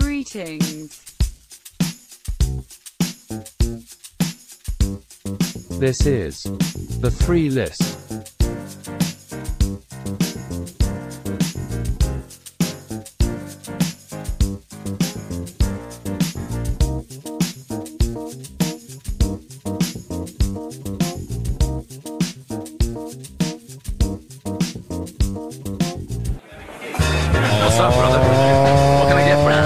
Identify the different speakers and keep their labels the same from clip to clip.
Speaker 1: Greetings.
Speaker 2: This is the free list.
Speaker 3: What's up, brother? What can I get, friend?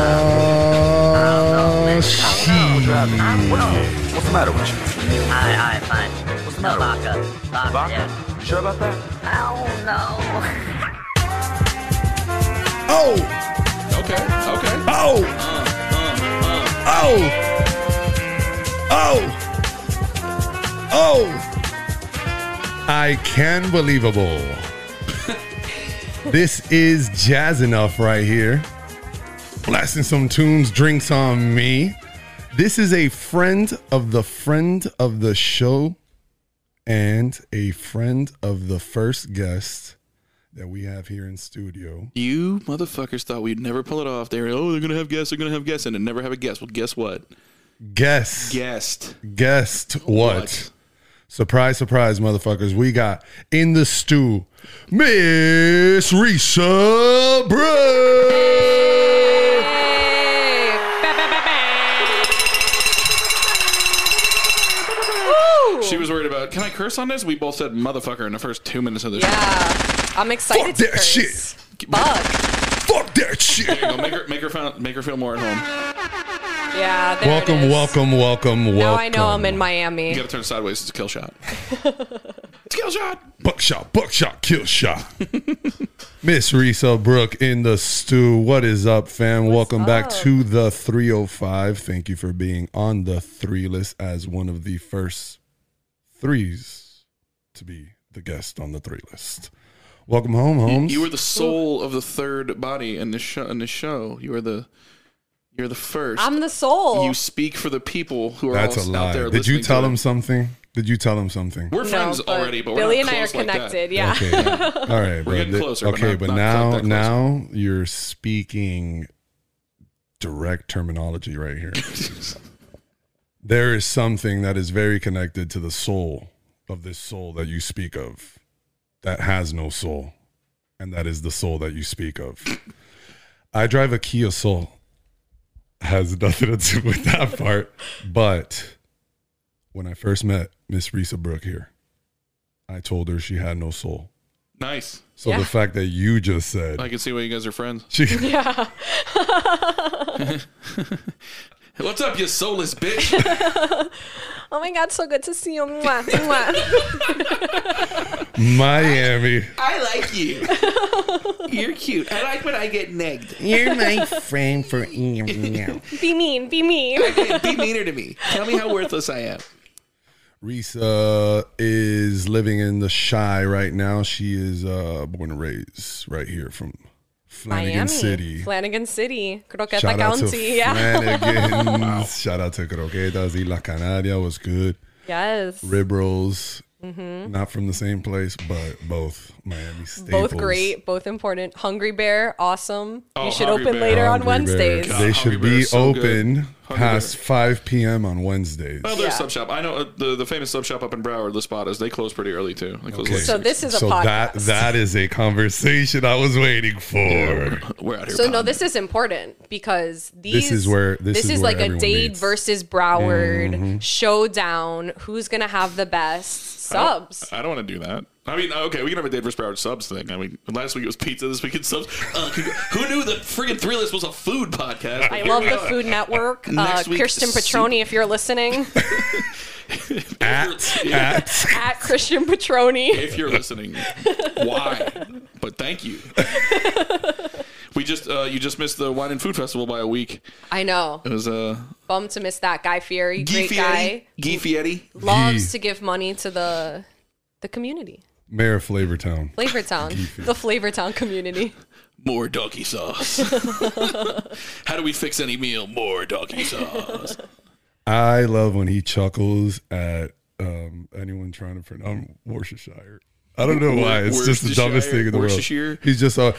Speaker 3: Oh, driving. Well, what's the matter with you?
Speaker 4: Alright, alright, fine. What's no vodka. Vodka,
Speaker 3: Vodka?
Speaker 4: yeah.
Speaker 3: You Sure about that?
Speaker 4: Oh, no.
Speaker 3: Okay, okay.
Speaker 5: Oh! Oh! Oh! Oh! I can believable. this is jazz enough right here. Blasting some tunes, drinks on me. This is a friend of the friend of the show and a friend of the first guest that we have here in studio.
Speaker 6: You motherfuckers thought we'd never pull it off. They were, oh, they're going to have guests, they're going to have guests, and then never have a guest. Well, guess what?
Speaker 5: Guest.
Speaker 6: Guest.
Speaker 5: Guessed what? Surprise, surprise, motherfuckers. We got in the stew Miss Risa Bray.
Speaker 1: Hey. Ba, ba, ba, ba. Woo.
Speaker 6: She was worried about, can I curse on this? We both said motherfucker in the first two minutes of this.
Speaker 7: Yeah, I'm excited.
Speaker 5: Fuck
Speaker 7: to
Speaker 5: that
Speaker 7: curse.
Speaker 5: shit.
Speaker 7: Fuck.
Speaker 5: Fuck that shit.
Speaker 6: There you go. Make her, make, her found, make her feel more at home.
Speaker 7: Yeah. There it
Speaker 5: welcome,
Speaker 7: is.
Speaker 5: welcome, welcome, welcome.
Speaker 7: Now I know I'm in Miami.
Speaker 6: You got to turn sideways. It's a kill shot. it's a kill shot.
Speaker 5: Buckshot, buckshot, kill shot. Miss Risa Brooke in the stew. What is up, fam? Welcome back to the 305. Thank you for being on the three list as one of the first threes to be the guest on the three list. Welcome home, Holmes.
Speaker 6: You were the soul of the third body in this show. In this show, you are the you're the first.
Speaker 7: I'm the soul.
Speaker 6: You speak for the people who are
Speaker 5: That's a
Speaker 6: all out
Speaker 5: lie.
Speaker 6: there.
Speaker 5: Did you
Speaker 6: listening to
Speaker 5: tell
Speaker 6: it.
Speaker 5: him something? Did you tell him something?
Speaker 6: We're
Speaker 7: No,
Speaker 6: friends
Speaker 7: but
Speaker 6: already, but
Speaker 7: Billy
Speaker 6: we're not
Speaker 7: and I are
Speaker 6: close like that.
Speaker 7: connected. yeah.
Speaker 5: Okay. All right. but
Speaker 6: getting
Speaker 5: the-
Speaker 6: closer, but
Speaker 5: Okay,
Speaker 6: not-
Speaker 5: but,
Speaker 6: not
Speaker 5: now,
Speaker 6: quite that
Speaker 5: now you're speaking direct terminology right here. there is something that is very connected to the soul of this soul that you speak of that has no soul, and that is the soul that you speak of. I drive a Kia Soul. Has nothing to do with that part, but when I first met Miss Risa Brooke here, I told her she had no soul.
Speaker 6: Nice.
Speaker 5: So
Speaker 7: Yeah.
Speaker 5: the fact that you just said
Speaker 6: I can see why you guys are friends.
Speaker 5: she,
Speaker 7: Yeah.
Speaker 6: Hey, what's up, you soulless bitch?
Speaker 7: Oh my God, so good to see you. Mwah, mwah.
Speaker 5: Miami,
Speaker 6: I like you. You're cute. I like when I get negged.
Speaker 8: You're my friend for now.
Speaker 7: be mean. Be mean.
Speaker 6: Be meaner to me. Tell me how worthless I am.
Speaker 5: Risa is living in the shy right now. She is uh, born and raised right here from Flanagan
Speaker 7: Miami.
Speaker 5: City.
Speaker 7: Flanagan City. Croqueta
Speaker 5: Shout out to
Speaker 7: County. Yeah.
Speaker 5: Flanagan. Shout out to Croquetas y La Canaria was good.
Speaker 7: Yes.
Speaker 5: Rib rolls, not from the same place, but both Miami staples.
Speaker 7: Mm-hmm. Both great, both important. Hungry Bear, awesome.
Speaker 6: Oh,
Speaker 7: you should
Speaker 6: Hungry
Speaker 7: open
Speaker 6: Bear.
Speaker 7: later on
Speaker 5: Hungry Bear.
Speaker 7: Wednesdays.
Speaker 6: God,
Speaker 5: They should
Speaker 6: Hungry Bear
Speaker 5: be
Speaker 6: is so good.
Speaker 5: open
Speaker 6: Hungry
Speaker 5: past 5 p.m. on Wednesdays.
Speaker 6: Oh, there's
Speaker 7: Yeah.
Speaker 6: sub shop. I know uh, the, the famous sub shop up in Broward, the spot is they close pretty early too. They close
Speaker 5: Okay.
Speaker 6: like
Speaker 7: So
Speaker 6: six.
Speaker 7: this is a
Speaker 5: so
Speaker 7: podcast.
Speaker 5: that that is a conversation I was waiting for.
Speaker 6: we're out here.
Speaker 7: So no,
Speaker 6: popping.
Speaker 7: this is important because these.
Speaker 5: is where- this is
Speaker 7: is,
Speaker 5: where
Speaker 7: like a
Speaker 5: everyone
Speaker 7: Dade
Speaker 5: meets. Mm-hmm.
Speaker 7: versus Broward showdown. Who's gonna have the best subs?
Speaker 6: I don't want to do that. I mean, uh, okay, we can have a Dave vs. Broward subs thing. I mean, last week it was pizza, this week it's subs. Uh, who- who knew the friggin' three list was a food podcast?
Speaker 7: I
Speaker 6: Here
Speaker 7: love
Speaker 6: we
Speaker 7: the
Speaker 6: are.
Speaker 7: Food Network. Uh,
Speaker 6: Next week,
Speaker 7: Kirsten
Speaker 6: soup.
Speaker 7: Petroni, if you're listening,
Speaker 5: At, at
Speaker 7: at Christian Petroni.
Speaker 6: If you're listening, why? But thank you. we just uh, you just missed the wine and food festival by a week.
Speaker 7: I know.
Speaker 6: It was uh,
Speaker 7: Bummed to miss that guy Fieri.
Speaker 6: Guy
Speaker 7: Great guy.
Speaker 6: Fieri. Guy Fieri.
Speaker 7: Loves
Speaker 5: Gee.
Speaker 7: to give money to the the community.
Speaker 5: Mayor of Flavortown.
Speaker 7: Flavortown. the Flavortown community.
Speaker 6: More doggy sauce. How do we fix any meal? More doggy sauce.
Speaker 5: I love when he chuckles at um, anyone trying to pronounce Worcestershire. I don't know why. It's just the dumbest thing in the world.
Speaker 6: Worcestershire?
Speaker 5: He's just uh,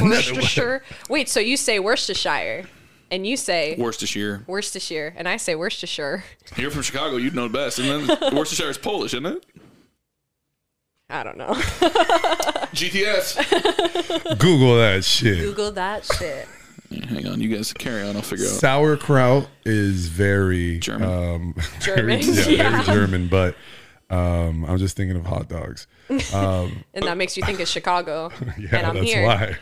Speaker 7: Worcestershire. Wait, so you say Worcestershire and you say
Speaker 6: Worcestershire.
Speaker 7: Worcestershire, and I say Worcestershire.
Speaker 6: You're from Chicago. You'd know best. And then Worcestershire is Polish, isn't it?
Speaker 7: I don't know.
Speaker 6: GTS.
Speaker 5: Google that shit.
Speaker 7: Google that shit.
Speaker 6: Hang on, you guys carry on. I'll figure out.
Speaker 5: Sauerkraut is very
Speaker 6: German.
Speaker 5: Um,
Speaker 7: German,
Speaker 5: very, yeah,
Speaker 7: yeah.
Speaker 5: very German, but um, I'm just thinking of hot dogs.
Speaker 7: And that makes you think it's Chicago.
Speaker 5: Yeah,
Speaker 7: and I'm
Speaker 5: that's
Speaker 7: here.
Speaker 5: why.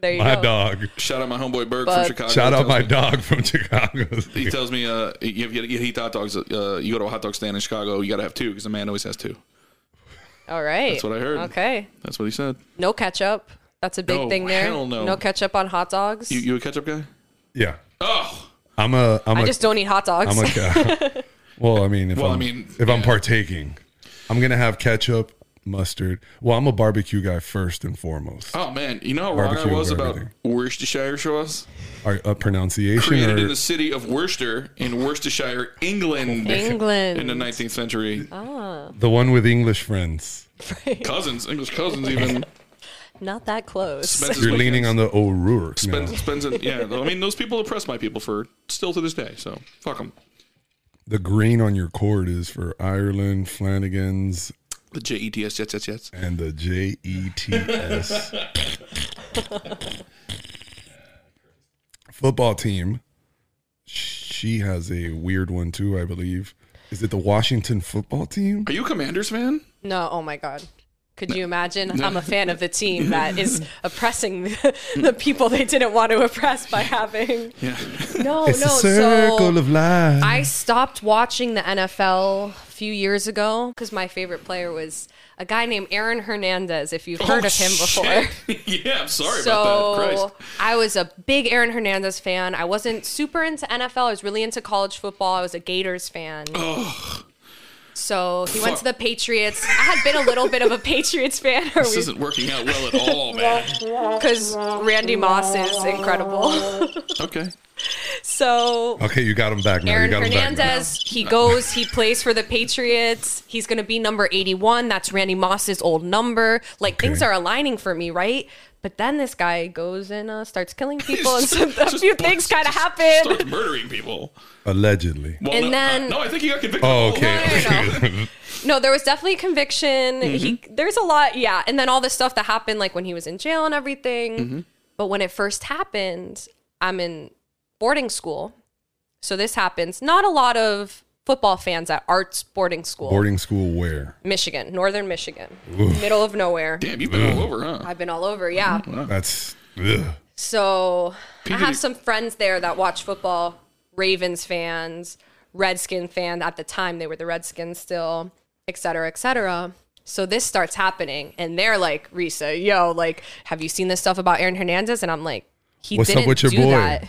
Speaker 7: There you
Speaker 5: My
Speaker 7: go.
Speaker 5: dog.
Speaker 6: Shout out my homeboy Berg
Speaker 7: But-
Speaker 6: from Chicago.
Speaker 5: Shout
Speaker 6: He
Speaker 5: out
Speaker 6: tells
Speaker 5: my
Speaker 6: me-
Speaker 5: dog from Chicago.
Speaker 6: He tells me, uh, you have you gotta eat hot dogs. Uh, you go to a hot dog stand in Chicago, you gotta have two because the man always has two.
Speaker 7: All right.
Speaker 6: That's what I heard.
Speaker 7: Okay.
Speaker 6: That's what he said.
Speaker 7: No ketchup. That's a big
Speaker 6: No,
Speaker 7: thing there.
Speaker 6: hell no.
Speaker 7: no ketchup on hot dogs.
Speaker 6: You, you a ketchup guy?
Speaker 5: Yeah,
Speaker 6: Oh,
Speaker 5: I'm a. I'm
Speaker 7: I
Speaker 5: a-
Speaker 7: just don't eat hot dogs.
Speaker 5: I'm a. uh, well, I mean, if
Speaker 6: Well, I
Speaker 5: I'm,
Speaker 6: mean,
Speaker 5: if I'm partaking, I'm gonna have ketchup, mustard. Well, I'm a barbecue guy first and foremost.
Speaker 6: oh man! You know how wrong I
Speaker 5: Barbecue
Speaker 6: was
Speaker 5: over
Speaker 6: about
Speaker 5: everything.
Speaker 6: Worcestershire sauce?
Speaker 5: Are, uh, pronunciation
Speaker 6: Created in
Speaker 5: or
Speaker 6: the city of Worcester in Worcestershire, England,
Speaker 7: England. Oh.
Speaker 6: in the 19th century.
Speaker 5: the one with English friends.
Speaker 6: Cousins, English cousins, even.
Speaker 7: Not that close.
Speaker 6: Spencer's
Speaker 5: You're
Speaker 6: like-
Speaker 5: leaning on the O'Rourke. now.
Speaker 6: Spencer, Spencer, yeah. I mean, those people oppress my people for still to this day. So fuck them.
Speaker 5: The green on your cord is for Ireland, Flanagan's,
Speaker 6: The J E T S Jets Jets Jets.
Speaker 5: and the J E T S. Football team. She has a weird one too, I believe. Is it the Washington football team?
Speaker 7: Oh,
Speaker 6: Are you a Commanders fan?
Speaker 7: No, oh my God. Could you imagine? I'm a fan of the team that is oppressing the, the people they didn't want to oppress by having.
Speaker 6: Yeah.
Speaker 7: No,
Speaker 5: it's
Speaker 7: no.
Speaker 5: the circle
Speaker 7: so
Speaker 5: of life.
Speaker 7: I stopped watching the NFL a few years ago because my favorite player was a guy named Aaron Hernandez, if you've heard
Speaker 6: Oh,
Speaker 7: of him before.
Speaker 6: shit. yeah, I'm sorry about that.
Speaker 7: so
Speaker 6: Christ.
Speaker 7: I was a big Aaron Hernandez fan. I wasn't super into NFL. I was really into college football. I was a Gators fan. So he went
Speaker 6: Fuck.
Speaker 7: to the Patriots. I had been a little bit of a Patriots fan
Speaker 6: This isn't working out well at all, man.
Speaker 7: because Randy Moss is incredible.
Speaker 6: Okay.
Speaker 7: so
Speaker 5: okay, you got him back now.
Speaker 7: Aaron
Speaker 5: you got him back.
Speaker 7: Hernandez, he goes, he plays for the Patriots. He's going to be number 81. That's Randy Moss's old number. Like things
Speaker 5: Okay.
Speaker 7: are aligning for me, right? But then this guy goes and uh, starts killing people, and
Speaker 6: Just-
Speaker 7: some, a
Speaker 6: just
Speaker 7: few
Speaker 6: bust-
Speaker 7: things kind of
Speaker 6: just
Speaker 7: happen.
Speaker 6: Start murdering people.
Speaker 5: now. Allegedly.
Speaker 6: Well,
Speaker 7: And
Speaker 6: no,
Speaker 7: then-
Speaker 6: uh, no, I think he got convicted.
Speaker 5: Oh,
Speaker 6: of
Speaker 5: okay.
Speaker 6: all of
Speaker 7: No, no, No, there was definitely conviction. He, there's a lot, yeah. And then all the stuff that happened, like when he was in jail and everything. But when it first happened, I'm in boarding school. So this happens. Not a lot of football fans at Arts Boarding School,
Speaker 5: Boarding school where?
Speaker 7: Michigan, Northern Michigan, middle of nowhere.
Speaker 6: Damn, you've been all over, huh?
Speaker 7: I've been all over, yeah.
Speaker 5: That's ugh.
Speaker 7: So I
Speaker 6: Peter-
Speaker 7: have some friends there that watch football, Ravens fans, Redskin fan. At the time, they were the Redskins still, et cetera, et cetera. So this starts happening, and they're like, "Risa, yo, like, have you seen this stuff about Aaron Hernandez?" And I'm like, "He
Speaker 5: What's up
Speaker 7: didn't
Speaker 5: with your
Speaker 7: do
Speaker 5: boy?
Speaker 7: that."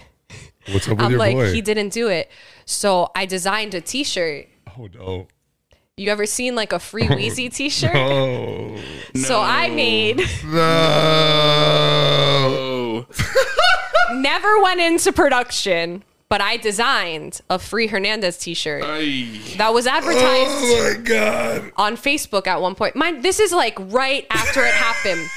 Speaker 5: What's up with
Speaker 7: I'm
Speaker 5: your
Speaker 7: like,
Speaker 5: boy?
Speaker 7: "He didn't do it." So I designed a T-shirt.
Speaker 5: oh no.
Speaker 7: You ever seen like a free Wheezy T-shirt?
Speaker 5: Oh
Speaker 7: So I made.
Speaker 5: no.
Speaker 6: Oh,
Speaker 7: never went into production, but I designed a free Hernandez T-shirt.
Speaker 6: I,
Speaker 7: that was advertised
Speaker 5: Oh my god.
Speaker 7: on Facebook at one point. Mind, this is like right after it happened.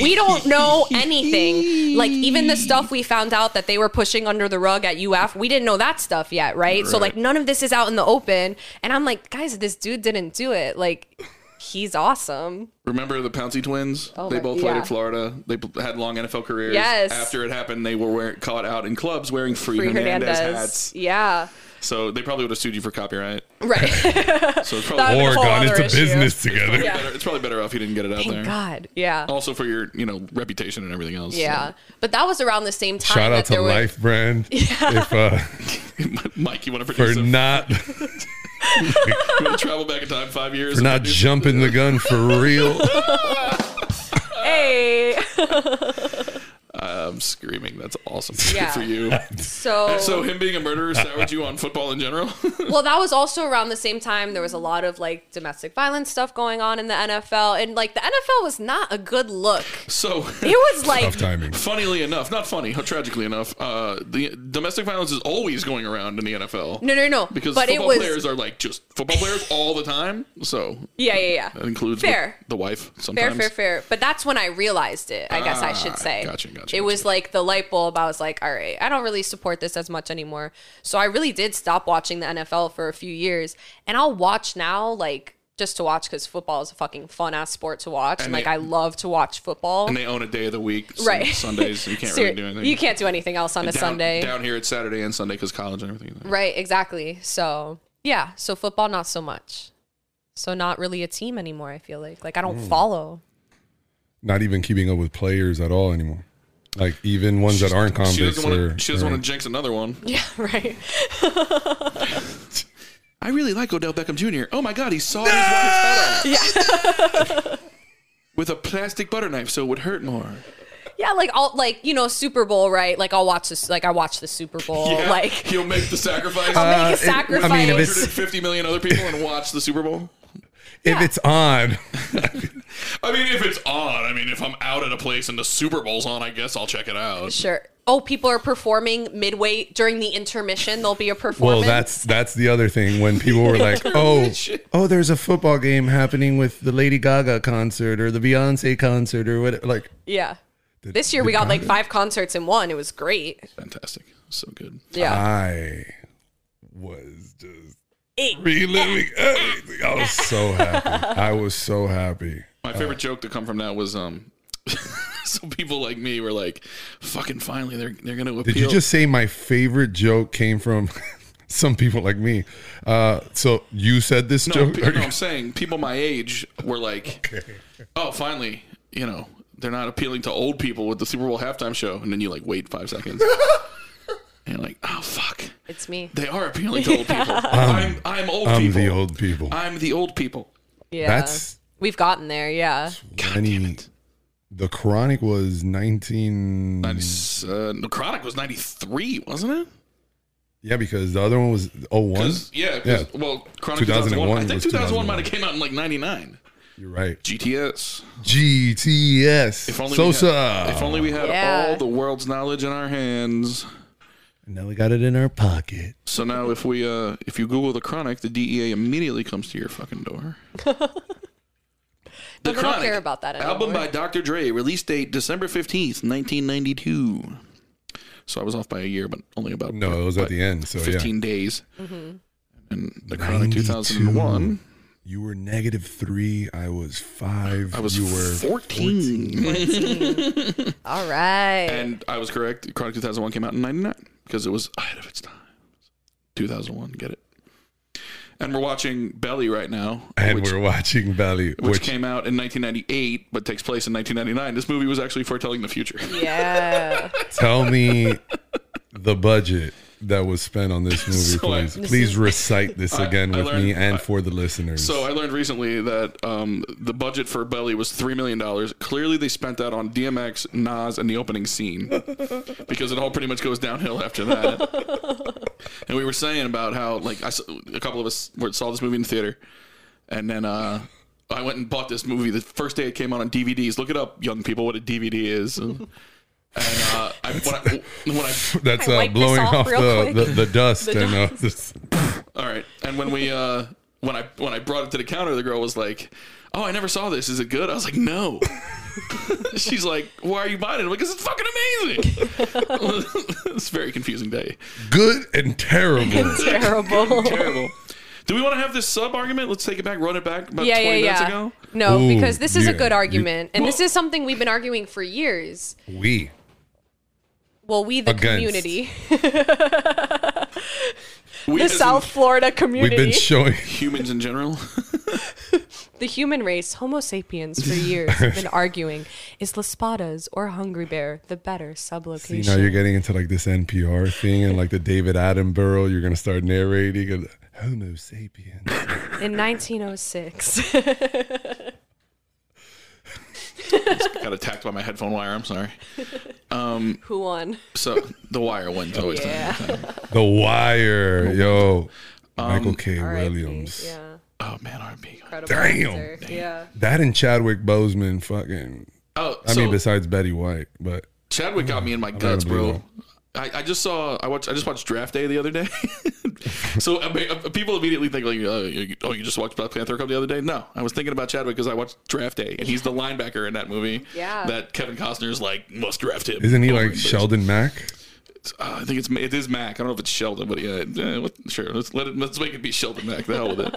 Speaker 7: We don't know anything. Like even the stuff we found out that they were pushing under the rug at UF, we didn't know that stuff yet, right? So like none of this is out in the open. And I'm like, guys, this dude didn't do it. Like he's awesome.
Speaker 6: remember the Pouncy twins?
Speaker 7: Oh
Speaker 6: they
Speaker 7: my-
Speaker 6: both played
Speaker 7: yeah.
Speaker 6: in Florida. They b- had long NFL careers.
Speaker 7: Yes.
Speaker 6: After it happened, they were wearing, caught out in clubs wearing free,
Speaker 7: Free
Speaker 6: Hernandez,
Speaker 7: Hernandez.
Speaker 6: hats.
Speaker 7: Yeah.
Speaker 6: So they probably would have sued you for copyright.
Speaker 7: Right.
Speaker 6: So it's
Speaker 7: That
Speaker 6: probably,
Speaker 7: would've
Speaker 5: Or
Speaker 7: whole
Speaker 5: gone
Speaker 7: other
Speaker 5: into
Speaker 7: issue.
Speaker 5: business together.
Speaker 7: Yeah.
Speaker 6: better, it's probably better off you didn't get it out there.
Speaker 7: Thank God. Yeah.
Speaker 6: Also for your, you know, reputation and everything else.
Speaker 7: Yeah. But that was around the same time.
Speaker 5: Shout out
Speaker 7: that
Speaker 5: to
Speaker 7: there were-
Speaker 5: Life Brand if, uh,
Speaker 6: Mike, you want to
Speaker 5: for
Speaker 6: produce a
Speaker 5: not
Speaker 6: You wanna travel back in time five years?
Speaker 5: for not jumping the gun for real.
Speaker 7: Hey.
Speaker 6: I'm screaming. That's awesome
Speaker 7: Yeah. Oh.
Speaker 6: for you.
Speaker 7: So,
Speaker 6: So him being a murderer soured you on football in general.
Speaker 7: well, that was also around the same time. There was a lot of like domestic violence stuff going on in the NFL, and like the NFL was not a good look.
Speaker 6: so.
Speaker 7: It was like
Speaker 5: Tough timing.
Speaker 6: Funnily enough, not funny, tragically enough, uh, the domestic violence is always going around in the NFL.
Speaker 7: no, no, no.
Speaker 6: because
Speaker 7: but it
Speaker 6: football
Speaker 7: was
Speaker 6: players are like just football players all the time. So
Speaker 7: yeah, yeah, yeah.
Speaker 6: that includes
Speaker 7: Fair.
Speaker 6: the, the wife
Speaker 7: Fair,
Speaker 6: sometimes.
Speaker 7: fair, fair. But that's when I realized it. I guess I should say.
Speaker 6: Ah, gotcha, gotcha,
Speaker 7: It was was like the light bulb. I was like, all right, I don't really support this as much anymore. So I really did stop watching the NFL for a few years, and I'll watch now, like just to watch because football is a fucking fun ass sport to watch. And
Speaker 6: And
Speaker 7: like
Speaker 6: they-
Speaker 7: I love to watch football.
Speaker 6: and they own a day of the week. so
Speaker 7: Right.
Speaker 6: Sundays, you can't
Speaker 7: Ser-
Speaker 6: really do anything.
Speaker 7: You can't do anything else on a
Speaker 6: down,
Speaker 7: Sunday.
Speaker 6: Down here, it's Saturday and Sunday because college and everything.
Speaker 7: Right, exactly. So, yeah, so football not so much. So not really a team anymore, I feel like. Like I
Speaker 5: Mm.
Speaker 7: don't follow.
Speaker 5: Not even keeping up with players at all anymore. Like even ones that aren't
Speaker 6: She
Speaker 5: convicts.
Speaker 6: doesn't want
Speaker 5: or,
Speaker 6: to. She doesn't
Speaker 5: or-
Speaker 6: want to jinx another one.
Speaker 7: Yeah, right.
Speaker 6: I really like Odell Beckham Jr. Oh my God, he sawed his wife's head off with a plastic butter knife, so it would hurt more.
Speaker 7: Yeah, like I'll like, you know, Super Bowl, right? Like I'll watch this like I watch the Super Bowl.
Speaker 6: Yeah,
Speaker 7: Oh, Like
Speaker 6: he'll make the sacrifice.
Speaker 7: I'll
Speaker 5: Uh,
Speaker 7: make a
Speaker 5: it-
Speaker 7: sacrifice.
Speaker 5: I mean, if it's-
Speaker 6: 150 million other people and watch the Super Bowl.
Speaker 5: If it's on,
Speaker 6: I mean, if it's on, I mean, if I'm out at a place and the Super Bowl's on, I guess I'll check it out.
Speaker 7: sure. Oh, people are performing midway during the intermission, there'll be a performance.
Speaker 5: well, that's that's the other thing. When people were like, "Oh,
Speaker 8: Oh, there's a football game happening with the Lady Gaga concert or the Beyonce concert or whatever. Like,
Speaker 7: Yeah.
Speaker 5: Did-
Speaker 7: This year we
Speaker 5: did
Speaker 7: got like
Speaker 5: Gaga-
Speaker 7: five concerts in one. It was great.
Speaker 6: Fantastic, so good.
Speaker 5: Uh,
Speaker 7: Yeah.
Speaker 5: I was just reliving everything. I was so happy. I was so happy.
Speaker 6: My favorite joke to come from that was um. so people like me were like, "Fucking finally, they're they're gonna appeal."
Speaker 5: Did you just say my favorite joke came from some people like me? Uh, so you said this
Speaker 6: no,
Speaker 5: joke?
Speaker 6: pe- no, I'm saying people my age were like, "Oh, finally, you know." They're not appealing to old people with the Super Bowl halftime show, and then you like wait five seconds, and you're like, "Oh fuck,
Speaker 7: It's me.
Speaker 6: they are appealing to old people." I'm, I'm old
Speaker 5: Um, I'm
Speaker 6: people.
Speaker 5: the old people.
Speaker 6: I'm the old people.
Speaker 7: Yeah.
Speaker 5: That's
Speaker 7: We've gotten there, yeah.
Speaker 5: Lenny. The Chronic was 19.
Speaker 6: Nice. Uh, the Chronic was 93, wasn't it?
Speaker 5: Yeah, because the other one was 01.
Speaker 6: 'Cause- Yeah, 'cause- well, Chronic 2001.
Speaker 5: 2001
Speaker 6: I think
Speaker 5: was
Speaker 6: 2001
Speaker 5: 2001.
Speaker 6: might have came out in like 99.
Speaker 5: You're right.
Speaker 6: GTS.
Speaker 5: GTS.
Speaker 6: If only
Speaker 5: Sosa.
Speaker 6: We had, if only we had
Speaker 7: Yeah.
Speaker 6: all the world's knowledge in our hands.
Speaker 8: now we got it in our pocket.
Speaker 6: So now if we uh if you Google the Chronic, the DEA immediately comes to your fucking door. the
Speaker 7: But we don't care about that anymore.
Speaker 6: Album by Dr. Dre, release date December 15th, 1992. So I was off by a year, but only about
Speaker 5: No, it was
Speaker 6: by
Speaker 5: at the end. So,
Speaker 6: 15
Speaker 5: yeah.
Speaker 6: days.
Speaker 7: Mm-hmm.
Speaker 6: And the Chronic
Speaker 5: 92.
Speaker 6: 2001.
Speaker 5: You were negative three. I was five.
Speaker 6: I was
Speaker 5: you were
Speaker 6: 14.
Speaker 7: All right.
Speaker 6: And I was correct. Chronic 2001 came out in 99 because it was ahead of its time. 2001, get it? And we're watching Belly right now,
Speaker 5: And
Speaker 6: which,
Speaker 5: we're watching Valley,
Speaker 6: which
Speaker 5: which,
Speaker 6: came out in 1998 but takes place in 1999. This movie was actually foretelling the future.
Speaker 7: Yeah.
Speaker 5: tell me the budget that was spent on this movie,
Speaker 6: So I-
Speaker 5: please. please recite this again
Speaker 6: I
Speaker 5: with me
Speaker 6: learned-
Speaker 5: and
Speaker 6: I-
Speaker 5: for the listeners.
Speaker 6: So I learned recently that um, the budget for Belly was three million dollars. Clearly, they spent that on DMX, Nas, and the opening scene because it all pretty much goes downhill after that. and we were saying about how like I s- a couple of us were, saw this movie in the theater, and then uh, I went and bought this movie the first day it came out on DVDs. Look it up, young people, what a DVD is. And uh, I, when, I, when I
Speaker 5: that's
Speaker 7: I
Speaker 5: uh,
Speaker 7: wiped this
Speaker 5: blowing
Speaker 7: off
Speaker 5: off,
Speaker 7: real
Speaker 5: the,
Speaker 7: quick.
Speaker 5: the, the dust and uh, this-
Speaker 6: All right. And when we uh when I when I brought it to the counter, the girl was like, "Oh, I never saw this. Is it good?" I was like, "No." She's like, "Why are you buying it?" I'm like, "Cause it's fucking amazing." it's a very confusing day.
Speaker 5: good and terrible.
Speaker 7: Terrible.
Speaker 6: Terrible. Do we want to have this sub argument? Let's take it back, run it back about
Speaker 7: Yeah,
Speaker 6: 20
Speaker 7: yeah,
Speaker 6: minutes
Speaker 7: yeah.
Speaker 6: ago.
Speaker 7: No,
Speaker 5: Ooh,
Speaker 7: because this is
Speaker 5: yeah,
Speaker 7: a good
Speaker 5: you-
Speaker 7: argument, and this
Speaker 6: Well-
Speaker 7: is something we've been arguing for years.
Speaker 5: we.
Speaker 7: Well, we the
Speaker 5: Against.
Speaker 7: community,
Speaker 6: We
Speaker 7: the
Speaker 6: as in
Speaker 7: South Florida
Speaker 5: We've been
Speaker 7: community,
Speaker 5: showing
Speaker 6: humans in general.
Speaker 7: the human race, Homo sapiens, for years have been arguing: is Las Patas or Hungry Bear the better
Speaker 5: You
Speaker 7: sublocation?
Speaker 5: know, you're getting into like this NPR thing and like the David Attenborough. You're gonna start narrating and Homo sapiens.
Speaker 7: In 1906,
Speaker 6: Got attacked by my headphone wire. I'm sorry.
Speaker 7: who won?
Speaker 6: So the wire wins always.
Speaker 7: Yeah.
Speaker 5: The Wire, yo,
Speaker 7: Um,
Speaker 5: Michael K.
Speaker 7: R.I.P.
Speaker 5: Williams.
Speaker 7: Yeah.
Speaker 6: Oh man, R.I.P.
Speaker 7: Incredible
Speaker 5: Damn.
Speaker 7: answer. Yeah.
Speaker 5: That and Chadwick Boseman, fucking.
Speaker 6: Oh,
Speaker 5: I
Speaker 6: so
Speaker 5: mean, besides Betty White, but
Speaker 6: Chadwick got me in my guts,
Speaker 5: believe
Speaker 6: bro. I, I just saw I watched I just watched Draft Day the other day, so I mean, uh, people immediately think like uh, you- oh you just watched Black Panther Cup the other day. No, I was thinking about Chadwick because I watched Draft Day and he's the linebacker in that movie.
Speaker 7: Yeah.
Speaker 6: that Kevin Costner's like must draft him. Oh,
Speaker 5: Isn't
Speaker 7: Oh
Speaker 5: he
Speaker 6: Over
Speaker 5: like
Speaker 6: and-
Speaker 5: Sheldon Mack?
Speaker 6: Uh, I think it's it is Mac. I don't know if it's Sheldon, but yeah, uh, what, sure. Let's let it let's make it be Sheldon Mac. The hell with it.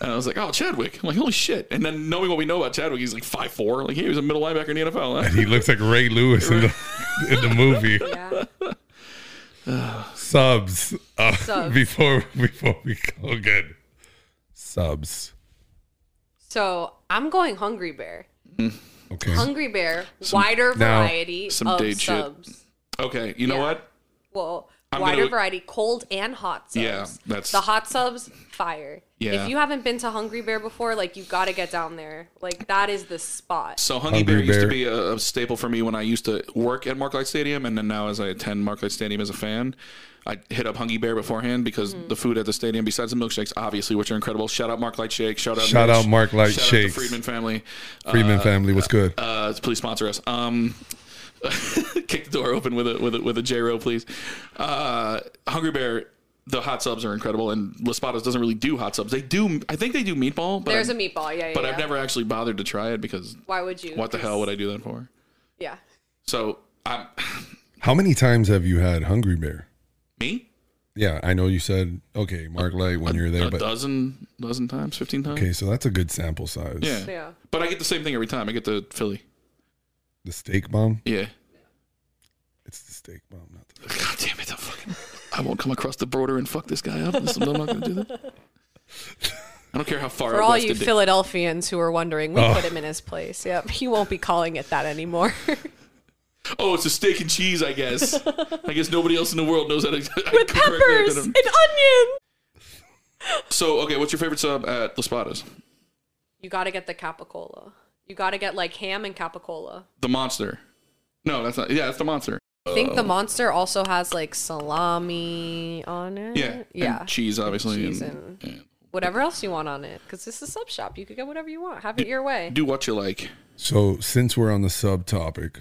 Speaker 6: and I was like, oh Chadwick. I'm like holy shit. And then knowing what we know about Chadwick, he's like five four. Like he was a middle linebacker in the NFL. huh?
Speaker 5: He looks like Ray Lewis in the, in the movie.
Speaker 7: Yeah.
Speaker 5: Subs. Uh,
Speaker 7: Subs.
Speaker 5: Before before we go good. Subs.
Speaker 7: So I'm going Hungry Bear.
Speaker 5: Okay.
Speaker 7: Hungry Bear, wider
Speaker 5: now,
Speaker 7: variety
Speaker 6: some
Speaker 7: of
Speaker 6: date shit.
Speaker 7: subs.
Speaker 6: Okay, you know
Speaker 7: Yeah.
Speaker 6: what?
Speaker 7: Well,
Speaker 6: I'm
Speaker 7: wider
Speaker 6: gonna-
Speaker 7: variety, cold and hot subs.
Speaker 6: Yeah, that's-
Speaker 7: the hot subs fire.
Speaker 6: Yeah.
Speaker 7: If you haven't been to Hungry Bear before, like you got to get down there. Like that is the spot.
Speaker 6: So Hungry,
Speaker 5: Hungry
Speaker 6: Bear, used to
Speaker 5: Bear.
Speaker 6: be a, a staple for me when I used to work at Marklight Stadium, and then now as I attend Marklight Stadium as a fan, I hit up Hungry Bear beforehand because
Speaker 7: Mm-hmm.
Speaker 6: the food at the stadium, besides the milkshakes, obviously, which are incredible. Shout out Marklight Shake. Shout out.
Speaker 5: Shout out Mark Light
Speaker 6: shout Out
Speaker 5: Shakes.
Speaker 6: the Friedman family.
Speaker 5: Freeman family, what's good?
Speaker 6: Uh, please sponsor us. Um, kick the door open with a with a, with a J row, please. Uh, Hungry Bear. The hot subs are incredible, and L'espados doesn't really do hot subs. They do, I think they do meatball. But
Speaker 7: There's
Speaker 6: I'm-
Speaker 7: a meatball. Yeah, yeah.
Speaker 6: but
Speaker 7: yeah.
Speaker 6: I've never actually bothered to try it because
Speaker 7: Why would you?
Speaker 6: what the hell would I do that for?
Speaker 7: Yeah.
Speaker 6: So I'm
Speaker 5: How many times have you had Hungry Bear?
Speaker 6: me
Speaker 5: Yeah, I know you said okay, Mark Light when you're there,
Speaker 6: a
Speaker 5: but
Speaker 6: dozen dozen times, fifteen times.
Speaker 5: okay, so that's a good sample size.
Speaker 6: Yeah.
Speaker 7: Yeah.
Speaker 6: But I get the same thing every time. I get the Philly.
Speaker 5: The steak bomb.
Speaker 6: Yeah.
Speaker 5: It's the steak bomb, not the
Speaker 6: God damn it! I'm fucking, I won't come across the border and fuck this guy up. This- I'm not gonna do that. I don't care how far.
Speaker 7: For
Speaker 6: out
Speaker 7: all
Speaker 6: west
Speaker 7: you
Speaker 6: it is.
Speaker 7: Philadelphians who are wondering, we
Speaker 5: Oh.
Speaker 7: put him in his place. Yep. He won't be calling it that anymore.
Speaker 6: oh, it's a steak and cheese. I guess. I guess nobody else in the world knows how to.
Speaker 7: With peppers and onion.
Speaker 6: So okay, what's your favorite sub at Las Patas?
Speaker 7: You got to get the capicola. You got to get like ham and capicola.
Speaker 6: The monster. No, that's not. Yeah, it's the monster.
Speaker 7: I think
Speaker 6: Oh.
Speaker 7: the monster also has like salami on it.
Speaker 6: Yeah. and
Speaker 7: Yeah.
Speaker 6: cheese,
Speaker 5: Oh,
Speaker 6: obviously.
Speaker 7: Cheese
Speaker 6: and-
Speaker 7: and-
Speaker 6: and
Speaker 7: whatever else you want on it because this is a sub shop. You could get whatever you want. Have it your way.
Speaker 6: do what you like.
Speaker 5: So since we're on the sub topic,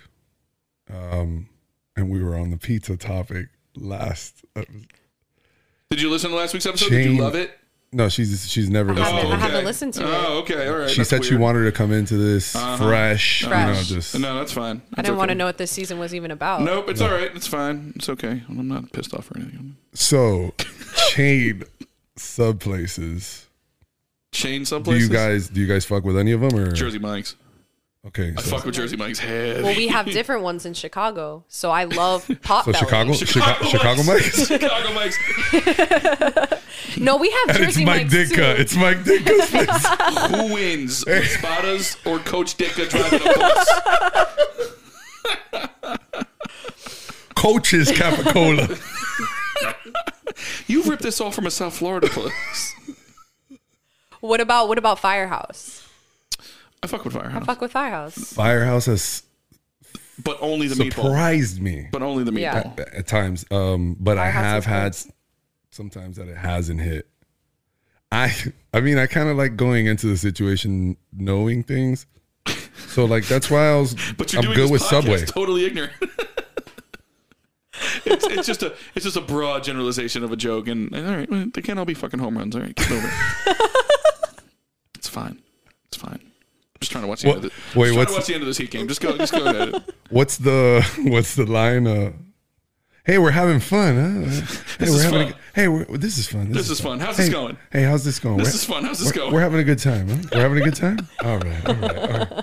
Speaker 5: um, and we were on the pizza topic last. Uh,
Speaker 6: Did you listen to last week's episode? Did you
Speaker 5: Shane-
Speaker 6: love it?
Speaker 5: no, she's she's never
Speaker 7: I haven't-
Speaker 5: listened.
Speaker 7: I haven't listened to it.
Speaker 6: Oh, okay, all right.
Speaker 5: She
Speaker 6: That's
Speaker 5: said she
Speaker 6: weird.
Speaker 5: wanted to come into this fresh,
Speaker 7: Fresh.
Speaker 5: you know, just
Speaker 6: No, that's fine.
Speaker 7: I didn't want to know what this season was even about.
Speaker 6: Nope, it's all right. It's fine. It's okay. I'm not pissed off or anything.
Speaker 5: so chain sub places.
Speaker 6: Chain
Speaker 5: Do
Speaker 6: someplace.
Speaker 5: you guys do you guys fuck with any of them or
Speaker 6: Jersey Mike's.
Speaker 5: Okay,
Speaker 6: I
Speaker 5: so,
Speaker 6: fuck with Jersey Mike's head.
Speaker 7: Well, we have different ones in Chicago, so I love pot
Speaker 5: so Chicago, Oh, Chicago, Chicago, Mike's.
Speaker 6: Chicago Mike's.
Speaker 7: No, we have
Speaker 5: It's
Speaker 7: Jersey
Speaker 5: Mike
Speaker 7: Mike's
Speaker 5: Ditka.
Speaker 7: too.
Speaker 5: uh, It's Mike Ditka's place.
Speaker 6: Who wins, Spadas or Coach Dicka driving a bus?
Speaker 5: Coach's Capicola.
Speaker 6: You ripped this off from a South Florida place.
Speaker 7: What about what about Firehouse?
Speaker 6: I fuck with
Speaker 7: I
Speaker 6: Firehouse,
Speaker 7: fuck with Firehouse.
Speaker 5: Firehouse has
Speaker 6: but only the meatball.
Speaker 5: surprised me
Speaker 6: But only the meatball.
Speaker 7: Yeah.
Speaker 5: at times. Um, but I have
Speaker 7: Firehouse is
Speaker 5: had sometimes that it hasn't hit. I I mean I kind of like going into the situation knowing things. So like that's why I was
Speaker 6: But you're
Speaker 5: I'm
Speaker 6: doing
Speaker 5: good with
Speaker 6: this podcast
Speaker 5: Subway.
Speaker 6: Totally ignorant. it's, it's just a it's just a broad generalization of a joke, and, and all right, well, they can't all be fucking home runs. All right, get over. it. it's fine. It's fine. I'm just trying to watch the
Speaker 5: What-
Speaker 6: end of this.
Speaker 5: wait,
Speaker 6: just trying to
Speaker 5: what's-
Speaker 6: watch the end of this heat game. Just go. Just go ahead.
Speaker 5: What's the what's the line? Uh, hey, we're having fun. Huh? Hey,
Speaker 6: is
Speaker 5: we're having. A,
Speaker 6: fun.
Speaker 5: g- hey, we're, this is fun.
Speaker 6: This is fun. How's
Speaker 5: hey,
Speaker 6: this going?
Speaker 5: Hey, how's this going?
Speaker 6: This
Speaker 5: We're-
Speaker 6: is fun. How's this
Speaker 5: We're,
Speaker 6: going?
Speaker 5: we're having a good time. Huh? We're having a good time. All right. All right. All right.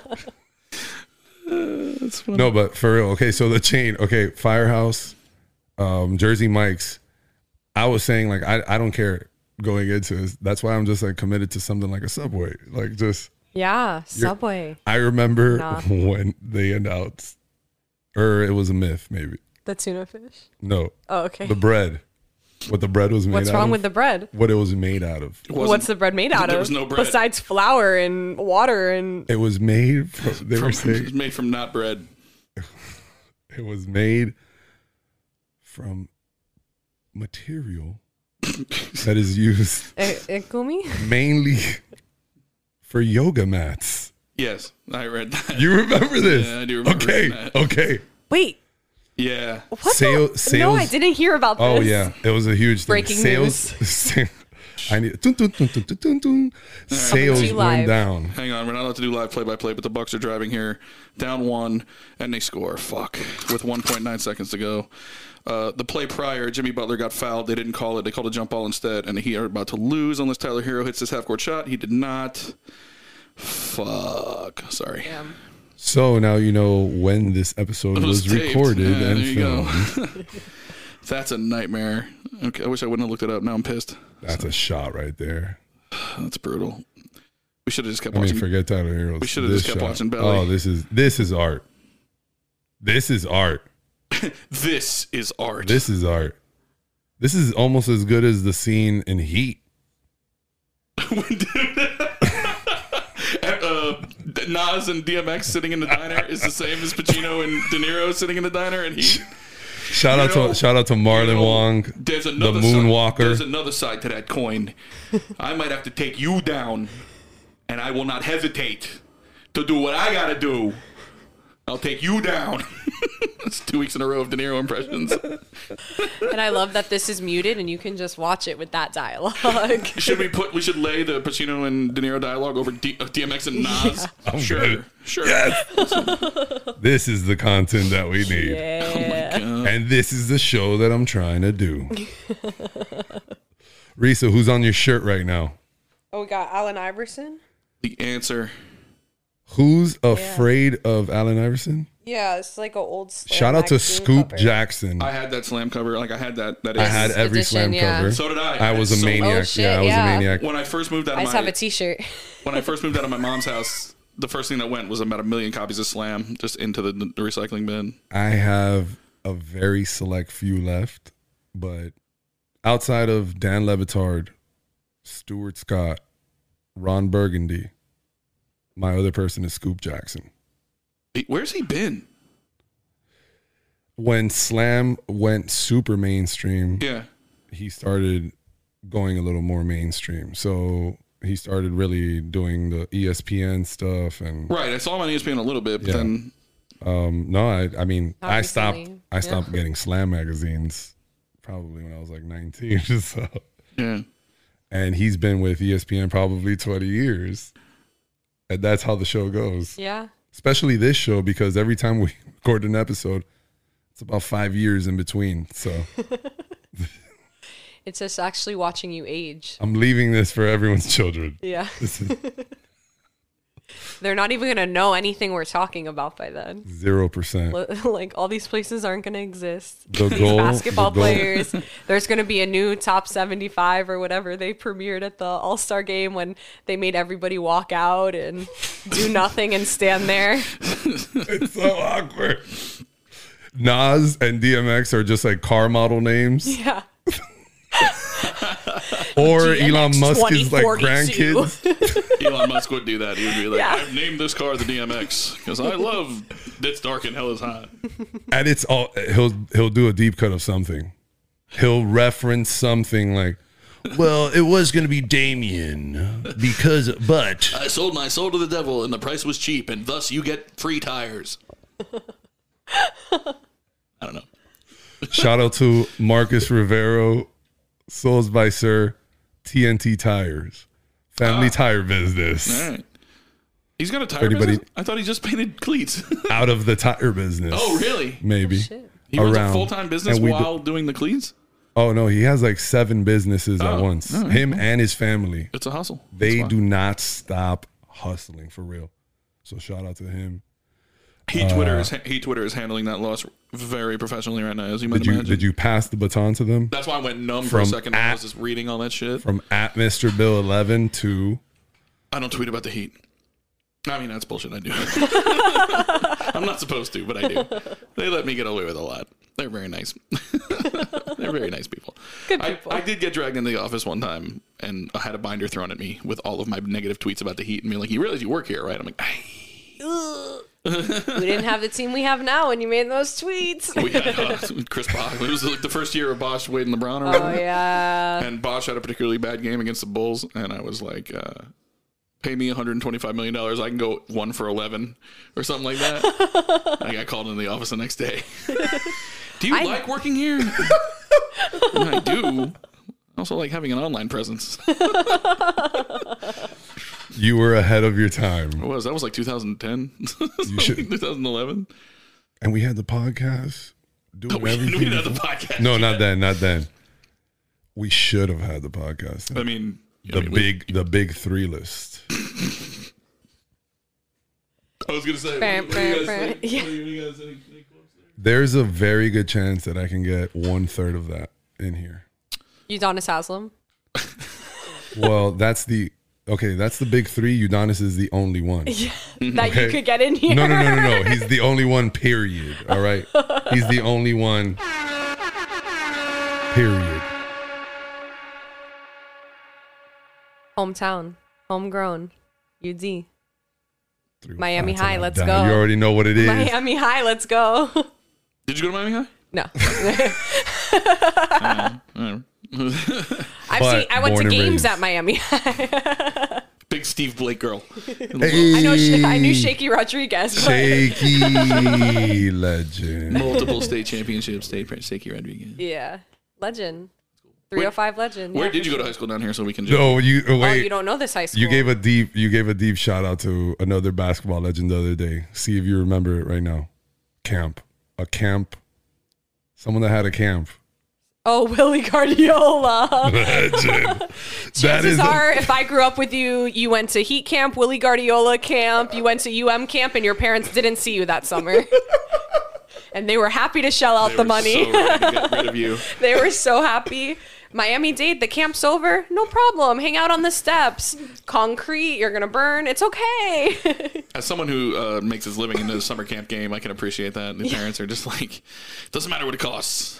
Speaker 6: That's Uh, fun.
Speaker 5: No, but for real. Okay, so the chain. Okay, Firehouse, um, Jersey Mike's. I was saying like I I don't care going into this. That's why I'm just like committed to something like a Subway. Like just
Speaker 7: Yeah, Subway.
Speaker 5: I remember
Speaker 7: Nah.
Speaker 5: when they announced, or it was a myth maybe.
Speaker 7: The tuna fish.
Speaker 5: No,
Speaker 7: Oh, okay.
Speaker 5: the bread. What the bread was made
Speaker 7: What's
Speaker 5: out
Speaker 7: wrong
Speaker 5: of.
Speaker 7: with the bread?
Speaker 5: what it was made out of.
Speaker 6: It wasn't-
Speaker 7: What's the bread made out
Speaker 6: there
Speaker 7: of?
Speaker 6: was no bread.
Speaker 7: Besides flour and water and
Speaker 5: It was made. From, they
Speaker 6: from,
Speaker 5: were
Speaker 6: it was
Speaker 5: saying
Speaker 6: made from not bread.
Speaker 5: it was made from material that is used
Speaker 7: Eh, eh, gumi.
Speaker 5: mainly for yoga mats.
Speaker 6: Yes, I read that.
Speaker 5: You remember this?
Speaker 6: Yeah, I do remember
Speaker 5: Okay,
Speaker 6: that.
Speaker 5: okay.
Speaker 7: Wait,
Speaker 6: Yeah.
Speaker 7: What
Speaker 5: Sale-
Speaker 7: the? No,
Speaker 5: sales-
Speaker 7: I didn't hear about this.
Speaker 5: Oh yeah, it was a huge thing.
Speaker 7: Breaking
Speaker 5: sales. I need dun, dun, dun, dun, dun, dun, dun.
Speaker 7: G
Speaker 5: sales
Speaker 7: Live.
Speaker 5: went down.
Speaker 6: Hang on, we're not allowed to do live play by play, but the Bucks are driving here, down one, and they score. Fuck, with 1.9 seconds to go. Uh, the play prior, Jimmy Butler got fouled. They didn't call it. They called a jump ball instead, and he are about to lose unless Tyler Hero hits his half court shot. He did not. Fuck. Sorry.
Speaker 5: So now you know when this episode
Speaker 6: It
Speaker 5: was,
Speaker 6: taped.
Speaker 5: recorded
Speaker 6: Yeah,
Speaker 5: and
Speaker 6: there you go.
Speaker 5: filmed.
Speaker 6: That's a nightmare. Okay, I wish I wouldn't have looked it up. Now I'm pissed.
Speaker 5: That's a shot right there.
Speaker 6: That's brutal. We should have just kept
Speaker 5: I mean,
Speaker 6: watching.
Speaker 5: forget Tyler Hero.
Speaker 6: We should've just kept watching Belly.
Speaker 5: Oh, this is this is art. This is art.
Speaker 6: this is art.
Speaker 5: This is art. This is almost as good as the scene in Heat.
Speaker 6: uh, Nas and DMX sitting in the diner is the same as Pacino and De Niro sitting in the diner, and he.
Speaker 5: Shout out
Speaker 6: You know-
Speaker 5: to shout out to Marlon
Speaker 6: you know,
Speaker 5: Wong,
Speaker 6: There's
Speaker 5: the
Speaker 6: another
Speaker 5: Moonwalker.
Speaker 6: Side, there's another side to that coin. I might have to take you down, and I will not hesitate to do what I gotta do. I'll take you down. That's two weeks in a row of De Niro impressions.
Speaker 7: And I love that this is muted and you can just watch it with that dialogue.
Speaker 6: Should we put? We should lay the Pacino and De Niro dialogue over D, uh, DMX and Nas.
Speaker 5: Oh,
Speaker 6: Sure,
Speaker 5: good.
Speaker 6: sure.
Speaker 5: this is the content that we need.
Speaker 6: Oh my god.
Speaker 5: And this is the show that I'm trying to do. Risa, who's on your shirt right now?
Speaker 7: oh, we got Alan Iverson.
Speaker 6: The answer.
Speaker 5: Who's afraid of Allen Iverson?
Speaker 7: Yeah, it's like an old. Slam
Speaker 5: Shout out to
Speaker 7: magazine
Speaker 5: Scoop
Speaker 7: cover.
Speaker 5: Jackson.
Speaker 6: I
Speaker 5: I,
Speaker 6: had that slam cover. Like I had that. That
Speaker 5: had
Speaker 6: is.
Speaker 5: every
Speaker 7: Edition,
Speaker 5: slam
Speaker 7: yeah.
Speaker 5: cover.
Speaker 6: So did
Speaker 5: I
Speaker 6: I.
Speaker 5: was
Speaker 6: It's
Speaker 5: a
Speaker 6: so-
Speaker 5: maniac.
Speaker 7: Oh, shit,
Speaker 5: yeah, I was
Speaker 7: yeah.
Speaker 5: a maniac.
Speaker 6: When I first moved out of
Speaker 7: I
Speaker 6: my
Speaker 7: just have a T-shirt.
Speaker 6: when I first moved out of my mom's house, the first thing that went was about a million copies of Slam just into the, the recycling bin.
Speaker 5: I have a very select few left, but outside of Dan Levitard, Stuart Scott, Ron Burgundy, my other person is Scoop Jackson.
Speaker 6: He- Where's he been?
Speaker 5: When Slam went super mainstream,
Speaker 6: Yeah,
Speaker 5: he started going a little more mainstream. So he started really doing the E ESPN stuff and
Speaker 6: right. I saw him on E ESPN a little bit, but
Speaker 5: Yeah.
Speaker 6: then
Speaker 5: Um, no, I, I mean,
Speaker 7: Not
Speaker 5: I stopped.
Speaker 7: recently.
Speaker 5: I stopped getting Slam magazines probably when I was like 19. So,
Speaker 6: yeah,
Speaker 5: and he's been with E ESPN probably 20 years, and that's how the show goes.
Speaker 7: Yeah.
Speaker 5: Especially this show because every time we record an episode, it's about five years in between. So
Speaker 7: It's just actually watching you age.
Speaker 5: I'm leaving this for everyone's children.
Speaker 7: Yeah.
Speaker 5: This is
Speaker 7: They're not even going to know anything we're talking about by then.
Speaker 5: zero percent.
Speaker 7: Li- Like, all these places aren't going to exist.
Speaker 5: The goal,
Speaker 7: Basketball
Speaker 5: the goal-
Speaker 7: players. There's going to be a new top 75 or whatever they premiered at the All Star game when they made everybody walk out and do nothing and stand there.
Speaker 5: It's so awkward. Nas and DMX are just like car model names.
Speaker 7: Yeah.
Speaker 5: Or
Speaker 7: GMX
Speaker 5: Elon Musk is like
Speaker 7: 2042.
Speaker 5: grandkids.
Speaker 6: Elon Musk would do that. He would be like,
Speaker 7: Yeah.
Speaker 6: "I've named this car the DMX because I love that's dark and hell is hot."
Speaker 5: and it's all he'll he'll do a deep cut of something. He'll reference something like, Well, it was gonna be Damien because but
Speaker 6: I sold my soul to the devil, and the price was cheap, and thus you get free tires. I don't know.
Speaker 5: shout out to Marcus Rivero, Souls by Sir, TNT Tires, Family Tire Business.
Speaker 6: All right. He's got a tire
Speaker 5: Anybody-
Speaker 6: business? I thought he just painted cleats.
Speaker 5: Out of the tire business.
Speaker 6: oh, really?
Speaker 5: Maybe.
Speaker 6: He runs a
Speaker 5: Around.
Speaker 6: full time business
Speaker 5: And we do-
Speaker 6: while doing the cleats?
Speaker 5: Oh no, he has like seven businesses at
Speaker 6: Oh,
Speaker 5: once. Him and his family.
Speaker 6: It's a hustle. That's
Speaker 5: They
Speaker 6: fine.
Speaker 5: do not stop hustling for real. So shout out to him.
Speaker 6: He
Speaker 5: uh,
Speaker 6: Twitter is he Twitter is handling that loss very professionally right now, as you might
Speaker 5: Did you
Speaker 6: imagine.
Speaker 5: did you pass the baton to them
Speaker 6: That's why I went numb for a
Speaker 5: From
Speaker 6: second. I was
Speaker 5: at-
Speaker 6: just reading all that shit.
Speaker 5: from at Mr. Bill Eleven to
Speaker 6: I don't tweet about the heat. I mean, that's bullshit. I do. I'm not supposed to, but I do. They let me get away with a lot. They're very nice. They're very nice people. Good
Speaker 7: people.
Speaker 6: I, I did get dragged into the office one time, and I had a binder thrown at me with all of my negative tweets about the heat, and being like, "You realize you work here, right?" I'm like,
Speaker 7: We didn't have the team we have now when you made those tweets.
Speaker 6: "We had uh, Chris Bosh. It was like the first year of Bosh, Wade, and LeBron, or
Speaker 7: Oh,
Speaker 6: whatever.
Speaker 7: yeah.
Speaker 6: and Bosch had a particularly bad game against the Bulls, and I was like, uh, "Pay me 125 million dollars, I can go one for 11 or something like that." I got called into the office the next day. Do you
Speaker 7: I-
Speaker 6: like working here? I do. I also like having an online presence. It
Speaker 5: You were ahead of your time.
Speaker 6: was that was like 2010,
Speaker 5: You should.
Speaker 6: 2011.
Speaker 5: And we had the podcast. Doing
Speaker 6: We
Speaker 5: everything.
Speaker 6: didn't have the podcast.
Speaker 5: no, not then. Not then. We should have had the podcast.
Speaker 6: I mean, I
Speaker 5: the
Speaker 6: mean, we-
Speaker 5: big, the big three list.
Speaker 6: I was gonna say.
Speaker 7: Bam,
Speaker 6: what do you
Speaker 7: bam,
Speaker 6: guys
Speaker 7: bam.
Speaker 6: think?
Speaker 7: Yeah.
Speaker 6: What do you guys think? Any quotes there?
Speaker 5: There's a very good chance that I can get one third of that in here.
Speaker 7: Udonis Haslam.
Speaker 5: Well, that's the okay. That's the big three. Udonis is the only one.
Speaker 7: That
Speaker 5: Mm-hmm. Okay.
Speaker 7: you could get in here.
Speaker 5: No, no, no, no, no. He's the only one. Period. All right. He's the only one. Period.
Speaker 7: Hometown. Homegrown. UD.
Speaker 5: Three,
Speaker 7: Miami
Speaker 5: five,
Speaker 7: High,
Speaker 5: ten,
Speaker 7: let's
Speaker 5: nine.
Speaker 7: go.
Speaker 5: You already know what it is.
Speaker 7: Miami High, let's go.
Speaker 6: Did you go to Miami High?
Speaker 7: no.
Speaker 6: Alright.
Speaker 7: I've
Speaker 5: But
Speaker 7: seen, I went
Speaker 5: born
Speaker 7: to
Speaker 5: and
Speaker 7: games
Speaker 5: raised.
Speaker 7: at Miami High.
Speaker 6: Big Steve Blake girl.
Speaker 5: Hey.
Speaker 7: I, know, I knew Shaky Rodriguez. But
Speaker 5: Shaky legend.
Speaker 6: Multiple state championship, state Seki Rodriguez.
Speaker 7: Yeah. Legend. 305 Legend.
Speaker 6: Where
Speaker 7: yeah.
Speaker 6: did you go to high school down here so we can just
Speaker 5: No, you oh, wait.
Speaker 7: Oh,
Speaker 5: you,
Speaker 7: you don't know this high school.
Speaker 5: gave a deep. You gave a deep shout out to another basketball legend the other day. See if you remember it right now. Camp. A camp. Someone that had a camp.
Speaker 7: Oh, Willie Guardiola.
Speaker 5: Legend. that
Speaker 7: Chances
Speaker 5: is.
Speaker 7: are, if I grew up with you, you went to Heat Camp, Willie Guardiola Camp, you went to UM Camp, and your parents didn't see you that summer. and they were happy to shell out the money.
Speaker 6: So ready to get rid of you.
Speaker 7: they were so happy. Miami Dade, the camp's over. No problem. Hang out on the steps. Concrete, you're going to burn. It's okay.
Speaker 6: As someone who uh, makes his living in the summer camp game, I can appreciate that. The parents are just like, doesn't matter what it costs.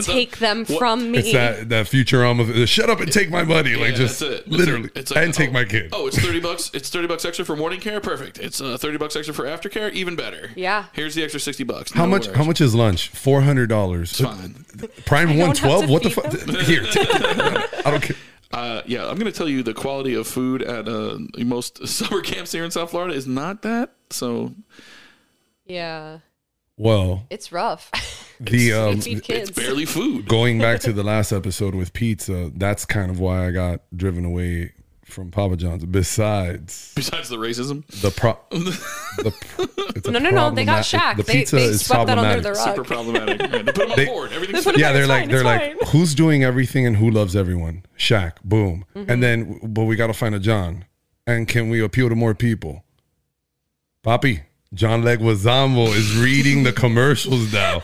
Speaker 7: Take them from me.
Speaker 5: it's that that Futurama. Shut up and take my money.
Speaker 6: Yeah,
Speaker 5: like just
Speaker 6: that's it. That's
Speaker 5: literally,
Speaker 6: it. It's
Speaker 5: and take
Speaker 6: oh,
Speaker 5: my kid.
Speaker 6: Oh, it's thirty bucks. It's thirty bucks extra for morning care. Perfect. It's uh, thirty bucks extra for aftercare. Even better.
Speaker 7: Yeah.
Speaker 6: Here's the extra sixty bucks.
Speaker 5: How much? How much is lunch? Four hundred dollars.
Speaker 6: Fine.
Speaker 5: Prime
Speaker 7: don't
Speaker 5: one
Speaker 7: have
Speaker 5: twelve.
Speaker 7: to
Speaker 5: What the
Speaker 7: feed
Speaker 5: fuck? Here, take it. I don't care.
Speaker 6: Uh, yeah, I'm going to tell you the quality of food at uh, most summer camps here in South Florida is not that. So
Speaker 7: yeah.
Speaker 5: Well,
Speaker 7: It's rough.
Speaker 5: the um,
Speaker 7: feed
Speaker 6: it's
Speaker 7: kids.
Speaker 6: barely food.
Speaker 5: going back to the last episode with pizza, that's kind of why I got driven away from Papa John's. Besides
Speaker 6: Besides the racism,
Speaker 5: the pro, the pro- it's a
Speaker 7: No, no, no, they got
Speaker 5: problematic-
Speaker 7: shacked. They- they swept that under the rug.
Speaker 6: super problematic. Yeah, they put them on
Speaker 5: They-
Speaker 6: board. Everything's
Speaker 7: put 'em-
Speaker 5: Yeah, they're
Speaker 7: It's
Speaker 5: like
Speaker 7: fine,
Speaker 5: they're
Speaker 7: it's
Speaker 5: like who's doing everything and who loves everyone. Shaq, boom,
Speaker 7: Mm-hmm.
Speaker 5: and then but we got to find a John, and can we appeal to more people? Papi, John Leguizamo is reading the commercials now.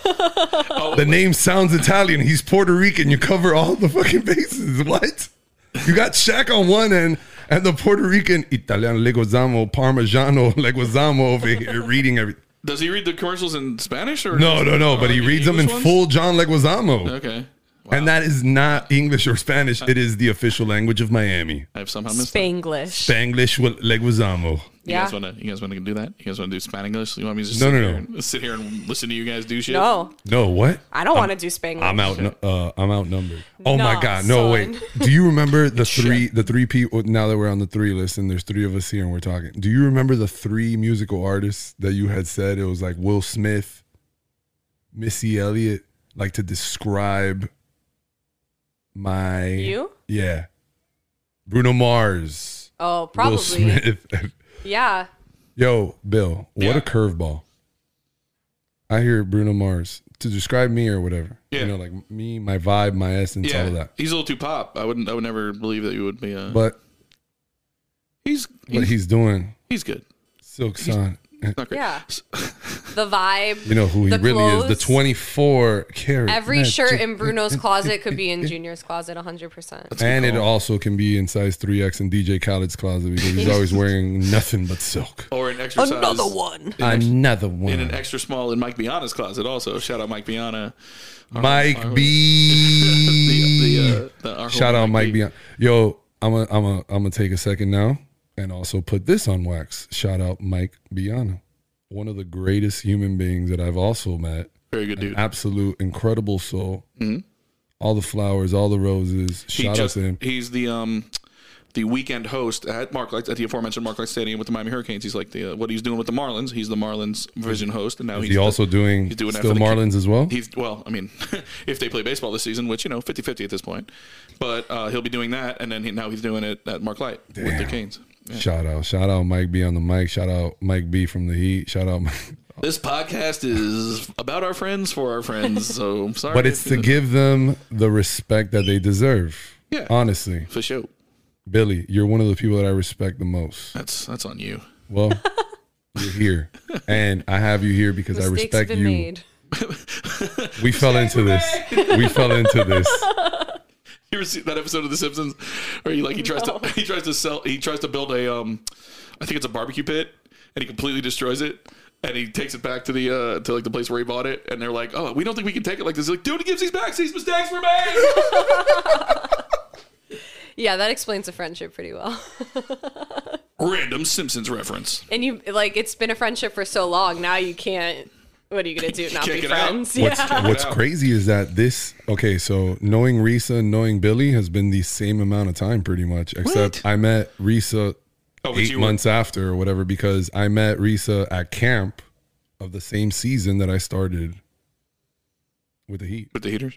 Speaker 5: the name sounds Italian. He's Puerto Rican. You cover all the fucking bases. What? You got Shaq on one end and the Puerto Rican Italian Leguizamo Parmigiano Leguizamo over here reading everything.
Speaker 6: Does he read the commercials in Spanish or
Speaker 5: No, no, no. But he
Speaker 6: Uh,
Speaker 5: reads them in
Speaker 6: English ones?
Speaker 5: full John Leguizamo.
Speaker 6: Okay,
Speaker 5: And that is not English or Spanish. It is the official language of Miami.
Speaker 6: I've somehow missed. that.
Speaker 7: Spanglish.
Speaker 5: Spanglish with leguizamo.
Speaker 6: You
Speaker 7: Yeah.
Speaker 6: guys want to? You guys want to do that? You guys want to do Spanglish? You want me to just
Speaker 5: No,
Speaker 6: sit,
Speaker 5: no,
Speaker 6: here
Speaker 5: no.
Speaker 6: And, sit here and listen to you guys do shit?
Speaker 7: No,
Speaker 5: No, what?
Speaker 7: I don't want to do Spanglish.
Speaker 5: I'm out. Uh, I'm outnumbered. Oh my
Speaker 7: Nah,
Speaker 5: God! No,
Speaker 7: son.
Speaker 5: wait. Do you remember the three? The three people. Now that we're on the three list, and there's three of us here, and we're talking. Do you remember the three musical artists that you had said it was like Will Smith, Missy Elliott, like to describe my
Speaker 7: You?
Speaker 5: Yeah, Bruno Mars,
Speaker 7: Oh, probably.
Speaker 5: Will Smith,
Speaker 7: Yeah.
Speaker 5: Yo, Bill, what
Speaker 6: Yeah.
Speaker 5: a curveball. I hear Bruno Mars to describe me or whatever.
Speaker 6: Yeah.
Speaker 5: You know, like me, my vibe, my essence, all
Speaker 6: Yeah,
Speaker 5: of that.
Speaker 6: he's a little too pop. I wouldn't. I would never believe that you would be. A,
Speaker 5: But
Speaker 6: he's
Speaker 5: what
Speaker 6: he's,
Speaker 5: he's doing,
Speaker 6: he's good.
Speaker 5: Silk Sonic.
Speaker 6: Not great.
Speaker 7: Yeah. The vibe.
Speaker 5: You know who he
Speaker 7: The
Speaker 5: really is. The
Speaker 7: clothes.
Speaker 5: 24 carat.
Speaker 7: Every
Speaker 5: magic.
Speaker 7: shirt in Bruno's closet could be in Junior's closet 100%.
Speaker 5: And it also can be in size 3X in DJ Khaled's closet because he's always wearing nothing but silk.
Speaker 6: Or an exercise.
Speaker 7: one.
Speaker 5: Another one.
Speaker 6: In an extra small in Mike Biana's closet. Also, shout out Mike Biana.
Speaker 5: Mike
Speaker 6: The,
Speaker 5: B.
Speaker 6: the, uh, the, our
Speaker 5: Shout
Speaker 6: homie
Speaker 5: out Mike
Speaker 6: B.
Speaker 5: Beyond. Yo, I'm a, I'm a, I'm gonna take a second now and also put this on wax. Shout out Mike Biana, one of the greatest human beings that I've also met.
Speaker 6: Very good dude.
Speaker 5: Absolute incredible soul. All the flowers, all the roses.
Speaker 6: Mm-hmm. He
Speaker 5: Shout
Speaker 6: just,
Speaker 5: out to him.
Speaker 6: He's the um the weekend host at Mark Light, at the aforementioned Mark Light Stadium with the Miami Hurricanes. He's like the uh, what he's doing with the Marlins. He's the Marlins vision host, and now
Speaker 5: Is
Speaker 6: he's
Speaker 5: he also
Speaker 6: the,
Speaker 5: doing,
Speaker 6: he's doing that
Speaker 5: still
Speaker 6: for the kid.
Speaker 5: Marlins as well?
Speaker 6: He's well, I mean, if they play baseball this season, which you know, 50-50 at this point, but uh, he'll be doing that, and then he, now he's doing it at Mark Light with the Canes. Yeah.
Speaker 5: Shout out, shout out, Mike B on the mic. Shout out, Mike B from the Heat. Shout out,
Speaker 6: This podcast is about our friends for our friends, so I'm sorry,
Speaker 5: but it's to give them the respect that they deserve.
Speaker 6: Yeah.
Speaker 5: honestly,
Speaker 6: for sure.
Speaker 5: Billy, you're one of the people that I respect the most.
Speaker 6: That's that's on you.
Speaker 5: Well, you're here, and I have you here because I
Speaker 7: Mistakes
Speaker 5: respect
Speaker 7: been
Speaker 5: you.
Speaker 7: made.
Speaker 5: We fell into this. We fell into this.
Speaker 6: You ever see that episode of The Simpsons where he like he tries to he tries to sell he tries to build a um I think it's a barbecue pit and he completely destroys it and he takes it back to the uh to like the place where he bought it and they're like oh we don't think we can take it like this He's like dude he gives these back these mistakes were made
Speaker 7: Yeah, that explains the friendship pretty well.
Speaker 6: random Simpsons reference
Speaker 7: And you like it's been a friendship for so long. Now you can't. What are you gonna do? Not
Speaker 6: can't
Speaker 7: be
Speaker 6: get out.
Speaker 7: friends?
Speaker 5: What's
Speaker 7: Yeah.
Speaker 5: What's
Speaker 6: Wow.
Speaker 5: crazy is that this. Okay, so knowing Risa and knowing Billy has been the same amount of time, pretty much. Except I met Risa
Speaker 6: oh but
Speaker 5: eight
Speaker 6: you were-
Speaker 5: months after or whatever because I met Risa at camp of the same season that I started with the Heat.
Speaker 6: with the heaters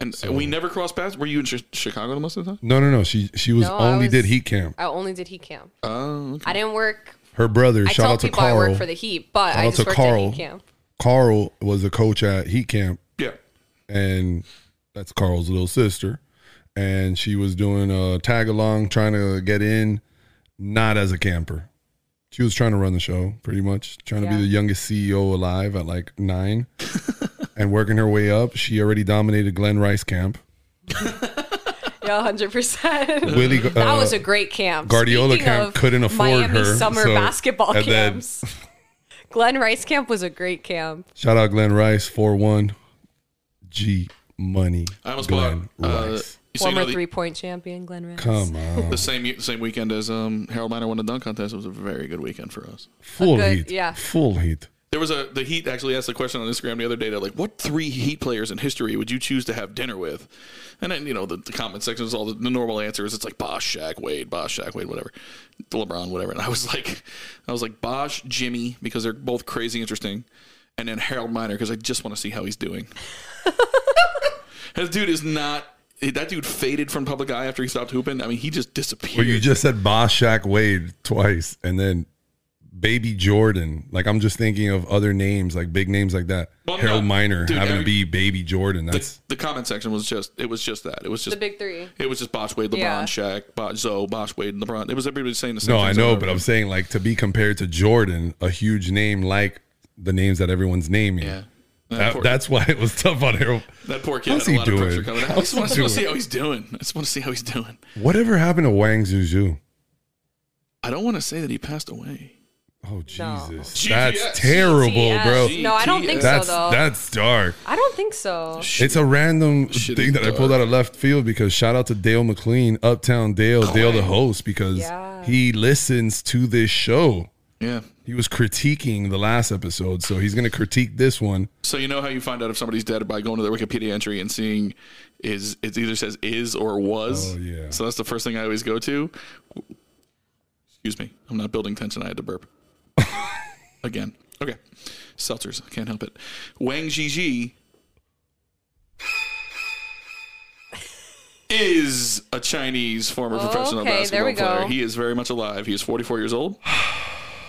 Speaker 6: and we never crossed paths were you in Chi- Chicago the most of the time
Speaker 5: No, no, no. She she was
Speaker 7: No, I
Speaker 5: only
Speaker 7: was-
Speaker 5: did Heat camp.
Speaker 7: I only did heat camp.
Speaker 6: oh
Speaker 7: I didn't work.
Speaker 5: Her brother,
Speaker 7: I
Speaker 5: Uh, shout
Speaker 7: tell
Speaker 5: out to
Speaker 7: people I
Speaker 5: Carl.
Speaker 7: work for the heat, but
Speaker 5: Shout
Speaker 7: I
Speaker 5: out
Speaker 7: just
Speaker 5: to
Speaker 7: worked
Speaker 5: Carl.
Speaker 7: at heat camp.
Speaker 5: Carl was a coach at Heat camp,
Speaker 6: yeah
Speaker 5: and that's Carl's little sister. And she was doing a tag along, trying to get in, not as a camper. She was trying to run the show, pretty much, trying to
Speaker 7: Yeah.
Speaker 5: be the youngest CEO alive at like nine, and working her way up. She already dominated Glenn Rice camp.
Speaker 7: Yeah, hundred percent.
Speaker 5: Willie,
Speaker 7: That
Speaker 5: uh,
Speaker 7: was a great camp.
Speaker 5: Guardiola
Speaker 7: Speaking
Speaker 5: camp
Speaker 7: of
Speaker 5: couldn't afford
Speaker 7: Miami
Speaker 5: her,
Speaker 7: summer
Speaker 5: so-
Speaker 7: basketball
Speaker 5: and then-
Speaker 7: camps. Glenn Rice camp was a great camp.
Speaker 5: Shout out Glenn Rice, 4 1. G Money.
Speaker 6: I almost
Speaker 5: Glenn
Speaker 6: bought uh,
Speaker 5: Rice.
Speaker 6: so you
Speaker 7: Former
Speaker 6: know the,
Speaker 7: three point champion Glenn Rice.
Speaker 5: Come on.
Speaker 6: the same the same weekend as um Harold Miner won the dunk contest it was a very good weekend for us.
Speaker 5: Full
Speaker 7: good-
Speaker 5: heat.
Speaker 7: yeah.
Speaker 5: Full heat.
Speaker 6: There was a the Heat actually asked the question on Instagram the other day. They're like, "What three Heat players in history would you choose to have dinner with?" And then you know the, the comment section is all the, the normal answers. It's like Bosh, Shaq, Wade, Bosh, Shaq, Wade, whatever, LeBron, whatever. And I was like, I was like Bosh, Jimmy, because they're both crazy interesting, and then Harold Miner because I just want to see how he's doing. This dude is not. That dude faded from public eye after he stopped hooping. I mean, he just
Speaker 5: But
Speaker 6: disappeared.
Speaker 5: you just said Boss Shaq Wade twice and then Baby Jordan. Like, I'm just thinking of other names, like big names like that.
Speaker 6: Well, no.
Speaker 5: Harold Miner
Speaker 6: Dude,
Speaker 5: having
Speaker 6: every-
Speaker 5: to be Baby Jordan.
Speaker 6: the,
Speaker 5: That's
Speaker 6: the comment section was just it was just that it was just
Speaker 7: The big three.
Speaker 6: It was just Bosh Wade, LeBron,
Speaker 7: Yeah.
Speaker 6: Shaq, Bosh, Zoe, Bosh Wade, and LeBron. It was everybody saying the same.
Speaker 5: no, I
Speaker 6: things
Speaker 5: know,
Speaker 6: over
Speaker 5: but
Speaker 6: and
Speaker 5: I'm
Speaker 6: over.
Speaker 5: saying, like, to be compared to Jordan, a huge name like the names that everyone's naming.
Speaker 6: yeah. That,
Speaker 5: That-
Speaker 6: poor,
Speaker 5: that's why it was tough on Harold.
Speaker 6: that poor kid
Speaker 5: how's
Speaker 6: had a
Speaker 5: he
Speaker 6: lot
Speaker 5: doing?
Speaker 6: of pressure coming. out. I
Speaker 5: How's
Speaker 6: just want
Speaker 5: he
Speaker 6: to
Speaker 5: doing?
Speaker 6: see how he's doing. I just want to see how he's doing.
Speaker 5: Whatever happened to Wang Zuzu?
Speaker 6: I don't want to say that he passed away.
Speaker 5: Oh Jesus,
Speaker 6: GTS.
Speaker 5: that's terrible,
Speaker 7: GTS.
Speaker 5: bro.
Speaker 7: No, I don't think
Speaker 5: That's
Speaker 7: so though.
Speaker 5: that's dark.
Speaker 7: I don't think so.
Speaker 5: It's a random
Speaker 6: Shit
Speaker 5: thing
Speaker 6: is
Speaker 5: that I pulled out
Speaker 6: dark.
Speaker 5: of left field because shout out to Dale McLean, Uptown Dale, Dale the host, because
Speaker 7: Yeah.
Speaker 5: he listens to this show.
Speaker 6: Yeah.
Speaker 5: He was critiquing the last episode, so he's gonna critique this one.
Speaker 6: So you know how you find out if somebody's dead by going to their Wikipedia entry and seeing is it either says is or was.
Speaker 5: Oh, yeah.
Speaker 6: So that's the first thing I always go to. Excuse me, I'm not building tension. I had to burp again. Okay, seltzers. I can't help it. Wang Jiji is a Chinese former professional
Speaker 7: Okay,
Speaker 6: basketball
Speaker 7: there we go.
Speaker 6: player. He is very much alive. He is 44 years old.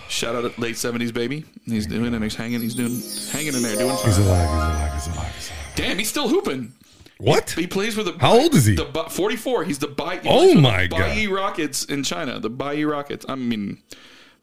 Speaker 6: Shout out to late 70s baby. He's doing it. He's hanging. He's doing hanging in there. Doing fine.
Speaker 5: He's alive, he's alive, he's alive, he's alive.
Speaker 6: Damn, he's still hooping.
Speaker 5: What?
Speaker 6: He plays with the.
Speaker 5: How old is he?
Speaker 6: The Ba- 44. He's the Bai. he
Speaker 5: Oh
Speaker 6: plays with
Speaker 5: my
Speaker 6: the
Speaker 5: God.
Speaker 6: Bai Rockets in China. The Bai Rockets. I mean,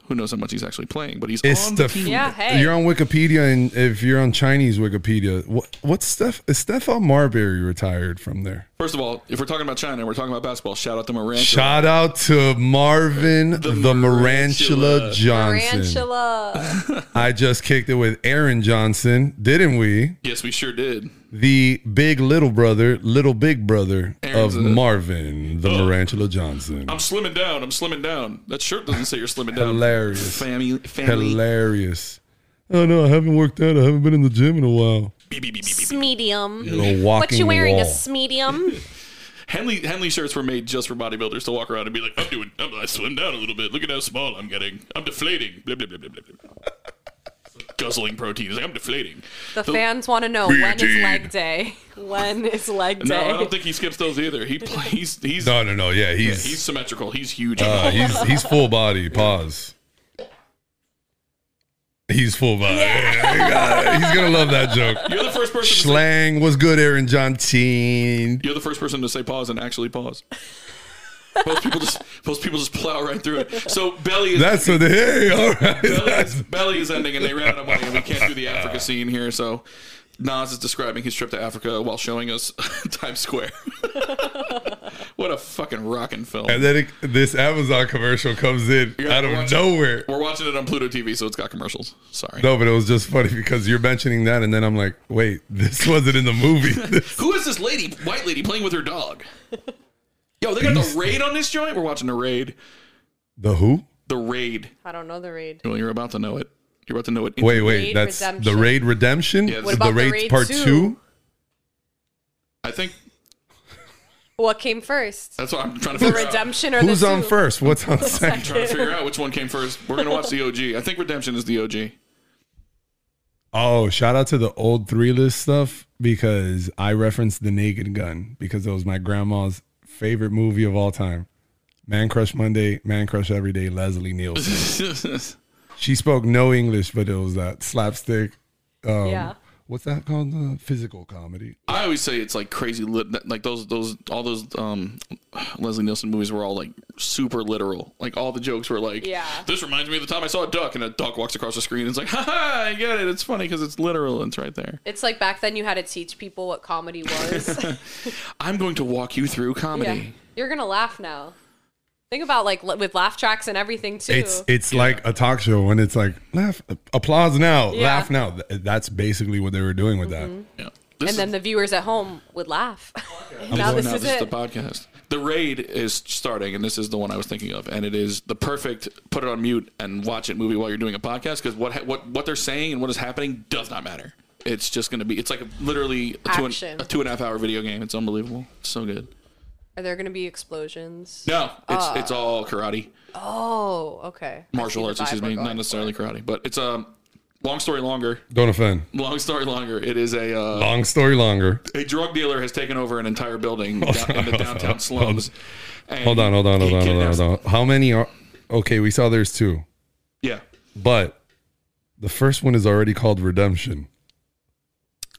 Speaker 6: who knows how much he's actually playing, but he's
Speaker 5: It's
Speaker 6: on
Speaker 5: the
Speaker 6: the team.
Speaker 7: Yeah, hey.
Speaker 5: You're on Wikipedia, and if you're on Chinese Wikipedia, what what's Steph? Is Stefan Marbury retired from there?
Speaker 6: First of all, if we're talking about China, we're talking about basketball. Shout out to Moran.
Speaker 5: Shout out to Marvin the, Marantula
Speaker 6: Marantula.
Speaker 5: Johnson.
Speaker 7: Tarantula.
Speaker 5: I just kicked it with Aaron Johnson, didn't we?
Speaker 6: Yes, we sure did.
Speaker 5: The big little brother, little big brother
Speaker 6: Aaron's
Speaker 5: of
Speaker 6: a- Oh.
Speaker 5: Marvin the Marantula Johnson.
Speaker 6: I'm slimming down. I'm slimming down. That shirt doesn't say you're slimming down.
Speaker 5: Hilarious.
Speaker 6: Family. Family.
Speaker 5: Hilarious. Oh no, I haven't worked out. I haven't been in the gym in a while.
Speaker 6: Beep, beep, beep, beep, beep.
Speaker 7: Smedium.
Speaker 5: Little walking
Speaker 7: What you wearing?
Speaker 5: wall.
Speaker 7: A smedium?
Speaker 6: Henley Henley shirts were made just for bodybuilders to walk around and be like, I'm doing, I'm, I slimmed down a little bit. Look at how small I'm getting. I'm deflating. Blah, blah, blah, blah, blah, blah. Guzzling protein. He's like, I'm deflating.
Speaker 7: The
Speaker 6: So-
Speaker 7: fans want to know when is
Speaker 5: Indeed.
Speaker 7: leg day? When is leg
Speaker 6: No, I
Speaker 7: day?
Speaker 6: don't think he skips those either. He plays. He's
Speaker 5: No, no, no. Yeah, he's
Speaker 6: he's symmetrical. He's huge.
Speaker 5: uh, he's he's full body. Pause. He's full body. Yeah, he's gonna love that joke.
Speaker 6: you're the first person. To say,
Speaker 5: Schlang was good, Aaron Johnson.
Speaker 6: you're the first person to say pause and actually pause. Most people just most people just plow right through it. So belly is
Speaker 5: That's what. Hey, all right.
Speaker 6: belly, is,
Speaker 5: That's,
Speaker 6: belly is ending, and they ran out of money, and we can't do the Africa scene here. So Nas is describing his trip to Africa while showing us Times Square. what a fucking rockin' film!
Speaker 5: and then it, this Amazon commercial comes in
Speaker 6: You're
Speaker 5: out of
Speaker 6: watching-
Speaker 5: nowhere.
Speaker 6: We're watching it on Pluto TV, so it's got commercials. Sorry.
Speaker 5: No, but it was just funny because you're mentioning that, and then I'm like, wait, this wasn't in the movie.
Speaker 6: Who is this lady, white lady, playing with her dog? Yo, they got the raid on this joint. We're watching the raid.
Speaker 5: the who?
Speaker 6: The raid.
Speaker 7: I don't know the read.
Speaker 6: Well, you're about to know it. You're about to know it.
Speaker 5: Wait, wait,
Speaker 7: Raid
Speaker 5: that's
Speaker 7: Redemption.
Speaker 5: the Raid Redemption.
Speaker 6: Yeah, What
Speaker 5: the,
Speaker 7: about the
Speaker 5: Raid
Speaker 7: Raid
Speaker 5: Part
Speaker 7: Two?
Speaker 5: Two.
Speaker 6: I think
Speaker 7: What came first?
Speaker 6: that's what I'm trying to
Speaker 7: The
Speaker 6: figure out.
Speaker 7: redemption or
Speaker 5: Who's
Speaker 7: the
Speaker 5: on
Speaker 7: two?
Speaker 5: first? What's on second?
Speaker 6: Trying to figure out which one came first. We're gonna watch the OG. I think Redemption is the OG.
Speaker 5: Oh, shout out to the old three list stuff because I referenced The Naked Gun because it was my grandma's favorite movie of all time. Man Crush Monday, Man Crush Every Day, Leslie Nielsen. she spoke no English, but it was that slapstick. Um,
Speaker 7: Yeah.
Speaker 5: What's that called? The physical comedy.
Speaker 6: I always say it's like crazy lit, that- like those those all those um Leslie Nielsen movies were all like super literal. Like all the jokes were like,
Speaker 7: Yeah.
Speaker 6: this reminds me of the time I saw a duck and a duck walks across the screen. And it's like, ha ha, I get it. It's funny because it's literal. and It's right there.
Speaker 7: It's like back then you had to teach people what comedy was.
Speaker 6: I'm going to walk you through
Speaker 7: yeah.
Speaker 6: comedy.
Speaker 7: You're gonna laugh now. Think about like li- with laugh tracks and everything too.
Speaker 5: It's it's like a talk show when it's like laugh, applause now,
Speaker 7: Yeah. Mm-hmm.
Speaker 5: laugh now. Th- That's basically what they were doing with that.
Speaker 6: Yeah. This
Speaker 7: and then the viewers at home would laugh. now
Speaker 6: now
Speaker 7: this is
Speaker 6: the
Speaker 7: it.
Speaker 6: podcast. The raid is starting, and this is the one I was thinking of, and it is the perfect put it on mute and watch it movie while you're doing a podcast because what ha- what what they're saying and what is happening does not matter. It's just going to be. It's like a, literally a two, and,
Speaker 7: Action.
Speaker 6: a two and a half hour video game. It's unbelievable. It's so good.
Speaker 7: Are there gonna be explosions?
Speaker 6: No, it's it's all karate,
Speaker 7: Oh, okay. I see
Speaker 6: martial
Speaker 7: Uh, the
Speaker 6: arts.
Speaker 7: vibe
Speaker 6: Excuse
Speaker 7: we're
Speaker 6: me,
Speaker 7: going
Speaker 6: not necessarily karate, but it's um. Long story longer.
Speaker 5: Don't offend.
Speaker 6: Long story longer. It is a uh,
Speaker 5: Long story longer.
Speaker 6: a drug dealer has taken over an entire building down, in the downtown slums. and
Speaker 5: Hold on, hold on, hold
Speaker 6: he
Speaker 5: on, hold on,
Speaker 6: kidnaps-
Speaker 5: hold on. How many are? Okay, we saw there's two,
Speaker 6: Yeah.
Speaker 5: but the first one is already called Redemption.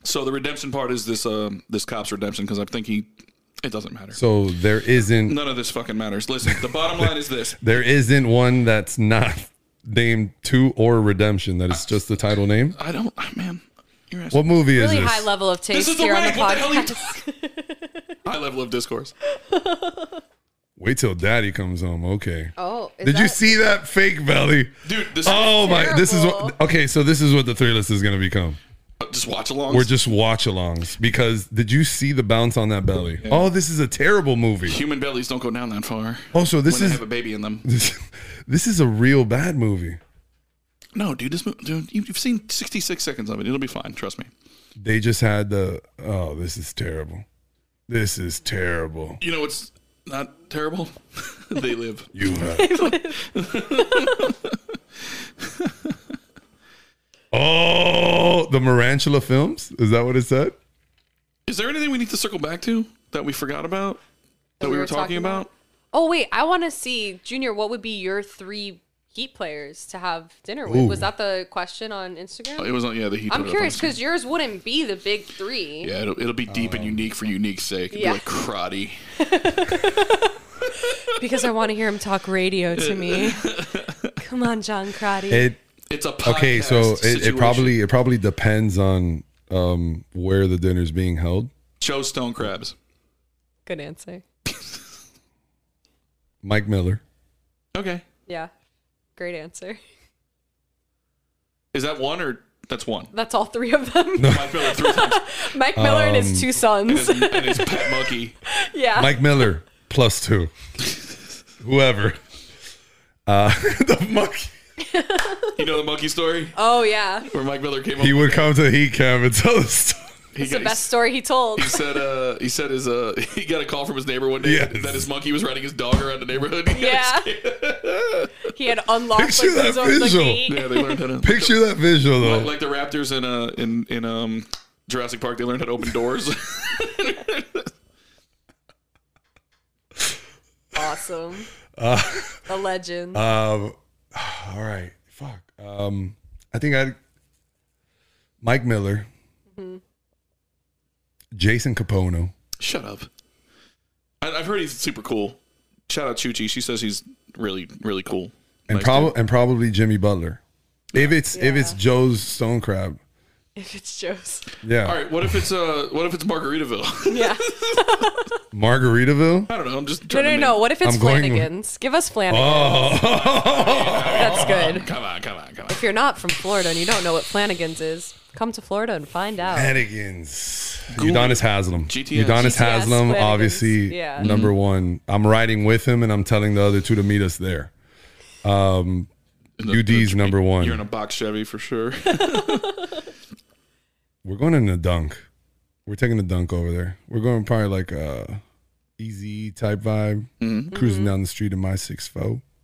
Speaker 6: So the redemption part is this um this cop's redemption because I think he it doesn't matter.
Speaker 5: So there isn't
Speaker 6: None of this fucking matters. Listen, the bottom line is this.
Speaker 5: there isn't one that's not named Two or Redemption. That is just the title name.
Speaker 6: I don't ah, man. You're asking.
Speaker 5: What movie is
Speaker 7: Really
Speaker 5: this?
Speaker 7: high level of taste
Speaker 6: This is the
Speaker 7: here on the
Speaker 6: rag. What the hell are you
Speaker 7: podcast.
Speaker 6: talking? High level of discourse.
Speaker 5: Wait till Daddy comes home. Okay.
Speaker 7: oh, is
Speaker 5: Did you
Speaker 7: that-
Speaker 5: see that fake belly?
Speaker 6: Dude, this
Speaker 5: Oh my! This is what.
Speaker 7: terrible.
Speaker 5: Okay, so this is what the three list is going to become.
Speaker 6: just watch along.
Speaker 5: We're just watch-alongs because did you see the bounce on that belly? Oh, this is a terrible movie.
Speaker 6: human bellies don't go down that far.
Speaker 5: Oh, so this
Speaker 6: when they
Speaker 5: is
Speaker 6: have a baby in them.
Speaker 5: this, this is a real bad movie.
Speaker 6: No, dude, this mo- dude, you- you've seen 66 seconds of it. It'll be fine, trust me.
Speaker 5: They just had the oh, this is terrible. This is terrible.
Speaker 6: You know what's not terrible? they live.
Speaker 5: You have. oh, the Marantula films? Is that what it said?
Speaker 6: Is there anything we need to circle back to that we forgot about that, we, were, talking, about?
Speaker 7: Oh wait, I want to see Junior. What would be your three Heat players to have dinner with?
Speaker 5: Ooh.
Speaker 7: Was that the question on Instagram?
Speaker 6: It was on Oh, yeah the heat.
Speaker 7: I'm curious
Speaker 6: because.
Speaker 7: because yours wouldn't be the big three.
Speaker 6: Yeah, it'll, it'll be deep
Speaker 5: Oh.
Speaker 6: and unique for unique's sake. It'd
Speaker 7: Yeah.
Speaker 6: be like karate.
Speaker 7: Because I want to hear him talk radio to me. Come on, John Crotty.
Speaker 5: It
Speaker 6: It's a podcast
Speaker 5: okay, so it, it
Speaker 6: situation.
Speaker 5: probably it probably depends on um where the dinner's being held.
Speaker 6: show stone crabs.
Speaker 7: Good answer.
Speaker 5: Mike Miller.
Speaker 6: Okay,
Speaker 7: Yeah. Great answer.
Speaker 6: is that one or that's one?
Speaker 7: That's all three of them.
Speaker 6: Mike Miller three times
Speaker 7: Mike Miller and his two sons.
Speaker 6: and, and his pet monkey.
Speaker 7: yeah.
Speaker 5: Mike Miller plus two. Whoever. Uh the monkey.
Speaker 6: You know the monkey story
Speaker 7: oh yeah.
Speaker 6: where Mike Miller came up.
Speaker 5: He would come to the heat camp and tell the story.
Speaker 6: He
Speaker 7: It's the
Speaker 6: got-
Speaker 7: best story he told.
Speaker 6: He said, uh, he said his, uh, he got a call from his neighbor one day
Speaker 5: Yes.
Speaker 6: that his monkey was riding his dog around the neighborhood.
Speaker 7: Yeah. he had unlocked
Speaker 5: Picture
Speaker 7: the
Speaker 5: that
Speaker 7: zone of the
Speaker 5: visual.
Speaker 7: gate.
Speaker 6: yeah, they learned how to
Speaker 5: Picture that visual though.
Speaker 6: like, like the raptors in uh in in um Jurassic Park. They learned how to open doors.
Speaker 7: Awesome.
Speaker 5: Uh,
Speaker 7: a legend.
Speaker 5: Um, all right, fuck. Um, I think I. Mike Miller, Jason Capono.
Speaker 6: Shut up. I, I've heard he's super cool. Shout out Chuchi. She says he's really really cool.
Speaker 5: and
Speaker 6: Nice
Speaker 5: probably and probably Jimmy Butler. If it's if it's Joe's Stone Crab,
Speaker 7: if it's Joe's.
Speaker 5: yeah,
Speaker 6: All right, what if it's uh, what if it's Margaritaville?
Speaker 7: Yeah.
Speaker 5: Margaritaville.
Speaker 6: I don't know. I'm just
Speaker 7: No,
Speaker 6: trying
Speaker 7: no,
Speaker 6: to
Speaker 7: no. What if it's
Speaker 5: I'm going-
Speaker 7: Flanagan's? Give us Flanagan.
Speaker 6: Oh.
Speaker 5: Oh,
Speaker 7: That's
Speaker 6: name.
Speaker 7: good.
Speaker 6: Come on, come on, come on.
Speaker 7: If you're not from Florida and you don't know what Flanagan's is, come to Florida and find out.
Speaker 5: Hannigan's.
Speaker 6: Google-
Speaker 5: Udonis Haslam. Udonis
Speaker 6: GTS.
Speaker 7: GTS,
Speaker 5: Haslam,
Speaker 7: Flanagan's.
Speaker 5: obviously
Speaker 7: Yeah.
Speaker 5: number
Speaker 6: Mm-hmm.
Speaker 5: one. I'm riding with him, and I'm telling the other two to meet us there. UD's number one.
Speaker 6: You're in a box Chevy for sure.
Speaker 5: We're going in the dunk. We're taking the dunk over there. We're going probably like a easy type vibe, cruising down the street in my six I'm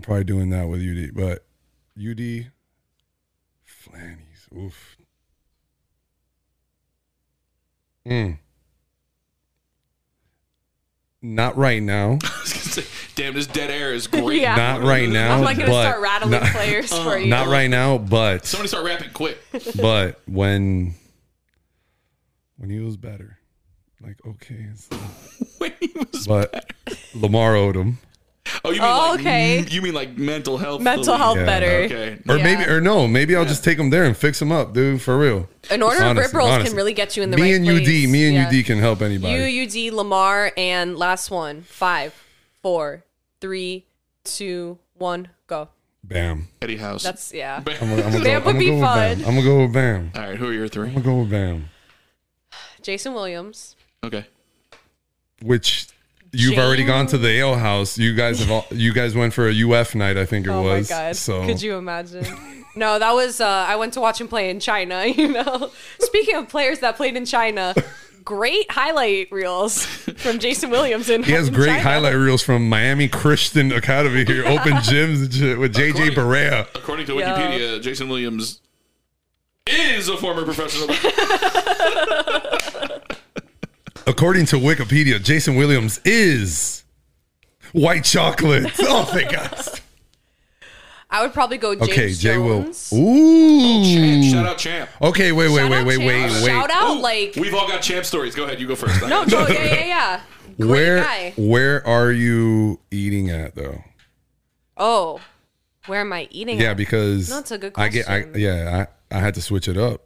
Speaker 5: probably doing that with UD, but UD Flannies. Oof. Mm. Not right now.
Speaker 6: I was gonna say, Damn, this dead air is great.
Speaker 7: Yeah.
Speaker 5: Not right now.
Speaker 7: I'm like gonna
Speaker 5: but
Speaker 7: start rattling
Speaker 5: not,
Speaker 7: players for you.
Speaker 5: Not right now, but
Speaker 6: Somebody start rapping quick.
Speaker 5: but when when he was better, like okay, it's-
Speaker 6: When he was-
Speaker 5: but Lamar Odom,
Speaker 6: oh, you mean
Speaker 7: Oh,
Speaker 6: like,
Speaker 7: okay.
Speaker 6: You mean like mental health?
Speaker 7: Mental health
Speaker 5: Yeah.
Speaker 7: better.
Speaker 6: Okay.
Speaker 5: or
Speaker 7: Yeah.
Speaker 5: maybe or no, maybe I'll just take him there and fix him up, dude, for real.
Speaker 7: An order
Speaker 5: Honestly,
Speaker 7: of rip rolls
Speaker 5: honestly.
Speaker 7: can really get you in the
Speaker 5: me
Speaker 7: right
Speaker 5: and
Speaker 7: place.
Speaker 5: UD, me and
Speaker 7: Yeah.
Speaker 5: UD can help anybody.
Speaker 7: You, UD, Lamar, and last one. Five, four, three, two, one, go.
Speaker 5: Bam.
Speaker 6: Eddie House.
Speaker 7: That's yeah.
Speaker 5: I'm gonna, I'm gonna
Speaker 7: That
Speaker 5: go,
Speaker 7: would
Speaker 5: I'm gonna
Speaker 7: be
Speaker 5: go
Speaker 7: fun.
Speaker 5: With Bam. I'm gonna go with Bam.
Speaker 6: All right, who are your
Speaker 5: I'm
Speaker 6: three?
Speaker 5: gonna go with Bam,
Speaker 7: Jason Williams.
Speaker 6: Okay.
Speaker 5: which. You've already
Speaker 7: James.
Speaker 5: gone to the ale house. You guys have all, you guys went for a UF night, I think it
Speaker 7: Oh
Speaker 5: was.
Speaker 7: my god.
Speaker 5: So
Speaker 7: Could you imagine? no, that was uh, I went to watch him play in China, you know. Speaking of players that played in China, great highlight reels from Jason Williams in
Speaker 5: He has
Speaker 7: in
Speaker 5: great
Speaker 7: China.
Speaker 5: highlight reels from Miami Christian Academy here, open gyms and shit with JJ
Speaker 6: Of course.
Speaker 5: Barea.
Speaker 6: According to Wikipedia, Jason Williams is a former professional.
Speaker 5: According to Wikipedia, Jason Williams is white chocolate. Oh, thank God.
Speaker 7: I would probably go James
Speaker 5: Okay, Jay Will.
Speaker 7: Jones.
Speaker 5: Ooh.
Speaker 6: Shout out, champ.
Speaker 5: Okay, wait, wait,
Speaker 7: Shout
Speaker 5: wait,
Speaker 7: out
Speaker 5: wait,
Speaker 7: Champ.
Speaker 5: wait,
Speaker 7: Shout
Speaker 5: wait.
Speaker 7: out
Speaker 6: Ooh,
Speaker 7: like
Speaker 6: We've all got champ stories. Go ahead, you go first.
Speaker 7: No, no, yeah, yeah, yeah. Great
Speaker 5: Where
Speaker 7: guy.
Speaker 5: where are you eating at though?
Speaker 7: Oh, where am I eating?
Speaker 5: Yeah,
Speaker 7: at?
Speaker 5: because
Speaker 7: No, it's a good
Speaker 5: I get I
Speaker 7: question.
Speaker 5: yeah, I, I had to switch it up.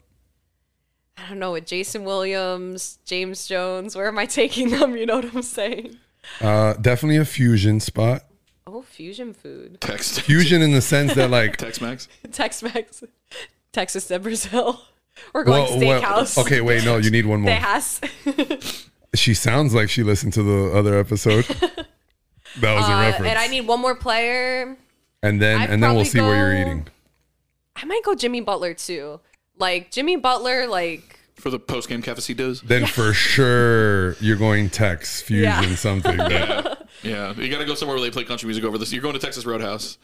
Speaker 7: I don't know with Jason Williams, James Jones. Where am I taking them? You know what I'm saying?
Speaker 5: Uh definitely a fusion spot.
Speaker 7: Oh, fusion food,
Speaker 6: Text.
Speaker 5: Fusion in the sense that like
Speaker 6: Tex Max.
Speaker 7: Tex-Mex, Texas to Brazil. We're
Speaker 5: well,
Speaker 7: going
Speaker 5: well,
Speaker 7: steakhouse.
Speaker 5: okay, wait, no, you need one more.
Speaker 7: Tejas.
Speaker 5: She sounds like she listened to the other episode. that was a
Speaker 7: Uh,
Speaker 5: reference.
Speaker 7: and I need one more player.
Speaker 5: And then
Speaker 7: I'd
Speaker 5: and then we'll
Speaker 7: probably
Speaker 5: see what you're
Speaker 7: go-
Speaker 5: eating.
Speaker 7: I might go Jimmy Butler too. Like Jimmy Butler, like
Speaker 6: For the post game cafecitos.
Speaker 5: Then for sure you're going Tex fusion
Speaker 7: Yeah.
Speaker 5: something. But
Speaker 6: Yeah, you got to go somewhere where they play country music over this. You're going to Texas Roadhouse.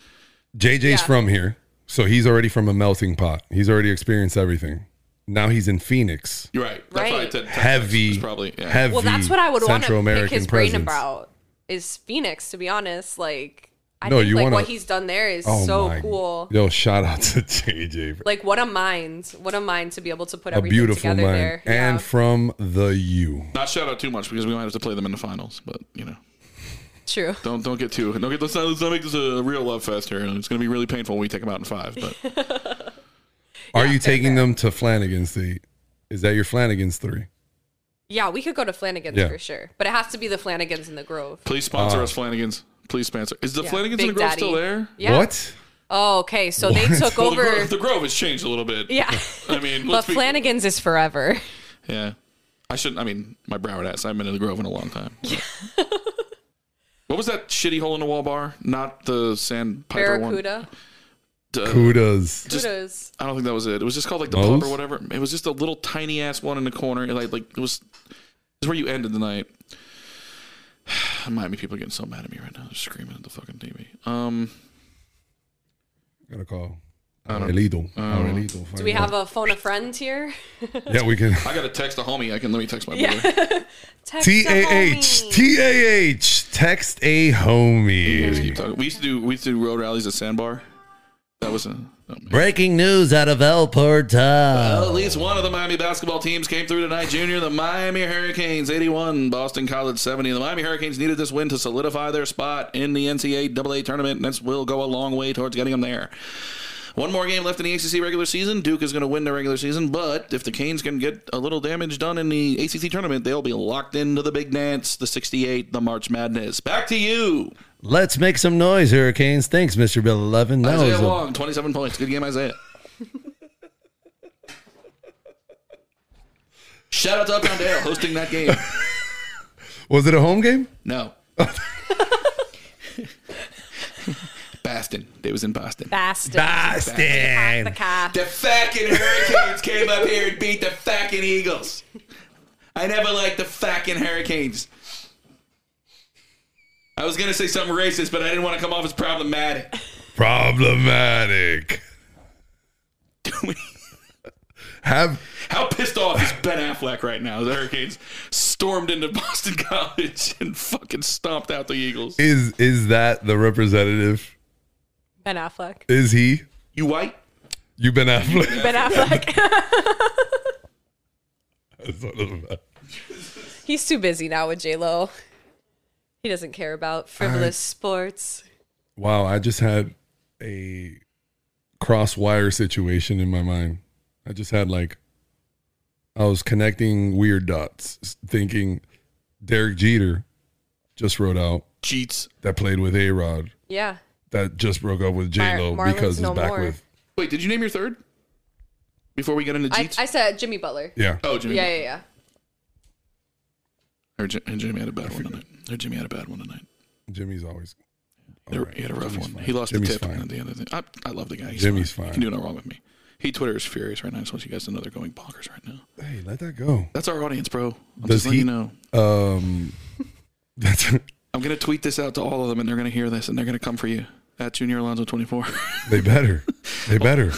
Speaker 5: JJ's
Speaker 7: Yeah.
Speaker 5: from here, so he's already from a melting pot. He's already experienced everything. Now he's in Phoenix.
Speaker 6: You're right.
Speaker 7: Right.
Speaker 6: why I said Tex Mex
Speaker 5: Heavy,
Speaker 6: is probably. Yeah.
Speaker 5: heavy.
Speaker 7: well, that's what I would want
Speaker 5: Central
Speaker 7: to pick
Speaker 5: American
Speaker 7: his brain
Speaker 5: presence.
Speaker 7: about is Phoenix. To be honest, like I
Speaker 5: No,
Speaker 7: think
Speaker 5: you
Speaker 7: like
Speaker 5: wanna-
Speaker 7: what he's done there is
Speaker 5: Oh
Speaker 7: so
Speaker 5: my-
Speaker 7: cool.
Speaker 5: Yo, shout out to JJ. bro.
Speaker 7: like what a mind what a mind to be able to put
Speaker 5: a
Speaker 7: everything
Speaker 5: beautiful
Speaker 7: together
Speaker 5: mind.
Speaker 7: there
Speaker 5: And
Speaker 7: yeah.
Speaker 5: from the U.
Speaker 6: Not shout out too much because we might have to play them in the finals. But you know,
Speaker 7: true
Speaker 6: don't don't get too don't get let's not, let's not make this a real love fest here. It's going to be really painful when we take them out in five. But
Speaker 5: Are you taking them to Flanagan's to eat? Is that your Flanagan's three?
Speaker 7: yeah we could go to flanagan's
Speaker 5: Yeah.
Speaker 7: for sure but it has to be the flanagan's in the grove
Speaker 6: please sponsor
Speaker 5: Uh.
Speaker 6: us, Flanagan's. Please sponsor. Is the
Speaker 7: Yeah.
Speaker 6: Flanagan's
Speaker 7: Big
Speaker 6: in the Grove
Speaker 7: Daddy.
Speaker 6: still there?
Speaker 7: yeah
Speaker 5: What?
Speaker 7: oh okay so they took
Speaker 6: Well, the,
Speaker 7: over
Speaker 6: Grove, the Grove has changed a little bit.
Speaker 7: yeah
Speaker 6: I mean,
Speaker 7: but
Speaker 6: let's be-
Speaker 7: flanagan's is forever
Speaker 6: Yeah. I shouldn't. I mean, my Broward ass. I haven't been to the Grove in a long time. what was that shitty hole in the wall bar? Not the Sand Piper one.
Speaker 7: barracuda
Speaker 6: uh,
Speaker 5: Kudas.
Speaker 6: just-
Speaker 7: Kudos.
Speaker 6: I don't think that was it. It was just called like the
Speaker 5: Moe's?
Speaker 6: pub or whatever. It was just a little tiny ass one in the corner. Like like it was is where you ended the night. Miami people are getting so mad at me right now. They're screaming at the fucking TV. Um,
Speaker 5: Gotta call. uh,
Speaker 6: I don't-
Speaker 5: Aurelito.
Speaker 6: I don't know.
Speaker 5: Aurelito.
Speaker 7: Do we have a phone a friend here?
Speaker 5: Yeah, we can.
Speaker 6: I got to text a homie. I can let me text my brother.
Speaker 7: Yeah. Text
Speaker 5: T A
Speaker 7: a
Speaker 5: H.
Speaker 7: homie.
Speaker 5: T A H. Text a
Speaker 6: Let's
Speaker 7: Mm-hmm.
Speaker 6: keep
Speaker 5: homie.
Speaker 6: talking. We used to do we used to do road rallies at Sandbar. That was a. oh, man.
Speaker 8: Breaking news out of El Portal.
Speaker 6: Well, at least one of the Miami basketball teams came through tonight. Junior, the Miami Hurricanes, 81, Boston College, 70. The Miami Hurricanes needed this win to solidify their spot in the NCAA tournament, and this will go a long way towards getting them there. One more game left in the ACC regular season. Duke is going to win their regular season, but if the Canes can get a little damage done in the ACC tournament, they'll be locked into the big dance, the 68, the March Madness. Back to you,
Speaker 8: Let's make some noise, Hurricanes. Thanks, Mr. Bill 11. That was
Speaker 6: Isaiah
Speaker 8: a-
Speaker 6: Wong, 27 points. Good game, Isaiah. Shout out to Uptown Dale hosting that game.
Speaker 5: Was it a home game?
Speaker 6: No. Boston. They was in Boston.
Speaker 7: Bastard. The
Speaker 5: Boston.
Speaker 7: car.
Speaker 6: The fucking Hurricanes came up here and beat the fucking Eagles. I never liked the fucking Hurricanes. I was gonna say something racist, but I didn't want to come off as problematic.
Speaker 5: Problematic. Have
Speaker 6: How pissed off is Ben Affleck right now? The Hurricanes stormed into Boston College and fucking stomped out the Eagles.
Speaker 5: is is that the representative?
Speaker 7: Ben Affleck.
Speaker 5: Is he?
Speaker 6: You white?
Speaker 5: You Ben Affleck.
Speaker 7: Ben Affleck. He's too busy now with J Lo. He doesn't care about frivolous sports.
Speaker 5: Wow, I just had a cross wire situation in my mind. I just had like I was connecting weird dots, thinking Derek Jeter just wrote out
Speaker 6: Cheats.
Speaker 5: that played with A Rod
Speaker 7: Yeah.
Speaker 5: that just broke up with J
Speaker 7: Mar-
Speaker 5: Lo
Speaker 7: Marlins
Speaker 5: because
Speaker 7: no
Speaker 5: it's back
Speaker 7: more.
Speaker 5: with
Speaker 6: Wait, did you name your third? Before we get into
Speaker 7: I,
Speaker 6: Jeets?
Speaker 7: I said Jimmy Butler.
Speaker 5: yeah.
Speaker 6: oh, Jimmy.
Speaker 7: Yeah, yeah, yeah.
Speaker 6: Or Jim, and Jimmy had a bad one tonight. Or Jimmy had a bad one tonight.
Speaker 5: Jimmy's always
Speaker 6: They were- He had a rough one. He lost
Speaker 5: Jimmy's
Speaker 6: the tip
Speaker 5: fine.
Speaker 6: at the end of the. I, I love the guy. He's
Speaker 5: Jimmy's
Speaker 6: He
Speaker 5: fine.
Speaker 6: can do no wrong with me. He Twitter is furious right now. I just want you guys to know they're going bonkers right now.
Speaker 5: hey, let that go.
Speaker 6: That's our audience, bro. I'm
Speaker 5: Does
Speaker 6: just letting
Speaker 5: he-
Speaker 6: you know.
Speaker 5: Um, that's
Speaker 6: I'm gonna tweet this out to all of them, and they're gonna hear this, and they're gonna come for you at Junior Alonso 24.
Speaker 5: they better, they better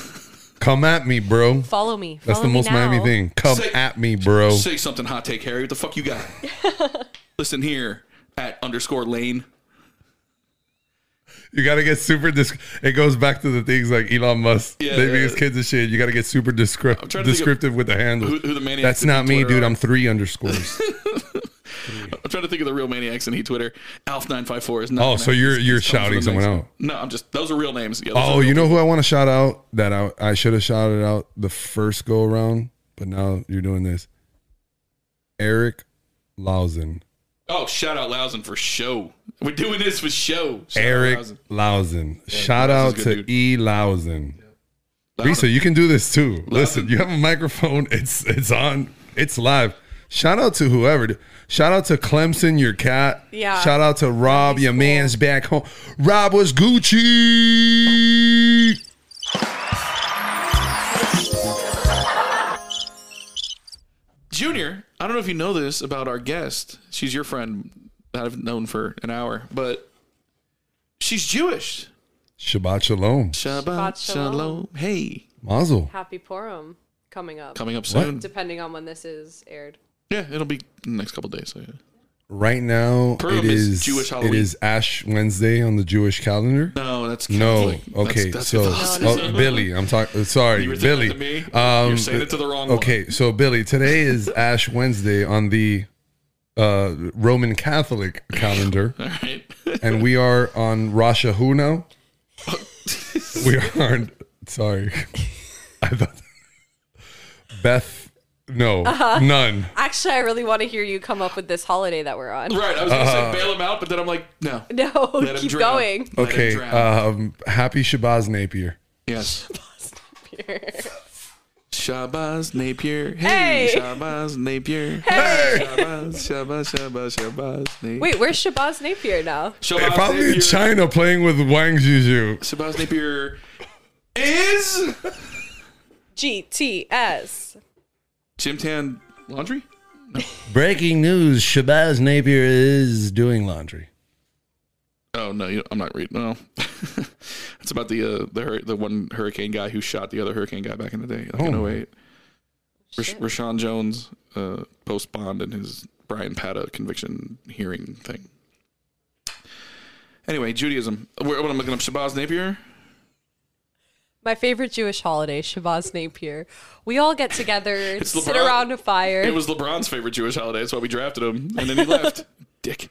Speaker 5: come at me, bro.
Speaker 7: Follow me.
Speaker 5: That's
Speaker 7: Follow
Speaker 5: the
Speaker 7: me
Speaker 5: most Miami
Speaker 7: now.
Speaker 5: thing. Come
Speaker 6: Say-
Speaker 5: at me, bro.
Speaker 6: Say something, hot take Harry. What the fuck you got? Listen here at underscore lane.
Speaker 5: You gotta get super. Disc- it goes back to the things like Elon Musk.
Speaker 6: Yeah,
Speaker 5: they make
Speaker 6: yeah.
Speaker 5: his kids and shit. You gotta get super
Speaker 6: I'm
Speaker 5: descript-
Speaker 6: trying to think of
Speaker 5: descriptive with the handle.
Speaker 6: Who, who the maniacs?
Speaker 5: That's
Speaker 6: that
Speaker 5: not
Speaker 6: beat
Speaker 5: me,
Speaker 6: Twitter
Speaker 5: dude.
Speaker 6: are.
Speaker 5: I'm three underscores.
Speaker 6: I'm trying to think of the real maniacs in Heat Twitter. Alf nine five four is not.
Speaker 5: oh,
Speaker 6: the
Speaker 5: so
Speaker 6: man.
Speaker 5: you're
Speaker 6: He's-
Speaker 5: you're
Speaker 6: he's coming
Speaker 5: shouting
Speaker 6: for the
Speaker 5: someone
Speaker 6: next-
Speaker 5: out.
Speaker 6: No, I'm just. Those are real names. Yeah, those are
Speaker 5: Oh,
Speaker 6: real
Speaker 5: you know who I want to shout out that I, I should have shouted out the first go around, but now you're doing this. Eric Lausen.
Speaker 6: Oh, shout out Lousin for show. We're doing this for show. Shout out
Speaker 5: Eric
Speaker 6: Lousin.
Speaker 5: Lausen. shout out
Speaker 6: Lausen's a
Speaker 5: to
Speaker 6: good dude.
Speaker 5: E Lausen.
Speaker 6: Lousin.
Speaker 5: Risa, you can do this too. Listen,
Speaker 6: Lausen.
Speaker 5: you have a microphone. It's it's on. It's live. Shout out to whoever. Shout out to Clemson, your cat.
Speaker 7: Yeah.
Speaker 5: Shout out to Rob, your
Speaker 7: cool.
Speaker 5: man's back home. Rob was Gucci.
Speaker 6: Junior, I don't know if you know this about our guest. She's your friend that I've known for an hour, but she's Jewish.
Speaker 5: Shabbat shalom.
Speaker 6: Shabbat
Speaker 7: Shabbat
Speaker 6: shalom.
Speaker 7: shalom.
Speaker 6: Hey,
Speaker 5: Mazel.
Speaker 7: Happy Purim coming up.
Speaker 6: coming up soon.
Speaker 7: Depending on when this is aired.
Speaker 6: Yeah, it'll be in the next couple days. So yeah.
Speaker 5: Right now,
Speaker 6: Purim
Speaker 5: it
Speaker 6: is
Speaker 5: is,
Speaker 6: Jewish
Speaker 5: It
Speaker 6: Halloween.
Speaker 5: is Ash Wednesday on the Jewish calendar.
Speaker 6: No, that's
Speaker 5: No,
Speaker 6: Catholic.
Speaker 5: okay,
Speaker 6: That's, that's
Speaker 5: so
Speaker 6: Catholicism.
Speaker 5: oh, Billy, I'm talking. Sorry,
Speaker 6: You were
Speaker 5: Billy.
Speaker 6: saying it to me?
Speaker 5: Um,
Speaker 6: You're saying it to the wrong one.
Speaker 5: Okay, so Billy, today is Ash Wednesday on the uh, Roman Catholic calendar,
Speaker 6: All right.
Speaker 5: and we are on Rosh Hashanah. we are on. Sorry, I thought Beth. No,
Speaker 6: Uh-huh.
Speaker 5: none.
Speaker 7: Actually, I really want to hear you come up with this holiday that we're on.
Speaker 6: right. I was gonna
Speaker 5: Uh-huh.
Speaker 6: say bail him out, but then I'm like, no.
Speaker 7: No,
Speaker 6: Let him
Speaker 7: keep
Speaker 6: drown.
Speaker 7: going.
Speaker 6: Let him
Speaker 5: Okay,
Speaker 6: drown.
Speaker 5: um, happy Shabazz Napier.
Speaker 6: yes.
Speaker 7: Here.
Speaker 6: Shabazz Napier. Hey,
Speaker 7: Hey.
Speaker 6: Shabazz Napier. Shabazz, Shabazz, Shabazz, Shabazz Napier.
Speaker 7: Wait, where's Shabazz Napier now?
Speaker 6: Shabazz
Speaker 5: Probably in
Speaker 6: Napier.
Speaker 5: China playing with Wang Juju.
Speaker 6: Shabazz Napier is
Speaker 7: GTS.
Speaker 6: Chimtan Laundry.
Speaker 8: Breaking news Shabazz Napier is doing laundry.
Speaker 6: Oh no, you, I'm not reading. No, it's about the uh, the hur- the one hurricane guy who shot the other hurricane guy back in the day, like
Speaker 8: Oh.
Speaker 6: in 08. Rash- Rashawn Jones uh, post bond in his Brian Pata conviction hearing thing. Anyway, Judaism. Where, what I'm looking up, Shabazz Napier.
Speaker 7: My favorite Jewish holiday, Shabazz Napier. We all get together,
Speaker 6: It's
Speaker 7: sit
Speaker 6: LeBron.
Speaker 7: around a fire.
Speaker 6: It was LeBron's favorite Jewish holiday. That's why we drafted him, and then he left. Dick.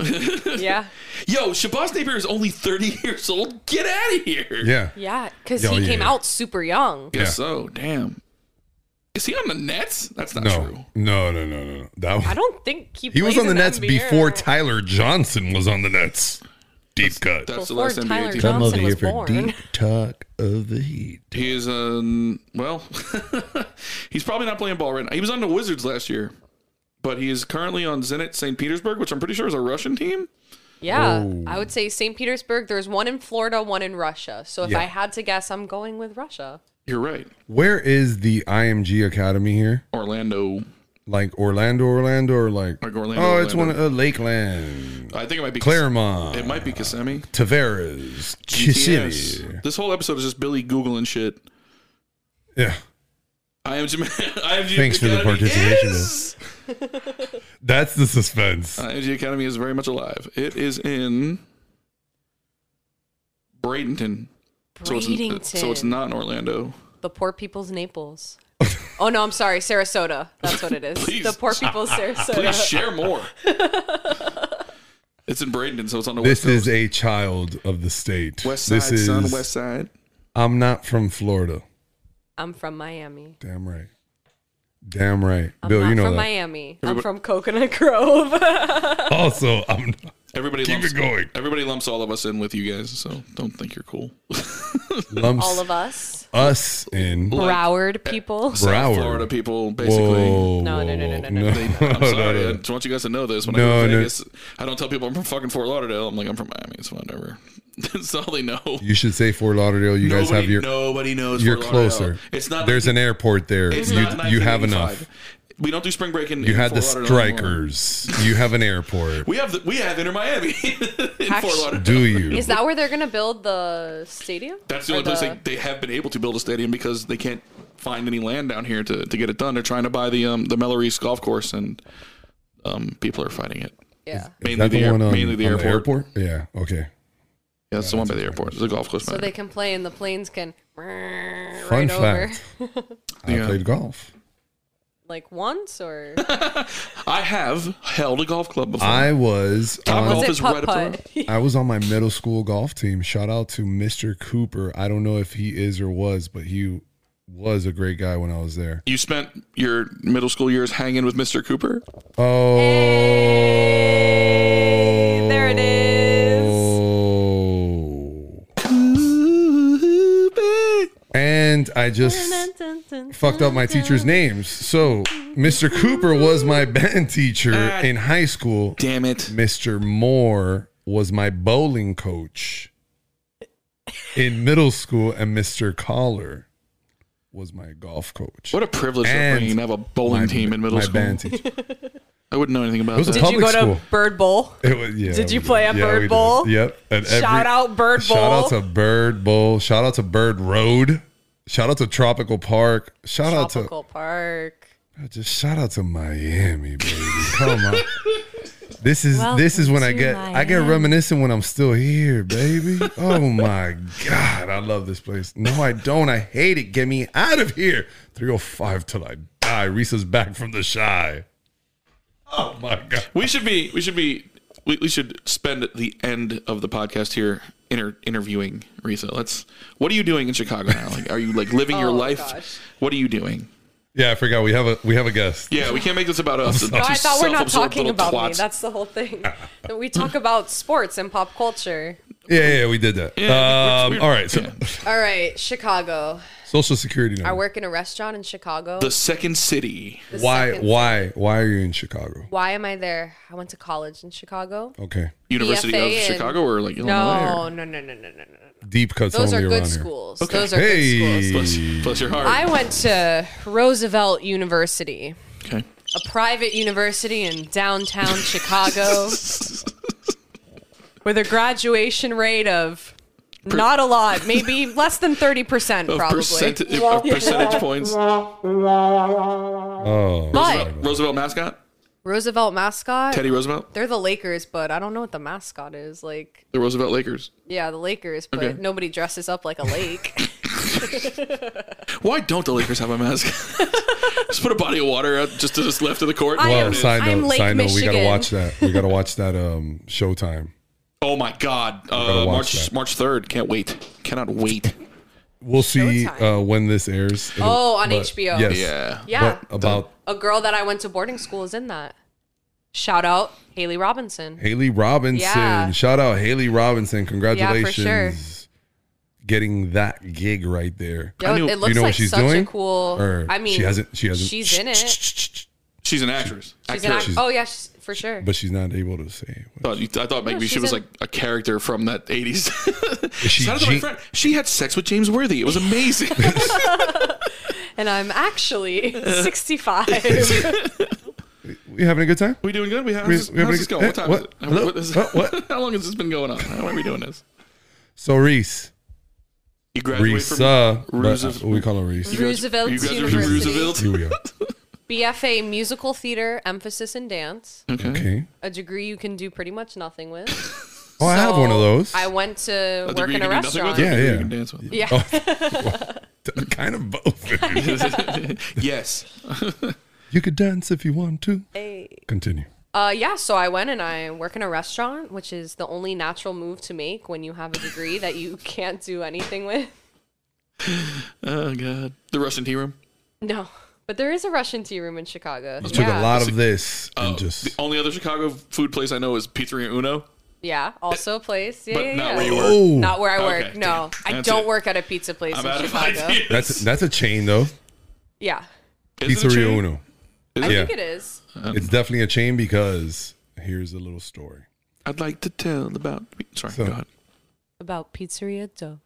Speaker 7: yeah.
Speaker 6: Yo, Shabazz Napier is only 30 years old. Get out of here.
Speaker 5: Yeah.
Speaker 7: Yeah, because
Speaker 5: Oh,
Speaker 7: he
Speaker 5: yeah,
Speaker 7: came
Speaker 5: yeah.
Speaker 7: out super young.
Speaker 6: Guess so. Damn. Is he on the Nets? That's not true.
Speaker 5: No. No, no, no, no, no. That
Speaker 7: I
Speaker 5: was,
Speaker 7: don't think he
Speaker 5: he was
Speaker 7: plays
Speaker 5: on the
Speaker 7: in
Speaker 5: Nets
Speaker 7: NBA.
Speaker 5: before Tyler Johnson was on the Nets. Deep cut.
Speaker 6: That's the
Speaker 7: Before
Speaker 6: last NBA
Speaker 7: Tyler
Speaker 6: team.
Speaker 7: Johnson.
Speaker 8: Come
Speaker 7: was
Speaker 8: over here for
Speaker 7: born.
Speaker 8: deep talk of the heat.
Speaker 6: He is, um, well, he's probably not playing ball right now. He was on the Wizards last year, but he is currently on Zenit St. Petersburg, which I'm pretty sure is a Russian team.
Speaker 7: Yeah, I would say St. Petersburg. There's one in Florida, one in Russia. So if I had to guess, I'm going with Russia.
Speaker 6: You're right.
Speaker 5: Where is the IMG Academy here?
Speaker 6: Orlando.
Speaker 5: Like Orlando, Orlando, or like,
Speaker 6: Like Orlando,
Speaker 5: oh, it's
Speaker 6: Orlando.
Speaker 5: one of uh, Lakeland,
Speaker 6: I think it might be
Speaker 5: Claremont,
Speaker 6: It might be E. Kissimmee.
Speaker 5: Tavares, Kissimmee.
Speaker 6: GTS. This whole episode is just Billy Googling shit.
Speaker 5: Yeah,
Speaker 6: I am Jam- I am Jam-
Speaker 5: Thanks for the
Speaker 6: Academy
Speaker 5: participation.
Speaker 6: Is,
Speaker 5: that's the suspense.
Speaker 6: IMG Academy is very much alive. It is in Bradenton. So
Speaker 7: Bradenton.
Speaker 6: it's, so it's not in Orlando.
Speaker 7: The poor people's Naples. oh no, I'm sorry, Sarasota. That's what it is.
Speaker 6: Please.
Speaker 7: The poor people's
Speaker 6: Please
Speaker 7: Sarasota.
Speaker 6: share more. it's in Bradenton, so it's on the
Speaker 5: This
Speaker 6: west
Speaker 5: is
Speaker 6: coast.
Speaker 5: a child of the state.
Speaker 6: west side,
Speaker 5: this is,
Speaker 6: son, west side.
Speaker 5: I'm not from Florida.
Speaker 7: I'm from Miami.
Speaker 5: Damn right. Damn right.
Speaker 7: I'm
Speaker 5: Bill,
Speaker 7: not
Speaker 5: you know
Speaker 7: from
Speaker 5: that.
Speaker 7: Miami. I'm from Coconut Grove.
Speaker 5: Also, I'm
Speaker 6: Everybody
Speaker 5: Keep
Speaker 6: lumps,
Speaker 5: it going.
Speaker 6: Everybody lumps all of us in with you guys, so don't think you're cool.
Speaker 5: lumps
Speaker 7: All of us.
Speaker 5: us in
Speaker 6: Like-
Speaker 7: Broward people.
Speaker 5: Broward.
Speaker 6: Florida people, basically.
Speaker 5: Whoa.
Speaker 7: No, no, no, no, no, no, no.
Speaker 6: They, I'm sorry.
Speaker 5: no,
Speaker 6: I
Speaker 5: no.
Speaker 6: just want you guys to know this. When
Speaker 5: No,
Speaker 6: I go to
Speaker 5: no.
Speaker 6: Vegas, I don't tell people I'm from fucking Fort Lauderdale. I'm like, I'm from Miami. It's whatever. That's all they know.
Speaker 5: You should say Fort Lauderdale. You guys have your.
Speaker 6: nobody knows.
Speaker 5: You're
Speaker 6: Fort
Speaker 5: closer.
Speaker 6: Lauderdale. It's not.
Speaker 5: There's an airport there.
Speaker 6: It's
Speaker 5: you
Speaker 6: not
Speaker 5: you have
Speaker 6: 1985.
Speaker 5: enough.
Speaker 6: We don't do spring break in.
Speaker 5: You
Speaker 6: in
Speaker 5: had the
Speaker 6: Fort Lauderdale anymore.
Speaker 5: strikers. you have an airport.
Speaker 6: We have the, we have Inter Miami in Fort
Speaker 7: Actually-
Speaker 6: Lauderdale.
Speaker 5: Do you?
Speaker 7: Is that where they're gonna build the stadium?
Speaker 6: That's the
Speaker 7: Or
Speaker 6: only place they, they have been able to build a stadium because they can't find any land down here to, to get it done. They're trying to buy the um the Mellorees golf course and um people are fighting it.
Speaker 7: yeah.
Speaker 5: Is
Speaker 6: Mainly
Speaker 5: that
Speaker 6: the, air, mainly the
Speaker 5: on
Speaker 6: airport.
Speaker 5: Yeah. Okay.
Speaker 6: Yeah, it's the one by the airport. There's a golf course.
Speaker 7: So
Speaker 6: by
Speaker 7: they
Speaker 6: it.
Speaker 7: can play and the planes can right
Speaker 5: Fun
Speaker 7: over.
Speaker 5: fact. I
Speaker 6: Yeah.
Speaker 5: played golf.
Speaker 7: Like once or
Speaker 6: I have held a golf club before.
Speaker 5: I uh, was
Speaker 6: Top
Speaker 5: on
Speaker 6: golf
Speaker 7: was
Speaker 6: is
Speaker 7: it
Speaker 6: right
Speaker 7: putt
Speaker 6: up
Speaker 7: putt?
Speaker 5: I was on my middle school golf team. Shout out to Mr. Cooper. I don't know if he is or was, but he was a great guy when I was there.
Speaker 6: you spent your middle school years hanging with Mr. Cooper.
Speaker 5: Oh,
Speaker 7: there it is.
Speaker 5: and I just fucked up my teacher's names. So Mr. Cooper was my band teacher
Speaker 6: Ah.
Speaker 5: in high school.
Speaker 6: Damn it.
Speaker 5: Mr. Moore was my bowling coach in middle school, and Mr. Collar was my golf coach.
Speaker 6: What a privilege and
Speaker 5: And
Speaker 6: bringing to have a bowling
Speaker 5: my,
Speaker 6: team in middle
Speaker 5: my
Speaker 6: school.
Speaker 5: band teacher.
Speaker 6: I wouldn't know anything about
Speaker 5: was a
Speaker 6: that.
Speaker 7: Did you
Speaker 5: Public
Speaker 7: go to
Speaker 5: school.
Speaker 7: Bird Bowl?
Speaker 5: It was- yeah,
Speaker 7: Did you
Speaker 5: we
Speaker 7: play at Bird
Speaker 5: we did.
Speaker 7: Bowl?
Speaker 5: Yep. And
Speaker 7: Shout out Bird Bowl.
Speaker 5: Shout out to Bird Bowl. Shout out to Bird Road. Shout out to Tropical Park. Shout out
Speaker 7: Tropical Park.
Speaker 5: to just shout out to Miami, baby. Come on. This is this is when I get I get reminiscent when I'm still here, baby. Oh my god, I love this place. No, I don't. I hate it. Get me out of here. 305 till I die. Reese's back from the shy. Oh my god.
Speaker 6: We should be. We should be. We, we should spend the end of the podcast here inter- interviewing Risa. Let's. What are you doing in Chicago now? Like, are you like living your
Speaker 7: Oh,
Speaker 6: life?
Speaker 7: gosh.
Speaker 6: What are you doing?
Speaker 5: Yeah, I forgot we have a we have a guest.
Speaker 6: Yeah, we can't make this about us.
Speaker 7: No, I thought we're not talking about me. That's the whole thing. that we talk about sports and pop culture.
Speaker 5: Yeah, yeah, we did that.
Speaker 6: Yeah,
Speaker 5: um,
Speaker 6: we're-
Speaker 5: all right, so
Speaker 6: yeah.
Speaker 7: All right, Chicago.
Speaker 5: Social security number.
Speaker 7: I work in a restaurant in Chicago.
Speaker 6: The second city.
Speaker 7: The
Speaker 5: why?
Speaker 7: second-
Speaker 5: Why? Why are you in Chicago?
Speaker 7: Why am I there? I went to college in Chicago.
Speaker 5: Okay.
Speaker 6: University
Speaker 7: BFA
Speaker 6: of
Speaker 7: in-
Speaker 6: Chicago or like Illinois?
Speaker 7: No, no, no, no, no, no, no. no.
Speaker 5: Deep cuts
Speaker 7: Those are
Speaker 5: only
Speaker 7: good
Speaker 5: around
Speaker 7: schools.
Speaker 6: Okay.
Speaker 7: Those are
Speaker 5: here.
Speaker 7: good
Speaker 5: Hey.
Speaker 7: schools.
Speaker 6: Plus, plus your heart.
Speaker 7: I went to Roosevelt University,
Speaker 6: okay.
Speaker 7: a private university in downtown Chicago, with a graduation rate of not a lot, maybe less than 30%,
Speaker 6: Of,
Speaker 7: probably.
Speaker 6: percent- of percentage points.
Speaker 5: Oh.
Speaker 7: But
Speaker 6: Roosevelt mascot?
Speaker 7: Roosevelt mascot,
Speaker 6: Teddy Roosevelt?
Speaker 7: they're the Lakers, but I don't know what the mascot is. Like,
Speaker 6: The Roosevelt Lakers.
Speaker 7: yeah, the Lakers, but
Speaker 6: Okay.
Speaker 7: nobody dresses up like a lake.
Speaker 6: Why don't the Lakers have a mascot? just put a body of water out just to this left of the court.
Speaker 7: I
Speaker 5: Well,
Speaker 7: am-
Speaker 5: side
Speaker 7: I'm
Speaker 5: note,
Speaker 7: Lake
Speaker 5: side note, we gotta
Speaker 7: Michigan.
Speaker 5: watch that. We gotta watch that um Showtime.
Speaker 6: oh my God.
Speaker 5: gotta
Speaker 6: Uh,
Speaker 5: watch
Speaker 6: March
Speaker 5: that.
Speaker 6: March 3rd. Can't wait. Cannot wait.
Speaker 5: We'll see
Speaker 7: Showtime.
Speaker 5: uh, when this airs. It'll-
Speaker 7: Oh, on
Speaker 5: but-
Speaker 7: HBO.
Speaker 5: Yes.
Speaker 6: Yeah.
Speaker 7: Yeah.
Speaker 5: But about
Speaker 7: a girl that I went to boarding school is in that. Shout out Haley Robinson.
Speaker 5: Haley Robinson.
Speaker 7: Yeah.
Speaker 5: Shout out Haley Robinson.
Speaker 7: Yeah, for
Speaker 5: Congratulations.
Speaker 7: sure.
Speaker 5: Getting that gig right there.
Speaker 7: Yo, it looks
Speaker 5: you know
Speaker 7: like
Speaker 5: what she's
Speaker 7: such
Speaker 5: doing?
Speaker 7: a cool.
Speaker 5: Or
Speaker 7: I mean,
Speaker 5: she hasn't- she hasn't-
Speaker 7: She's in it. She's
Speaker 6: She's an actress.
Speaker 7: an
Speaker 6: Actress.
Speaker 7: act- oh yeah, she's, for sure.
Speaker 5: But she's not able to say. What.
Speaker 6: thought you- I thought maybe she
Speaker 7: she's
Speaker 6: was
Speaker 7: in-
Speaker 6: like a character from that 80s.
Speaker 5: she
Speaker 6: Shout out to my
Speaker 5: Jean-
Speaker 6: friend. She had sex with James Worthy. It was amazing.
Speaker 7: And I'm actually 65.
Speaker 5: You having a good time?
Speaker 6: we doing good? We have,
Speaker 5: We-
Speaker 6: how's
Speaker 5: we have
Speaker 6: how's
Speaker 5: a-
Speaker 6: this going? What
Speaker 5: eh,
Speaker 6: time
Speaker 5: what?
Speaker 6: is it?
Speaker 5: Hello?
Speaker 6: What is-
Speaker 5: Oh, what?
Speaker 6: How long has this been going on? How are we doing this?
Speaker 5: So Reese.
Speaker 6: You graduated
Speaker 5: Reese.
Speaker 6: from
Speaker 5: Uh, but,
Speaker 6: Roosevelt-
Speaker 5: uh, we call her Reese.
Speaker 7: Roosevelt
Speaker 6: you guys are from
Speaker 7: University.
Speaker 6: Roosevelt.
Speaker 5: Here we go.
Speaker 7: BFA musical theater, emphasis in dance.
Speaker 5: Okay.
Speaker 7: A degree you can do pretty much nothing with.
Speaker 5: Oh, I have
Speaker 7: So
Speaker 5: one of those.
Speaker 7: I went to
Speaker 6: A
Speaker 7: work
Speaker 6: degree
Speaker 7: in
Speaker 6: you
Speaker 7: a
Speaker 6: can do nothing
Speaker 7: restaurant.
Speaker 6: with?
Speaker 5: Yeah, yeah.
Speaker 6: A degree
Speaker 5: Oh.
Speaker 6: You can dance with.
Speaker 7: Yeah.
Speaker 5: kind of both.
Speaker 6: yes.
Speaker 5: you could dance if you want to. Continue.
Speaker 7: Uh, yeah, so I went and I work in a restaurant, which is the only natural move to make when you have a degree that you can't do anything with.
Speaker 6: Oh god. The Russian tea room.
Speaker 7: No, but there is a Russian tea room in Chicago.
Speaker 5: Took
Speaker 7: yeah.
Speaker 5: a lot of this and
Speaker 6: The
Speaker 5: just.
Speaker 6: only other Chicago food place I know is Pizzeria Uno,
Speaker 7: Yeah, also a place. Yeah,
Speaker 6: but
Speaker 7: yeah,
Speaker 6: not
Speaker 7: yeah.
Speaker 6: where you were.
Speaker 5: Oh,
Speaker 7: Not where I work.
Speaker 6: Okay,
Speaker 7: no,
Speaker 6: damn.
Speaker 7: I
Speaker 6: That's
Speaker 7: don't
Speaker 6: it.
Speaker 7: work at a pizza place
Speaker 6: I'm
Speaker 7: in
Speaker 6: out of
Speaker 7: Chicago.
Speaker 6: ideas.
Speaker 5: that's that's a chain though.
Speaker 7: Yeah,
Speaker 6: Is it a
Speaker 5: Pizzeria
Speaker 6: chain?
Speaker 5: Uno.
Speaker 7: I
Speaker 5: Yeah.
Speaker 7: think it is.
Speaker 5: It's definitely a chain because here's a little story.
Speaker 6: I'd like to tell about. Sorry,
Speaker 5: So-
Speaker 6: go ahead.
Speaker 7: About Pizzeria Dos.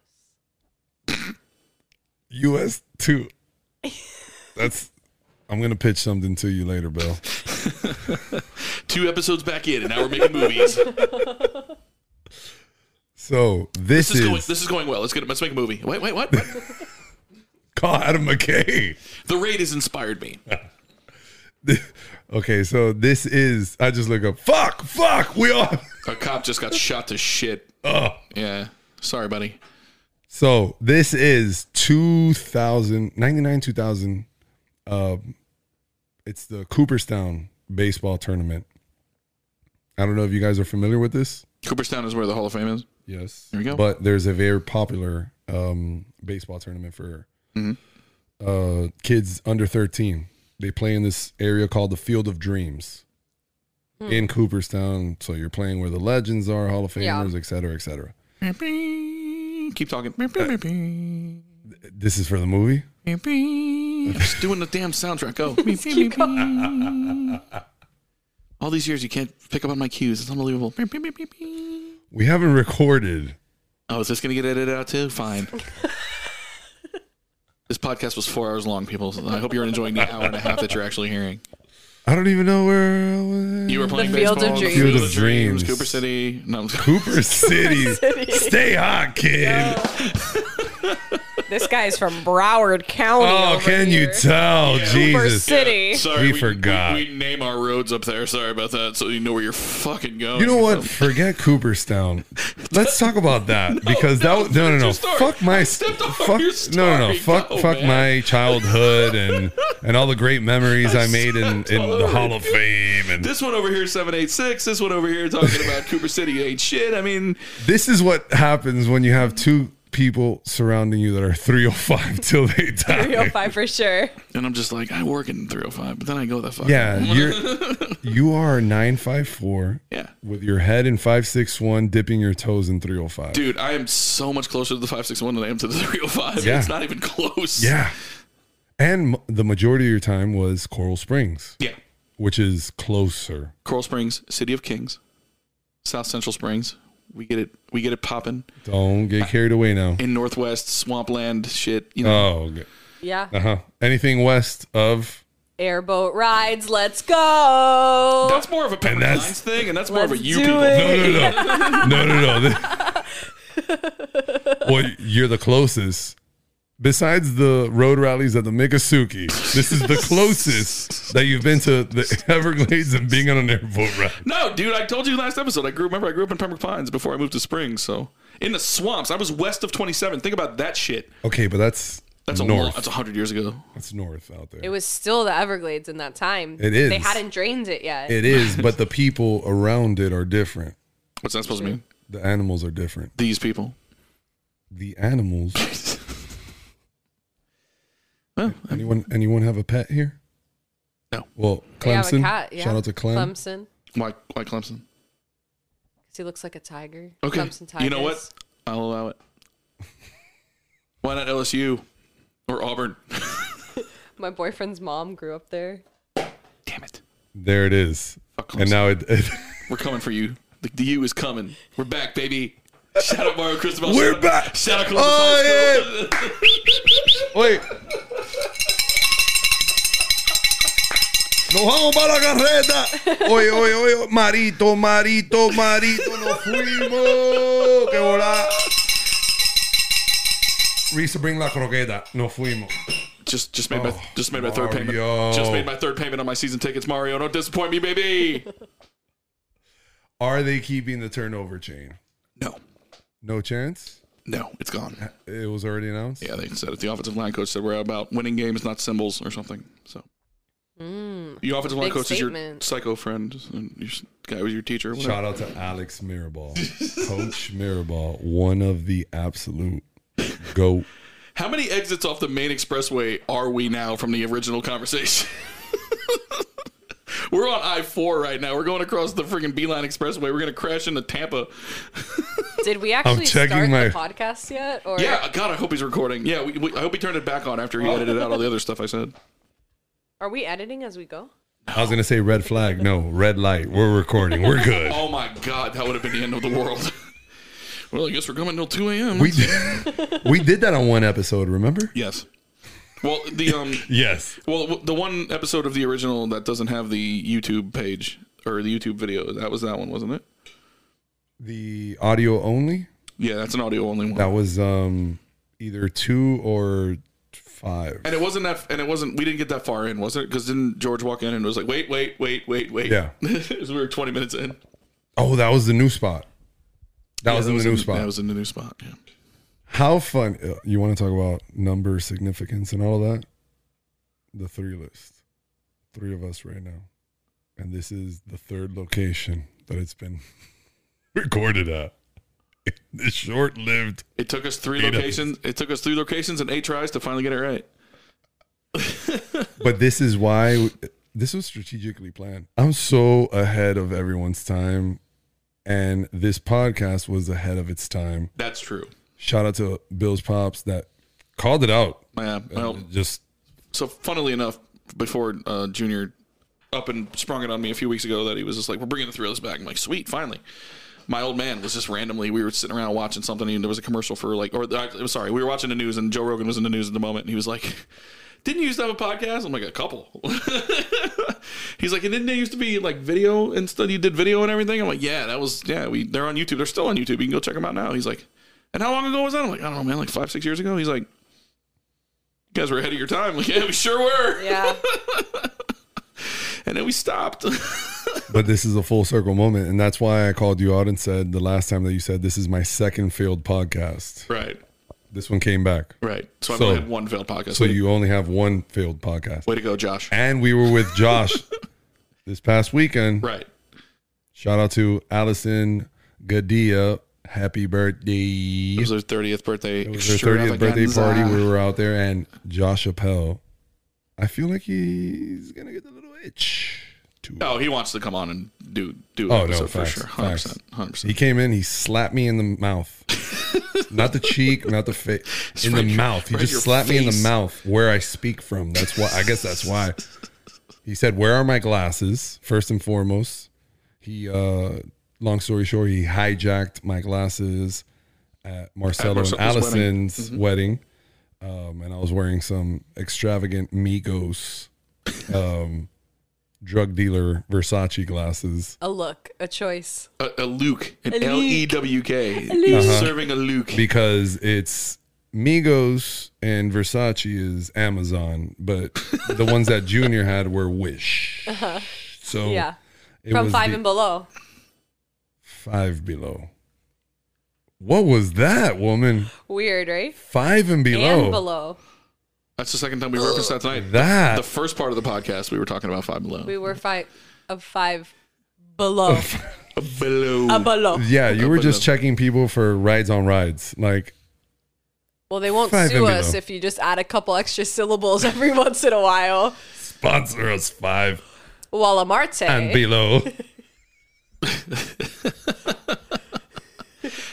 Speaker 5: US two. That's. I'm gonna pitch something to you later, Bill.
Speaker 6: Two episodes back in, and now we're making movies.
Speaker 5: So this,
Speaker 6: This is
Speaker 5: is,
Speaker 6: going. This is going well. Let's get. Let's make a movie. Wait, wait, what?
Speaker 5: call Adam McKay.
Speaker 6: the raid has inspired me.
Speaker 5: okay, so this is. I just look up. Fuck, fuck. We all.
Speaker 6: A cop just got shot to shit.
Speaker 5: Oh.
Speaker 6: Yeah. Sorry, buddy.
Speaker 5: So this is 2000, 99, 2000. Um, it's the Cooperstown baseball tournament. I don't know if you guys are familiar with this.
Speaker 6: Cooperstown is where the Hall of Fame is.
Speaker 5: Yes.
Speaker 6: There we go.
Speaker 5: But there's a very popular um, baseball tournament for
Speaker 6: Mm-hmm.
Speaker 5: uh, kids under 13. They play in this area called the Field of Dreams in Cooperstown. So you're playing where the legends are, Hall of
Speaker 7: Yeah.
Speaker 5: Famers, et cetera, et cetera.
Speaker 6: Keep talking. Just
Speaker 5: This is for the movie?
Speaker 6: doing the damn soundtrack. Go. All these years, you can't pick up on my cues. It's unbelievable.
Speaker 5: We haven't recorded.
Speaker 6: Oh, is this gonna get edited out too? Fine. this podcast was four hours long, people. I hope you're enjoying the hour and a half that you're actually hearing.
Speaker 5: I don't even know where I was.
Speaker 6: You were playing
Speaker 7: Mm, The Field of
Speaker 6: baseball, in
Speaker 7: Dreams.
Speaker 5: Field of Dreams.
Speaker 6: Cooper City. No, I'm-
Speaker 5: Cooper City. Stay hot, kid.
Speaker 7: This guy's from Broward County.
Speaker 5: oh, can you tell?
Speaker 7: Cooper
Speaker 5: Jesus.
Speaker 7: City.
Speaker 6: Sorry,
Speaker 5: We forgot.
Speaker 6: We, name our roads up there. Sorry about that. So you know where you're fucking going.
Speaker 5: You know what? Forget Cooperstown. Let's talk about that because that was no, no,
Speaker 6: finish
Speaker 5: no.
Speaker 6: your story.
Speaker 5: Fuck my
Speaker 6: I stepped on
Speaker 5: fuck
Speaker 6: your
Speaker 5: no, no, no.
Speaker 6: story.
Speaker 5: Fuck,
Speaker 6: Go,
Speaker 5: fuck
Speaker 6: man.
Speaker 5: my childhood and and all the great memories I, made in in the Hall of Fame. And this,
Speaker 6: This one over here, seven eight six. This one over here, talking about Cooper City ain't shit. I mean,
Speaker 5: is what happens when you have two people surrounding you that are 305 till they die.
Speaker 7: 305 for sure.
Speaker 6: And I'm just like, I work in 305, but then I go the fuck.
Speaker 5: Yeah, you're you are 954
Speaker 6: Yeah.
Speaker 5: with your head in 561 dipping your toes in 305.
Speaker 6: Dude, I am so much closer to the 561 than I am to the 305.
Speaker 5: Yeah.
Speaker 6: It's not even close.
Speaker 5: Yeah. And m- the majority of your time was Coral Springs,
Speaker 6: Yeah.
Speaker 5: which is closer.
Speaker 6: Coral Springs, City of Kings, South Central Springs. We get it. We get it popping
Speaker 5: Don't get carried away now.
Speaker 6: in Northwest swampland shit. You know,
Speaker 5: Oh,
Speaker 7: Yeah.
Speaker 5: uh huh. Anything west of
Speaker 7: Airboat rides. Let's go.
Speaker 6: that's more of a Pembroke
Speaker 5: that's-
Speaker 6: Pines thing, and that's more of a
Speaker 7: Let's
Speaker 6: you
Speaker 7: do
Speaker 6: people.
Speaker 7: it.
Speaker 5: no, no, no, no, no, no. well, you're the closest. Besides the road rallies at the Miccosukee, this is the closest that you've been to the Everglades and being on an airboat ride.
Speaker 6: No, dude, I told you last episode. I grew. Remember, I grew up in Pembroke Pines before I moved to Springs. So in the swamps, I was west of 27. Think about that shit.
Speaker 5: Okay, but that's
Speaker 6: That's a long,
Speaker 5: north.
Speaker 6: That's 100 years ago.
Speaker 5: that's north out there.
Speaker 7: It was still the Everglades in that time.
Speaker 5: It is.
Speaker 7: They hadn't drained it yet.
Speaker 5: it is, but the people around it are different.
Speaker 6: What's that supposed to mean?
Speaker 5: The animals are different.
Speaker 6: These people.
Speaker 5: The animals.
Speaker 6: Well,
Speaker 5: Anyone? Anyone have a pet here?
Speaker 6: No.
Speaker 5: Well,
Speaker 7: They have a
Speaker 5: Clemson.
Speaker 7: cat, yeah.
Speaker 5: Shout out to Clem.
Speaker 7: Clemson.
Speaker 6: why? Why Clemson?
Speaker 7: 'Cause he looks like a tiger.
Speaker 6: Okay.
Speaker 7: Clemson Tigers.
Speaker 6: You know what? I'll allow it. Why not LSU or Auburn?
Speaker 7: My boyfriend's mom grew up there.
Speaker 6: Damn it.
Speaker 5: There it is.
Speaker 6: Fuck Clemson.
Speaker 5: And now it. it
Speaker 6: We're coming for you. The, the U is coming. We're back, baby. Shout out Mario Cristobal.
Speaker 5: We're
Speaker 6: Shout out-
Speaker 5: back.
Speaker 6: Shout out Columbus
Speaker 5: Oh,
Speaker 6: High School.
Speaker 5: Wait. Nos vamos para la carreta. Oye, oye, oye. Marito, marito, marito. Nos fuimos. Que hola. Risa, bring la croqueta. Nos fuimos.
Speaker 6: Just, just made my,
Speaker 5: Oh,
Speaker 6: just made my third
Speaker 5: Mario.
Speaker 6: payment. Just made my third payment on my season tickets, Mario. Don't disappoint me, baby.
Speaker 5: Are they keeping the turnover chain?
Speaker 6: No,
Speaker 5: No chance.
Speaker 6: no, it's gone.
Speaker 5: It was already announced.
Speaker 6: Yeah, they said it. The offensive line coach said we're about winning games, not symbols or something. So. the offensive line
Speaker 7: Mm. big
Speaker 6: coach
Speaker 7: statement.
Speaker 6: is your psycho friend. And your guy was your teacher. whatever.
Speaker 5: Shout out to Alex Mirabal, Coach Mirabal, one of the absolute goat.
Speaker 6: How many exits off the main expressway are we now from the original conversation? We're on I 4 right now. We're going across the freaking Beeline Expressway. We're going to crash into Tampa.
Speaker 7: Did we actually
Speaker 5: checking
Speaker 7: start
Speaker 5: my-
Speaker 7: the podcast yet? Or
Speaker 6: Yeah, God, I hope he's recording. Yeah, we, we, I hope he turned it back on after he edited out all the other stuff I said.
Speaker 7: are we editing as we go?
Speaker 5: I was gonna say red flag. No, red light. We're recording. We're good.
Speaker 6: Oh my God, that would have been the end of the world. well, I guess we're coming till 2 a.m.
Speaker 5: We did, we did that on one episode. Remember?
Speaker 6: yes. Well, the um,
Speaker 5: Yes.
Speaker 6: well, w- the one episode of the original that doesn't have the YouTube page or the YouTube video that was that one, wasn't it?
Speaker 5: The audio only.
Speaker 6: Yeah, that's an audio only one.
Speaker 5: That was um either two or five.
Speaker 6: And it wasn't that, and it wasn't. We didn't get that far in, was it? Because didn't George walk in and was like, "Wait, wait, wait, wait, wait."
Speaker 5: Yeah.
Speaker 6: As we were twenty minutes in.
Speaker 5: Oh, that was the new spot. That
Speaker 6: Yeah,
Speaker 5: was in the new spot.
Speaker 6: That was in the new spot. Yeah.
Speaker 5: How fun! uh, You want to talk about number significance and all that? The three list, three of us right now, and this is the third location that it's been recorded at. This short-lived.
Speaker 6: It took us three
Speaker 5: Eight
Speaker 6: locations. It took us three locations and eight tries to finally get it right.
Speaker 5: But this is why this was strategically planned. I'm so ahead of everyone's time, and this podcast was ahead of its time.
Speaker 6: That's true.
Speaker 5: Shout out to Bill's Pops that called it out.
Speaker 6: Yeah.
Speaker 5: Uh,
Speaker 6: Well,
Speaker 5: Just
Speaker 6: so funnily enough, before uh, Junior up and sprung it on me a few weeks ago that he was just like, "We're bringing the three of us back." I'm like, "Sweet, finally." My old man was just randomly. We were sitting around watching something, and there was a commercial for like, or I, am sorry, we were watching the news, and Joe Rogan was in the news at the moment, and he was like, "Didn't you used to have a podcast?" I'm like, "A couple." He's like, "And didn't they used to be like video and stuff? You did video and everything." I'm like, "Yeah, that was yeah. We they're on YouTube. They're still on YouTube. You can go check them out now." He's like, "And how long ago was that?" I'm like, "I don't know, man. Like five, six years ago." He's like, "You guys were ahead of your time." I'm like, "Yeah, we sure were."
Speaker 7: Yeah.
Speaker 6: And then we stopped.
Speaker 5: But this is a full circle moment, and that's why I called you out and said the last time that you said this is my second failed podcast.
Speaker 6: right.
Speaker 5: This one came back,
Speaker 6: Right. So, I've
Speaker 5: So-
Speaker 6: only had one failed podcast.
Speaker 5: so
Speaker 6: way,
Speaker 5: you only have one failed podcast.
Speaker 6: way to go, Josh.
Speaker 5: And we were with Josh this past weekend.
Speaker 6: Right.
Speaker 5: Shout out to Allison Gadia Happy birthday.
Speaker 6: It was her 30th birthday.
Speaker 5: It was her 30th birthday
Speaker 6: extravaganza.
Speaker 5: party. We were out there, and Josh Appel, I feel like he's going to get a little itch. Too.
Speaker 6: Oh, he wants to come on and do do an
Speaker 5: Oh, no,
Speaker 6: episode for
Speaker 5: facts,
Speaker 6: sure.
Speaker 5: facts.
Speaker 6: 100%. 100%.
Speaker 5: He came in, he slapped me in the mouth. not the cheek, not the face. In
Speaker 6: right
Speaker 5: the
Speaker 6: your-
Speaker 5: mouth. He
Speaker 6: right your
Speaker 5: just slapped me in the
Speaker 6: face.
Speaker 5: mouth where I speak from. That's why I guess that's why. He said, Where are my glasses? First and foremost. He uh long story short, he hijacked my glasses at Marcelo
Speaker 6: Marcelo's Mm-hmm.
Speaker 5: and Allison's wedding. Um, and I was wearing some extravagant Migos um drug dealer Versace glasses.
Speaker 7: A look, a choice.
Speaker 6: A, a Luke, an L E W K,
Speaker 5: Uh-huh.
Speaker 6: serving a Luke.
Speaker 5: because it's Migos and Versace is Amazon, but the ones that Junior had were Wish. So
Speaker 7: Uh-huh. Yeah.
Speaker 5: it
Speaker 7: From
Speaker 5: was
Speaker 7: five
Speaker 5: the
Speaker 7: and below.
Speaker 5: five below. What was that woman?
Speaker 7: Weird, right?
Speaker 5: Five and below.
Speaker 7: And below.
Speaker 6: That's the second time we referenced that tonight.
Speaker 5: That
Speaker 6: the first part of the podcast, we were talking about Five Below.
Speaker 7: We were five of five below.
Speaker 6: below.
Speaker 7: a below.
Speaker 5: yeah, you were
Speaker 6: But
Speaker 5: just
Speaker 6: the-
Speaker 5: checking people for rides on rides. Like
Speaker 7: Well, they won't
Speaker 5: Five
Speaker 7: sue
Speaker 5: and
Speaker 7: us
Speaker 5: below.
Speaker 7: if you just add a couple extra syllables every once in a while.
Speaker 5: sponsor us five
Speaker 7: Walla Marte.
Speaker 5: and below.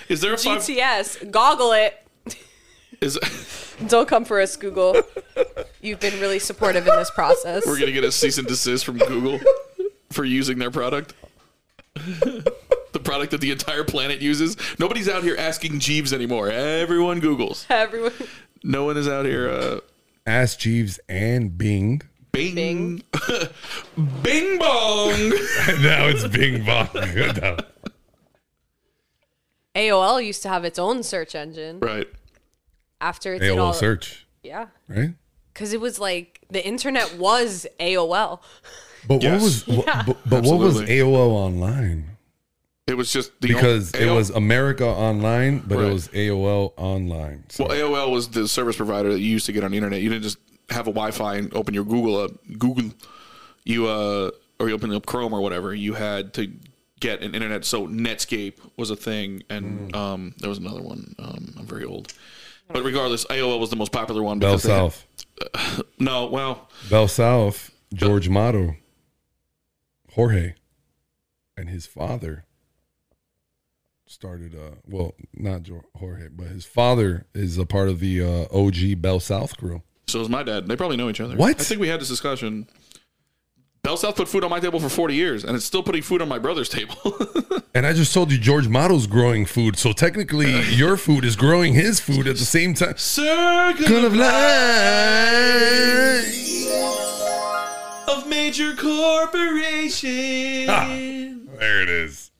Speaker 6: is there a five?
Speaker 7: GTS. Goggle it.
Speaker 6: Is,
Speaker 7: Don't come for us, Google. You've been really supportive in this process.
Speaker 6: we're gonna get a cease and desist from Google for using their product. the product that the entire planet uses. Nobody's out here asking Jeeves anymore. Everyone Googles.
Speaker 7: Everyone.
Speaker 6: No one is out here. Uh,
Speaker 5: Ask Jeeves and Bing.
Speaker 6: bing,
Speaker 7: Bing.
Speaker 6: bing, bong.
Speaker 5: now it's Bing Bong. No.
Speaker 7: AOL used to have its own search engine
Speaker 6: right.
Speaker 7: after it did all.
Speaker 5: AOL search,
Speaker 7: Yeah.
Speaker 5: right?
Speaker 7: Because it was like the internet was AOL.
Speaker 5: But
Speaker 6: Yes.
Speaker 5: what was what, but, but what was
Speaker 6: Absolutely.
Speaker 5: AOL online?
Speaker 6: It was just the
Speaker 5: Because
Speaker 6: only-
Speaker 5: it
Speaker 6: AOL
Speaker 5: was America Online, but
Speaker 6: Right.
Speaker 5: it was AOL Online. So
Speaker 6: Well, AOL was the service provider that you used to get on the internet. You didn't just have a Wi-Fi and open your Google up, Google, you uh, or you open up Chrome or whatever. You had to get an internet. So Netscape was a thing,
Speaker 5: Mm.
Speaker 6: and um, there was another one. Um, I'm very old, but regardless, AOL was the most popular one.
Speaker 5: Bell
Speaker 6: because they had-
Speaker 5: South,
Speaker 6: No, well,
Speaker 5: Bell South, George Mato, Jorge, and his father started. Uh, well, not Jo- Jorge, but his father is a part of the uh, OG Bell South crew.
Speaker 6: so was my dad. They probably know each other.
Speaker 5: What?
Speaker 6: I think we had this discussion. Bell South put food on my table for 40 years, and it's still putting food on my brother's table.
Speaker 5: And I just told you George Mato's growing food, so technically your food is growing his food at the same time.
Speaker 6: Circle
Speaker 5: Circle of life.
Speaker 6: of major corporations.
Speaker 5: There it is.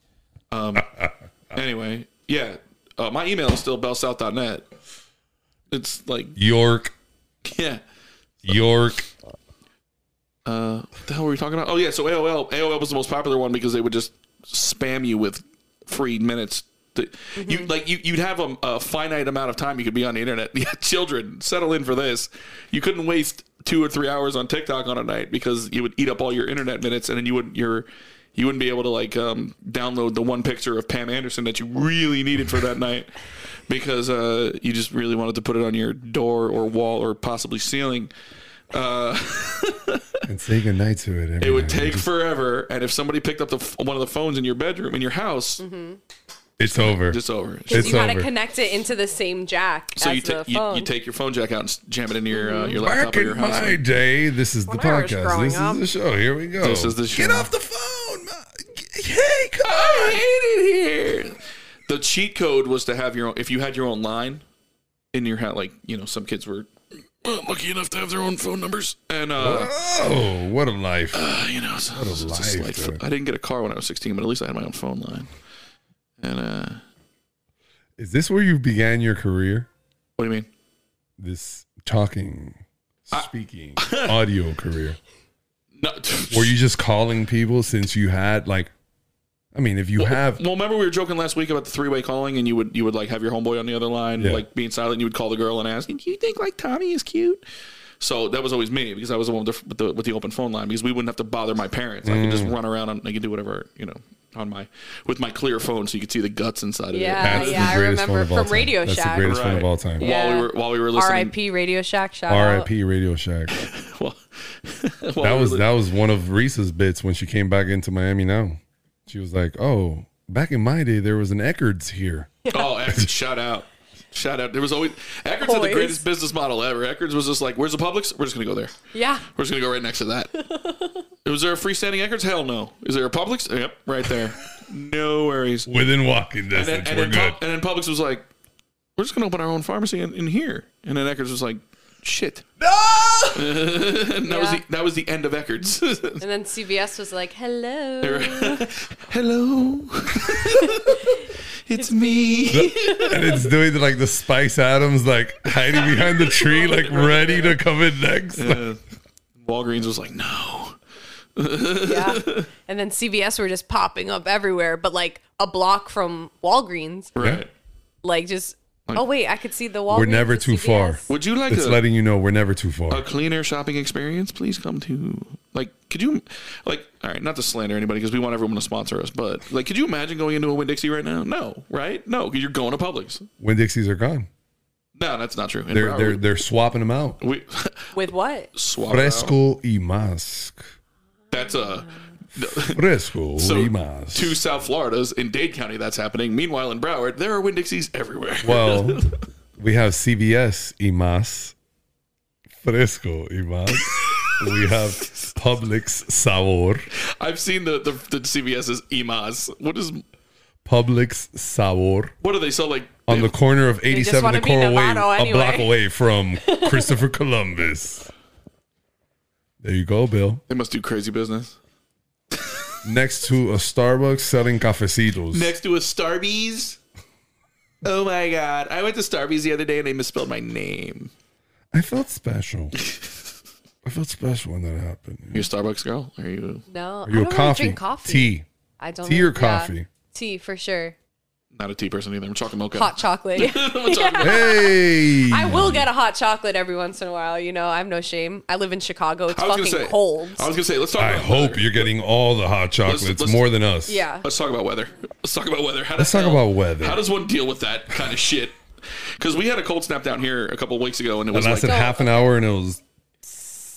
Speaker 6: Anyway, yeah, uh, my email is still bellsouth.net. It's like,
Speaker 5: York,
Speaker 6: yeah.
Speaker 5: York.
Speaker 6: Uh, what the hell were we talking about? Oh yeah, so AOL. AOL was the most popular one because they would just spam you with free minutes. To, You like you you'd have a, a finite amount of time you could be on the internet. Yeah, children, settle in for this. You couldn't waste two or three hours on TikTok on a night because you would eat up all your internet minutes, and then you wouldn't your you wouldn't be able to like um, download the one picture of Pam Anderson that you really needed for that night because uh, you just really wanted to put it on your door or wall or possibly ceiling.
Speaker 5: And say goodnight to it. every
Speaker 6: It would
Speaker 5: night.
Speaker 6: take forever, and if somebody picked up the f- one of the phones in your bedroom in your house,
Speaker 7: Mm-hmm.
Speaker 5: It's over.
Speaker 6: it's over.
Speaker 5: It's
Speaker 7: you gotta
Speaker 5: over.
Speaker 7: connect it into the same jack
Speaker 6: so
Speaker 7: as
Speaker 6: you,
Speaker 7: the
Speaker 6: ta- you
Speaker 7: phone. Mm-hmm.
Speaker 6: you take your phone jack out and s- jam it into your uh, your laptop
Speaker 5: Back
Speaker 6: or
Speaker 5: in
Speaker 6: your house.
Speaker 5: my day, this is the
Speaker 7: When I was
Speaker 5: podcast.
Speaker 7: growing
Speaker 5: This
Speaker 7: up-
Speaker 5: is the show. Here we go.
Speaker 6: This is the show.
Speaker 5: Get off the phone. Ma- Hey, come
Speaker 6: I
Speaker 5: on.
Speaker 6: hate it here. The cheat code was to have your own. If you had your own line in your hat, like you know, some kids were uh, lucky enough to have their own phone numbers, and uh,
Speaker 5: Oh, what a life.
Speaker 6: uh, you know, so, it's a
Speaker 5: life,
Speaker 6: slight fo-
Speaker 5: dude.
Speaker 6: I didn't get a car when I was sixteen, but at least I had my own phone line. And uh,
Speaker 5: Is this where you began your career?
Speaker 6: what do you mean?
Speaker 5: This talking, speaking, audio career?
Speaker 6: No,
Speaker 5: Were you just calling people since you had, like, I mean, if you have,
Speaker 6: Well, remember we were joking last week about the three way calling, and you would you would like have your homeboy on the other line,
Speaker 5: Yeah.
Speaker 6: like being silent. And you would call the girl and ask, "Do you think like Tommy is cute?" So that was always me because I
Speaker 5: Mm.
Speaker 6: was the one with the with the, with the open phone line because we wouldn't have to bother my parents. I could just run around and I could do whatever you know on my with my clear phone, so you could see the guts inside of it.
Speaker 7: Yeah,
Speaker 5: That's
Speaker 7: yeah,
Speaker 5: the
Speaker 7: I
Speaker 5: greatest
Speaker 7: remember
Speaker 5: phone of all
Speaker 7: from
Speaker 5: time.
Speaker 7: Radio
Speaker 5: That's the
Speaker 7: Shack.
Speaker 5: greatest phone
Speaker 6: Right.
Speaker 5: of all time.
Speaker 7: Yeah.
Speaker 6: While we were while we were listening,
Speaker 7: R.I.P. Radio Shack.
Speaker 6: Uh,
Speaker 7: Shout out.
Speaker 5: R.I.P. Radio Shack.
Speaker 6: While, while
Speaker 5: That
Speaker 6: we
Speaker 5: was
Speaker 6: were-
Speaker 5: that was one of Reese's bits when she came back into Miami. Now she was like, "Oh, back in my day, there was an Eckerd's here."
Speaker 6: Oh, Eckerd, shout out. Shout out. There was always Eckerd's had the
Speaker 7: Always.
Speaker 6: greatest business model ever. Eckerd's was just like, Where's the Publix? We're just gonna go there.
Speaker 7: Yeah.
Speaker 6: We're just gonna go right next to that. Was there a freestanding Eckerd's? Hell no. Is there a Publix? Yep, right there. No worries. And
Speaker 5: Within walking
Speaker 6: then,
Speaker 5: distance,
Speaker 6: and,
Speaker 5: we're
Speaker 6: then
Speaker 5: good.
Speaker 6: Pub- and then Publix was like, We're just gonna open our own pharmacy in, in here. And then Eckerd's was like, Shit. No And that was
Speaker 7: Yeah.
Speaker 6: the that was the end of Eckerd's.
Speaker 7: And then CBS was like, hello.
Speaker 6: Hello. it's me.
Speaker 5: and it's doing like the Spice Adams, like hiding behind the tree, like ready to come in next.
Speaker 6: Walgreens was like, No.
Speaker 7: Yeah. And then CVS were just popping up everywhere, but like a block from Walgreens,
Speaker 6: Right.
Speaker 7: like just. Oh wait, I could see the Walgreens.
Speaker 5: We're never
Speaker 7: and
Speaker 5: too far.
Speaker 7: CVS.
Speaker 6: Would you like
Speaker 5: It's
Speaker 6: to
Speaker 5: letting you know we're never too far.
Speaker 6: a cleaner shopping experience, please come to. Like, could you, like, all right, not to slander anybody because we want everyone to sponsor us, but like, could you imagine going into a Winn Dixie right now? No, right? No, 'cause you're going to Publix.
Speaker 5: When Dixies are gone,
Speaker 6: No, that's not true. In
Speaker 5: they're
Speaker 6: Broward,
Speaker 5: they're they're swapping them out.
Speaker 6: we
Speaker 7: With what?
Speaker 6: swap out.
Speaker 5: Fresco y más.
Speaker 6: That's a
Speaker 5: Fresco
Speaker 6: so
Speaker 5: y más.
Speaker 6: two South Floridas in Dade County. That's happening. Meanwhile, in Broward, there are Winn Dixies everywhere.
Speaker 5: Well, we have CBS y más, Fresco y más. We have Publix Sabor,
Speaker 6: I've seen the the, the CVS's Emas. E What is
Speaker 5: Publix Sabor
Speaker 6: what do they sell like?
Speaker 5: on the corner of
Speaker 7: just
Speaker 5: 87
Speaker 7: wanna
Speaker 5: and
Speaker 7: be
Speaker 5: Coral Way,
Speaker 7: Novato
Speaker 5: a block
Speaker 7: anyway.
Speaker 5: away from Christopher Columbus. There you go, Bill.
Speaker 6: They must do crazy business.
Speaker 5: Next to a Starbucks selling cafecitos.
Speaker 6: next to a Starbucks. Oh my god! I went to Starbucks the other day and they misspelled my name.
Speaker 5: I felt special. I felt special when that happened.
Speaker 6: You a Starbucks girl? Are you
Speaker 7: No,
Speaker 5: Are you
Speaker 7: I
Speaker 5: a
Speaker 7: don't really
Speaker 5: coffee?
Speaker 7: drink coffee.
Speaker 5: Tea.
Speaker 7: I don't
Speaker 5: Tea or
Speaker 7: yeah.
Speaker 5: coffee?
Speaker 7: Tea for sure.
Speaker 6: not a tea person either? I'm talking mocha.
Speaker 7: Hot chocolate.
Speaker 6: I'm talking-
Speaker 5: Hey!
Speaker 7: I will get a hot chocolate every once in a while. You know, I have no shame. I live in Chicago. It's
Speaker 6: I was
Speaker 7: fucking
Speaker 6: gonna say
Speaker 7: cold.
Speaker 6: I was gonna say let's talk.
Speaker 5: I
Speaker 6: about
Speaker 5: hope
Speaker 6: weather.
Speaker 5: you're getting all the hot chocolates
Speaker 6: let's-
Speaker 5: more than us.
Speaker 7: yeah.
Speaker 6: Let's talk about weather. Let's talk about weather. How
Speaker 5: Let's
Speaker 6: the
Speaker 5: talk
Speaker 6: hell-
Speaker 5: about weather.
Speaker 6: How does one deal with that kind of shit? Because we had a cold snap down here a couple weeks ago and it
Speaker 5: It
Speaker 6: was
Speaker 5: lasted
Speaker 6: like uh,
Speaker 5: half an hour and it was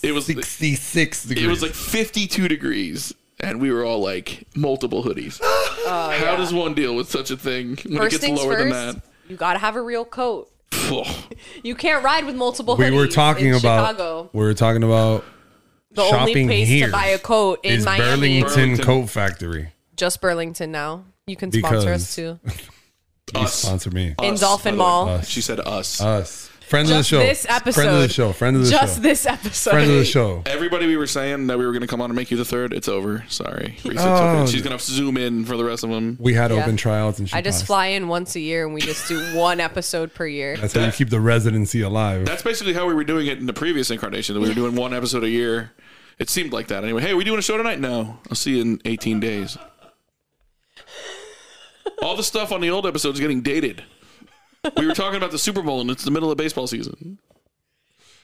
Speaker 6: it was
Speaker 5: 66 degrees.
Speaker 6: it was like 52 degrees and we were all like multiple hoodies. how does one deal with such a thing when
Speaker 7: Oh, First
Speaker 6: it gets
Speaker 7: things
Speaker 6: lower
Speaker 7: first,
Speaker 6: than
Speaker 7: you gotta have a real coat.
Speaker 6: that?
Speaker 7: You can't ride with multiple.
Speaker 5: we were
Speaker 7: hoodies
Speaker 5: talking
Speaker 7: in
Speaker 5: about
Speaker 7: Chicago.
Speaker 5: we were talking about
Speaker 7: The only
Speaker 5: shopping
Speaker 7: place
Speaker 5: here
Speaker 7: to buy a coat in
Speaker 5: is
Speaker 7: Miami.
Speaker 5: Burlington,
Speaker 6: Burlington.
Speaker 5: Coat Factory.
Speaker 7: Just Burlington now. You can sponsor
Speaker 5: Because-
Speaker 7: us too.
Speaker 6: Us.
Speaker 5: Sponsor me.
Speaker 7: in
Speaker 6: Us,
Speaker 7: Dolphin
Speaker 6: by the way.
Speaker 7: Mall.
Speaker 6: She said us.
Speaker 5: Us. Friends
Speaker 7: Just
Speaker 5: of the show.
Speaker 7: this
Speaker 5: Friend of
Speaker 7: episode.
Speaker 5: the show. Friend of the
Speaker 7: Just
Speaker 5: show.
Speaker 7: this episode.
Speaker 5: Friend of the show.
Speaker 6: Everybody we were saying that we were going to come on and make you the third, it's over. Sorry. Reese, it's
Speaker 5: Oh.
Speaker 6: okay. She's going to zoom in for the rest of them.
Speaker 5: We had
Speaker 7: Yeah.
Speaker 5: open tryouts and she
Speaker 7: I just
Speaker 5: passed.
Speaker 7: fly in once a year and we just do one episode per year.
Speaker 5: That's how you keep the residency alive.
Speaker 6: That's basically how we were doing it in the previous incarnation. That we were doing one episode a year. It seemed like that. Anyway, hey, we doing a show tonight? No. I'll see you in 18 days. All the stuff on the old episodes getting dated. We were talking about the Super Bowl and it's the middle of baseball season.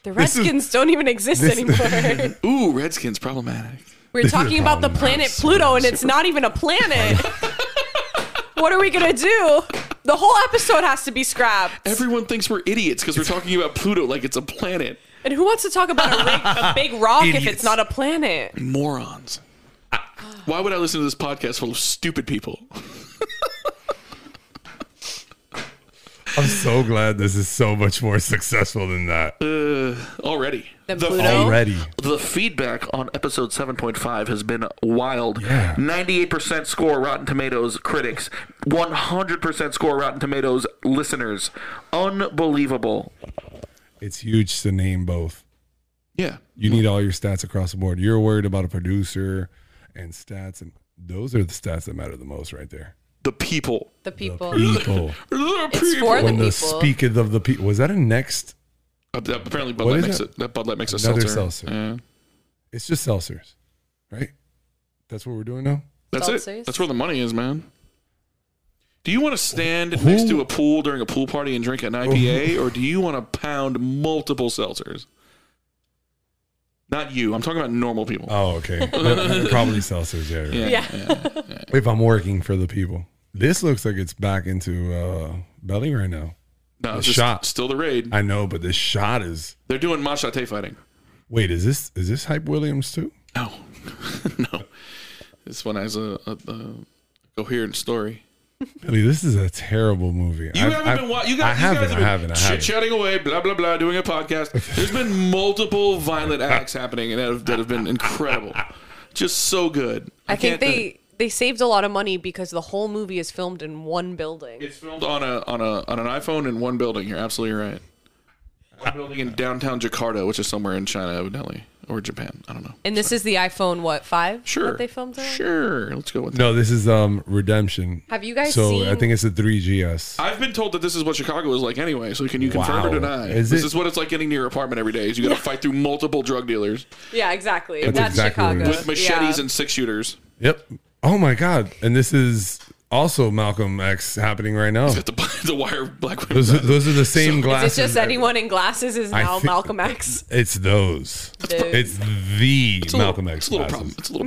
Speaker 7: The
Speaker 5: This is-
Speaker 7: Redskins don't even exist anymore.
Speaker 6: Ooh, Redskins problematic.
Speaker 7: We're talking about the
Speaker 5: problem.
Speaker 7: planet Pluto and it's not even a planet. what are we going to do? The whole episode has to be scrapped.
Speaker 6: Everyone thinks we're idiots because we're talking about Pluto like it's a planet.
Speaker 7: and who wants to talk about a, rig- a big rock if
Speaker 5: Idiots.
Speaker 7: it's not a planet?
Speaker 6: morons. Why would I listen to this podcast full of stupid people?
Speaker 5: I'm so glad this is so much more successful than that.
Speaker 6: Already.
Speaker 7: Than
Speaker 6: Uh, The,
Speaker 7: Pluto?
Speaker 5: Already.
Speaker 6: the feedback on episode 7.5 has been wild.
Speaker 5: Yeah.
Speaker 6: 98% score Rotten Tomatoes critics, 100% score Rotten Tomatoes listeners. Unbelievable.
Speaker 5: It's huge to name both.
Speaker 6: Yeah.
Speaker 5: You need all your stats across the board. You're worried about a producer and stats, and those are the stats that matter the most, right there.
Speaker 6: The people.
Speaker 7: The people.
Speaker 5: People.
Speaker 6: The
Speaker 7: It's for the
Speaker 5: when
Speaker 7: people.
Speaker 5: the speaketh of the people. Was that a next?
Speaker 6: Uh, that- apparently, Bud
Speaker 5: What
Speaker 6: Light
Speaker 5: is
Speaker 6: makes
Speaker 5: it?
Speaker 6: it. That Bud Light makes a
Speaker 5: Another seltzer.
Speaker 6: seltzer. Yeah.
Speaker 5: It's just seltzers, right? That's what we're doing now.
Speaker 6: That's
Speaker 7: Seltzers.
Speaker 6: it. That's where the money is, man. Do you want to stand
Speaker 5: Who- Oh.
Speaker 6: next to a pool during a pool party and drink an IPA, or do you want to pound multiple seltzers? Not you. I'm talking about normal people.
Speaker 5: Oh, okay. Probably Celsius. Yeah, yeah.
Speaker 7: Yeah.
Speaker 5: If I'm working for the people, this looks like it's back into uh, belly right now.
Speaker 6: no, it's
Speaker 5: The
Speaker 6: just
Speaker 5: shot.
Speaker 6: Still the raid.
Speaker 5: I know, but this shot is.
Speaker 6: They're doing machete fighting.
Speaker 5: Wait, is this is this hype Williams too?
Speaker 6: No, no. This one has a, a, a coherent story.
Speaker 5: Billy, this is a terrible movie.
Speaker 6: You
Speaker 5: I've-
Speaker 6: haven't
Speaker 5: I've-
Speaker 6: been watching. You
Speaker 5: I
Speaker 6: guys,
Speaker 5: haven't.
Speaker 6: You
Speaker 5: I
Speaker 6: guys have
Speaker 5: haven't.
Speaker 6: been
Speaker 5: I haven't.
Speaker 6: chit-chatting away, blah blah blah, doing a podcast. There's been multiple violent acts happening, and that have, that have been incredible, just so good.
Speaker 7: I
Speaker 6: can't-
Speaker 7: think they they saved a lot of money because the whole movie is filmed in one building.
Speaker 6: It's filmed on a on a on an iPhone in one building. You're absolutely right. One building in downtown Jakarta, which is somewhere in China, evidently, or Japan. I don't know.
Speaker 7: And this is the iPhone what five?
Speaker 6: Sure.
Speaker 7: That they filmed it on.
Speaker 6: Sure. Let's go with that.
Speaker 5: No, this is um Redemption.
Speaker 7: Have you guys
Speaker 5: So I
Speaker 7: seen-
Speaker 5: think it's a 3GS.
Speaker 6: I've been told that this is what Chicago is like anyway, so can you confirm
Speaker 5: Wow.
Speaker 6: or deny?
Speaker 5: Is
Speaker 6: this
Speaker 5: it-
Speaker 6: is what it's like getting to your apartment every day. Is you got to fight through multiple drug dealers
Speaker 7: Yeah, exactly. That's,
Speaker 5: exactly what it
Speaker 7: Chicago.
Speaker 5: is.
Speaker 6: with machetes
Speaker 7: Yeah.
Speaker 6: and six shooters.
Speaker 5: Yep. Oh my God! And this is also Malcolm X happening right now.
Speaker 6: Got the, the wire black women.
Speaker 5: Those are, those are the same
Speaker 7: Is
Speaker 5: glasses.
Speaker 7: it just anyone in glasses is
Speaker 5: I
Speaker 7: now
Speaker 5: thi-
Speaker 7: Malcolm X?
Speaker 5: It's those. It's the
Speaker 6: It's a little-
Speaker 5: Malcolm X
Speaker 6: It's a little problem.
Speaker 5: glasses.
Speaker 6: It's a little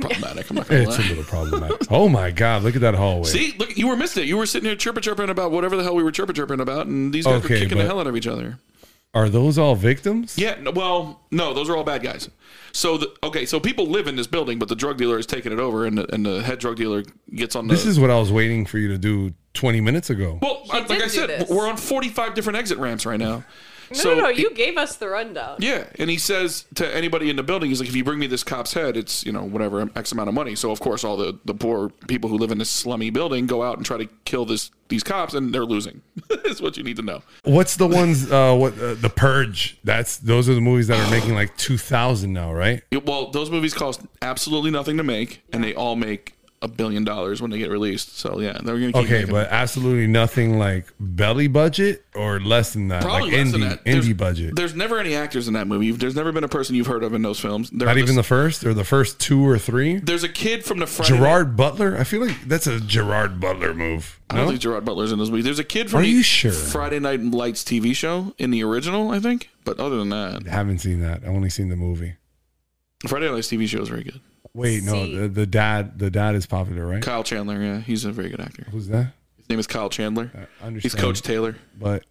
Speaker 6: problematic. I'm not gonna
Speaker 5: It's a
Speaker 6: lie.
Speaker 5: little problematic. oh my God! Look at that hallway.
Speaker 6: See, look, you were missing it. You were sitting here chirping chirping about whatever the hell we were chirping chirping about, and these guys were
Speaker 5: Okay,
Speaker 6: kicking the
Speaker 5: but-
Speaker 6: hell out of each other.
Speaker 5: Are those all victims?
Speaker 6: Yeah, no, well, no, those are all bad guys. So the, okay, so people live in this building, but the drug dealer is taking it over, and the, and the head drug dealer gets on the.
Speaker 5: This is what I was waiting for you to do 20 minutes ago.
Speaker 6: well, I-
Speaker 7: did
Speaker 6: like I
Speaker 7: do
Speaker 6: said,
Speaker 7: this.
Speaker 6: we're on forty-five different exit ramps right now.
Speaker 7: No, no, no. You gave us the rundown.
Speaker 6: Yeah, and he says to anybody in the building, he's like, if you bring me this cop's head, it's you know whatever x amount of money. So of course, all the the poor people who live in this slummy building go out and try to kill this these cops, and they're losing. Is what you need to know.
Speaker 5: What's the ones? Uh, what uh, the Purge? That's those are the movies that are making like 2,000 now, right?
Speaker 6: Yeah, well, those movies cost absolutely nothing to make, and they all make a billion dollars when they get released. So yeah, they're gonna keep
Speaker 5: Okay,
Speaker 6: making
Speaker 5: but absolutely nothing like belly budget or less than that,
Speaker 6: Probably
Speaker 5: like
Speaker 6: less
Speaker 5: indie
Speaker 6: than that. There's-
Speaker 5: indie budget.
Speaker 6: There's never any actors in that movie. There's never been a person you've heard of in those films. There
Speaker 5: Not
Speaker 6: are
Speaker 5: even the
Speaker 6: this-
Speaker 5: first or the first two or three.
Speaker 6: There's a kid from the Friday.
Speaker 5: Gerard Butler. I feel like that's a Gerard Butler move.
Speaker 6: I don't
Speaker 5: No?
Speaker 6: think Gerard Butler's in this movie. There's a kid from
Speaker 5: Are
Speaker 6: the
Speaker 5: you sure?
Speaker 6: Friday Night Lights TV show in the original, I think. But other than that,
Speaker 5: I haven't seen that. I've only seen the movie.
Speaker 6: the Friday Night Lights TV show is very good.
Speaker 5: Wait, no,
Speaker 7: See.
Speaker 5: the, the dad, the dad is popular, right?
Speaker 6: Kyle Chandler, yeah, he's a very good actor.
Speaker 5: Who's that?
Speaker 6: His name is Kyle Chandler.
Speaker 5: I Uh, understand.
Speaker 6: He's Coach Taylor.
Speaker 5: But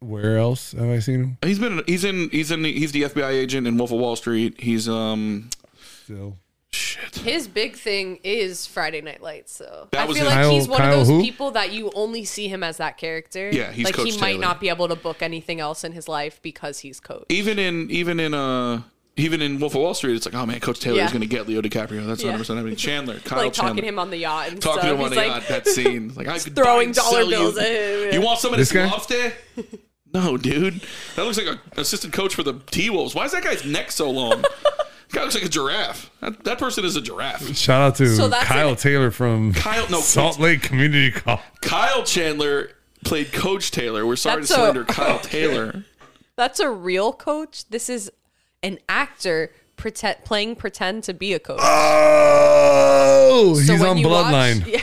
Speaker 5: where else have I seen him?
Speaker 6: He's been he's in he's in the, he's the FBI agent in Wolf of Wall Street. He's um
Speaker 5: Still.
Speaker 6: shit.
Speaker 7: His big thing is Friday Night Lights, so
Speaker 6: That
Speaker 7: I
Speaker 6: was
Speaker 7: feel
Speaker 6: his-
Speaker 7: like he's
Speaker 5: Kyle-
Speaker 7: one
Speaker 5: Kyle
Speaker 7: of those
Speaker 5: who?
Speaker 7: people that you only see him as that character.
Speaker 6: Yeah, he's
Speaker 7: like he
Speaker 6: Coach
Speaker 7: might
Speaker 6: Taylor.
Speaker 7: not be able to book anything else in his life because he's coach.
Speaker 6: Even in even in uh even in Wolf of Wall Street, it's like, oh man, Coach Taylor is
Speaker 7: Yeah.
Speaker 6: going to get Leo DiCaprio. That's
Speaker 7: Yeah.
Speaker 6: 100. percent I mean, Chandler, Kyle
Speaker 7: like talking
Speaker 6: Chandler,
Speaker 7: to him on the yacht and
Speaker 6: talking
Speaker 7: stuff.
Speaker 6: to him on
Speaker 7: he's
Speaker 6: the
Speaker 7: like,
Speaker 6: yacht. That scene, like I could buy
Speaker 7: throwing
Speaker 6: and sell
Speaker 7: dollar
Speaker 6: you.
Speaker 7: bills at him, yeah.
Speaker 6: You want some of
Speaker 5: This
Speaker 6: this
Speaker 5: guy?
Speaker 6: lobster? No, dude. That looks like an assistant coach for the T Wolves. Why is that guy's neck so long? guy looks like a giraffe. That, that person is a giraffe.
Speaker 5: Shout out to
Speaker 7: So that's
Speaker 5: Kyle
Speaker 7: it.
Speaker 5: Taylor from
Speaker 6: Kyle- no,
Speaker 5: Salt Lake Community College.
Speaker 6: Kyle Chandler played Coach Taylor. We're sorry
Speaker 7: That's
Speaker 6: to
Speaker 7: a-
Speaker 6: slander Kyle Taylor.
Speaker 7: That's a real coach. This is an actor pretend, playing pretend to be a coach.
Speaker 5: Oh,
Speaker 7: So
Speaker 5: he's
Speaker 7: when
Speaker 5: on
Speaker 7: you watch-
Speaker 5: Bloodline.
Speaker 7: Yeah.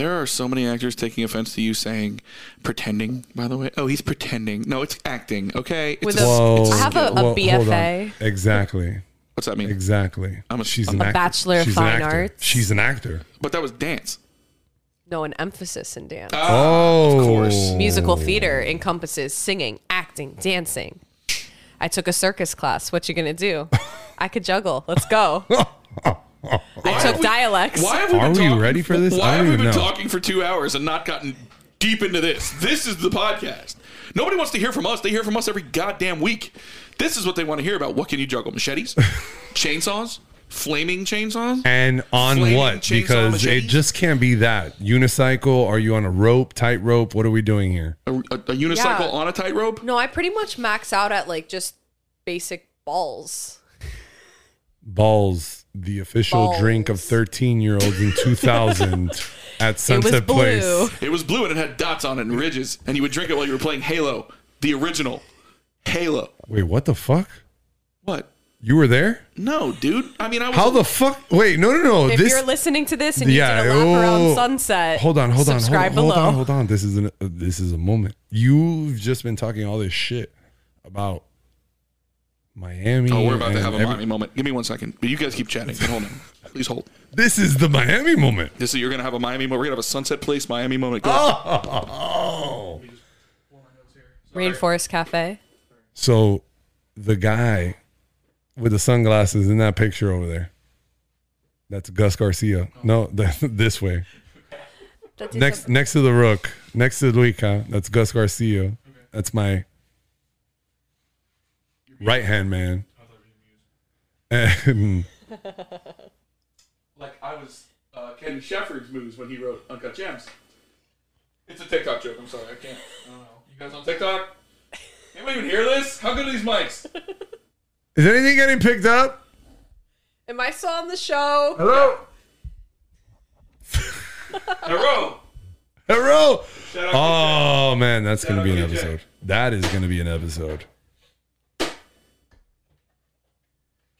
Speaker 6: There are so many actors taking offense to you saying pretending. By the way, oh, he's pretending. No, it's acting. Okay, it's
Speaker 7: With
Speaker 6: a-
Speaker 7: a-
Speaker 5: Whoa.
Speaker 7: I have a- a
Speaker 5: Whoa, hold on.
Speaker 7: BFA.
Speaker 5: Exactly.
Speaker 6: what's that mean?
Speaker 5: Exactly.
Speaker 6: I'm a-
Speaker 5: She's
Speaker 6: I'm
Speaker 5: an
Speaker 7: a
Speaker 5: actor.
Speaker 7: Bachelor of
Speaker 5: She's an
Speaker 7: Fine
Speaker 5: actor.
Speaker 7: Arts.
Speaker 5: She's an actor.
Speaker 6: But that was dance. Ah,
Speaker 7: No, an emphasis in dance.
Speaker 5: Oh,
Speaker 6: course.
Speaker 7: Musical theater encompasses singing, acting, dancing. I took a circus class. What you gonna do? I could juggle. Let's go. I took dialects.
Speaker 6: Why have we
Speaker 5: Are
Speaker 6: been
Speaker 5: we
Speaker 6: talking,
Speaker 5: ready for this?
Speaker 6: Why
Speaker 5: I
Speaker 6: have
Speaker 5: don't
Speaker 6: we
Speaker 5: even
Speaker 6: been
Speaker 5: know.
Speaker 6: talking for two hours and not gotten deep into this? This is the podcast. Nobody wants to hear from us. They hear from us every goddamn week. This is what they want to hear about. What can you juggle? Machetes, chainsaws, flaming chainsaws.
Speaker 5: And on
Speaker 6: Flaming
Speaker 5: what?
Speaker 6: chainsaw
Speaker 5: Because it
Speaker 6: machete?
Speaker 5: just can't be that. Unicycle? Are you on a rope? Tightrope? What are we doing here?
Speaker 6: A, a, a unicycle
Speaker 7: Yeah.
Speaker 6: on a tightrope.
Speaker 7: No, I pretty much max out at like just basic balls.
Speaker 5: Balls, the official
Speaker 7: Balls.
Speaker 5: drink of 13 year olds in 2000 at
Speaker 7: It was
Speaker 5: Sunset
Speaker 7: blue.
Speaker 5: Place.
Speaker 6: It was blue and it had dots on it and ridges, and you would drink it while you were playing Halo, the original Halo.
Speaker 5: Wait, what the fuck?
Speaker 6: What?
Speaker 5: You were there?
Speaker 6: No, dude. I mean, I was.
Speaker 5: How the fuck? Wait, no, no, no.
Speaker 7: If
Speaker 5: Oh, this.
Speaker 7: you're listening to this and
Speaker 5: Yeah,
Speaker 7: you did a lap
Speaker 5: oh.
Speaker 7: around sunset,
Speaker 5: hold on, hold on, hold on,
Speaker 7: Uh, subscribe
Speaker 5: hold
Speaker 7: below.
Speaker 5: on, hold on. This is an, uh, this is a moment. You've just been talking all this shit about Miami.
Speaker 6: Oh, we're about to
Speaker 5: and
Speaker 6: have a
Speaker 5: every-
Speaker 6: Miami moment. Give me one second. But you guys keep chatting. Hold on. Please hold.
Speaker 5: This is the Miami moment.
Speaker 6: This is you're gonna have a Miami moment. We're gonna have a Sunset Place Miami moment. Go.
Speaker 5: Oh.
Speaker 7: Rainforest Cafe.
Speaker 5: So the guy with the sunglasses in that picture over there. That's Gus Garcia. No, that, this way. Next next to the rook, next to Luica, that's Gus Garcia. That's my right hand man. And
Speaker 6: Like I was uh, Ken Shefford's moves when he wrote Uncut Gems. It's a TikTok joke. I'm sorry. I can't. I don't know. You guys on TikTok? Anybody even hear this? How good are these mics?
Speaker 5: is anything getting picked up?
Speaker 7: Am I still on the show?
Speaker 5: Hello?
Speaker 6: Hello.
Speaker 5: Hello?
Speaker 6: Shout out
Speaker 5: Oh man, that's gonna
Speaker 6: Shout
Speaker 5: be
Speaker 6: out
Speaker 5: an
Speaker 6: to Jack.
Speaker 5: episode. That is gonna be an episode.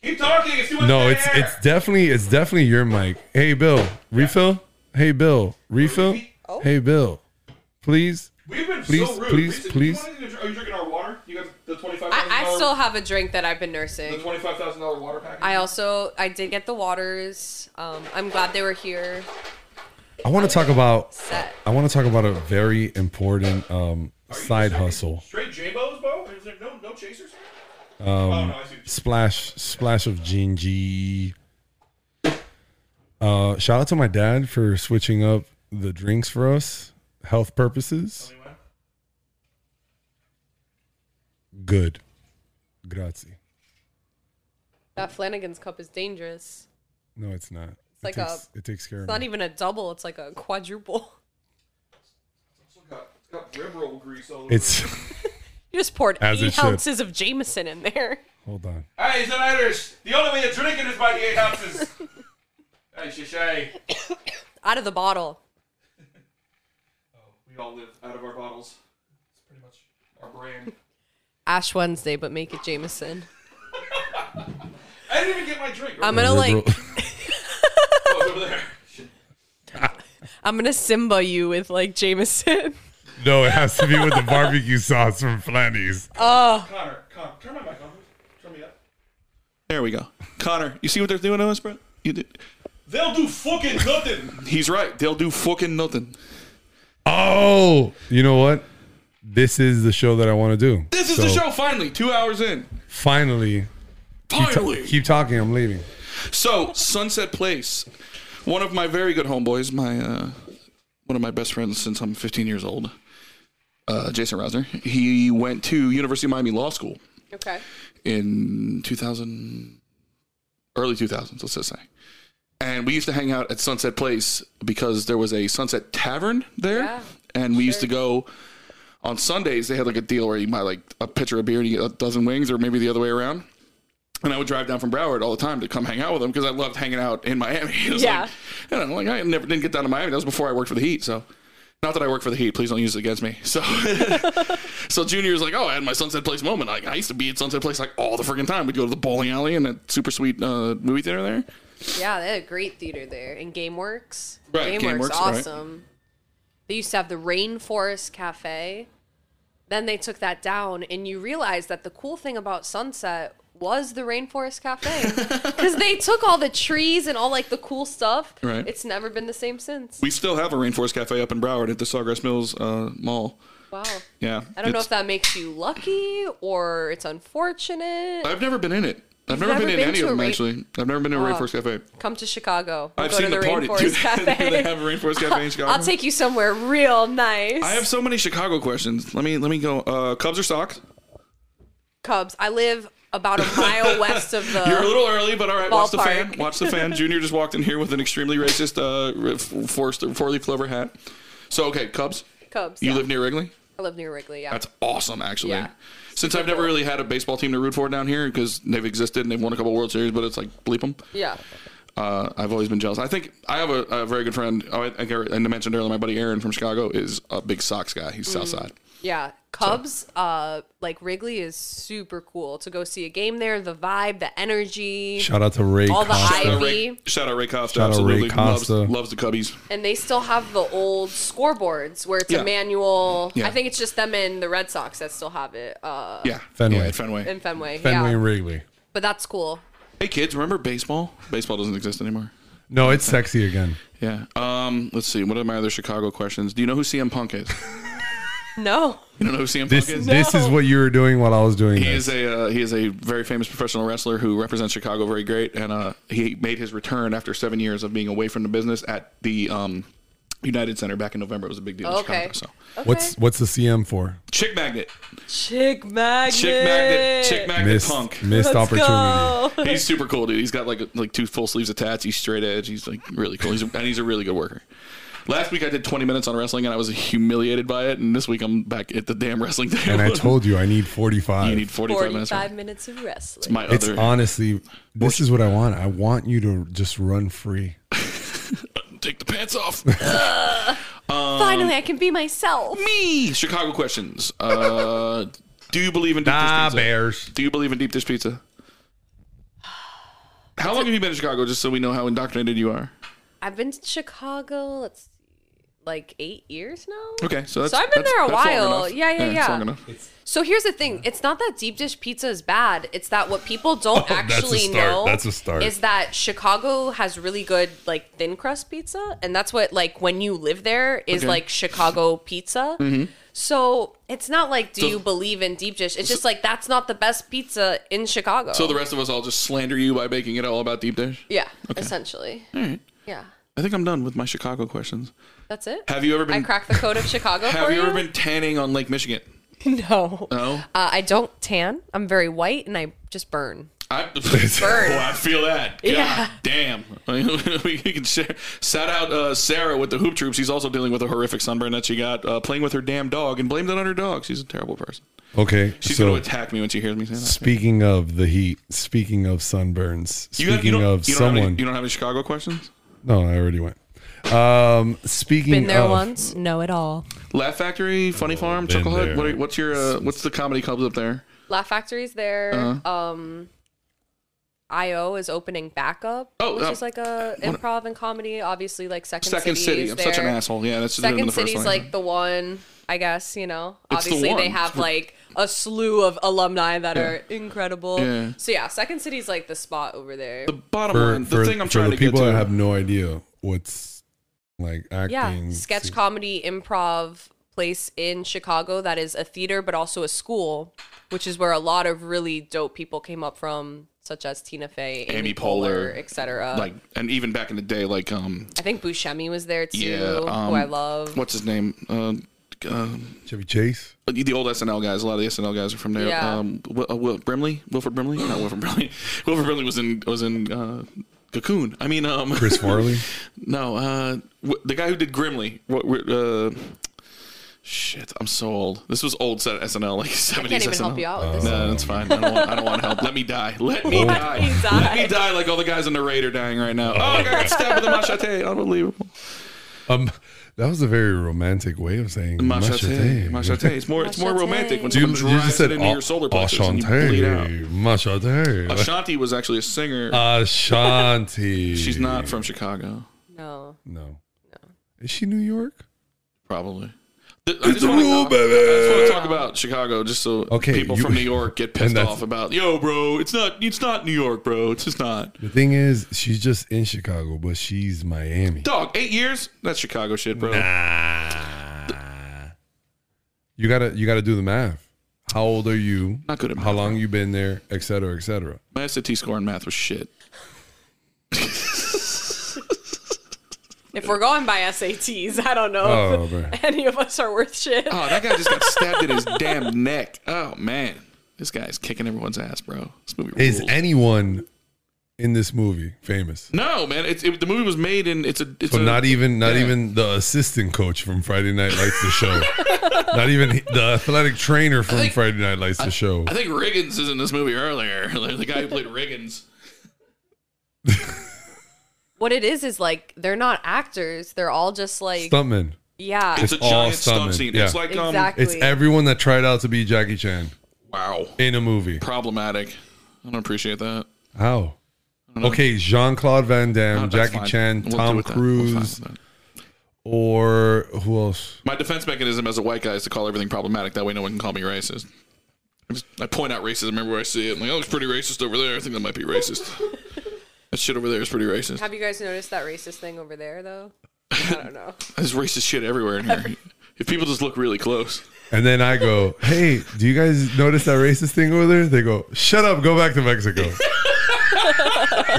Speaker 6: Keep talking. It's too much
Speaker 5: No, it's it's definitely it's definitely your mic. Hey Bill, refill. Hey Bill, refill.
Speaker 6: Oh.
Speaker 5: Hey Bill, please.
Speaker 6: We've been
Speaker 5: please,
Speaker 6: so rude.
Speaker 5: please,
Speaker 6: Lisa, do
Speaker 5: please.
Speaker 6: You want anything to drink- are you drinking our water? You got the twenty-five thousand
Speaker 7: I, I
Speaker 6: dollars.
Speaker 7: still have a drink that I've been
Speaker 6: the
Speaker 7: nursing.
Speaker 6: twenty-five thousand dollar water package.
Speaker 7: I also I did get the waters. Um, I'm glad they were here.
Speaker 5: I want to talk about
Speaker 7: Set.
Speaker 5: I want to talk about a very important um, side hustle.
Speaker 6: Straight J-Bows, bro? Is there no, no chasers here? oh, no, I see.
Speaker 5: Splash splash of Gingy. Uh, shout out to my dad for switching up the drinks for us, health purposes. Good, grazie.
Speaker 7: That Flanagan's cup is dangerous.
Speaker 5: No, it's not. It's
Speaker 7: like
Speaker 5: it takes, it takes care
Speaker 7: It's
Speaker 5: of
Speaker 7: not
Speaker 5: me.
Speaker 7: even a double. It's like a quadruple.
Speaker 6: It's got, it's got rib roll grease all over it.
Speaker 5: It's
Speaker 7: You just poured
Speaker 5: As it
Speaker 7: eight
Speaker 5: should.
Speaker 7: ounces of Jameson in there.
Speaker 5: hold on.
Speaker 6: Hey, it's an Irish. The only way to drink it is by the eight ounces. hey, shishay.
Speaker 7: Out of the bottle.
Speaker 6: We all live out of our bottles. It's pretty much our brand.
Speaker 7: Ash Wednesday, but make it Jameson.
Speaker 6: I didn't even get my drink.
Speaker 7: I'm gonna like
Speaker 5: Liberal-
Speaker 6: Oh, it's over there. Shit.
Speaker 7: I'm gonna Simba you with like Jameson.
Speaker 5: no, it has to be with the barbecue sauce from Flanny's.
Speaker 7: Oh.
Speaker 6: Connor, Connor, turn my mic on. Turn me up. There we go. Connor, you see what they're doing to us, bro? You did. They'll do fucking nothing. He's right. They'll do fucking nothing.
Speaker 5: Oh, you know what? This is the show that I want to do.
Speaker 6: This is the
Speaker 5: So,
Speaker 6: show. Finally, two hours in.
Speaker 5: Finally, keep, ta-
Speaker 6: Finally.
Speaker 5: keep talking. I'm leaving.
Speaker 6: So Sunset Place, one of my very good homeboys, my uh, one of my best friends since I'm 15 years old, uh, Jason Rouser. He went to University of Miami Law School
Speaker 7: Okay.
Speaker 6: in 2000, early 2000s, let's just say. And we used to hang out at Sunset Place because there was a Sunset Tavern there,
Speaker 7: Yeah,
Speaker 6: and we used to go. On Sundays, they had like a deal where you buy like a pitcher of beer and you get a dozen wings, or maybe the other way around. And I would drive down from Broward all the time to come hang out with them because I loved hanging out in Miami. It was
Speaker 7: Yeah.
Speaker 6: Like, and I'm like, I never didn't get down to Miami. That was before I worked for the Heat. So, not that I work for the Heat. Please don't use it against me. So, so Junior was like, oh, I had my Sunset Place moment. Like, I used to be at Sunset Place like all the freaking time. We'd go to the bowling alley and that super sweet uh, movie theater there.
Speaker 7: Yeah, they had a great theater there. And GameWorks.
Speaker 6: Right,
Speaker 7: GameWorks,
Speaker 6: GameWorks, right.
Speaker 7: awesome. They used to have the Rainforest Cafe. Then they took that down, and you realize that the cool thing about Sunset was the Rainforest Cafe because they took all the trees and all like the cool stuff.
Speaker 6: Right.
Speaker 7: It's never been the same since.
Speaker 6: We still have a Rainforest Cafe up in Broward at the Sawgrass Mills uh, Mall.
Speaker 7: Wow.
Speaker 6: Yeah.
Speaker 7: I don't know
Speaker 6: It's-
Speaker 7: if that makes you lucky or it's unfortunate.
Speaker 6: I've never been in it. I've never,
Speaker 7: never
Speaker 6: been,
Speaker 7: been
Speaker 6: in any of
Speaker 7: to a
Speaker 6: them,
Speaker 7: ra-
Speaker 6: actually. I've never been to a Rainforest Cafe.
Speaker 7: Come to Chicago. We'll
Speaker 6: I've
Speaker 7: go
Speaker 6: seen
Speaker 7: to
Speaker 6: the, party.
Speaker 7: Rainforest
Speaker 6: Dude,
Speaker 7: Cafe.
Speaker 6: they have a Rainforest Cafe in Chicago.
Speaker 7: I'll take you somewhere real nice.
Speaker 6: I have so many Chicago questions. Let me let me go. Uh, Cubs or Sox?
Speaker 7: Cubs. I live about a mile west of the.
Speaker 6: You're a little early, but all right. Watch the
Speaker 7: Ballpark.
Speaker 6: fan. Watch the fan. Junior just walked in here with an extremely racist uh, four four leaf clover hat. So okay, Cubs.
Speaker 7: Cubs.
Speaker 6: You
Speaker 7: yeah.
Speaker 6: live near Wrigley?
Speaker 7: I live near Wrigley. Yeah.
Speaker 6: That's awesome, actually.
Speaker 7: Yeah.
Speaker 6: Since I've never really had a baseball team to root for down here because they've existed and they've won a couple World Series, but it's like bleep them.
Speaker 7: yeah.
Speaker 6: Uh, I've always been jealous. I think I have a, a very good friend. Oh, I, I, and I mentioned earlier, my buddy Aaron from Chicago is a big Sox guy. He's South Side.
Speaker 7: Yeah. Cubs, uh, like Wrigley is super cool to go see a game there. The vibe, the energy,
Speaker 5: Shout out to Ray.
Speaker 7: all the
Speaker 5: Costa.
Speaker 6: Shout out,
Speaker 7: ivy,
Speaker 6: Ray, shout out Ray Costa.
Speaker 5: Shout out Ray
Speaker 6: absolutely
Speaker 5: Costa.
Speaker 6: Loves, loves the Cubbies.
Speaker 7: and they still have the old scoreboards where it's
Speaker 6: Yeah.
Speaker 7: a manual.
Speaker 6: Yeah.
Speaker 7: I think it's just them and the Red Sox that still have it uh,
Speaker 6: Yeah,
Speaker 5: Fenway.
Speaker 6: Yeah, Fenway.
Speaker 7: in Fenway.
Speaker 5: Fenway
Speaker 7: Yeah,
Speaker 5: and Wrigley.
Speaker 7: but that's cool.
Speaker 6: Hey kids, remember baseball? Baseball doesn't exist anymore.
Speaker 5: No, it's sexy again.
Speaker 6: Yeah. Um. Let's see. What are my other Chicago questions? Do you know who CM Punk is?
Speaker 7: No,
Speaker 6: You don't know who CM
Speaker 5: This
Speaker 6: Punk is?
Speaker 5: this is what you were doing while I was doing
Speaker 6: He
Speaker 5: this.
Speaker 6: is a uh, he is a very famous professional wrestler who represents Chicago very great, and uh, he made his return after seven years of being away from the business at the um, United Center back in November. It was a big deal.
Speaker 7: Okay.
Speaker 6: In Chicago, so
Speaker 5: What's what's the CM for?
Speaker 6: chick magnet,
Speaker 7: chick magnet.
Speaker 6: chick magnet, chick magnet
Speaker 5: Missed
Speaker 6: punk.
Speaker 5: missed opportunity.
Speaker 6: He's super cool, dude. He's got like like two full sleeves of tats. He's straight edge. He's like really cool. He's a, and he's a really good worker. Last week I did 20 minutes on wrestling and I was humiliated by it. And this week I'm back at the damn wrestling table.
Speaker 5: And I told you I need 45.
Speaker 6: you need 45, minutes.
Speaker 7: Forty-five minutes of wrestling.
Speaker 6: My
Speaker 5: it's
Speaker 6: other
Speaker 5: honestly this is what I want. I want you to just run free.
Speaker 6: take the pants off.
Speaker 7: Finally, I can be myself.
Speaker 6: me. Chicago questions. Uh, do you believe in deep dish pizza?
Speaker 5: Bears.
Speaker 6: Do you believe in deep dish pizza? How long have you been in Chicago? Just so we know how indoctrinated you are.
Speaker 7: I've been to Chicago. Let's see, like eight years now.
Speaker 6: Okay, so that's
Speaker 7: So I've been
Speaker 6: that's-
Speaker 7: there a
Speaker 6: that's long
Speaker 7: while.
Speaker 6: enough.
Speaker 7: Yeah, yeah,
Speaker 6: it's
Speaker 7: yeah.
Speaker 6: long enough.
Speaker 7: So here's the thing: it's not that deep dish pizza is bad. It's that what people
Speaker 6: Oh,
Speaker 7: don't
Speaker 5: that's a
Speaker 7: actually
Speaker 5: start.
Speaker 7: know
Speaker 5: That's a start.
Speaker 7: is that Chicago has really good like thin crust pizza, and that's what like when you live there
Speaker 6: Okay.
Speaker 7: is
Speaker 6: Mm-hmm.
Speaker 7: like Chicago pizza. So it's not like do you believe in deep dish? It's just like that's not the best pizza in Chicago.
Speaker 6: So the rest of us all just slander you by making it all about deep dish.
Speaker 7: yeah, essentially, yeah,
Speaker 6: I think I'm done with my Chicago questions.
Speaker 7: that's it.
Speaker 6: Have you ever
Speaker 7: I
Speaker 6: been?
Speaker 7: cracked the code of Chicago
Speaker 6: have
Speaker 7: for
Speaker 6: you, ever been tanning on Lake Michigan?
Speaker 7: No.
Speaker 6: No.
Speaker 7: Uh, I don't tan. I'm very white, and I just burn.
Speaker 6: I,
Speaker 7: Burn.
Speaker 6: Boy, I feel that. God
Speaker 7: Yeah.
Speaker 6: damn. we can share. Shout out uh, Sarah with the hoop troops. She's also dealing with a horrific sunburn that she got uh, playing with her damn dog and blamed it on her dog. She's a terrible person.
Speaker 5: Okay.
Speaker 6: She's
Speaker 5: so
Speaker 6: going to attack me when she hears me say that.
Speaker 5: speaking of the heat, speaking of sunburns,
Speaker 6: You have-
Speaker 5: speaking
Speaker 6: you don't-
Speaker 5: of
Speaker 6: you don't have any-
Speaker 5: someone.
Speaker 6: you don't have any Chicago questions?
Speaker 5: no, I already went. Um speaking
Speaker 7: Been there
Speaker 6: Oh.
Speaker 5: of
Speaker 7: once. Know it all.
Speaker 6: Laugh Factory, Funny Farm,
Speaker 5: Oh, been
Speaker 6: Chucklehead.
Speaker 5: there.
Speaker 6: What are, what's your uh, what's the comedy clubs up there?
Speaker 7: Laugh Factory's there.
Speaker 6: Uh-huh.
Speaker 7: Um, IO is opening back up,
Speaker 6: Oh,
Speaker 7: which
Speaker 6: uh,
Speaker 7: is like a improv and comedy. Obviously, like Second,
Speaker 6: Second
Speaker 7: City.
Speaker 6: City.
Speaker 7: is
Speaker 6: I'm
Speaker 7: there.
Speaker 6: such an asshole. Yeah, that's just the
Speaker 7: Second
Speaker 6: first
Speaker 7: City's
Speaker 6: one.
Speaker 7: like the one, I guess. You know,
Speaker 6: It's the
Speaker 7: obviously they
Speaker 6: one.
Speaker 7: have like a slew of alumni that are incredible.
Speaker 6: Yeah.
Speaker 7: So yeah, Second City's like the spot over there.
Speaker 6: the bottom
Speaker 5: for,
Speaker 6: line. The
Speaker 5: for-
Speaker 6: thing I'm
Speaker 5: for
Speaker 6: trying
Speaker 5: the
Speaker 6: to get
Speaker 5: people
Speaker 6: to.
Speaker 5: that have no idea what's like acting.
Speaker 7: yeah, sketch comedy improv place in Chicago that is a theater but also a school, which is where a lot of really dope people came up from, such as Tina Fey, Amy,
Speaker 6: Amy
Speaker 7: Poehler,
Speaker 6: Poehler,
Speaker 7: etc.
Speaker 6: like, and even back in the day, like um,
Speaker 7: I think Buscemi was there too,
Speaker 6: Yeah, um,
Speaker 7: who I love.
Speaker 6: what's his name? Uh, uh,
Speaker 5: Chevy Chase.
Speaker 6: the old SNL guys. A lot of the SNL guys are from there.
Speaker 7: Yeah.
Speaker 6: Um, Will, uh, Will Brimley, Wilford Brimley, not Wilford Brimley. Wilford Brimley was in was in uh, Cocoon. I mean, um,
Speaker 5: Chris Farley.
Speaker 6: no, uh, w- the guy who did Grimley. What? what, Uh, shit, I'm so old. This was old set SNL, like 70s.
Speaker 7: Can't even
Speaker 6: SNL.
Speaker 7: help you out with this.
Speaker 6: No, that's fine. I don't, want, I don't want help. Let me die. Let me
Speaker 5: Let
Speaker 6: die.
Speaker 7: me die.
Speaker 6: Let me die like all the guys on the raid are dying right now. Oh, I got stabbed with a machete. Unbelievable.
Speaker 5: Um, that was a very romantic way of saying
Speaker 6: Machete.
Speaker 5: machete.
Speaker 6: Machete. It's more, it's more
Speaker 7: Machete.
Speaker 6: romantic when
Speaker 5: You,
Speaker 6: someone
Speaker 5: you
Speaker 6: drives
Speaker 5: just said
Speaker 6: it into your solar plexus and you bleed out.
Speaker 5: Ashante. Machete.
Speaker 6: Ashanti was actually a singer.
Speaker 5: Ashanti.
Speaker 6: She's not from Chicago,
Speaker 7: No,
Speaker 5: No. No. Is she New York?
Speaker 6: probably. Th- I just
Speaker 5: a
Speaker 6: wanna-
Speaker 5: rule, baby.
Speaker 6: I just want to talk about Chicago, just so
Speaker 5: Okay,
Speaker 6: people
Speaker 5: you-
Speaker 6: from New York get pissed
Speaker 5: and that's-
Speaker 6: off about, yo, bro, it's not, it's not New York, bro, it's just not.
Speaker 5: The thing is, she's just in Chicago, but she's Miami.
Speaker 6: Dog, eight years, that's Chicago shit, bro.
Speaker 5: You gotta you gotta do the math. How old are you?
Speaker 6: Not good at
Speaker 5: How
Speaker 6: math.
Speaker 5: long you been there, et cetera, et cetera.
Speaker 6: My SAT score in math was shit.
Speaker 7: if we're going by SATs, I don't know
Speaker 5: Oh,
Speaker 7: if
Speaker 5: man.
Speaker 7: any of us are worth shit.
Speaker 6: Oh, that guy just got stabbed in his damn neck. Oh man, this guy's kicking everyone's ass, bro. This movie
Speaker 5: Is
Speaker 6: rules.
Speaker 5: anyone in this movie famous?
Speaker 6: no man. It's it, the movie was made in it's a it's
Speaker 5: So
Speaker 6: a,
Speaker 5: not even not
Speaker 6: yeah.
Speaker 5: even the assistant coach from Friday Night Lights the show. not even the athletic trainer from
Speaker 6: think-
Speaker 5: Friday Night Lights the show.
Speaker 6: I think Riggins is in this movie earlier. Like, the guy who played Riggins.
Speaker 7: What it is is like they're not actors; they're all just like
Speaker 5: Stuntman.
Speaker 7: Yeah.
Speaker 6: It's,
Speaker 5: It's
Speaker 6: a
Speaker 5: all
Speaker 6: giant
Speaker 5: stomach,
Speaker 6: stunt scene. It's
Speaker 5: yeah.
Speaker 6: like um,
Speaker 7: Exactly.
Speaker 5: It's everyone that tried out to be Jackie Chan
Speaker 6: wow,
Speaker 5: in a movie.
Speaker 6: problematic. I don't appreciate that.
Speaker 5: How? Okay, Jean Claude Van Damme,
Speaker 6: No, that's
Speaker 5: Jackie
Speaker 6: fine.
Speaker 5: Chan,
Speaker 6: We'll deal
Speaker 5: Tom
Speaker 6: with that. We'll deal with
Speaker 5: Cruise,
Speaker 6: that.
Speaker 5: or who else?
Speaker 6: My defense mechanism as a white guy is to call everything problematic. That way, no one can call me racist. I, just, I point out racism everywhere I see it. i like, oh, it's pretty racist over there. I think that might be racist. that shit over there is pretty racist.
Speaker 7: Have you guys noticed that racist thing over there though? I don't know.
Speaker 6: There's racist shit everywhere in here. if people just look really close,
Speaker 5: And then I go, hey, do you guys notice that racist thing over there? They go, shut up, go back to Mexico.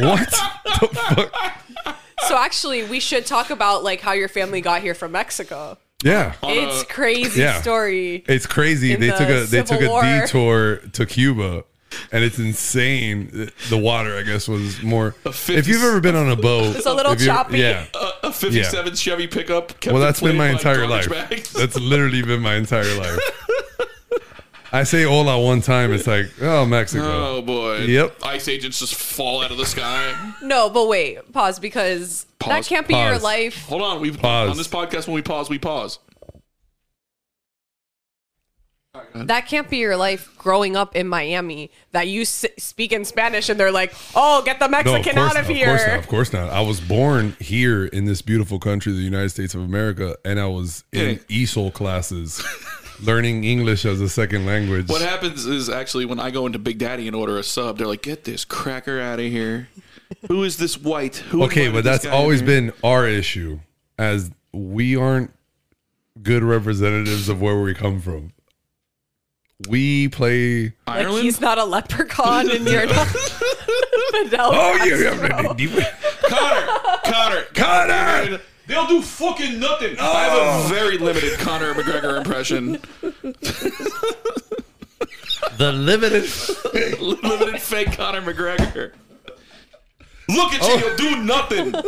Speaker 5: what?
Speaker 7: So actually, we should talk about like how your family got here from Mexico.
Speaker 5: Yeah.
Speaker 7: It's crazy
Speaker 5: yeah.
Speaker 7: story.
Speaker 5: It's crazy.
Speaker 7: In
Speaker 5: They
Speaker 7: the
Speaker 5: took a they
Speaker 7: Civil
Speaker 5: took a
Speaker 7: War.
Speaker 5: detour to Cuba, and it's insane. The water, I guess, was more.
Speaker 6: fifty-
Speaker 5: If you've ever been on a boat,
Speaker 7: It's a little
Speaker 5: if you're-
Speaker 7: choppy.
Speaker 5: Yeah.
Speaker 6: a 57 Chevy pickup. Kept
Speaker 5: Well, that's been
Speaker 6: inflated
Speaker 5: my
Speaker 6: by
Speaker 5: entire life.
Speaker 6: garbage bags.
Speaker 5: That's literally been my entire life. I say hola one time, it's like, oh, Mexico.
Speaker 6: Oh boy.
Speaker 5: Yep.
Speaker 6: Ice agents just fall out of the sky.
Speaker 7: No, but wait, pause because that
Speaker 6: Pause,
Speaker 7: can't be your
Speaker 5: pause.
Speaker 7: life.
Speaker 6: Hold on. We
Speaker 5: Pause.
Speaker 6: on this podcast when we pause, we pause.
Speaker 7: That can't be your life growing up in Miami that you s- speak in Spanish and they're like, "Oh, get the
Speaker 5: No, of
Speaker 7: Mexican
Speaker 5: course,
Speaker 7: out
Speaker 5: not,
Speaker 7: of
Speaker 5: of
Speaker 7: here."
Speaker 5: course not. Of course not. I was born here in this beautiful country, the United States of America, and I was in E ESOL classes, learning English as a second language.
Speaker 6: What happens is actually when I go into Big Daddy and order a sub, they're like, "Get this cracker out of here! Who is this white? Who
Speaker 5: Okay, but
Speaker 6: invited this
Speaker 5: that's
Speaker 6: guy in
Speaker 5: always
Speaker 6: here?"
Speaker 5: been our issue, as we aren't good representatives of where we come from. We play.
Speaker 7: Like
Speaker 6: Ireland.
Speaker 7: he's not a leprechaun and you're not Fidel.
Speaker 5: Oh,
Speaker 7: Castro.
Speaker 6: Connor, Connor,
Speaker 5: Connor!
Speaker 6: They'll do fucking nothing.
Speaker 5: Oh.
Speaker 6: I have a very limited Connor McGregor impression.
Speaker 8: The limited.
Speaker 6: limited fake Connor McGregor. Look at you, you'll do nothing.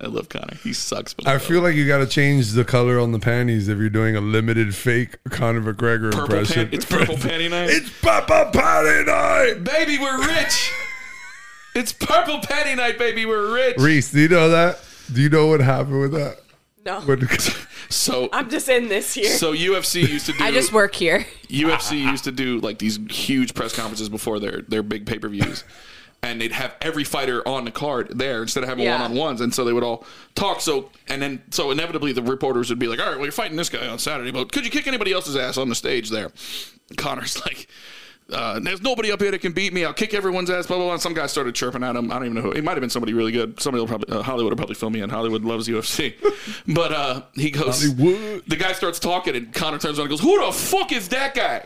Speaker 6: I love Connor. He sucks, but I
Speaker 5: I
Speaker 6: love him.
Speaker 5: feel like you got to change the color on the panties if you're doing a limited fake Conor McGregor
Speaker 6: purple
Speaker 5: impression.
Speaker 6: pan- it's purple panty night.
Speaker 5: It's Papa Patty Night.
Speaker 6: baby, we're rich. it's purple panty night, baby, we're rich.
Speaker 5: Reese, do you know that? Do you know what happened with that?
Speaker 7: No.
Speaker 5: When-
Speaker 6: so
Speaker 7: I'm just in this here.
Speaker 6: so UFC used to do
Speaker 7: I just work here.
Speaker 6: UFC used to do like these huge press conferences before their their big pay per views, and they'd have every fighter on the card there instead of having
Speaker 7: Yeah.
Speaker 6: one on ones, and so they would all talk. So and then so inevitably the reporters would be like, "All right, well you're fighting this guy on Saturday, but could you kick anybody else's ass on the stage there?" Connor's like. Uh, there's nobody up here that can beat me. I'll kick everyone's ass. Blah blah. blah. And some guy started chirping at him. I don't even know who. It might have been somebody really good. Somebody will probably uh, Hollywood will probably fill me in. Hollywood loves UFC, but uh, he goes.
Speaker 5: Hollywood.
Speaker 6: The guy starts talking, and Connor turns around and goes, "Who the fuck is that guy?"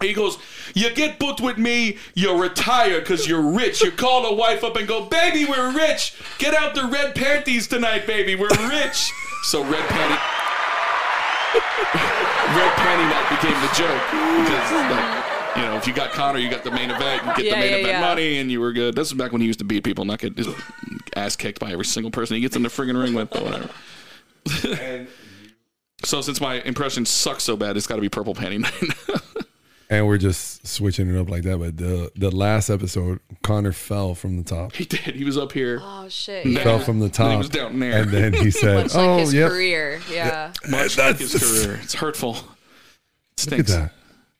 Speaker 6: He goes, You get booked with me, you retire because you're rich. You call a wife up and go, Baby, we're rich. Get out the red panties tonight, baby. We're rich. So red panty. red panty night became the joke. Because, like, you know, if you got Connor, you got the main event, you get
Speaker 7: Yeah,
Speaker 6: the main
Speaker 7: yeah,
Speaker 6: event
Speaker 7: yeah.
Speaker 6: money, and you were good. This is back when he used to beat people, and not get his ass kicked by every single person he gets in the friggin' ring with, but whatever. so since my impression sucks so bad, it's got to be purple panty night.
Speaker 5: and we're just switching it up like that. But the the last episode, Connor fell from the top.
Speaker 6: He did. He was up here.
Speaker 7: Oh shit.
Speaker 6: Nah.
Speaker 5: Fell from the
Speaker 6: And
Speaker 5: top.
Speaker 6: he was down there.
Speaker 5: And uh, then he said,
Speaker 7: Much like
Speaker 5: "Oh,
Speaker 7: his
Speaker 5: yeah,
Speaker 7: career. Yeah.
Speaker 6: Much like his career. It's hurtful. It
Speaker 5: Look at
Speaker 6: stinks.
Speaker 5: that.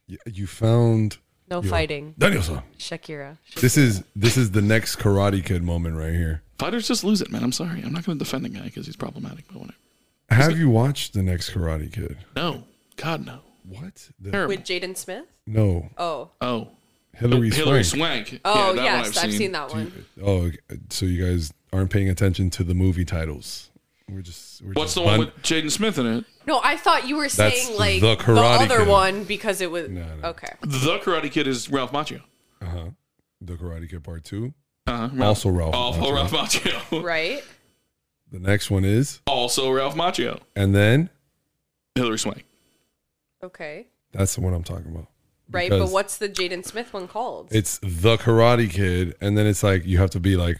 Speaker 5: Y- You found
Speaker 7: No fighting.
Speaker 5: Danielson.
Speaker 7: Shakira.
Speaker 5: This is this is the next Karate Kid moment right here.
Speaker 6: Fighters just lose it, man. I'm sorry. I'm not going to defend the guy because he's problematic. But whatever.
Speaker 5: Have you watched the next Karate Kid?
Speaker 6: No. God, no.
Speaker 5: What? The,
Speaker 6: Terrible.
Speaker 7: With Jaden Smith?
Speaker 5: no,
Speaker 7: Oh.
Speaker 6: oh.
Speaker 5: Hillary,
Speaker 6: Hillary
Speaker 5: Swank.
Speaker 6: Swank.
Speaker 7: Oh
Speaker 6: that one
Speaker 7: yes, I've, seen. that one.
Speaker 5: Oh, so you guys aren't paying attention to the movie titles? We're just. We're just
Speaker 6: What's the one
Speaker 5: bun-
Speaker 6: with Jaden Smith in it?
Speaker 7: No, I thought you were
Speaker 5: That's
Speaker 7: saying like
Speaker 5: The
Speaker 7: the,
Speaker 5: Karate
Speaker 7: other
Speaker 5: Kid.
Speaker 7: one because it was
Speaker 5: No, no.
Speaker 7: okay.
Speaker 6: The Karate Kid is Ralph Macchio.
Speaker 5: uh-huh. the Karate Kid Part Two?
Speaker 6: Uh,
Speaker 5: Also Oh, Ralph
Speaker 6: Also
Speaker 5: Macchio.
Speaker 6: Ralph Macchio.
Speaker 7: Right?
Speaker 5: The next one is,
Speaker 6: also Ralph Macchio.
Speaker 5: and then
Speaker 6: Hillary Swank.
Speaker 7: Okay.
Speaker 5: that's the one I'm talking about.
Speaker 7: Right,
Speaker 5: Because
Speaker 7: but what's the Jaden Smith one called?
Speaker 5: It's the Karate Kid, and then it's like you have to be like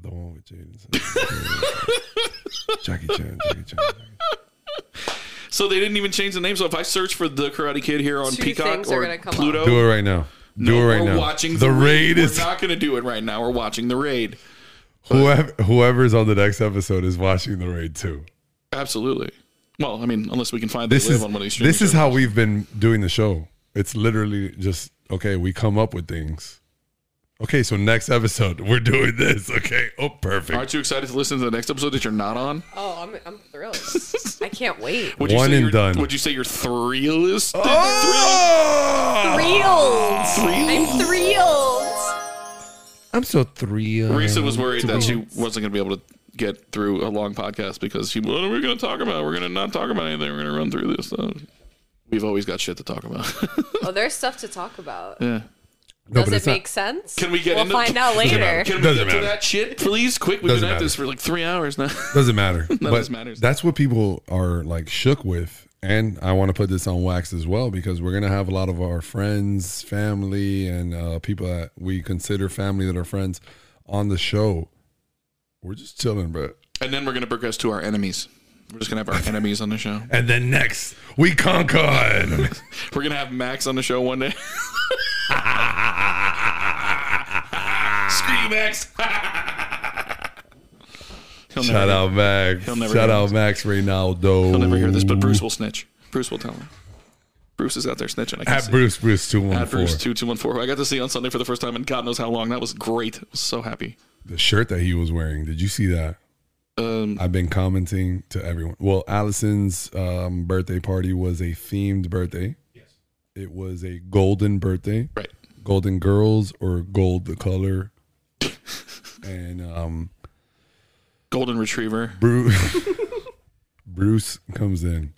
Speaker 5: the one with Jaden. Smith. Jackie Chan, Jackie Chan. Jackie Chan.
Speaker 6: So they didn't even change the name. So if I search for The Karate Kid here on
Speaker 7: Two
Speaker 6: Peacock
Speaker 7: things are
Speaker 6: or
Speaker 7: gonna come up.
Speaker 6: Pluto,
Speaker 5: Do it right now. Do
Speaker 6: No,
Speaker 5: it right
Speaker 6: we're
Speaker 5: now.
Speaker 6: Watching
Speaker 5: the, raid is
Speaker 6: We're not going to do it right now. We're watching the raid.
Speaker 5: whoever whoever's on the next episode is watching the raid too.
Speaker 6: Absolutely. Well, I mean, unless we can find
Speaker 5: This
Speaker 6: they live
Speaker 5: is
Speaker 6: on one of these streaming
Speaker 5: this is how
Speaker 6: services.
Speaker 5: we've been doing the show. It's literally just okay. We come up with things. Okay, so next episode we're doing this. Okay, oh perfect.
Speaker 6: Aren't you excited to listen to the next episode that you're not on?
Speaker 7: Oh, I'm, I'm thrilled. I can't wait.
Speaker 6: Would you
Speaker 5: One
Speaker 6: say
Speaker 5: and
Speaker 6: you're-
Speaker 5: done. Oh!
Speaker 6: Would you say you're thrillist?
Speaker 7: Thrilled. I'm thrilled.
Speaker 8: I'm so
Speaker 5: uh,
Speaker 8: thrilled.
Speaker 6: Risa was worried that she wasn't going to be able to get through a long podcast because she. What are we going to talk about? We're going to not talk about anything. We're going to run through this. Uh, We've always got shit to talk about.
Speaker 7: Oh, there's stuff to talk about.
Speaker 6: yeah.
Speaker 5: No,
Speaker 7: Does
Speaker 5: but
Speaker 7: it
Speaker 5: it's
Speaker 7: make
Speaker 5: not.
Speaker 7: sense?
Speaker 6: Can we get
Speaker 7: We'll
Speaker 6: into-
Speaker 7: find out later.
Speaker 6: Can
Speaker 5: Doesn't
Speaker 6: we get to
Speaker 5: matter.
Speaker 6: that shit, please? Quick, we've
Speaker 5: Doesn't
Speaker 6: been at
Speaker 5: matter.
Speaker 6: this for like three hours now.
Speaker 5: Doesn't matter. but
Speaker 6: this matters.
Speaker 5: That's what people are like shook with. And I want to put this on wax as well because we're going to have a lot of our friends, family, and uh, people that we consider family that are friends on the show. We're just chilling, bro.
Speaker 6: and then we're going to progress to our enemies. We're just going to have our enemies on the show.
Speaker 5: And then next, we conquer. enemies.
Speaker 6: We're going to have Max on the show one day. Screw you, Max. He'll
Speaker 5: Shout
Speaker 6: never-
Speaker 5: out, Max.
Speaker 6: never
Speaker 5: Shout
Speaker 6: hear
Speaker 5: out,
Speaker 6: this.
Speaker 5: Max Reynaldo.
Speaker 6: He'll never hear this, but Bruce will snitch. Bruce will tell him. Bruce is out there snitching. I can
Speaker 5: At
Speaker 6: see.
Speaker 5: Bruce, Bruce
Speaker 6: At Bruce
Speaker 5: 214.
Speaker 6: two two one four. Who I got to see on Sunday for the first time, and God knows how long. That was great. I was so happy.
Speaker 5: The shirt that he was wearing, did you see that?
Speaker 6: Um,
Speaker 5: I've been commenting to everyone. Well, Allison's um, birthday party was a themed birthday. Yes. It was a golden birthday.
Speaker 6: right.
Speaker 5: Golden Girls or Gold the Color. and um,
Speaker 6: Golden Retriever.
Speaker 5: Bruce, Bruce comes in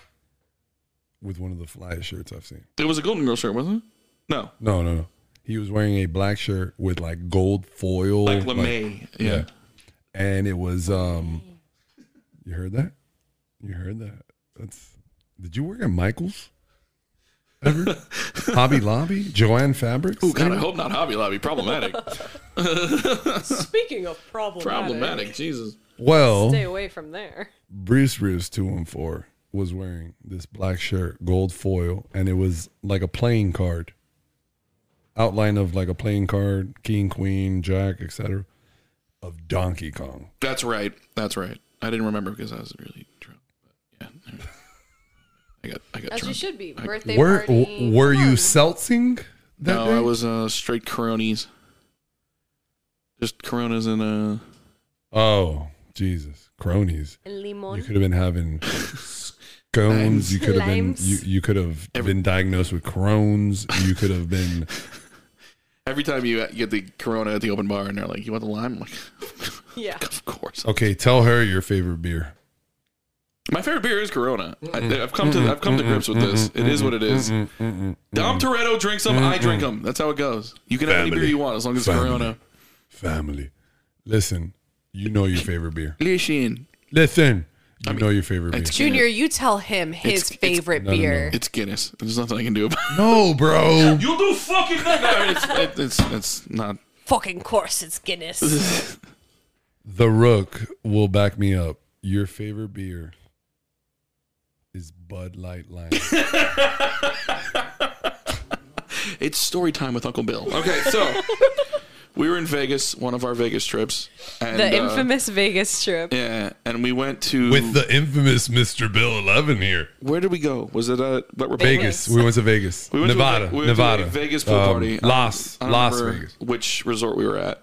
Speaker 5: with one of the flyest shirts I've seen.
Speaker 6: It was a Golden Girl shirt, wasn't it? No,
Speaker 5: No, no, no. He was wearing a black shirt with like gold foil.
Speaker 6: like LeMay. yeah.
Speaker 5: yeah. and it was um you heard that you heard that that's did you work at michael's ever hobby lobby joanne fabrics
Speaker 6: Oh God, I hope not Hobby Lobby. Problematic.
Speaker 7: Speaking of problematic,
Speaker 6: Problematic. Jesus.
Speaker 5: well
Speaker 7: stay away from there.
Speaker 5: bruce bruce 214 was wearing this black shirt gold foil and it was like a playing card outline of like a playing card king queen jack etc of donkey kong
Speaker 6: That's right. That's right. I didn't remember because I was really drunk. But yeah. I got. I got
Speaker 7: As
Speaker 6: drunk.
Speaker 7: you should be. Birthday
Speaker 5: were
Speaker 7: party.
Speaker 5: were you
Speaker 7: Fun.
Speaker 5: seltzing that
Speaker 6: no,
Speaker 5: day?
Speaker 6: I was uh, straight Coronis. Just Coronas and uh,
Speaker 5: Oh, Jesus. Cronies.
Speaker 7: And limon.
Speaker 5: You could have been having scones. You could have been
Speaker 7: Limes.
Speaker 5: you, you could have been diagnosed with Crohn's. You could have been
Speaker 6: every time you get the Corona at the open bar and they're like, "You want the lime?" I'm like,
Speaker 7: yeah.
Speaker 6: of course.
Speaker 5: Okay, tell her your favorite beer.
Speaker 6: My favorite beer is Corona. I,
Speaker 5: Mm-hmm.
Speaker 6: I've come to I've come to grips with this. It is what it is. Dom Toretto drinks them. I drink them. That's how it goes. You can have any
Speaker 5: Mm-hmm. Family.
Speaker 6: beer you want as long as it's
Speaker 5: Family.
Speaker 6: Corona.
Speaker 5: Family. Listen, you know your favorite beer.
Speaker 6: Listen,
Speaker 5: Listen, you know your favorite beer.
Speaker 7: Junior, you tell him his
Speaker 6: It's- it's-
Speaker 7: favorite
Speaker 5: no, no.
Speaker 7: beer.
Speaker 6: it's Guinness. There's nothing I can do about. it.
Speaker 5: No, bro.
Speaker 6: You'll do fucking nothing. it's, it's it's not.
Speaker 7: Fucking course, it's Guinness.
Speaker 5: The Rook will back me up. Your favorite beer is Bud Light Lime.
Speaker 6: It's story time with Uncle Bill. Okay, so we were in Vegas, one of our Vegas trips, and
Speaker 7: the
Speaker 6: uh,
Speaker 7: infamous Vegas trip.
Speaker 6: yeah, and we went to
Speaker 5: With the infamous Mr. Bill Eleven here.
Speaker 6: where did we go? Was it at what Republic?
Speaker 5: Vegas. We went to Vegas.
Speaker 6: We went
Speaker 5: Nevada.
Speaker 6: to a, we went to
Speaker 5: Nevada.
Speaker 6: a Vegas pool
Speaker 5: Um,
Speaker 6: party.
Speaker 5: Las
Speaker 6: I don't
Speaker 5: Las
Speaker 6: remember
Speaker 5: Vegas.
Speaker 6: Which resort we were at.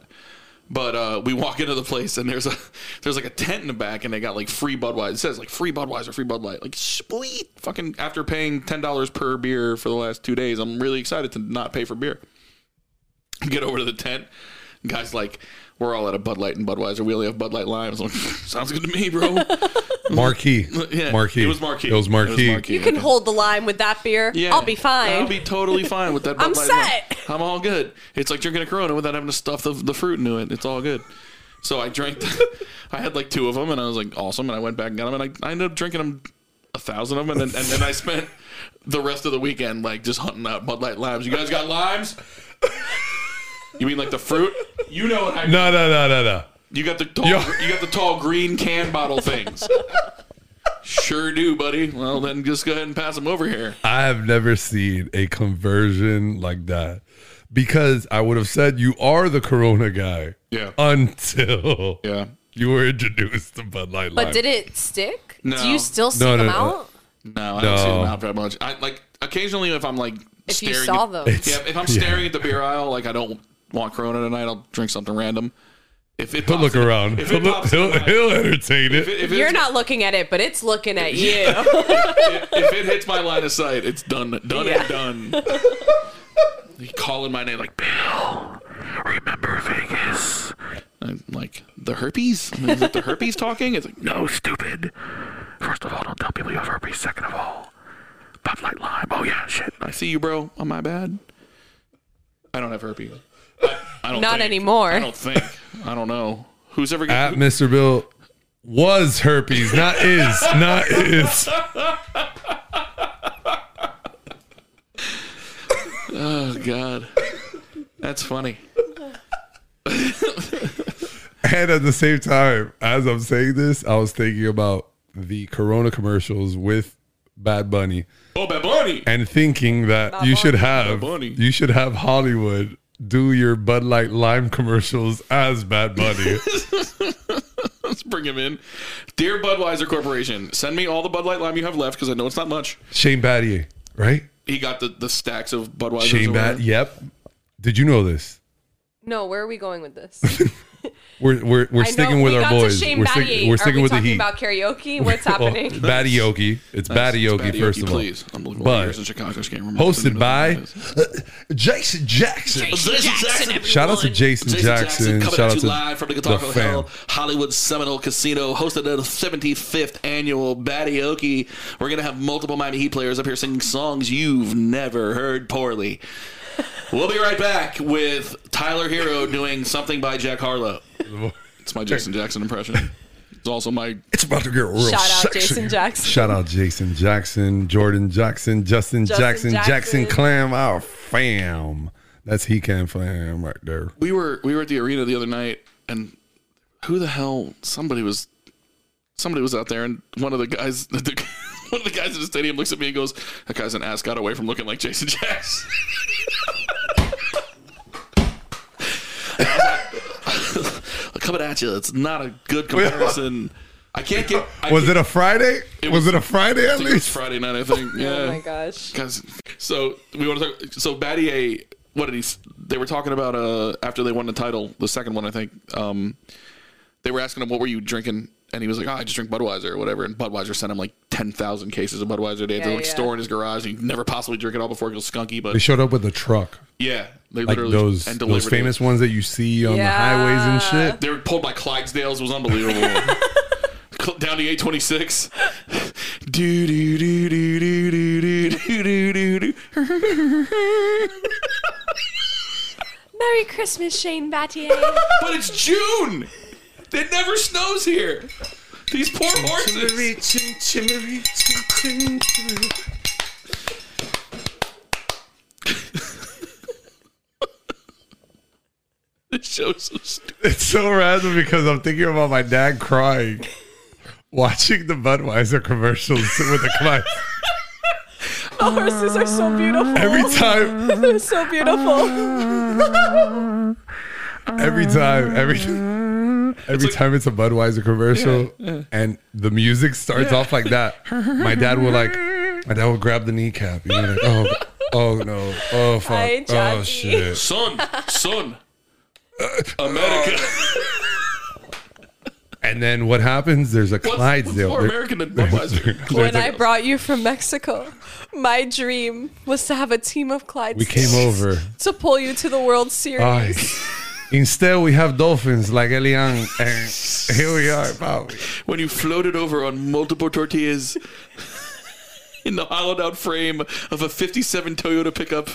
Speaker 6: But uh, we walk into the place and there's a there's like a tent in the back and they got like free Budweiser. It says like free Budweiser, free Bud Light. Like sweet fucking after paying ten dollars per beer for the last two days, I'm really excited to not pay for beer. Get over to the tent. Guys like, we're all out of Bud Light and Budweiser. We only have Bud Light Limes. I'm like, sounds good to me, bro.
Speaker 5: Mm-hmm. Marquee.
Speaker 6: Yeah,
Speaker 5: Marquee.
Speaker 6: It was Marquee.
Speaker 5: It was Marquee.
Speaker 7: You can hold the line with that beer. I'll be fine.
Speaker 6: I'll be totally fine with that. Bud
Speaker 7: I'm
Speaker 6: Light Lime.
Speaker 7: set.
Speaker 6: I'm all good. It's like drinking a Corona without having to stuff the, the fruit into it. It's all good. So I drank. I had like two of them, and I was like awesome. And I went back and got them, and I, I ended up drinking them a thousand of them, and then and then I spent the rest of the weekend like just hunting out Bud Light limes. You guys got limes? You mean like the fruit? You know what I mean.
Speaker 5: No, no, no, no, no.
Speaker 6: You got the tall,
Speaker 5: Yo.
Speaker 6: you got the tall green can bottle things. Sure do, buddy. Well, then just go ahead and pass them over here.
Speaker 5: I have never seen a conversion like that because I would have said you are the Corona guy
Speaker 6: Yeah.
Speaker 5: until
Speaker 6: Yeah.
Speaker 5: You were introduced to Bud Light Lime.
Speaker 7: But did it stick?
Speaker 6: No.
Speaker 7: Do you still seek them
Speaker 5: no, no.
Speaker 7: out?
Speaker 6: No, I don't see
Speaker 5: No.
Speaker 6: them out very much. I like occasionally if I'm like
Speaker 7: If you
Speaker 6: staring
Speaker 7: saw
Speaker 6: at,
Speaker 7: them.
Speaker 6: Yeah, if I'm staring at the beer aisle, like I don't want Corona tonight, I'll drink something random. If it
Speaker 5: He'll
Speaker 6: pops-
Speaker 5: look around.
Speaker 6: if
Speaker 5: He'll,
Speaker 6: it
Speaker 5: look,
Speaker 6: pops, in
Speaker 5: he'll,
Speaker 6: my-
Speaker 5: he'll entertain
Speaker 6: if
Speaker 5: it.
Speaker 6: it- if
Speaker 7: You're
Speaker 6: it's-
Speaker 7: not looking at it, but it's looking at you.
Speaker 6: if it hits my line of sight, it's done, done
Speaker 7: Yeah.
Speaker 6: and done. He calling my name like Bill. Remember Vegas? I'm like the herpes. Is it the herpes talking? It's like no, stupid. First of all, don't tell people you have herpes. Second of all, Bud Light Lime. Oh yeah, shit. I see you, bro. On my bad. I don't have herpes. I, I don't.
Speaker 7: Not
Speaker 6: think.
Speaker 7: anymore.
Speaker 6: I don't think. I don't know. Who's ever
Speaker 5: At
Speaker 6: got?
Speaker 5: Mr. Bill was herpes, not is, not is.
Speaker 6: Oh God, that's funny.
Speaker 5: And at the same time, as I'm saying this, I was thinking about the Corona commercials with Bad Bunny
Speaker 6: Oh, Bad Bunny.
Speaker 5: and thinking that you should have
Speaker 6: Bad Bunny.
Speaker 5: you should have Hollywood do your Bud Light Lime commercials as Bad Bunny.
Speaker 6: Let's bring him in. Dear Budweiser Corporation, send me all the Bud Light Lime you have left because I know it's not much.
Speaker 5: Shane Battier, right?
Speaker 6: He got the, the stacks of Budweiser.
Speaker 5: Shane Bat. Yep. Did you know this?
Speaker 7: No, where are we going with this?
Speaker 5: We're we're, we're
Speaker 7: I know
Speaker 5: sticking with
Speaker 7: we
Speaker 5: our
Speaker 7: got
Speaker 5: boys.
Speaker 7: To Shane
Speaker 5: we're,
Speaker 7: Battier.
Speaker 5: sticking we're sticking
Speaker 7: are we
Speaker 5: with the
Speaker 7: talking
Speaker 5: heat.
Speaker 7: about karaoke? What's happening?
Speaker 5: Batioki. It's Batioki, first of all.
Speaker 6: please. Unbelievable.
Speaker 5: But-
Speaker 6: Years in Chicago, just can't remember
Speaker 5: Hosted
Speaker 6: what
Speaker 5: by
Speaker 6: the name of
Speaker 5: Jason Jackson.
Speaker 6: it is. Jackson, everyone.
Speaker 5: Shout out to Jason Jackson.
Speaker 6: coming
Speaker 5: Shout
Speaker 6: at
Speaker 5: out
Speaker 6: you
Speaker 5: to
Speaker 6: live from the
Speaker 5: the
Speaker 6: Guitar
Speaker 5: fam.
Speaker 6: Hill Hollywood Seminole Casino, hosted the 75th annual Batioki. We're gonna have multiple Miami Heat players up here singing songs you've never heard poorly. We'll be right back with Tyler Hero doing something by Jack Harlow. It's my Jason Jackson impression. It's also my
Speaker 5: It's about to get real
Speaker 7: Shout out
Speaker 5: sexy.
Speaker 7: Jason Jackson.
Speaker 5: Shout out Jason Jackson, Jordan Jackson, Justin,
Speaker 7: Justin
Speaker 5: Jackson, Jackson,
Speaker 7: Jackson.
Speaker 5: Clam, our fam. That's he can fam right there.
Speaker 6: we were we were at the arena the other night and who the hell somebody was somebody was out there and one of the guys the, one of the guys at the stadium looks at me and goes that guy's an ass got away from looking like jason jackson And I was like, coming at you it's not a good comparison i can't get I
Speaker 5: Was it
Speaker 6: can't-
Speaker 5: a Friday?
Speaker 6: It
Speaker 5: was,
Speaker 6: was-
Speaker 5: it a Friday at
Speaker 6: I think it was
Speaker 5: least?
Speaker 6: friday night i think yeah
Speaker 7: Oh my gosh.
Speaker 6: Guys, so we want to talk. So Battier, what did he? s- They were talking about uh after they won the title, the second one, I think. Um, they were asking him, "What were you drinking?" And he was like, "Oh, I just drink Budweiser or whatever." And Budweiser sent him like ten thousand cases of Budweiser. They had
Speaker 7: Yeah,
Speaker 6: to like
Speaker 7: yeah.
Speaker 6: store in his garage. and He never possibly drink it all before it goes skunky.
Speaker 5: They
Speaker 6: But
Speaker 5: showed up with a truck.
Speaker 6: yeah, they
Speaker 5: Like
Speaker 6: literally
Speaker 5: those
Speaker 6: and
Speaker 5: those
Speaker 6: delivered it.
Speaker 5: famous ones that you see on
Speaker 7: Yeah.
Speaker 5: the highways and shit.
Speaker 6: They were pulled by Clydesdales. It was unbelievable. Cl- Down the 826. Do, do, do, do, do, do, do, do, do, do.
Speaker 7: Merry Christmas, Shane Battier.
Speaker 6: But it's June. It never snows here. These poor horses. This show's so stupid.
Speaker 5: It's so random because I'm thinking about my dad crying watching the Budweiser commercials with the client.
Speaker 7: the horses are so beautiful.
Speaker 5: Every time
Speaker 7: They're so beautiful.
Speaker 5: Every time, every every time it's a Budweiser commercial and the music starts off like that, my dad will like, my dad will grab the kneecap. You know, like, oh, oh no, oh fuck,
Speaker 7: Hi,
Speaker 5: oh
Speaker 7: Jackie.
Speaker 5: shit.
Speaker 6: Son, son. Uh, America.
Speaker 5: Uh, And then what happens? There's a
Speaker 6: What's, what's
Speaker 5: Clydesdale.
Speaker 6: more
Speaker 5: There-
Speaker 6: American than Budweiser?
Speaker 7: When
Speaker 6: Clydesdale.
Speaker 7: I brought you from Mexico, my dream was to have a team of Clydes
Speaker 5: we came Ah, over.
Speaker 7: to pull you to the World Series.
Speaker 5: Ay. Instead, we have dolphins like Elian, and here we are, pal.
Speaker 6: when you floated over on multiple tortillas in the hollowed out frame of a 57 Toyota pickup,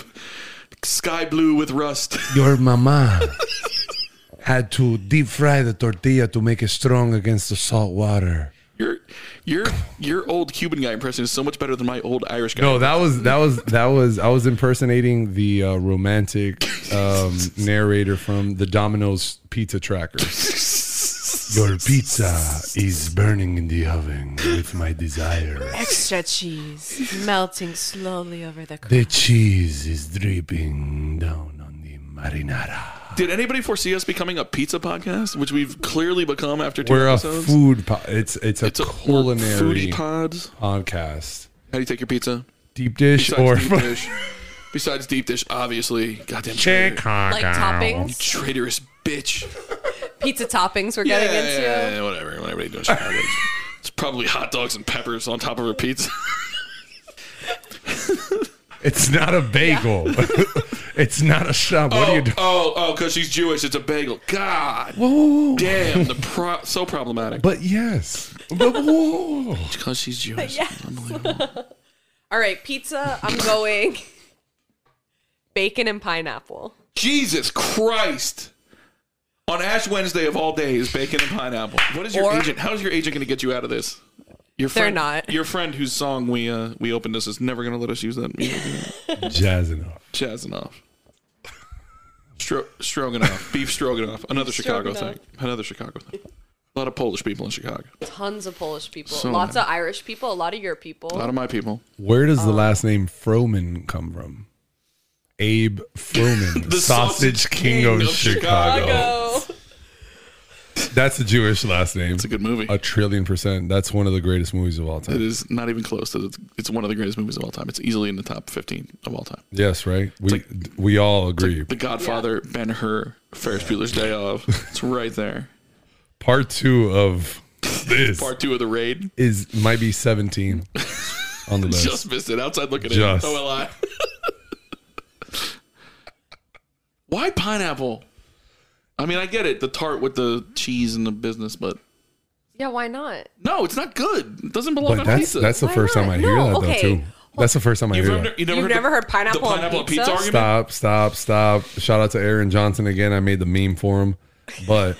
Speaker 6: sky blue with rust.
Speaker 5: Your mama had to deep fry the tortilla to make it strong against the salt water.
Speaker 6: Your your your old Cuban guy impression is so much better than my old Irish guy.
Speaker 5: No, that was that was that was I was impersonating the uh, romantic um, narrator from the Domino's Pizza Tracker. Your pizza is burning in the oven with my desire.
Speaker 7: Extra cheese melting slowly over the.
Speaker 5: The cheese is dripping down on the marinara.
Speaker 6: Did anybody foresee us becoming a pizza podcast, which we've clearly become after 2
Speaker 5: We're a
Speaker 6: episodes?
Speaker 5: food pod. It's it's a
Speaker 6: it's a we're
Speaker 5: culinary
Speaker 6: foodie pods.
Speaker 5: podcast.
Speaker 6: How do you take your pizza?
Speaker 5: Deep dish
Speaker 6: Besides
Speaker 5: or
Speaker 6: deep dish. Besides deep dish, obviously. Goddamn traitor.
Speaker 7: Like toppings,
Speaker 6: traitorous bitch.
Speaker 7: pizza toppings we're getting
Speaker 6: yeah,
Speaker 7: into.
Speaker 6: yeah, yeah, whatever. Whatever they do in Chicago. it's probably hot dogs and peppers on top of a pizza.
Speaker 5: It's not a bagel. it's not a shop. What
Speaker 6: oh,
Speaker 5: are you doing?
Speaker 6: Oh, oh, because she's Jewish. It's a bagel. God
Speaker 5: Whoa.
Speaker 6: damn. The pro- so problematic.
Speaker 5: But yes. But whoa.
Speaker 6: Because she's Jewish.
Speaker 7: All right, pizza. I'm going bacon and pineapple.
Speaker 6: Jesus Christ. On Ash Wednesday of all days, bacon and pineapple. What is your
Speaker 7: Or-
Speaker 6: agent? How is your agent going to get you out of this? Your
Speaker 7: They're
Speaker 6: friend,
Speaker 7: not.
Speaker 6: Your friend whose song we uh, we opened this is never going to let us use that music.
Speaker 5: Jazzing up.
Speaker 6: Chazanoff. Stro- stroganoff. Beef stroganoff. Another Chicago thing. Another Chicago thing. A lot of Polish people in Chicago.
Speaker 7: Tons of Polish people,
Speaker 6: So
Speaker 7: lots
Speaker 6: nice.
Speaker 7: of Irish people, a lot of your people.
Speaker 6: A lot of my people.
Speaker 5: Where does the last name Froman come from? Abe Froman,
Speaker 6: The
Speaker 5: sausage,
Speaker 6: sausage
Speaker 5: king,
Speaker 6: king
Speaker 5: of,
Speaker 6: of
Speaker 5: Chicago.
Speaker 7: Chicago.
Speaker 5: That's a Jewish last name.
Speaker 6: It's a good movie.
Speaker 5: A trillion percent. That's one of the greatest movies of all
Speaker 6: It
Speaker 5: time.
Speaker 6: is not even close. To, it's, it's one of the greatest movies of all time. It's easily in the top 15 of all time.
Speaker 5: Yes, right. We we all agree.
Speaker 6: The Godfather, Ben Hur, Ferris Bueller's Day Off. It's right there.
Speaker 5: Part two of this
Speaker 6: Part two of the raid.
Speaker 5: is might be seventeen on the list.
Speaker 6: Just missed it. Outside looking
Speaker 5: Just.
Speaker 6: in. OLI. Why pineapple? I mean, I get it. The tart with the cheese and the business, but
Speaker 7: Yeah, why not?
Speaker 6: no, it's not good. It doesn't belong
Speaker 5: but
Speaker 6: on
Speaker 5: that's
Speaker 6: pizza.
Speaker 5: that's the
Speaker 7: Why
Speaker 5: first time
Speaker 7: not?
Speaker 5: I hear
Speaker 7: No,
Speaker 5: that
Speaker 7: okay.
Speaker 5: though too. That's the first time I
Speaker 6: You've
Speaker 5: hear
Speaker 6: never,
Speaker 5: that.
Speaker 6: you never
Speaker 7: You've
Speaker 6: heard,
Speaker 7: never
Speaker 6: the,
Speaker 7: heard pineapple
Speaker 6: the
Speaker 7: on
Speaker 6: pineapple on
Speaker 7: pizza?
Speaker 6: pizza? argument?
Speaker 5: Stop! Stop! Stop! Shout out to Aaron Johnson again. I made the meme for him, but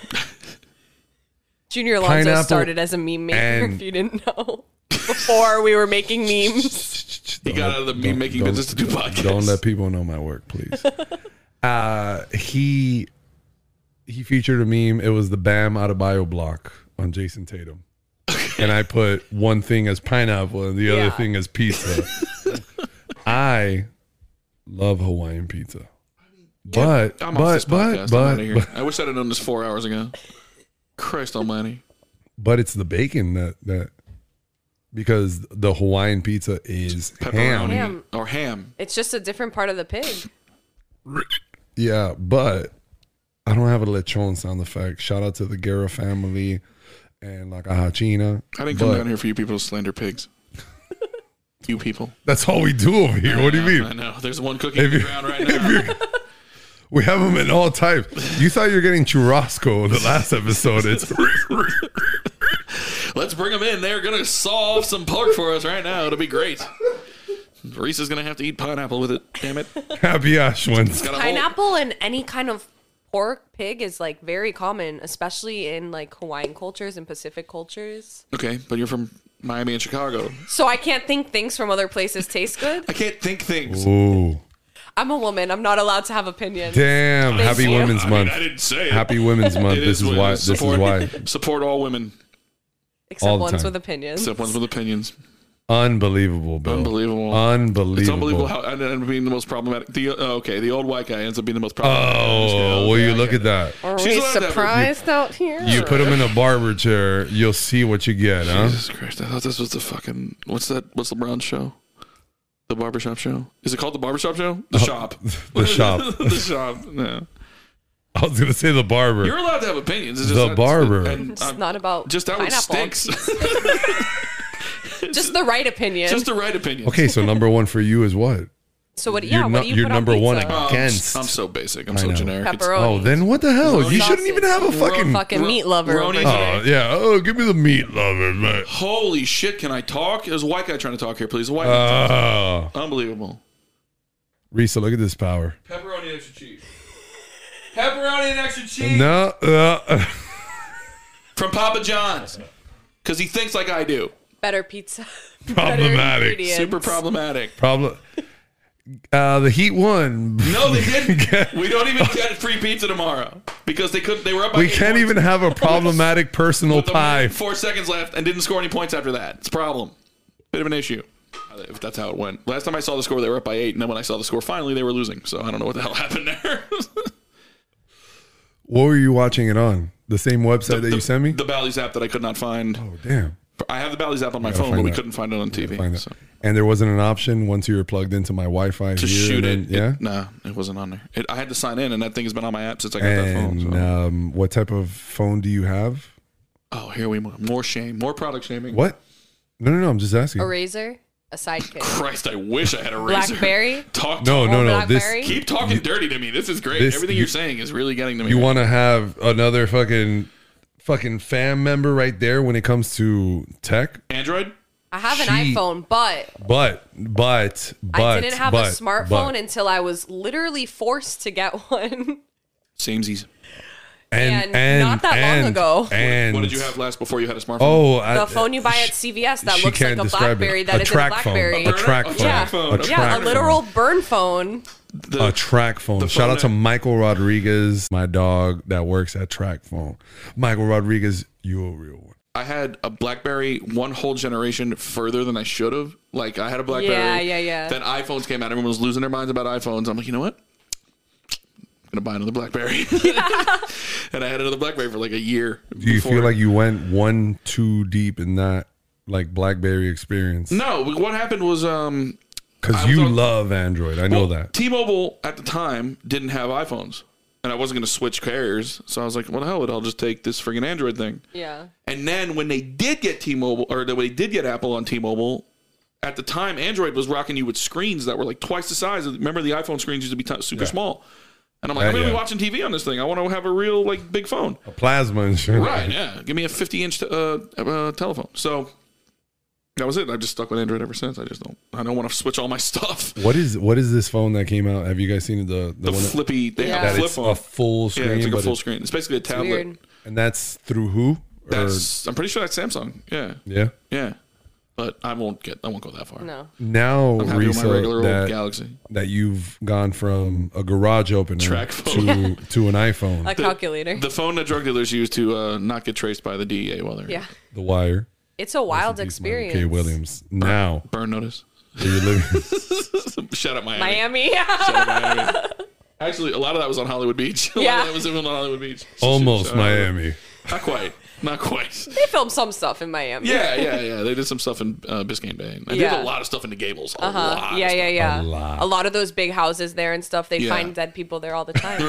Speaker 7: Junior Alonso
Speaker 5: Pineapple
Speaker 7: started as a meme maker.
Speaker 5: and-
Speaker 7: if you didn't know, before we were making memes.
Speaker 6: He got out of the meme
Speaker 5: Don't-
Speaker 6: making
Speaker 5: don't-
Speaker 6: business to do podcasts.
Speaker 5: Don't let people know my work, please. uh, he he featured a meme. It was the Bam out of bio block on Jason Tatum, and I put one thing as pineapple and the other
Speaker 7: Yeah.
Speaker 5: thing as pizza. I love Hawaiian pizza, but
Speaker 6: I'm off
Speaker 5: but
Speaker 6: this podcast.
Speaker 5: but
Speaker 6: I'm outta
Speaker 5: but,
Speaker 6: here.
Speaker 5: but
Speaker 6: I wish I'd have known this four hours ago. Christ Almighty!
Speaker 5: but it's the bacon that that because the Hawaiian pizza is
Speaker 6: Pepperoni
Speaker 5: ham.
Speaker 7: Ham.
Speaker 6: or ham?
Speaker 7: It's just a different part of the pig.
Speaker 5: Yeah, but I don't have a lechon sound effect. Shout out to the Guerra family and like Ahachina.
Speaker 6: I didn't come
Speaker 5: But-
Speaker 6: down here for you people to slander pigs. you people.
Speaker 5: That's all we do over here. What do you
Speaker 6: I
Speaker 5: mean?
Speaker 6: know. There's one cookie
Speaker 5: If
Speaker 6: on the
Speaker 5: you-
Speaker 6: ground right now.
Speaker 5: We have them in all types. You thought you were getting churrasco the last episode. It's
Speaker 6: Let's bring them in. They're gonna solve some pork for us right now. It'll be great. Reese is gonna have to eat pineapple with it. Damn it! Got
Speaker 5: happy ash ones.
Speaker 6: a whole-
Speaker 7: Pineapple and any kind of pork pig is like very common, especially in like Hawaiian cultures and Pacific cultures.
Speaker 6: okay, but you're from Miami and Chicago.
Speaker 7: So I can't think things from other places taste good.
Speaker 6: I can't think things.
Speaker 5: Ooh,
Speaker 7: I'm a woman. I'm not allowed to have opinions.
Speaker 5: damn!
Speaker 7: Thank
Speaker 5: Happy
Speaker 7: you.
Speaker 5: Women's
Speaker 6: I, mean,
Speaker 5: Month.
Speaker 6: I didn't say it.
Speaker 5: Happy Women's Month.
Speaker 6: It
Speaker 5: This is
Speaker 6: what it
Speaker 5: why. This is
Speaker 6: Support-
Speaker 5: why.
Speaker 6: Support all women,
Speaker 7: Except
Speaker 5: all the
Speaker 7: ones
Speaker 5: time.
Speaker 7: with opinions.
Speaker 6: except ones with opinions.
Speaker 5: Unbelievable, Bill.
Speaker 6: Unbelievable.
Speaker 5: Unbelievable.
Speaker 6: It's unbelievable how and, and being the most problematic. The uh, okay, the old white guy ends up being the most problematic.
Speaker 5: oh, will you look at that?
Speaker 7: Are
Speaker 6: She's allowed to have-
Speaker 7: out here?
Speaker 5: You put them in a barber chair, you'll see what you get, huh?
Speaker 6: Jesus Christ! I thought this was the fucking what's that? What's LeBron's show? The barbershop show? Is it called the barbershop show? The shop.
Speaker 5: Uh, The shop.
Speaker 6: the shop. No.
Speaker 5: I was gonna say the barber.
Speaker 6: You're allowed to have opinions. It's just
Speaker 5: The
Speaker 6: not-
Speaker 5: barber.
Speaker 6: and,
Speaker 7: it's
Speaker 6: uh,
Speaker 7: not about
Speaker 6: just that one
Speaker 7: pineapple.
Speaker 6: stinks.
Speaker 7: Just the right opinion.
Speaker 6: just the right opinion.
Speaker 5: okay, so number one for you is what?
Speaker 7: so what?
Speaker 5: you're
Speaker 7: Yeah, what
Speaker 5: not-
Speaker 7: do you
Speaker 5: you're
Speaker 7: put
Speaker 5: number
Speaker 7: on
Speaker 5: one
Speaker 7: pizza?
Speaker 5: again.
Speaker 6: Um,
Speaker 5: Against.
Speaker 6: I'm so basic. I'm
Speaker 5: I
Speaker 6: so
Speaker 5: know.
Speaker 6: generic. It's-
Speaker 7: Pepperoni.
Speaker 5: Oh, then what the hell? You shouldn't
Speaker 7: Sausage.
Speaker 5: even have a fucking.
Speaker 7: fucking
Speaker 6: Ro-
Speaker 7: meat lover.
Speaker 6: Roni
Speaker 7: over
Speaker 6: today.
Speaker 7: here.
Speaker 5: Oh yeah. Oh, give me the meat lover, man.
Speaker 6: Holy shit! Can I talk? There's a white guy trying to talk here, please. A white guy.
Speaker 5: Oh,
Speaker 6: Unbelievable.
Speaker 5: Risa, look at this power.
Speaker 6: Pepperoni and extra cheese. Pepperoni and extra cheese
Speaker 5: No, uh,
Speaker 6: from Papa John's because he thinks like I do.
Speaker 7: Better pizza. Better
Speaker 5: problematic.
Speaker 7: ingredients.
Speaker 6: Super problematic.
Speaker 5: Problem. Uh, the Heat won.
Speaker 6: No, they didn't. we don't even get free pizza tomorrow because they couldn't. They were up. By
Speaker 5: We
Speaker 6: eight
Speaker 5: can't
Speaker 6: points
Speaker 5: even have a problematic personal
Speaker 6: with a minute
Speaker 5: pie.
Speaker 6: and Four seconds left, and didn't score any points after that. It's a problem. Bit of an issue. If that's how it went. Last time I saw the score, they were up by eight, and then when I saw the score, finally they were losing. So I don't know what the hell happened there.
Speaker 5: What were you watching it on? The same website that you sent me?
Speaker 6: The Bally's app that I could not find.
Speaker 5: oh, damn.
Speaker 6: I have the Bally's app on my
Speaker 5: gotta
Speaker 6: phone, but
Speaker 5: find
Speaker 6: we
Speaker 5: that.
Speaker 6: couldn't find it on TV.
Speaker 5: Find that.
Speaker 6: so.
Speaker 5: And there wasn't an option once you were plugged into my Wi Fi
Speaker 6: To shoot it,
Speaker 5: yeah.
Speaker 6: It, nah, it wasn't on there. It, I had to sign in, and that thing has been on my app since I got that phone.
Speaker 5: and
Speaker 6: So.
Speaker 5: um, what type of phone do you have?
Speaker 6: oh, here we go. More shame, more product shaming.
Speaker 5: What? No, no, no. I'm just asking.
Speaker 7: A razor, a sidekick,
Speaker 6: Christ, I wish I had a razor.
Speaker 7: BlackBerry.
Speaker 6: Talk.
Speaker 5: No, no,
Speaker 7: Or
Speaker 5: no. This
Speaker 7: Blackberry?
Speaker 6: Keep talking dirty to me. This is great.
Speaker 5: This-
Speaker 6: Everything
Speaker 5: you-
Speaker 6: you're saying is really getting to me.
Speaker 5: you
Speaker 6: right
Speaker 5: want to have another fucking fucking fam member right there when it comes to tech,
Speaker 6: now. Android?
Speaker 7: I have an
Speaker 5: She-
Speaker 7: iPhone, but,
Speaker 5: but but but
Speaker 7: I didn't have
Speaker 5: but,
Speaker 7: a smartphone
Speaker 5: but.
Speaker 7: until I was literally forced to get one.
Speaker 6: Samesies.
Speaker 7: and not that long ago.
Speaker 5: And
Speaker 6: What did you have last before you had a smartphone?
Speaker 5: Oh,
Speaker 7: the phone you buy at CVS that
Speaker 5: she
Speaker 7: looks like
Speaker 5: can't
Speaker 7: a
Speaker 5: describe it.
Speaker 7: BlackBerry
Speaker 5: A
Speaker 7: that isn't a
Speaker 5: track phone.
Speaker 7: BlackBerry.
Speaker 5: A track phone.
Speaker 7: yeah.
Speaker 6: phone.
Speaker 5: A
Speaker 6: Okay.
Speaker 7: yeah, a
Speaker 5: track
Speaker 7: literal burn phone.
Speaker 6: The-
Speaker 5: phone. A track phone. Shout out to
Speaker 6: that-
Speaker 5: Michael Rodriguez, my dog that works at Track Phone. Michael Rodriguez, you a real one.
Speaker 6: I had a BlackBerry one whole generation further than I should have. Like I had a BlackBerry.
Speaker 7: Yeah, yeah, yeah.
Speaker 6: Then iPhones came out. Everyone was losing their minds about iPhones. I'm like, you know what? I'm gonna buy another BlackBerry. and I had another BlackBerry for like a year.
Speaker 5: Do you feel like you went one too deep in that like BlackBerry experience?
Speaker 6: No, what happened was um
Speaker 5: Because
Speaker 6: I was
Speaker 5: you
Speaker 6: on-
Speaker 5: love Android. I know
Speaker 6: Well,
Speaker 5: that.
Speaker 6: T-Mobile at the time didn't have iPhones, and I wasn't going to switch carriers. So I was like, "Well, the hell, with it, I'll just take this friggin' Android thing."
Speaker 7: Yeah.
Speaker 6: And then when they did get T-Mobile, or when they did get Apple on T-Mobile, at the time Android was rocking you with screens that were like twice the size. Remember, the iPhone screens used to be t- super small. And I'm like,
Speaker 5: Yeah,
Speaker 6: I'm gonna
Speaker 5: yeah.
Speaker 6: be watching TV on this thing. I want to have a real like big phone.
Speaker 5: Plasma and shit.
Speaker 6: Right? Yeah. Give me a 50 inch t- uh, uh, telephone. So that was it. I've just stuck with Android ever since. I just don't. I don't want to switch all my stuff.
Speaker 5: What is what is this phone that came out? Have you guys seen it? the the,
Speaker 6: The
Speaker 5: one that,
Speaker 6: flippy. They
Speaker 7: Yeah.
Speaker 6: have
Speaker 5: that
Speaker 6: flip
Speaker 5: it's
Speaker 6: phone.
Speaker 5: a full screen?
Speaker 6: Yeah, it's like
Speaker 5: but
Speaker 6: a full
Speaker 5: it-
Speaker 6: screen. It's basically a tablet.
Speaker 7: Weird.
Speaker 5: And that's through who? Or-
Speaker 6: That's I'm pretty sure that's Samsung. Yeah,
Speaker 5: yeah.
Speaker 6: yeah. But I won't get. I won't go that far.
Speaker 7: No.
Speaker 5: Now
Speaker 6: I'm happy with my
Speaker 5: Risa,
Speaker 6: regular old
Speaker 5: that,
Speaker 6: Galaxy.
Speaker 5: that you've gone from a garage opener
Speaker 6: Track
Speaker 5: to
Speaker 6: phone.
Speaker 5: to an iPhone,
Speaker 7: A calculator.
Speaker 6: The phone that drug dealers use to uh, not get traced by the DEA while they're
Speaker 7: yeah.
Speaker 5: The Wire,
Speaker 7: It's a wild
Speaker 5: K.
Speaker 7: experience.
Speaker 5: Williams. Now
Speaker 6: burn notice.
Speaker 5: you're living.
Speaker 6: Shout out Miami.
Speaker 7: Miami.
Speaker 6: Shout out Miami. Actually, a lot of that was on Hollywood Beach. A lot
Speaker 7: Yeah.
Speaker 6: of that was even on Hollywood Beach.
Speaker 5: almost
Speaker 6: Shout out.
Speaker 5: Miami.
Speaker 6: Not quite. Not quite.
Speaker 7: they film some stuff in Miami.
Speaker 6: Yeah, yeah, yeah. They did some stuff in uh, Biscayne Bay. They did a
Speaker 7: Yeah.
Speaker 6: lot of stuff in the Gables. A
Speaker 7: Uh,
Speaker 6: lot.
Speaker 7: yeah, yeah, yeah.
Speaker 5: A lot.
Speaker 7: of those big houses there and stuff. They
Speaker 6: Yeah.
Speaker 7: find dead people there all the time.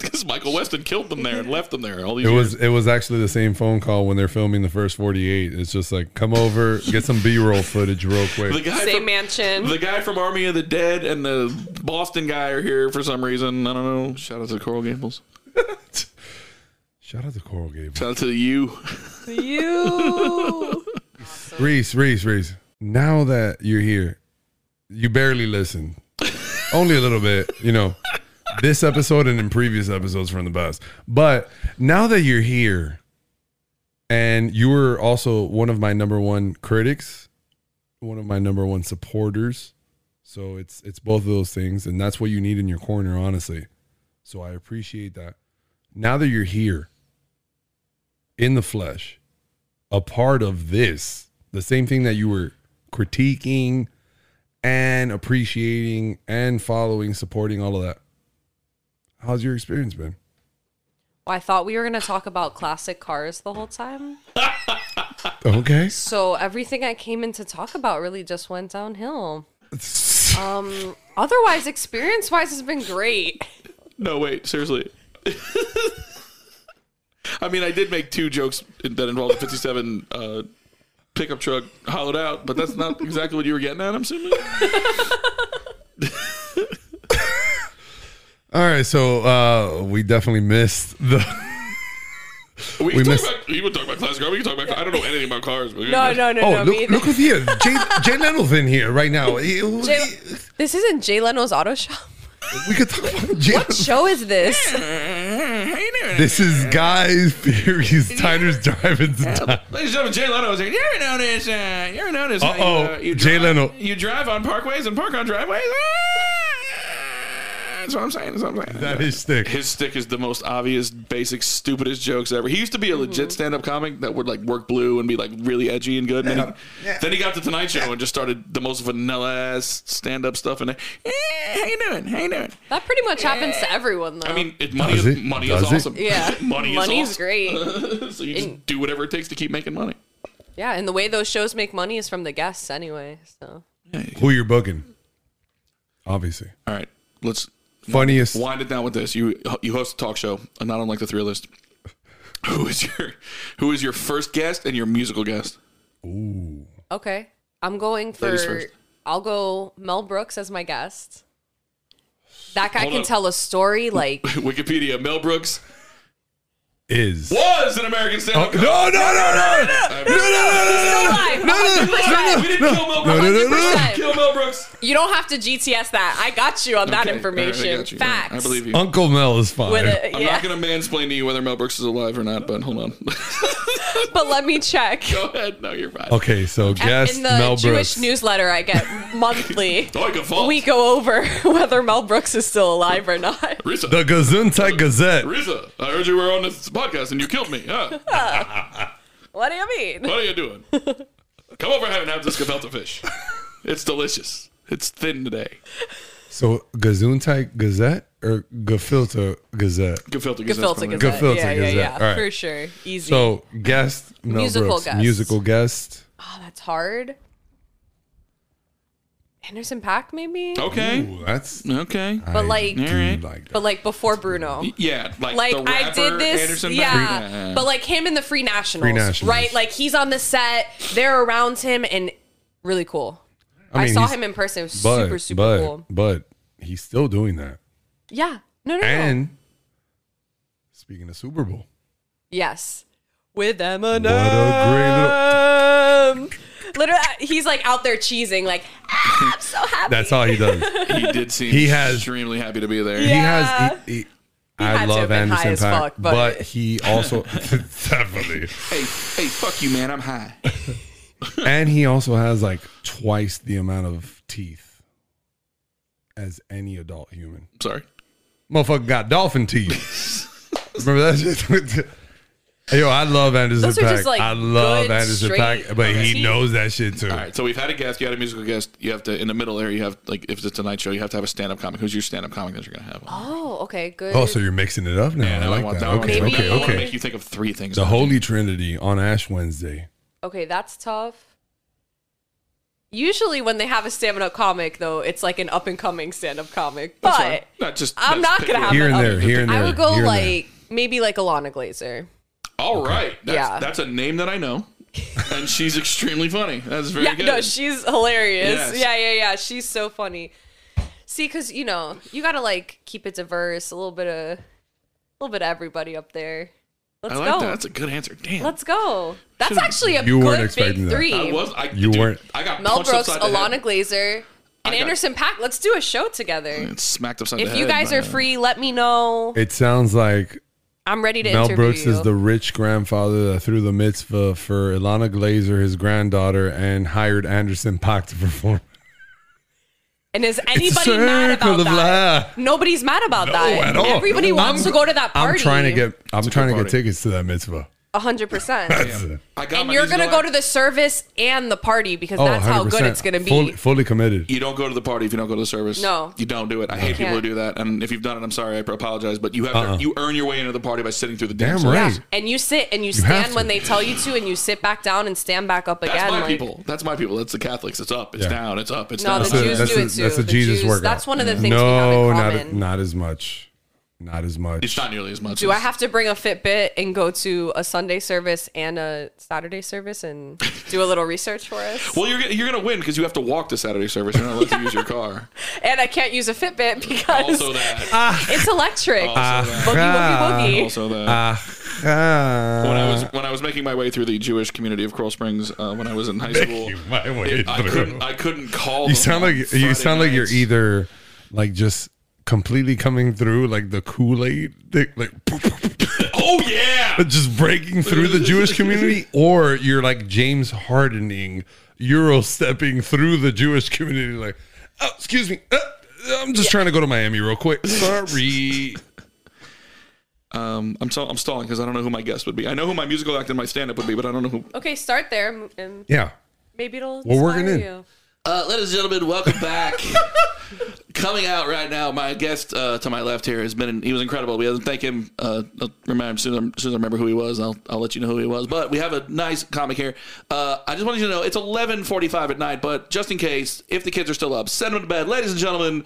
Speaker 6: Because Michael Weston killed them there and left them there all these
Speaker 5: It
Speaker 6: years.
Speaker 5: was it was actually the same phone call when they're filming the first 48. It's just like come over, get some B-roll footage real
Speaker 6: The
Speaker 5: quick.
Speaker 6: guy
Speaker 7: Same
Speaker 6: from,
Speaker 7: mansion.
Speaker 6: The guy from Army of the Dead and the Boston guy are here for some reason. I don't know. Shout out to Coral Gables.
Speaker 5: Shout out to Coral Gables.
Speaker 6: Shout out to you.
Speaker 7: you.
Speaker 5: Reese, Reese, Reese. Now that you're here, you barely listen. Only a little bit, you know. This episode and in previous episodes from the past. But now that you're here and you were also one of my number one critics, one of my number one supporters. So it's it's both of those things and that's what you need in your corner, honestly. So I appreciate that. Now that you're here in the flesh, a part of this, the same thing that you were critiquing and appreciating and following, supporting, all of that. How's your experience been?
Speaker 7: I thought we were going to talk about classic cars the whole time.
Speaker 5: Okay.
Speaker 7: So everything I came in to talk about really just went downhill. Um, otherwise, experience wise, has been great.
Speaker 6: No, wait. Seriously. I mean, I did make two jokes that involved a 57 uh, pickup truck hollowed out, but that's not exactly what you were getting at, I'm assuming.
Speaker 5: All right. So uh, we definitely missed the.
Speaker 6: We, can talk
Speaker 5: missed-
Speaker 6: about, you can talk about classic car. We can talk about. I don't know anything about cars. But
Speaker 7: No, no, no,
Speaker 5: Oh,
Speaker 7: no. me
Speaker 5: look, look who's here. Jay, Jay Leno's in here right now. He-
Speaker 7: Jay- this isn't Jay Leno's auto shop.
Speaker 5: we could talk about Jay.
Speaker 7: Show is this?
Speaker 6: "Hmm,
Speaker 5: This is Guys, Furies, Diners, Drive-Ins, and Dives.
Speaker 6: Ladies and gentlemen, Jay Leno is here. You ever notice? Uh, you ever notice? how you,
Speaker 5: Uh-oh,
Speaker 6: uh, you
Speaker 5: Jay
Speaker 6: drive-
Speaker 5: Leno.
Speaker 6: You drive on parkways and park on driveways. Ah! That's what I'm saying. That's what I'm saying.
Speaker 5: That is thick.
Speaker 6: His stick is the most obvious, basic, stupidest jokes ever. He used to be a legit stand-up comic that would like work blue and be like really edgy and good. And then, he, then he got to Tonight Show and just started the most vanilla ass stand-up stuff. And then, eh, how you doing? How you doing?
Speaker 7: That pretty much happens to everyone, though.
Speaker 6: I mean, it, money
Speaker 5: Does
Speaker 6: is
Speaker 5: it?
Speaker 6: money
Speaker 5: Does
Speaker 6: is
Speaker 5: it?
Speaker 6: awesome.
Speaker 7: yeah,
Speaker 6: money is
Speaker 7: money's
Speaker 6: awesome.
Speaker 7: great.
Speaker 6: so you just do whatever it takes to keep making money.
Speaker 7: Yeah, and the way those shows make money is from the guests anyway. So
Speaker 5: Who you're booking? Obviously,
Speaker 6: All right, let's
Speaker 5: funniest.
Speaker 6: wind it down with this. You you host a talk show, and not unlike the three list. Who is your who is your first guest and your musical guest?
Speaker 7: okay, I'm going
Speaker 6: Ladies
Speaker 7: for.
Speaker 6: first.
Speaker 7: I'll go Mel Brooks as my guest. That guy
Speaker 6: Hold
Speaker 7: can
Speaker 6: up.
Speaker 7: tell a story like
Speaker 6: Wikipedia. Mel Brooks
Speaker 5: Is
Speaker 6: was an American stand-up.
Speaker 5: no, no, no, no,
Speaker 6: no,
Speaker 5: no, no, no, no,
Speaker 7: alive. 100%.
Speaker 6: We didn't kill Mel Brooks.
Speaker 5: no, no, no.
Speaker 7: 100%.
Speaker 6: Kill Mel Brooks.
Speaker 7: You don't have to GTS that. I got you on that
Speaker 6: Okay, all right, I
Speaker 7: information.
Speaker 6: got you.
Speaker 7: Facts.
Speaker 6: I believe you.
Speaker 5: Uncle Mel is fine.
Speaker 7: With a-
Speaker 6: I'm
Speaker 7: yeah.
Speaker 6: not going to mansplain to you whether Mel Brooks is alive or not, but hold on.
Speaker 7: but let me check.
Speaker 6: Go ahead. No, you're fine.
Speaker 5: okay, so guest
Speaker 7: In the
Speaker 5: Mel
Speaker 7: Jewish
Speaker 5: Brooks.
Speaker 7: newsletter I get monthly,
Speaker 6: Like a Oh, fault.
Speaker 7: we go over whether Mel Brooks is still alive or not.
Speaker 6: Risa.
Speaker 5: the Gesundheit Gazette.
Speaker 6: Risa, I heard you were on this podcast and you killed me. Huh?
Speaker 7: What do you mean?
Speaker 6: What are you doing? Come over here and have this gefilte fish. It's delicious. It's thin today.
Speaker 5: So Gesundheit Gazette or Gefilte Gazette?
Speaker 6: Gefilte Gazette's
Speaker 7: Gefilte
Speaker 6: probably-
Speaker 7: Gazette.
Speaker 5: Gefilte
Speaker 7: yeah, yeah,
Speaker 5: Gazette.
Speaker 7: yeah.
Speaker 5: All right.
Speaker 7: For sure. Easy.
Speaker 5: So guest Mel
Speaker 7: Musical
Speaker 5: Brooks.
Speaker 7: guest.
Speaker 5: Musical guest.
Speaker 7: oh, that's hard. Anderson Pack, maybe?
Speaker 6: Okay.
Speaker 5: Ooh, that's
Speaker 6: Okay.
Speaker 7: But like,
Speaker 6: All right.
Speaker 5: like
Speaker 7: but like before Bruno.
Speaker 6: Yeah, like,
Speaker 7: like
Speaker 6: the
Speaker 7: I
Speaker 6: rapper
Speaker 7: did this,
Speaker 6: Anderson
Speaker 7: yeah,
Speaker 6: Paak. Yeah.
Speaker 7: But like him and the Free Nationals,
Speaker 5: Free Nationals.
Speaker 7: right? Like he's on the set, they're around him, and really cool. I,
Speaker 5: mean,
Speaker 7: saw
Speaker 5: he's-
Speaker 7: him in person, It was
Speaker 5: but,
Speaker 7: super super
Speaker 5: but,
Speaker 7: cool.
Speaker 5: But he's still doing that.
Speaker 7: Yeah, no, no, no.
Speaker 5: And speaking of Super Bowl,
Speaker 7: yes, with
Speaker 5: what
Speaker 7: Eminem.
Speaker 5: a
Speaker 7: Literally, uh, he's like out there cheesing, like "Ah, I'm so happy.
Speaker 5: great! That's all he does.
Speaker 6: he did seem
Speaker 5: He has-
Speaker 6: extremely happy to be there.
Speaker 5: He
Speaker 7: Yeah.
Speaker 5: has. He, he, I
Speaker 7: had to have
Speaker 5: love
Speaker 7: been high
Speaker 5: Anderson
Speaker 7: as
Speaker 5: Paak,
Speaker 7: fuck,
Speaker 5: but,
Speaker 7: but-
Speaker 5: he also definitely,
Speaker 6: Hey, hey, fuck you, man. I'm high.
Speaker 5: and he also has like twice the amount of teeth as any adult human.
Speaker 6: Sorry.
Speaker 5: Motherfucker got dolphin teeth. Remember that shit? Yo, I love Anderson
Speaker 7: Those are
Speaker 5: Paak.
Speaker 7: just, like,
Speaker 5: I love
Speaker 7: good,
Speaker 5: Anderson
Speaker 7: straight
Speaker 5: Paak, but he
Speaker 7: teeth.
Speaker 5: knows that shit too.
Speaker 6: All right. So we've had a guest. You had a musical guest. You have to in the middle area. You have like if it's a Tonight Show, you have to have a stand-up comic. Who's your stand-up comic that you're gonna have? on?
Speaker 7: Oh, okay, good.
Speaker 5: Oh, so you're mixing it up now.
Speaker 6: Yeah,
Speaker 5: I
Speaker 6: now
Speaker 5: like
Speaker 6: want-
Speaker 5: that.
Speaker 6: now I want-
Speaker 5: Okay,
Speaker 6: now
Speaker 7: Maybe-
Speaker 5: okay,
Speaker 6: I want to
Speaker 5: okay.
Speaker 6: make you think of three things.
Speaker 5: The Holy Trinity on Ash Wednesday.
Speaker 7: Okay, that's tough. Usually, when they have a stand-up comic, though, it's like an up-and-coming stand-up comic. But
Speaker 6: not just.
Speaker 7: I'm
Speaker 6: that's
Speaker 7: not gonna
Speaker 6: picky.
Speaker 7: have
Speaker 5: Here
Speaker 7: an
Speaker 5: and there,
Speaker 7: up-
Speaker 5: here and there.
Speaker 7: I would go
Speaker 5: here and there.
Speaker 7: like maybe like Alana Glazer.
Speaker 6: All right. That's,
Speaker 7: Yeah.
Speaker 6: That's a name that I know, and she's extremely funny. That's very
Speaker 7: Yeah,
Speaker 6: good.
Speaker 7: no, she's hilarious.
Speaker 6: Yes.
Speaker 7: Yeah, yeah, yeah. She's so funny. See, because you know you gotta like keep it diverse, a little bit of, a little bit of everybody up there. Let's
Speaker 6: I like
Speaker 7: go.
Speaker 6: that. That's a good answer. Damn.
Speaker 7: Let's go. That's
Speaker 6: Should've-
Speaker 7: actually a
Speaker 5: You weren't
Speaker 7: good
Speaker 5: expecting
Speaker 7: big
Speaker 5: that.
Speaker 7: three.
Speaker 6: I was. I,
Speaker 5: You
Speaker 6: dude,
Speaker 5: weren't-
Speaker 6: I got
Speaker 7: Mel
Speaker 6: punched
Speaker 7: Brooks,
Speaker 6: upside the head
Speaker 7: Alana Glazer,
Speaker 6: I
Speaker 7: and
Speaker 6: got-
Speaker 7: Anderson Pack. Let's do a show together.
Speaker 6: and Smacked upside the
Speaker 7: If
Speaker 6: head.
Speaker 7: you guys
Speaker 6: by
Speaker 7: are
Speaker 6: a-
Speaker 7: free, let me know.
Speaker 5: It sounds like
Speaker 7: I'm ready to
Speaker 5: Mel
Speaker 7: interview
Speaker 5: Brooks
Speaker 7: you.
Speaker 5: is the rich grandfather that threw the mitzvah for Ilana Glazer, his granddaughter, and hired Anderson Paak to perform.
Speaker 7: and is anybody mad about that?
Speaker 5: life.
Speaker 7: Nobody's mad about that.
Speaker 5: at all.
Speaker 7: Everybody wants
Speaker 5: I'm-
Speaker 7: to go to that
Speaker 5: I'm
Speaker 7: party.
Speaker 5: trying to get I'm
Speaker 6: a
Speaker 5: trying
Speaker 6: good
Speaker 5: to get
Speaker 6: party.
Speaker 5: tickets to that mitzvah.
Speaker 7: hundred percent.
Speaker 5: That's it.
Speaker 6: I got
Speaker 7: And
Speaker 6: my
Speaker 7: you're
Speaker 6: knees in
Speaker 7: gonna
Speaker 6: the
Speaker 7: go
Speaker 6: line.
Speaker 7: to the service and the party because
Speaker 5: Oh,
Speaker 7: that's how good
Speaker 5: 100%.
Speaker 7: it's gonna be.
Speaker 5: Fully, fully committed.
Speaker 6: You don't go to the party if you don't go to the service.
Speaker 7: No.
Speaker 6: you don't do it. I hate people who do that. And if you've done it, I'm sorry. I apologize, but you have to, you earn your way into the party by sitting through the damn
Speaker 5: Uh-uh. Damn
Speaker 6: service.
Speaker 5: right.
Speaker 7: and you sit and you
Speaker 5: have
Speaker 7: stand
Speaker 5: to.
Speaker 7: when they tell you to, and you sit back down and stand back up
Speaker 6: That's
Speaker 7: again.
Speaker 6: my
Speaker 7: like,
Speaker 6: people. That's my people. That's the Catholics. It's up. It's
Speaker 5: Yeah.
Speaker 6: down. It's up. It's
Speaker 7: No,
Speaker 6: down.
Speaker 7: the
Speaker 5: That's a-
Speaker 7: Jews
Speaker 5: that's
Speaker 7: do
Speaker 5: a-
Speaker 7: it too.
Speaker 5: that's a
Speaker 7: the
Speaker 5: Jesus
Speaker 7: Jews,
Speaker 5: workout.
Speaker 7: That's one of the things we have in
Speaker 5: no, not
Speaker 7: common.
Speaker 5: not as much. Not as much.
Speaker 6: It's not nearly as much.
Speaker 7: do I
Speaker 6: as-
Speaker 7: have to bring a Fitbit and go to a Sunday service and a Saturday service and do a little research for us?
Speaker 6: Well, you're gonna, you're gonna win because you have to walk to Saturday service. You're not allowed to use your car.
Speaker 7: and I can't use a Fitbit because
Speaker 6: Also that.
Speaker 7: it's electric.
Speaker 6: also that.
Speaker 7: boogie boogie boogie.
Speaker 6: Also that.
Speaker 5: Ah.
Speaker 6: when I was when I was making my way through the Jewish community of Coral Springs uh, when I was in high school,
Speaker 5: Making my way
Speaker 6: it- I
Speaker 5: through.
Speaker 6: couldn't I couldn't call.
Speaker 5: you
Speaker 6: them
Speaker 5: sound
Speaker 6: Oh, on
Speaker 5: like you
Speaker 6: Friday
Speaker 5: sound like you're
Speaker 6: nights.
Speaker 5: either like just completely coming through like the Kool Aid, like
Speaker 6: Oh yeah,
Speaker 5: just breaking through the Jewish community, or you're like James Hardening, Euro stepping through the Jewish community, like, oh, excuse me, uh, I'm just trying to go to Miami real quick. Sorry.
Speaker 6: Um, I'm so, I'm stalling because I don't know who my guest would be. I know who my musical act and my stand up would be, but I don't know who.
Speaker 7: Okay, start there, m- and
Speaker 5: yeah.
Speaker 7: maybe it'll.
Speaker 5: We're working
Speaker 7: inspire
Speaker 5: in.
Speaker 7: you.
Speaker 6: Uh, ladies and gentlemen, welcome back. Coming out right now, my guest uh, to my left here has been, he was incredible. We have to thank him. Uh, I'll remind him as soon as, I, as soon as I remember who he was, I'll, I'll let you know who he was. But we have a nice comic here. Uh, I just wanted you to know it's 11.45 at night, but just in case, if the kids are still up, send them to bed. Ladies and gentlemen,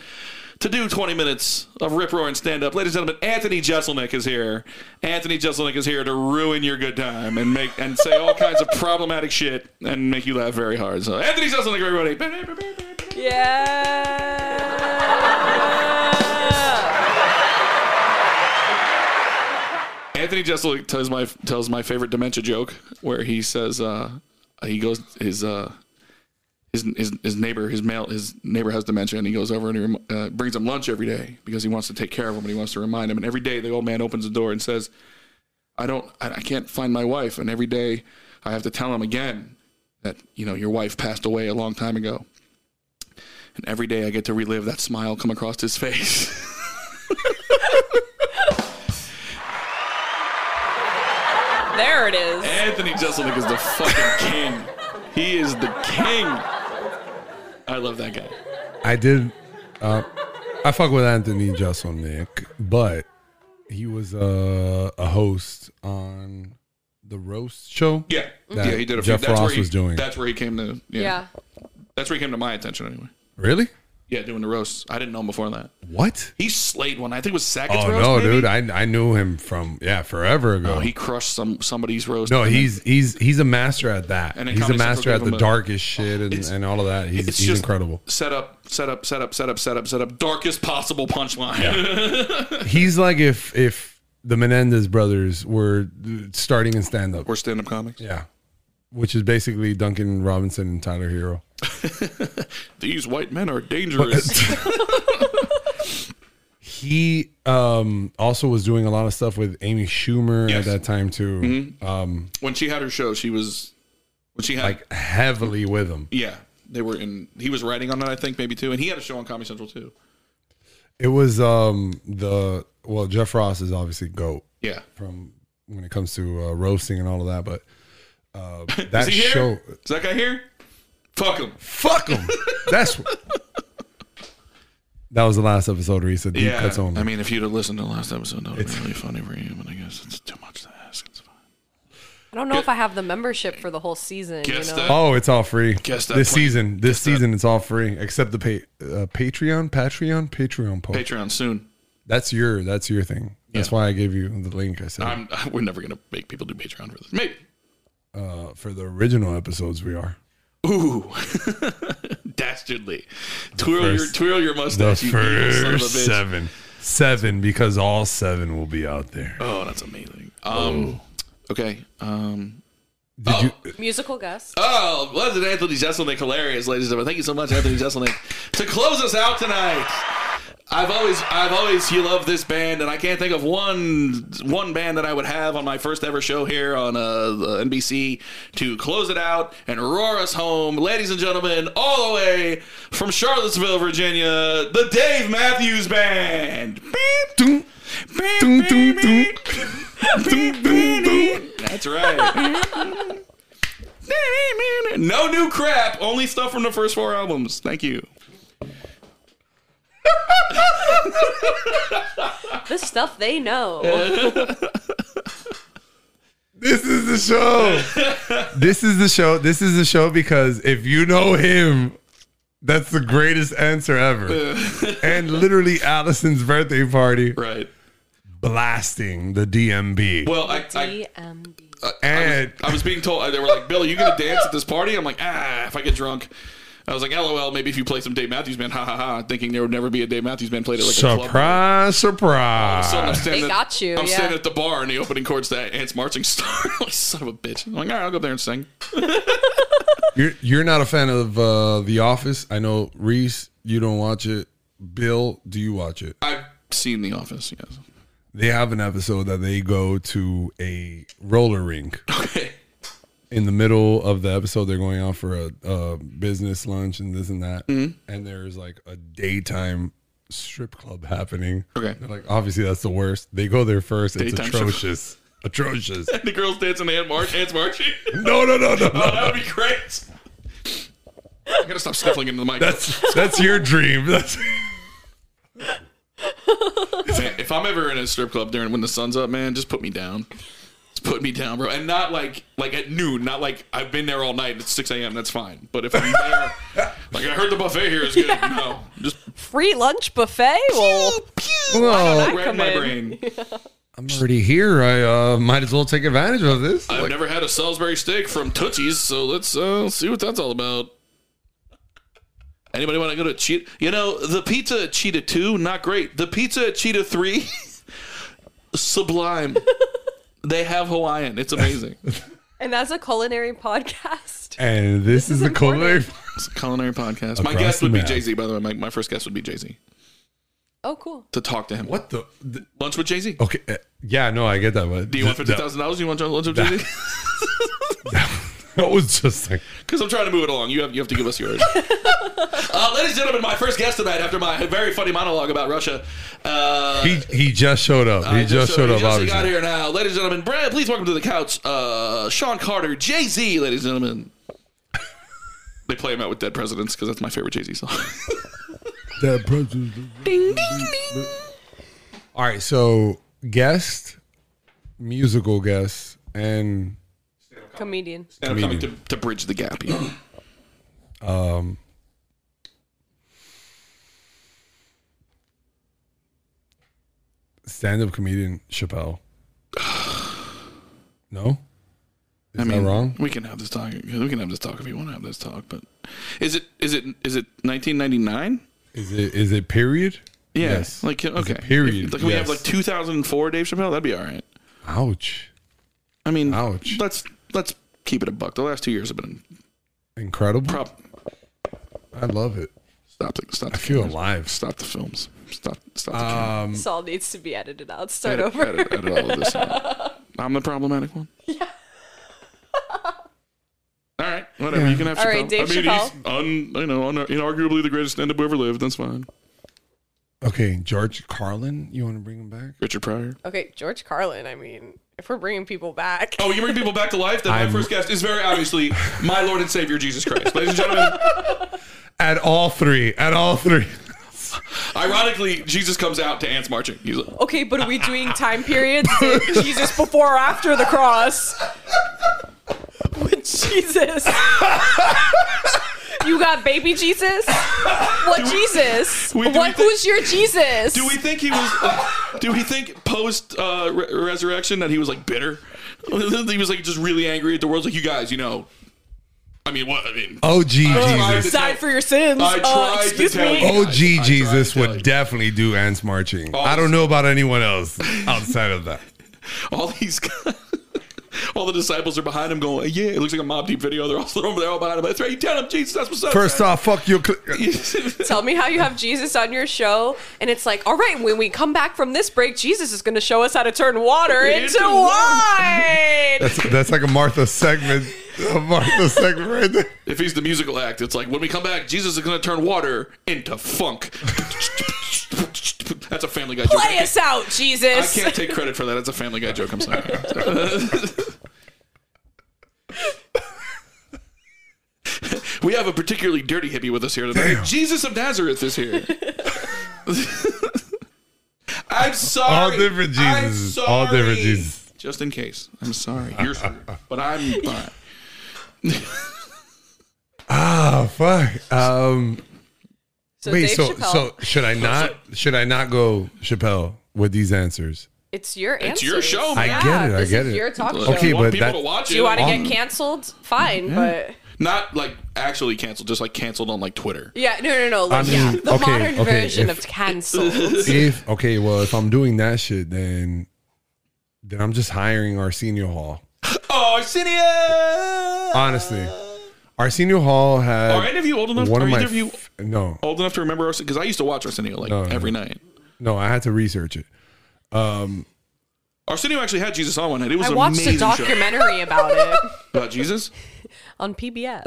Speaker 6: to do 20 minutes of rip roaring stand up, ladies and gentlemen, Anthony Jeselnik is here. Anthony Jeselnik is here to ruin your good time and make and say all kinds of problematic shit and make you laugh very hard. So Anthony Jeselnik, everybody.
Speaker 7: Yeah.
Speaker 6: Anthony Jeselnik tells my tells my favorite dementia joke where he says uh, he goes his uh, his, his his neighbor his male his neighbor has dementia and he goes over and he rem- uh, brings him lunch every day because he wants to take care of him and he wants to remind him and every day the old man opens the door and says I don't I, I can't find my wife and every day I have to tell him again that you know your wife passed away a long time ago and every day I get to relive that smile come across his face.
Speaker 7: There it is.
Speaker 6: Anthony Jeselnik is the fucking king. He is the king. I love that guy.
Speaker 5: I did. Uh, I fuck with Anthony Jeselnik, but he was uh, a host on the roast show.
Speaker 6: Yeah,
Speaker 5: That
Speaker 6: yeah, he did a
Speaker 5: Jeff
Speaker 6: few. That's where
Speaker 5: Ross
Speaker 6: he,
Speaker 5: was doing.
Speaker 6: That's where he came to. Yeah,
Speaker 7: Yeah.
Speaker 6: that's where he came to my attention anyway.
Speaker 5: Really?
Speaker 6: Yeah, doing the roasts. I didn't know him before that.
Speaker 5: What?
Speaker 6: He slayed one. I think it was Sackett's
Speaker 5: Oh
Speaker 6: roast.
Speaker 5: no,
Speaker 6: maybe?
Speaker 5: dude! I I knew him from yeah forever ago.
Speaker 6: Oh, he crushed some somebody's roast.
Speaker 5: no,
Speaker 6: And then
Speaker 5: he's he's he's a master at that.
Speaker 6: And then
Speaker 5: He's a
Speaker 6: Comedy Central
Speaker 5: master
Speaker 6: gave
Speaker 5: at
Speaker 6: him
Speaker 5: the
Speaker 6: a-
Speaker 5: darkest shit and, and all of that. He's,
Speaker 6: it's
Speaker 5: he's
Speaker 6: just-
Speaker 5: incredible.
Speaker 6: set up, set up, set up, set up, set up, set up. Darkest possible punchline.
Speaker 5: He's like if if the Menendez brothers were starting in stand up.
Speaker 6: We're stand-up comics.
Speaker 5: Yeah, which is basically Duncan Robinson and Tyler Hero.
Speaker 6: These white men are dangerous.
Speaker 5: he um also was doing a lot of stuff with Amy Schumer
Speaker 6: Yes. Mm-hmm.
Speaker 5: at that time too.
Speaker 6: when she had her show, she was when she had
Speaker 5: Like heavily with him.
Speaker 6: Yeah, they were in. He was writing on it, I think, maybe too, and he had a show on Comedy Central too.
Speaker 5: It was um the well Jeff Ross is obviously goat
Speaker 6: Yeah,
Speaker 5: from when it comes to uh, roasting and all of that, but uh,
Speaker 6: is
Speaker 5: that
Speaker 6: he here?
Speaker 5: show
Speaker 6: Is that guy here? Fuck him.
Speaker 5: fuck him. That's that was the last episode. Where he said deep
Speaker 6: Yeah,
Speaker 5: cuts only.
Speaker 6: I mean, if you'd have listened to the last episode, that would have been really funny for you. But I guess it's too much to ask. It's fine.
Speaker 7: I don't know if I have the membership for the whole season. You
Speaker 6: Guess
Speaker 7: know.
Speaker 6: that-
Speaker 5: Oh, it's all free.
Speaker 6: uh, Guess that
Speaker 5: this
Speaker 6: plan-
Speaker 5: season, this season, it's all free except the pa- uh, Patreon, Patreon, Patreon post.
Speaker 6: Patreon soon.
Speaker 5: That's your that's your thing. That's
Speaker 6: Yeah.
Speaker 5: why I gave you the link. I said
Speaker 6: I'm. We're never gonna make people do Patreon for this. Maybe.
Speaker 5: uh, for the original episodes we are
Speaker 6: Ooh, dastardly! Twirl
Speaker 5: first-
Speaker 6: your twirl your mustache, you evil son of a bitch.
Speaker 5: seven, seven because all seven will be out there.
Speaker 6: Oh, that's amazing. Um,
Speaker 5: Oh.
Speaker 6: okay. Um,
Speaker 5: Did you?
Speaker 7: Musical guest.
Speaker 6: Oh, wasn't Anthony Jeselnik hilarious, ladies and gentlemen? Thank you so much, Anthony Jeselnik, to close us out tonight. I've always, I've always, you love this band, and I can't think of one, one band that I would have on my first ever show here on uh, the NBC to close it out and roar us home, ladies and gentlemen, all the way from Charlottesville, Virginia, the Dave Matthews Band. Beep, doom, beep,
Speaker 5: Doom, doom,
Speaker 6: beep,
Speaker 5: doom.
Speaker 6: beep, beep, beep, beep. That's right. No new crap, only stuff from the first four albums. Thank you.
Speaker 7: The stuff they know.
Speaker 5: This is the show. this is the show. This is the show because if you know him, that's the greatest answer ever. and literally, Allison's birthday party
Speaker 6: Right.
Speaker 5: blasting the DMB.
Speaker 6: Well, I, I,
Speaker 7: DMD.
Speaker 5: and
Speaker 6: I was being told, they were like, Bill, are you going to dance at this party? I'm like, ah, if I get drunk. I was like, lol, maybe if you play some Dave Matthews Band, ha ha ha, thinking there would never be a Dave Matthews Band played at like a club.
Speaker 5: surprise, surprise.
Speaker 6: So I'm standing
Speaker 7: They got you,
Speaker 6: I'm
Speaker 7: yeah.
Speaker 6: standing at the bar and the opening chords to Ants Marching Star. I'm like, son of a bitch. I'm like, all right, I'll go up there and sing.
Speaker 5: You're you're not a fan of uh, The Office. I know Reese, you don't watch it. Bill, do you watch it?
Speaker 6: I've seen The Office, yes.
Speaker 5: They have an episode that they go to a roller rink.
Speaker 6: Okay.
Speaker 5: In the middle of the episode, they're going out for a, a business lunch and this and that. And there's like a daytime strip club happening.
Speaker 6: Okay.
Speaker 5: They're like, obviously, that's the worst. They go there first. It's
Speaker 6: Daytime show.
Speaker 5: atrocious. Atrocious.
Speaker 6: The girls dancing, they had march, hands marching.
Speaker 5: No, no, no, no.
Speaker 6: oh,
Speaker 5: no.
Speaker 6: that would be great. I gotta stop sniffling into the mic.
Speaker 5: That's that's your dream. That's
Speaker 6: Man, if I'm ever in a strip club during when the sun's up, man, just put me down. Just put me down, bro. And not like like at noon, not like I've been there all night and it's six AM, that's fine. But if I'm there like I heard the buffet here is good. No. Just
Speaker 9: Free lunch buffet? Well,
Speaker 8: Well,
Speaker 6: rack
Speaker 9: come
Speaker 6: my
Speaker 9: in.
Speaker 6: brain.
Speaker 5: I'm already here. I uh, might as well take advantage of this.
Speaker 6: I've
Speaker 5: Like,
Speaker 6: never had a Salisbury steak from Tootsie's, so let's uh, see what that's all about. Anybody want to go to Cheetah? You know, the pizza at Cheetah 2, not great. The pizza at Cheetah 3, sublime. they have Hawaiian. It's amazing.
Speaker 7: And that's a culinary podcast.
Speaker 5: and this, is, the culinary.
Speaker 6: It's a culinary podcast. my
Speaker 5: Across
Speaker 6: guest
Speaker 5: the
Speaker 6: would be
Speaker 5: map.
Speaker 6: Jay Z, by the way. My, my first guest would be Jay Z
Speaker 7: Oh, cool.
Speaker 6: to talk to him.
Speaker 5: What the, the?
Speaker 6: Lunch with Jay Z.
Speaker 5: Okay, uh, yeah, no, I get that. But
Speaker 6: Do you want $50,000? You want to lunch with Jay Z?
Speaker 5: That was just like
Speaker 6: Because I'm trying to move it along. You have you have to give us yours. uh, ladies and gentlemen, my first guest tonight, after my very funny monologue about Russia, uh,
Speaker 5: he he just showed up.
Speaker 6: I
Speaker 5: He just showed
Speaker 6: he
Speaker 5: up.
Speaker 6: just got
Speaker 5: Obviously,
Speaker 6: here now, ladies and gentlemen. Brad, please welcome to the couch, uh, Sean Carter, Jay Z, ladies and gentlemen. they play him out with Dead Presidents because that's my favorite Jay Z song.
Speaker 5: that president. All right, so guest, musical guest, and
Speaker 7: Comedian.
Speaker 6: and I'm coming to, to bridge the gap. you know.
Speaker 5: stand-up comedian Chappelle. No, is
Speaker 6: I mean,
Speaker 5: that wrong?
Speaker 6: we can have this talk. We can have this talk if you want to have this talk. But is it is it is it 1999?
Speaker 5: Is it is it period?
Speaker 6: Yeah.
Speaker 5: Yes.
Speaker 6: Like okay.
Speaker 5: period,
Speaker 6: If- Like we
Speaker 5: yes.
Speaker 6: have like 2004 Dave Chappelle. That'd be all right.
Speaker 5: Ouch!
Speaker 6: I mean,
Speaker 5: Ouch.
Speaker 6: Let's let's keep it a buck. The last two years have been
Speaker 5: Incredible.
Speaker 6: prop.
Speaker 5: I love it.
Speaker 6: Stop the stop.
Speaker 5: I
Speaker 6: The
Speaker 5: feel
Speaker 6: cameras.
Speaker 5: alive.
Speaker 6: Stop the films. Stop stop the camera.
Speaker 5: Um,
Speaker 9: this all needs to be edited out. Start
Speaker 6: Edit,
Speaker 9: over.
Speaker 6: edit, edit all of this. out. I'm the problematic one. Yeah. All right, whatever. You can have Chappelle.
Speaker 9: All right, Dave
Speaker 6: I mean,
Speaker 9: Chappelle.
Speaker 6: he's un, you know, un, inarguably the greatest stand-up who ever lived. That's fine.
Speaker 5: okay, George Carlin. You want to bring him back?
Speaker 6: Richard Pryor.
Speaker 9: Okay, George Carlin. I mean, if we're bringing people back,
Speaker 6: Oh, you bring people back to life? Then my
Speaker 5: I'm-
Speaker 6: first guest is very obviously my Lord and Savior, Jesus Christ. Ladies and gentlemen,
Speaker 5: At all three. At all three.
Speaker 6: ironically, Jesus comes out to ants marching. He's like,
Speaker 9: okay, but are we doing time periods? Is it Jesus before or after the cross? With Jesus,
Speaker 7: You got baby Jesus?
Speaker 9: what Jesus?
Speaker 6: we- do
Speaker 9: what?
Speaker 6: we think-
Speaker 9: who's your Jesus?
Speaker 6: do we think he was? do we think post uh, re- resurrection that he was like bitter? he was like just really angry at the world. Like you guys, you know. I mean, what? I mean,
Speaker 5: OG
Speaker 7: Oh,
Speaker 5: Jesus.
Speaker 9: died for your sins?
Speaker 6: I tried
Speaker 9: uh,
Speaker 6: to
Speaker 9: excuse
Speaker 6: tell
Speaker 9: me.
Speaker 6: you.
Speaker 5: OG
Speaker 6: Oh, I
Speaker 5: Jesus
Speaker 6: tried to tell you.
Speaker 5: would definitely do ants marching. I don't know about anyone else outside of that.
Speaker 6: all these. guys- All the disciples are behind him going, yeah, it looks like a mob deep video. They're all, they're all- they're all behind him. That's right. You tell him, Jesus, that's what's up.
Speaker 5: First off, fuck your. Cl-
Speaker 7: Tell me how you have Jesus on your show. And it's like, all right, when we come back from this break, Jesus is going to show us how to turn water
Speaker 9: Into
Speaker 7: into
Speaker 9: wine.
Speaker 5: that's, that's like a Martha segment. A Martha segment right there.
Speaker 6: If he's the musical act, it's like when we come back, Jesus is going to turn water into funk. That's a Family Guy joke. I
Speaker 9: Play
Speaker 6: can't,
Speaker 9: us out,
Speaker 6: I
Speaker 9: Jesus.
Speaker 6: can't take credit for that. That's a Family Guy joke. I'm sorry. we have a particularly dirty hippie with us here tonight. Jesus of Nazareth is here. I'm sorry.
Speaker 5: All different
Speaker 6: I'm
Speaker 5: Jesuses. All
Speaker 6: sorry.
Speaker 5: different Jesuses.
Speaker 6: Just in case. I'm sorry. You're screwed, but I'm fine.
Speaker 5: Oh fuck. Um,
Speaker 7: So
Speaker 5: wait.
Speaker 7: Dave
Speaker 5: So
Speaker 7: Chappelle,
Speaker 5: so should I not should I not go Chappelle with these answers?
Speaker 7: it's your answer.
Speaker 6: It's your show,
Speaker 5: I
Speaker 6: man.
Speaker 5: get it. I
Speaker 7: this
Speaker 5: get
Speaker 7: is
Speaker 5: it.
Speaker 7: your talk show.
Speaker 5: Okay,
Speaker 6: You want
Speaker 5: but
Speaker 6: people
Speaker 5: that-
Speaker 6: to watch
Speaker 7: Do you want to
Speaker 6: it.
Speaker 7: get canceled? Fine, but
Speaker 6: Not like actually canceled, just like canceled on like Twitter.
Speaker 7: yeah, no, no, no. Like,
Speaker 5: I mean,
Speaker 7: yeah, the
Speaker 5: okay,
Speaker 7: modern
Speaker 5: okay,
Speaker 7: version
Speaker 5: if-
Speaker 7: of canceled.
Speaker 5: if okay, well, if I'm doing that shit, then then I'm just hiring Arsenio Hall.
Speaker 6: Oh, Arsenio!
Speaker 5: Honestly, Arsenio Hall had
Speaker 6: Are any of you old enough?
Speaker 5: one
Speaker 6: Are
Speaker 5: of my
Speaker 6: either of you
Speaker 5: f- no
Speaker 6: old enough to remember Arsenio? Because I used to watch Arsenio like
Speaker 5: No, no.
Speaker 6: every night.
Speaker 5: no. I had to research it.
Speaker 6: Arsenio actually had Jesus on one night. It was
Speaker 7: I
Speaker 6: an
Speaker 7: watched a
Speaker 6: amazing show
Speaker 7: documentary about it
Speaker 6: about Jesus
Speaker 7: on PBS.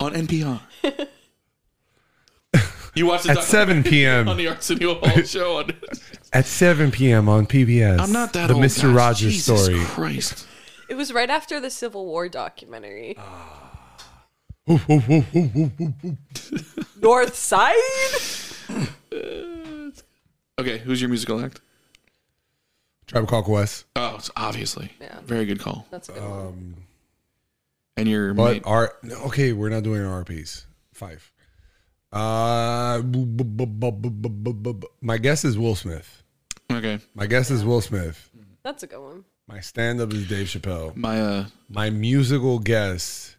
Speaker 6: on NPR. You watched the
Speaker 5: At
Speaker 6: doc-
Speaker 5: 7 p.m.
Speaker 6: on the Arsenio Hall show. On-
Speaker 5: at 7 p.m. on PBS.
Speaker 6: I'm not that
Speaker 5: the
Speaker 6: old,
Speaker 5: Mr.
Speaker 6: guys.
Speaker 5: Rogers
Speaker 6: Jesus
Speaker 5: story.
Speaker 6: Christ.
Speaker 7: It was right after the Civil War documentary.
Speaker 5: Ah.
Speaker 9: North Side?
Speaker 6: Uh, Okay, who's your musical act?
Speaker 5: Tribe Called Quest.
Speaker 6: Oh, it's obviously.
Speaker 7: Yeah.
Speaker 6: Very good call.
Speaker 7: That's a good
Speaker 5: Uh,
Speaker 7: one.
Speaker 6: And your mate-
Speaker 5: Um, But our okay, we're not doing RPs. Five. Uh, bu- bu- bu- bu- bu- bu- bu- bu- bu- my guess is Will Smith.
Speaker 6: okay.
Speaker 5: My guess is Will Smith.
Speaker 7: That's a good one.
Speaker 5: My stand up is Dave Chappelle.
Speaker 6: My uh,
Speaker 5: My musical guess,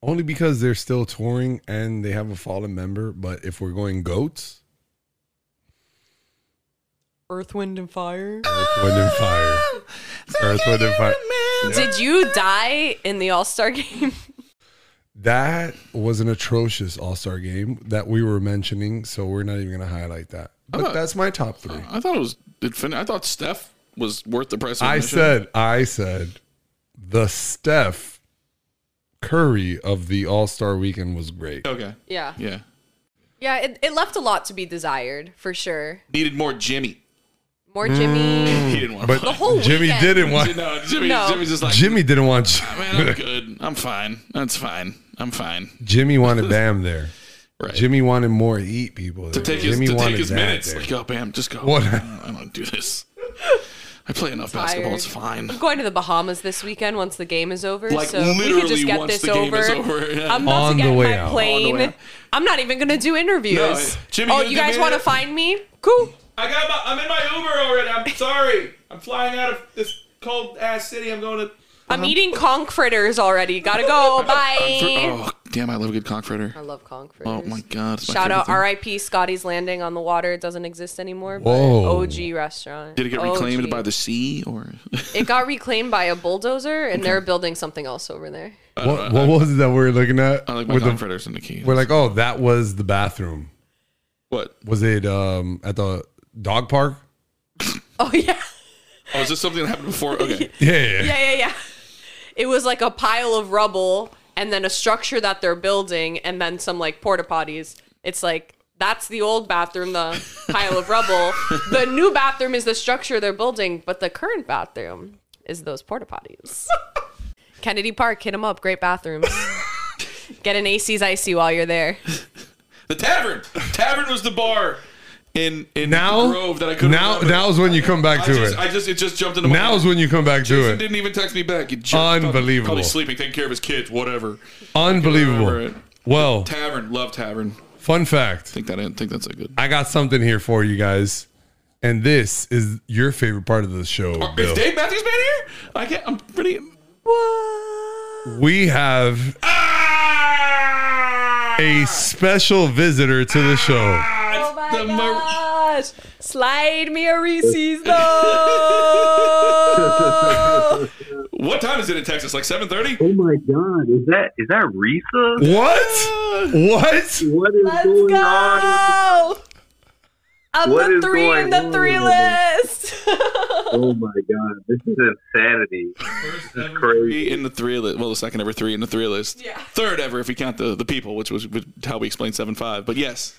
Speaker 5: only because they're still touring and they have a fallen member. But if we're going goats,
Speaker 9: Earth, Wind, and Fire?
Speaker 5: Earth, Wind, and Fire. Earth, Wind, and Fire.
Speaker 7: Did you die in the All Star game?
Speaker 5: That was an atrocious All Star game that we were mentioning, so we're not even going to highlight that. But
Speaker 6: not-
Speaker 5: that's my top three.
Speaker 6: I thought it was. It fin- I thought Steph was worth the price. of
Speaker 5: I
Speaker 6: admission.
Speaker 5: said, I said, the Steph Curry of the All Star weekend was great.
Speaker 6: Okay.
Speaker 7: Yeah.
Speaker 6: Yeah.
Speaker 7: Yeah, it, it left a lot to be desired, for sure.
Speaker 6: Needed more Jimmy.
Speaker 7: More
Speaker 5: Mm.
Speaker 7: Jimmy.
Speaker 6: He didn't want.
Speaker 5: Hmm. But
Speaker 6: to
Speaker 7: whole
Speaker 5: Jimmy
Speaker 7: weekend.
Speaker 5: didn't want.
Speaker 6: No, Jimmy.
Speaker 7: No.
Speaker 6: Jimmy's just like
Speaker 5: Jimmy didn't want.
Speaker 6: Man, I'm good. I'm fine. That's fine. I'm fine.
Speaker 5: Jimmy wanted Bam there.
Speaker 6: Right.
Speaker 5: Jimmy wanted more eat people.
Speaker 6: to
Speaker 5: there.
Speaker 6: take his,
Speaker 5: Jimmy
Speaker 6: to take
Speaker 5: wanted
Speaker 6: his
Speaker 5: that
Speaker 6: minutes.
Speaker 5: there.
Speaker 6: Like, oh, bam, just go.
Speaker 5: What?
Speaker 6: I don't, I don't do this. I play enough basketball. It's fine.
Speaker 7: I'm going to the Bahamas this weekend once the game is over.
Speaker 6: Like,
Speaker 7: so if we could
Speaker 6: literally
Speaker 7: just get
Speaker 6: once
Speaker 7: this
Speaker 6: the game
Speaker 7: over.
Speaker 6: is over, yeah.
Speaker 7: I'm about
Speaker 5: On
Speaker 7: to
Speaker 5: the
Speaker 7: get
Speaker 5: way
Speaker 7: my
Speaker 5: out.
Speaker 6: On the way
Speaker 7: plane.
Speaker 6: out.
Speaker 7: I'm not even going to do interviews.
Speaker 6: No, Jimmy, you
Speaker 7: oh,
Speaker 6: Uh-huh.
Speaker 7: you
Speaker 6: gonna
Speaker 7: guys
Speaker 6: do
Speaker 7: want to
Speaker 6: me-
Speaker 7: find me? Cool.
Speaker 6: I got. My, I'm in my Uber already. I'm sorry. I'm flying out of this cold ass city. I'm going to.
Speaker 7: I'm eating conch fritters already. Gotta go. Bye.
Speaker 6: Oh damn! I love a good cock fritter.
Speaker 7: I love conch fritters.
Speaker 6: Oh my god! it's my
Speaker 7: Shout
Speaker 6: favorite
Speaker 7: out
Speaker 6: thing.
Speaker 7: R.I.P. Scotty's Landing on the water. It doesn't exist anymore.
Speaker 5: Whoa.
Speaker 7: But OG restaurant.
Speaker 6: Did it get
Speaker 7: OG.
Speaker 6: reclaimed by the sea or?
Speaker 7: It got reclaimed by a bulldozer, and they're building something else over there.
Speaker 5: What, what was it that we were looking at?
Speaker 6: I Oh, like my
Speaker 5: With
Speaker 6: cock
Speaker 5: the-
Speaker 6: fritters in the key.
Speaker 5: we're like, oh, that was the bathroom.
Speaker 6: What?
Speaker 5: Was it um, at the dog park?
Speaker 7: Oh yeah,
Speaker 6: Oh, is this something that happened before? Okay.
Speaker 5: Yeah, yeah.
Speaker 7: yeah, yeah, yeah. It was like a pile of rubble, and then a structure that they're building, and then some like porta potties. It's like that's the old bathroom, the pile of rubble. The new bathroom is the structure they're building, but the current bathroom is those porta potties. Kennedy Park, hit them up. Great bathrooms. Get an AC's icy while you're there.
Speaker 6: The tavern. Tavern was the bar in in
Speaker 5: Now,
Speaker 6: Grove that I couldn't.
Speaker 5: now,
Speaker 6: remember.
Speaker 5: now is when you come back
Speaker 6: I
Speaker 5: to
Speaker 6: just,
Speaker 5: it.
Speaker 6: I just it just jumped into my.
Speaker 5: now is when you come back
Speaker 6: Jason
Speaker 5: to it.
Speaker 6: didn't even text me back. He just-
Speaker 5: Unbelievable.
Speaker 6: Probably sleeping, taking care of his kids, whatever. Remember
Speaker 5: Unbelievable.
Speaker 6: it.
Speaker 5: Well,
Speaker 6: Tavern, love tavern.
Speaker 5: fun fact.
Speaker 6: Think that in. Think that's a good.
Speaker 5: I got something here for you guys, and this is your favorite part of the show.
Speaker 6: Is
Speaker 5: Bill.
Speaker 6: Dave Matthews Band here? I can't. I'm pretty. What?
Speaker 5: We have
Speaker 6: Ah,
Speaker 5: a special visitor to the show.
Speaker 7: Oh my
Speaker 6: The Mar-
Speaker 7: gosh! Slide me a Reese's though.
Speaker 6: What time is it in Texas? Like seven thirty?
Speaker 10: Oh my God! Is that is that Risa?
Speaker 5: What? What?
Speaker 10: What is
Speaker 7: Let's
Speaker 10: going on?
Speaker 7: go. I'm
Speaker 10: What
Speaker 7: the
Speaker 10: is
Speaker 7: three
Speaker 10: going
Speaker 7: in the three
Speaker 10: on?
Speaker 7: list.
Speaker 10: Oh my God! This is insanity.
Speaker 6: Three in the three list. Well, the second ever three in the three list.
Speaker 7: Yeah.
Speaker 6: Third ever if you count the the people, which was which- how we explained seven five. But yes,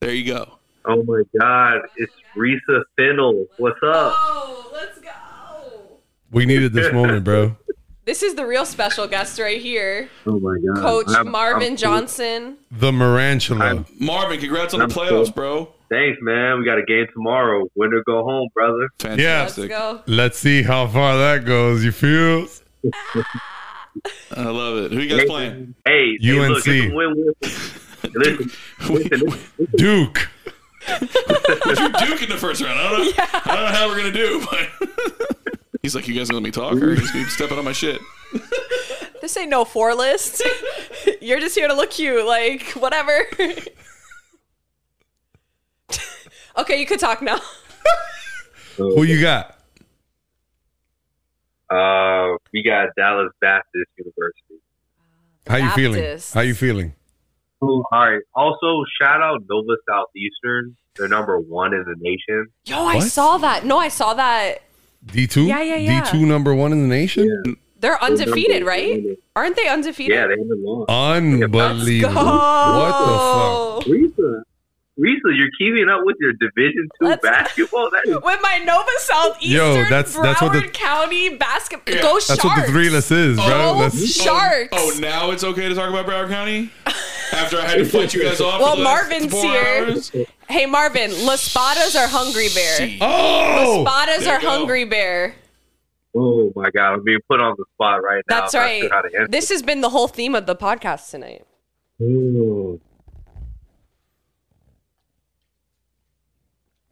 Speaker 6: there you go.
Speaker 10: Oh my God! It's Risa Fennel. What's up?
Speaker 7: oh, let's go.
Speaker 5: We needed this moment, bro.
Speaker 7: This is the real special guest right here,
Speaker 10: Oh my God!
Speaker 7: Coach
Speaker 10: I'm-
Speaker 7: Marvin
Speaker 10: I'm-
Speaker 7: Johnson.
Speaker 5: The Marantula.
Speaker 6: Marvin, congrats on the
Speaker 10: I'm
Speaker 6: playoffs,
Speaker 10: cool.
Speaker 6: bro.
Speaker 10: Thanks, man. We got a game tomorrow. Winner go home, brother.
Speaker 7: Let's
Speaker 6: Fantastic.
Speaker 7: go.
Speaker 5: Let's see how far that goes. You feel?
Speaker 6: I love it. Who you guys playing?
Speaker 10: Hey, hey, look, it's a
Speaker 5: UNC.
Speaker 10: win-win. Listen, uh, listen, it's-
Speaker 5: Duke.
Speaker 6: Drew Duke in the first round. I don't know. I don't know how we're gonna do. But he's like, you guys gonna let me talk or you just keep stepping on my shit?
Speaker 7: This ain't no four list. You're just here to look cute, like whatever. okay, you could talk now.
Speaker 5: Who you got?
Speaker 10: Uh, we got Dallas Baptist University.
Speaker 5: How you feeling?
Speaker 7: Baptists.
Speaker 5: How you feeling?
Speaker 10: All right. Also, shout out Nova Southeastern. They're number one in the nation.
Speaker 7: Yo, I saw that. No, I saw that.
Speaker 5: D two.
Speaker 7: Yeah, yeah, yeah.
Speaker 5: D two number one in the nation.
Speaker 7: They're undefeated, right? Aren't they undefeated?
Speaker 10: Yeah, they haven't lost.
Speaker 5: Unbelievable. What
Speaker 11: Oh.
Speaker 10: Risa, Risa, you're keeping up with your Division Two
Speaker 11: Let's-
Speaker 10: basketball. That is
Speaker 11: With my Nova Southeastern
Speaker 5: Yo, that's-
Speaker 11: Broward
Speaker 5: that's what the-
Speaker 11: County basketball. Go Sharks.
Speaker 5: the fuck? That's what the three list is, bro.
Speaker 7: Go
Speaker 5: That's
Speaker 7: Sharks.
Speaker 6: Oh, now it's okay to talk about Broward County? After I had to fight you guys off.
Speaker 11: Well,
Speaker 6: for the last
Speaker 11: Marvin's
Speaker 6: four
Speaker 11: here.
Speaker 6: hours?
Speaker 7: Hey Marvin, Las Spadas are hungry bear.
Speaker 6: Gee.
Speaker 5: Oh,
Speaker 7: Spadas
Speaker 6: There
Speaker 7: are
Speaker 6: you go.
Speaker 7: hungry bear.
Speaker 10: oh my god, I'm being put on the spot right now.
Speaker 7: That's
Speaker 10: I'm not
Speaker 7: right.
Speaker 10: sure how to answer.
Speaker 7: This has been the whole theme of the podcast tonight.
Speaker 10: Ooh.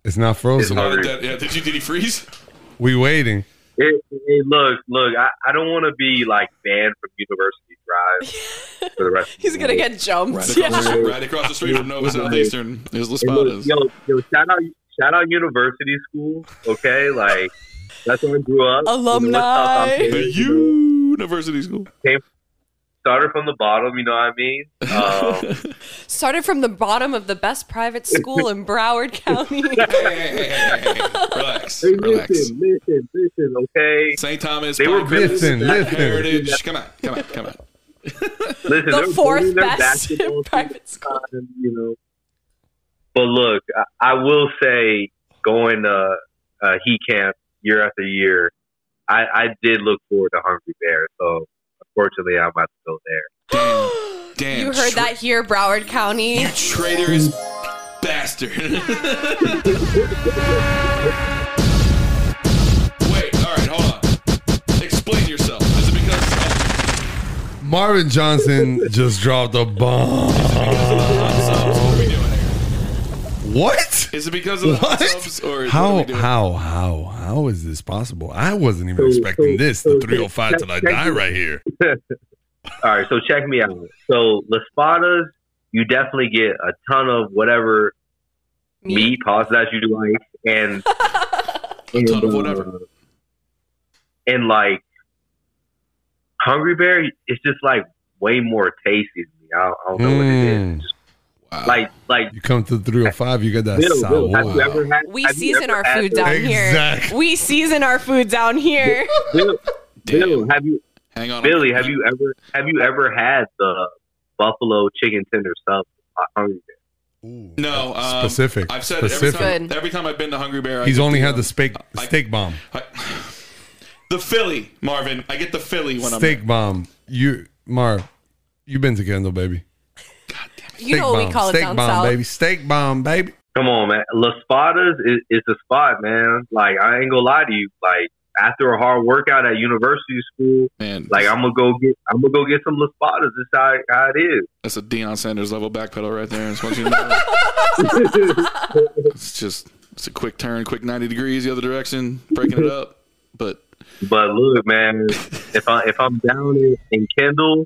Speaker 5: it's not frozen.
Speaker 6: Oh, did that- yeah, did you did he freeze?
Speaker 5: We waiting.
Speaker 10: Hey, hey, look, look, I, I don't want to be like banned from University Drive for the rest. Of
Speaker 11: He's
Speaker 10: the
Speaker 11: gonna
Speaker 10: year.
Speaker 11: get jumped.
Speaker 6: Right across,
Speaker 11: yeah.
Speaker 6: the, street, right across the street from Nova Southeastern is Las
Speaker 10: Hey, look,
Speaker 6: Patas.
Speaker 10: yo, yo, shout out, shout out University School. Okay, like that's where I grew up. You know, what's up,
Speaker 11: Alumni.
Speaker 10: I'm
Speaker 6: The
Speaker 10: here, you know.
Speaker 6: University School.
Speaker 10: started from the bottom. You know what I mean? Um,
Speaker 7: Started from the bottom of the best private school in Broward County.
Speaker 6: Hey, hey, hey, hey, hey, hey. Relax.
Speaker 10: hey,
Speaker 6: Relax.
Speaker 10: listen, listen, listen. Okay,
Speaker 6: St. Thomas,
Speaker 10: They were
Speaker 6: Pinecrest,
Speaker 5: Listen, listen.
Speaker 6: Heritage. Come on, come on, come on.
Speaker 10: listen.
Speaker 11: The
Speaker 10: they're
Speaker 11: fourth
Speaker 10: building their
Speaker 11: best
Speaker 10: basketball
Speaker 11: private
Speaker 10: team,
Speaker 11: school.
Speaker 10: You know, but look, I, I will say, going to uh, heat camp year after year, I, I did look forward to Hungry Bear. So unfortunately, I'm about to go there.
Speaker 6: Damn. Damn.
Speaker 7: you heard
Speaker 6: Tra-
Speaker 7: that here, Broward County.
Speaker 6: You traitorous bastard. Wait, all right, hold on. Explain yourself. Is it because
Speaker 5: Marvin Johnson just dropped a bomb.
Speaker 6: hot subs? What are we doing here?
Speaker 5: What?
Speaker 6: Is it because of the hot
Speaker 5: What?
Speaker 6: subs or what are we
Speaker 5: How
Speaker 6: doing?
Speaker 5: how how how is this possible? I wasn't even expecting this. The 305 till I die right here.
Speaker 10: All right, so check me out. So Laspadas, you definitely get a ton of whatever meat, pasta that you like, and and,
Speaker 6: ton of whatever.
Speaker 10: uh, and like Hungry Bear, it's just like way more tasty to me. I, I don't know what it
Speaker 5: Mm.
Speaker 10: is. Like, like
Speaker 5: You come to the 305, you get that
Speaker 10: Bill, Bill, have you
Speaker 5: sour.
Speaker 10: ever had?
Speaker 7: We
Speaker 10: have you
Speaker 7: season
Speaker 10: ever
Speaker 7: our
Speaker 10: had
Speaker 7: food
Speaker 10: the-
Speaker 7: down
Speaker 5: Exactly.
Speaker 7: here. We season our food down here.
Speaker 10: Bill, Bill,
Speaker 6: Damn.
Speaker 10: have you,
Speaker 6: Hang on.
Speaker 10: Billy? Have you ever, have you ever had the buffalo chicken tender sub? at Hungry Bear?
Speaker 5: Ooh.
Speaker 6: No, um,
Speaker 5: Specific.
Speaker 6: I've said
Speaker 5: Specific.
Speaker 6: It every, time,
Speaker 7: Good.
Speaker 6: every time I've been to Hungry Bear. I
Speaker 5: He's
Speaker 6: get
Speaker 5: only
Speaker 6: the,
Speaker 5: had the steak
Speaker 6: I-
Speaker 5: steak bomb.
Speaker 6: I- the Philly, Marvin. I get the Philly when I'm.
Speaker 5: Steak bomb. You Mar, you've been to Kendall, baby.
Speaker 7: You know what we call it
Speaker 5: steak
Speaker 7: down
Speaker 5: bomb,
Speaker 7: south.
Speaker 5: baby. Steak bomb, baby.
Speaker 10: Come on, man. Las Spadas is, is the spot, man. Like, I ain't gonna lie to you. Like, after a hard workout at university school,
Speaker 6: Man,
Speaker 10: like I'm gonna go get, I'm gonna go get some Las Spadas. This how, how it is.
Speaker 6: that's a Deion Sanders level back pedal right there. Just want you to know. it's just it's a quick turn, quick ninety degrees the other direction, breaking it up. But
Speaker 10: But look, man, if I if I'm down in, in Kendall,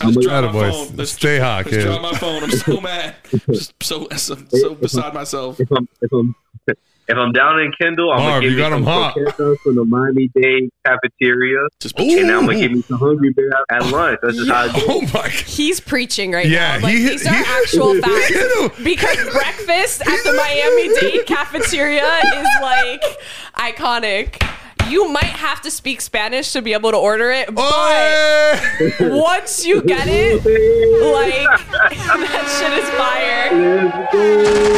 Speaker 6: I'm
Speaker 5: Atta boy. Stay hot,
Speaker 6: Let's
Speaker 5: kid.
Speaker 6: drop my phone. I'm so mad. Just so so, so beside myself.
Speaker 10: if I'm if I'm if I'm down in Kendall, I'm
Speaker 5: Marv,
Speaker 10: gonna give
Speaker 5: you got
Speaker 10: me
Speaker 5: 'em hot.
Speaker 10: some croquetas from the Miami Dade cafeteria,
Speaker 6: Just
Speaker 10: and I'm gonna give me some Hungry Bear at lunch. That's just how. I do.
Speaker 5: Oh my god.
Speaker 7: He's preaching right
Speaker 5: Yeah,
Speaker 7: now. Like,
Speaker 5: he-
Speaker 7: these are
Speaker 5: he-
Speaker 7: actual facts.
Speaker 5: Kendall,
Speaker 11: Because breakfast at the Miami Dade cafeteria is like
Speaker 7: Iconic. You might have to speak Spanish to be able to order it, but
Speaker 5: Hey!
Speaker 11: once you get it, like that shit is fire.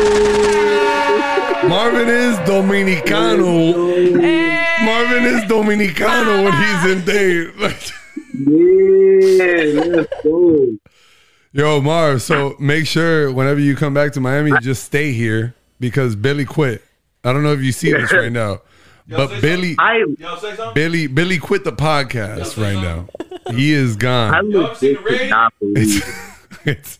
Speaker 5: Marvin is Dominicano.
Speaker 11: Hey,
Speaker 5: Marvin is Dominicano when he's in Dave.
Speaker 10: Yeah, let's go.
Speaker 5: Yo, Marv, so make sure whenever you come back to Miami, you just stay here because Billy quit. I don't know if you see this right now, but Billy,
Speaker 10: I
Speaker 6: Y'all say something?
Speaker 5: Billy, Billy quit the podcast right now. He is
Speaker 10: I
Speaker 5: gone.
Speaker 10: legit could not believe. it.
Speaker 5: It's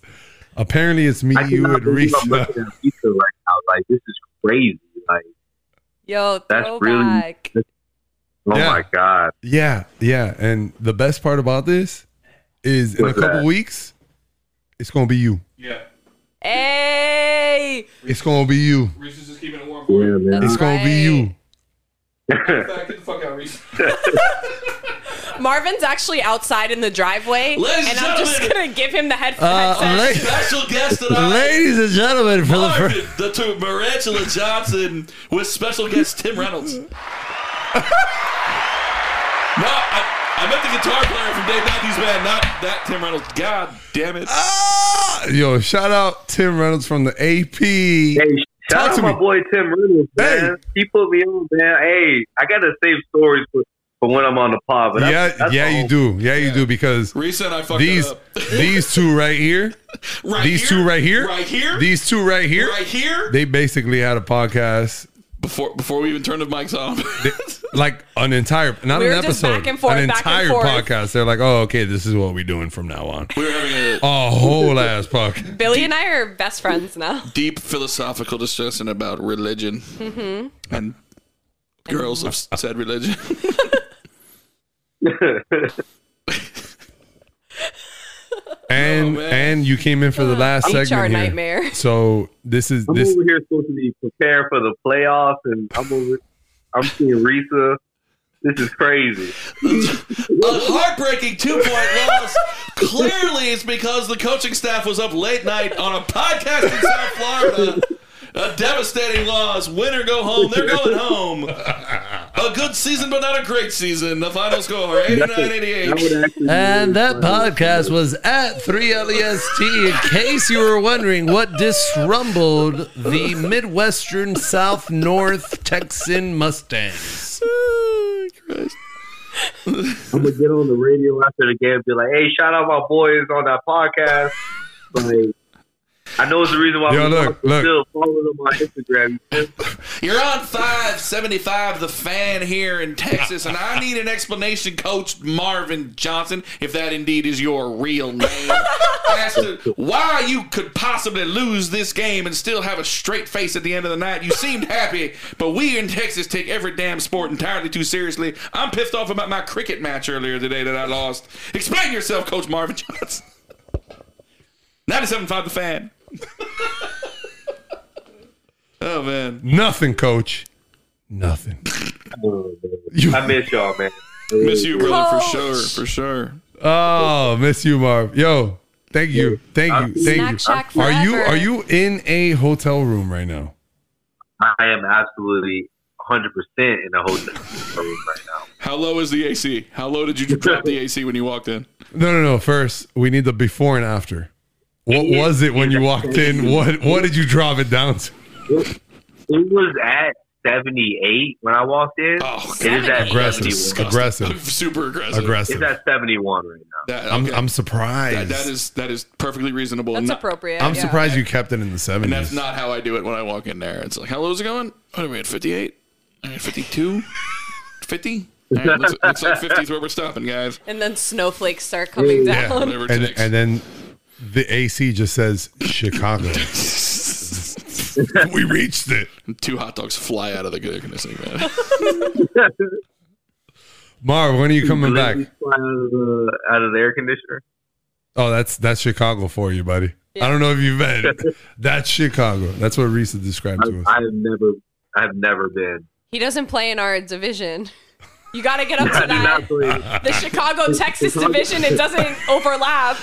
Speaker 5: apparently it's me,
Speaker 10: I
Speaker 5: you,
Speaker 10: cannot
Speaker 5: and
Speaker 10: believe I'm
Speaker 5: Risa.
Speaker 10: looking at pizza right now. Like this is crazy. Like
Speaker 7: yo,
Speaker 10: That's
Speaker 7: throwback.
Speaker 10: really- oh
Speaker 5: Yeah.
Speaker 10: my god.
Speaker 5: Yeah, yeah. And the best part about this is in a
Speaker 10: What's
Speaker 5: couple
Speaker 10: that?
Speaker 5: weeks, it's gonna be you.
Speaker 6: Yeah.
Speaker 7: Hey,
Speaker 5: It's gonna be you.
Speaker 6: Reese is just keeping it warm
Speaker 10: Yeah,
Speaker 6: for you.
Speaker 10: man.
Speaker 5: It's gonna be you.
Speaker 6: Get the fuck out, Reese.
Speaker 7: Marvin's actually outside in the driveway,
Speaker 6: Ladies
Speaker 7: and I'm just
Speaker 6: and
Speaker 7: gonna give him the head-
Speaker 5: Uh,
Speaker 7: headset.
Speaker 5: la-
Speaker 6: Special guest tonight.
Speaker 5: Ladies and gentlemen, for the first.
Speaker 6: Marvin, the two Marantula Johnson with special guest Tim Reynolds. no, I, I meant the guitar player from Dave Matthews Band, not that Tim Reynolds. God damn it.
Speaker 5: Ah, yo, shout out Tim Reynolds from the AP.
Speaker 10: Hey,
Speaker 5: Talk
Speaker 10: shout out
Speaker 5: to
Speaker 10: my
Speaker 5: me.
Speaker 10: boy Tim Reynolds,
Speaker 5: Hey.
Speaker 10: man. He put me on, man. Hey, I gotta save stories for, for when I'm on the pod. But
Speaker 5: yeah,
Speaker 10: that's, that's
Speaker 5: yeah,
Speaker 10: all.
Speaker 5: you do. Yeah, you do because
Speaker 6: Reset, I fucked
Speaker 5: these
Speaker 6: it up.
Speaker 5: these two right here,
Speaker 6: Right
Speaker 5: these
Speaker 6: here,
Speaker 5: two right here,
Speaker 6: Right here.
Speaker 5: these two right here,
Speaker 6: right here.
Speaker 5: they basically had a podcast
Speaker 6: before before we even turned the mics off.
Speaker 5: like an entire not
Speaker 9: We
Speaker 5: an
Speaker 9: were just
Speaker 5: episode,
Speaker 9: back and forth,
Speaker 5: an
Speaker 9: back and
Speaker 5: entire
Speaker 9: forth.
Speaker 5: podcast. They're like, oh, okay, this is what we're doing from now on.
Speaker 6: we were having a
Speaker 5: A whole ass podcast.
Speaker 7: Billy and I are best friends now.
Speaker 6: deep philosophical discussion about religion
Speaker 5: Mm-hmm.
Speaker 6: and girls of
Speaker 5: Uh,
Speaker 6: said religion.
Speaker 5: And
Speaker 6: man.
Speaker 5: and you came in for the last
Speaker 7: HR
Speaker 5: segment here.
Speaker 7: nightmare.
Speaker 5: So this is
Speaker 10: I'm
Speaker 5: this
Speaker 10: over here supposed to be preparing for the playoffs, and I'm over. I'm seeing Risa. This is crazy.
Speaker 6: a heartbreaking two point loss. Clearly, it's because the coaching staff was up late night on a podcast in South Florida. A devastating loss. Win or go home. They're going home. A good season, but not a great season. The final score 89
Speaker 10: That
Speaker 6: 88.
Speaker 10: would actually
Speaker 8: And that podcast was at 3LEST. In case you were wondering what disrumbled the Midwestern South North Texan Mustangs.
Speaker 10: I'm gonna get on the radio after the game and be like, "Hey, shout out my boys on that podcast." Like, I know it's the reason why
Speaker 5: Yo,
Speaker 10: we
Speaker 5: look,
Speaker 10: lost, but
Speaker 5: look.
Speaker 10: still follow them on Instagram.
Speaker 6: You're on 575 The Fan here in Texas, and I need an explanation, Coach Marvin Johnson, if that indeed is your real name, as to why you could possibly lose this game and still have a straight face at the end of the night. You seemed happy, but we in Texas take every damn sport entirely too seriously. I'm pissed off about my cricket match earlier today that I lost. Explain yourself, Coach Marvin Johnson. 97.5 The Fan. oh, man.
Speaker 5: nothing, coach. Nothing.
Speaker 10: I miss y'all, man.
Speaker 6: Miss you, brother, for
Speaker 7: Coach.
Speaker 6: sure, for sure.
Speaker 5: Oh, miss you, Marv. Yo, thank you,
Speaker 6: Uh,
Speaker 5: thank you,
Speaker 7: Snack
Speaker 5: thank you.
Speaker 7: Shack forever.
Speaker 5: Are you are you in a hotel room right now?
Speaker 10: I am absolutely 100 percent in the hotel room right now.
Speaker 6: How low is the AC? How low did you drop the AC when you walked in?
Speaker 5: No, no, no. First, we need the before and after. What was it when you walked in? What what did you drop it down to?
Speaker 10: It was at 78 when I walked in.
Speaker 6: Oh,
Speaker 10: it is at
Speaker 5: Aggressive.
Speaker 10: 71.
Speaker 5: Aggressive.
Speaker 6: Super aggressive.
Speaker 5: Aggressive.
Speaker 10: It's at 71 right now.
Speaker 6: That,
Speaker 5: I'm
Speaker 6: okay.
Speaker 5: I'm
Speaker 6: That-
Speaker 5: surprised.
Speaker 6: that is that is perfectly reasonable.
Speaker 7: That's
Speaker 6: Not-
Speaker 7: appropriate.
Speaker 5: I'm
Speaker 7: yeah.
Speaker 5: surprised you kept it in the
Speaker 6: and that's
Speaker 5: seventies.
Speaker 6: not how I do it when I walk in there. It's like, how low is it going? What are we at? Fifty eight? Are we at fifty two? Fifty? Looks looks like fifty is where we're stopping, guys.
Speaker 7: And then snowflakes start coming
Speaker 5: Yeah.
Speaker 7: down.
Speaker 6: Whatever it
Speaker 5: And
Speaker 6: takes.
Speaker 5: and then the AC just says Chicago. we reached it.
Speaker 6: Two hot dogs fly out of the air conditioning, man.
Speaker 5: Marv, when are you coming back?
Speaker 10: Literally fly Out of, the, out of the air conditioner.
Speaker 5: Oh, that's that's Chicago for you, buddy. I don't know if you've been. that's Chicago. That's what Risa described to us.
Speaker 10: I, I have never, I have never been.
Speaker 7: He doesn't play in our division. You got to get up
Speaker 10: I
Speaker 7: to
Speaker 10: do not
Speaker 7: that.
Speaker 10: believe.
Speaker 9: The Chicago Texas division it doesn't overlap.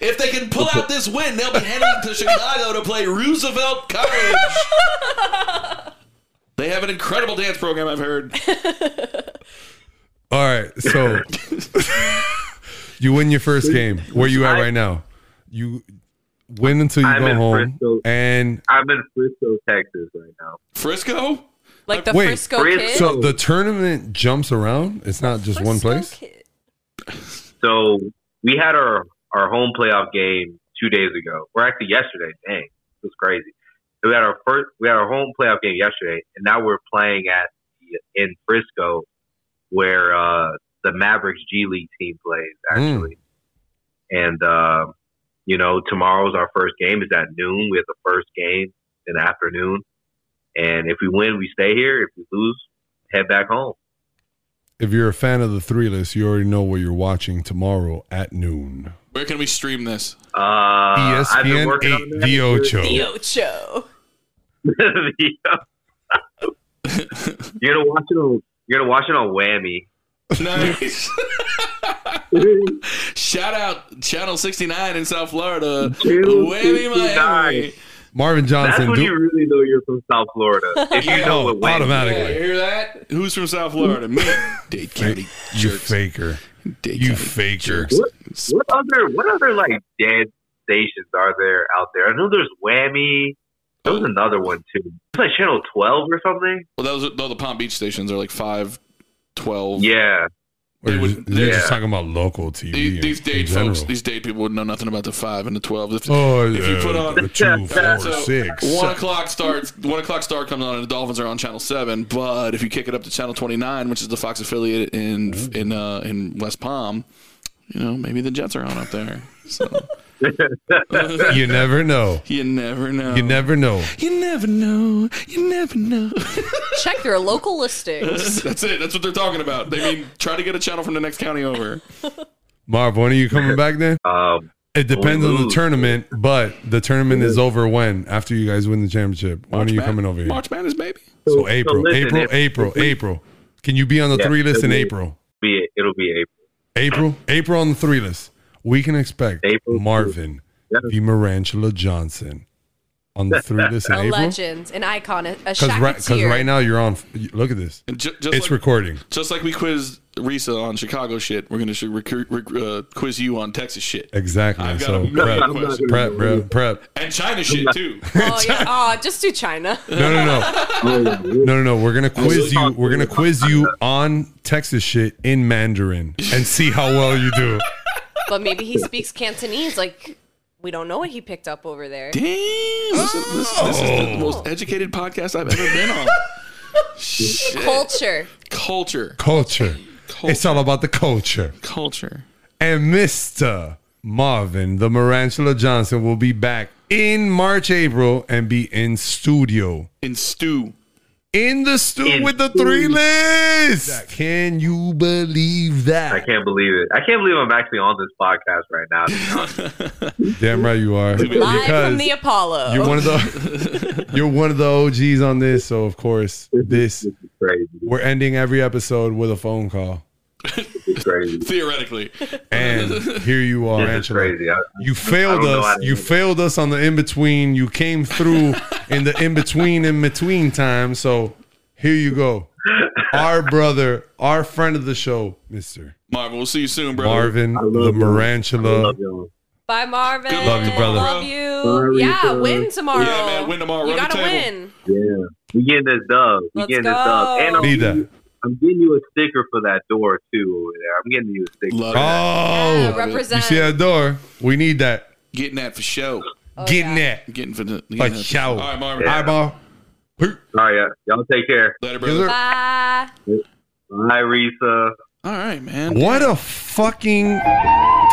Speaker 6: if they can pull out this win, they'll be heading to Chicago to play Roosevelt College. They have an incredible dance program, I've heard.
Speaker 5: All right, so you win your first game. Where you at
Speaker 10: I-
Speaker 5: right now? You win until you
Speaker 10: I'm
Speaker 5: go
Speaker 10: in
Speaker 5: home,
Speaker 10: Frisco.
Speaker 5: and
Speaker 10: I'm in Frisco, Texas right now.
Speaker 6: Frisco?
Speaker 7: Like the
Speaker 5: Wait,
Speaker 7: Frisco kid.
Speaker 5: so the tournament jumps around. It's not just one
Speaker 7: Frisco
Speaker 5: place.
Speaker 7: kid.
Speaker 10: So we had our our home playoff game two days ago. Or actually yesterday. Dang, it was crazy. So we had our first, we had our home playoff game yesterday, and now we're playing at the, in Frisco, where uh, the Mavericks G League team plays actually. And uh, you know, tomorrow's our first game. Is at noon. We have the first game in the afternoon, and if we win, we stay here. If we lose, head back home.
Speaker 5: If you're a fan of the three list, you already know what you're watching tomorrow at noon. E
Speaker 6: Where can we stream this?
Speaker 10: Uh, I've been
Speaker 5: ESPN
Speaker 10: working on
Speaker 5: eight
Speaker 10: that
Speaker 5: The Ocho.
Speaker 9: The Ocho.
Speaker 10: you're gonna watch it on you're gonna watch it on Whammy.
Speaker 6: Nice. shout out Channel 69 in South Florida.
Speaker 10: Channel
Speaker 6: Whammy, Miami.
Speaker 10: 69.
Speaker 5: Marvin
Speaker 10: That's
Speaker 5: Johnson.
Speaker 10: when
Speaker 5: do-
Speaker 10: you really know you're from South Florida. If you know
Speaker 5: oh,
Speaker 10: what Whammy
Speaker 6: Yeah,
Speaker 5: automatically.
Speaker 6: you hear that? Who's from South Florida? Me. Dade County.
Speaker 5: You faker.
Speaker 6: Day
Speaker 5: You
Speaker 6: County
Speaker 5: fake
Speaker 6: jerks. S-
Speaker 10: What other what other like dead stations are there out there? I know there's Whammy. There was another one too. It's like Channel Twelve or something.
Speaker 6: Well, those are, no, the Palm Beach stations are like five, twelve.
Speaker 10: Yeah,
Speaker 5: Or
Speaker 6: They
Speaker 5: you're,
Speaker 6: would-
Speaker 5: you're
Speaker 10: yeah.
Speaker 5: just talking about local TV.
Speaker 6: These,
Speaker 5: in-
Speaker 6: these
Speaker 5: in
Speaker 6: date
Speaker 5: general.
Speaker 6: folks, these date people would know nothing about the five and the twelve. If,
Speaker 5: oh,
Speaker 6: if you put on
Speaker 5: the two, four,
Speaker 6: So,
Speaker 5: six.
Speaker 6: One o'clock starts. One o'clock star comes on, and the Dolphins are on Channel Seven. But if you kick it up to Channel Twenty Nine, which is the Fox affiliate in in uh, in West Palm, you know maybe the Jets are on up there. So
Speaker 5: You never know.
Speaker 6: you never know.
Speaker 5: You never know.
Speaker 6: You never know. You never know.
Speaker 7: Check their local listings.
Speaker 6: That's it. That's what they're talking about. They mean try to get a channel from the next county over.
Speaker 5: Marv, when are you coming back then?
Speaker 10: um,
Speaker 5: It depends on the
Speaker 10: lose.
Speaker 5: tournament, but the tournament is over when? After you guys win the championship. When are you
Speaker 6: March
Speaker 5: coming
Speaker 6: Mad-
Speaker 5: over here?
Speaker 6: March Madness, baby.
Speaker 5: So April,
Speaker 10: listen,
Speaker 5: April,
Speaker 10: if-
Speaker 5: April, April. Can you be on the
Speaker 10: Yeah,
Speaker 5: three list in
Speaker 10: it'll be-
Speaker 5: April?
Speaker 10: be it'll be April.
Speaker 5: April, April on the three list. We can expect
Speaker 10: April.
Speaker 5: Marvin,
Speaker 10: Yeah.
Speaker 5: V. Marantula Johnson on the three list in
Speaker 7: a
Speaker 5: April.
Speaker 7: legend, an icon, a, a
Speaker 5: Because right, 'cause
Speaker 7: Shakateer.
Speaker 5: right now you're on. Look at this.
Speaker 6: And ju- just
Speaker 5: It's
Speaker 6: like,
Speaker 5: recording.
Speaker 6: just like we quizzed Risa on Chicago shit, we're gonna sh- recu- rec- uh, quiz you on Texas shit
Speaker 5: Exactly.
Speaker 6: I've got a
Speaker 5: so
Speaker 6: million
Speaker 5: prep,
Speaker 6: questions.
Speaker 5: prep, bro, prep.
Speaker 6: and China shit too.
Speaker 7: oh, yeah. oh, just do China.
Speaker 5: No, no, no, no, no, no. We're gonna quiz you. We're gonna quiz you on Texas shit in Mandarin and see how well you do.
Speaker 7: But maybe he speaks Cantonese. Like, we don't know what he picked up over there.
Speaker 6: Damn, Oh. this, is, this, this is the most educated podcast I've ever been on. Shit.
Speaker 7: Culture.
Speaker 6: culture,
Speaker 5: Culture.
Speaker 6: Culture.
Speaker 5: It's all about the culture.
Speaker 6: culture.
Speaker 5: And Mr. Marvin, the Marantula Johnson, will be back in March, April, and be in studio.
Speaker 6: In stew,
Speaker 5: In the studio with the three lists. Can you believe
Speaker 10: I
Speaker 5: that?
Speaker 10: can't believe it. I can't believe I'm actually on this podcast right now.
Speaker 5: Damn right you are.
Speaker 7: Live from
Speaker 5: Because
Speaker 7: the Apollo.
Speaker 5: you're one of the you're one of the OGs on this. So of course, this
Speaker 10: It's crazy.
Speaker 5: we're ending every episode with a phone call.
Speaker 10: It's crazy.
Speaker 6: theoretically,
Speaker 5: And here you are,
Speaker 10: This is
Speaker 5: Angela.
Speaker 10: crazy. I,
Speaker 5: You failed
Speaker 10: don't know how
Speaker 5: us.
Speaker 10: to
Speaker 5: You
Speaker 10: do it.
Speaker 5: failed us on the in between. You came through in the in between in between time. So here you go. Our brother, our friend of the show, Mr.
Speaker 6: Marvin. We'll see you soon, bro.
Speaker 5: Marvin the Marantula.
Speaker 10: love y'all.
Speaker 7: Bye, Marvin.
Speaker 6: Good luck, brother.
Speaker 7: Love you.
Speaker 10: Sorry,
Speaker 7: yeah,
Speaker 10: brother.
Speaker 7: win tomorrow.
Speaker 6: Yeah, man, win tomorrow.
Speaker 7: You
Speaker 6: Run the
Speaker 7: gotta
Speaker 6: table.
Speaker 7: win.
Speaker 10: Yeah, we getting this dub. We
Speaker 7: Let's
Speaker 10: getting this
Speaker 7: go.
Speaker 10: dub. And I'm,
Speaker 5: Need that.
Speaker 10: I'm getting you a sticker for that door too over there. I'm getting you a sticker.
Speaker 6: Love it.
Speaker 7: Yeah,
Speaker 5: Oh, you
Speaker 7: represent.
Speaker 5: see that door? We need that.
Speaker 6: Getting that for show.
Speaker 5: Getting
Speaker 7: Oh, yeah.
Speaker 5: that.
Speaker 6: Getting for the getting
Speaker 5: Like
Speaker 6: that for-
Speaker 5: show.
Speaker 6: All right, Marvin.
Speaker 5: Eyeball.
Speaker 10: All right, y'all. y'all take care.
Speaker 6: Later,
Speaker 5: Yes,
Speaker 6: brother.
Speaker 5: sir.
Speaker 7: Bye.
Speaker 10: Bye, Risa.
Speaker 6: All right, man.
Speaker 5: What a fucking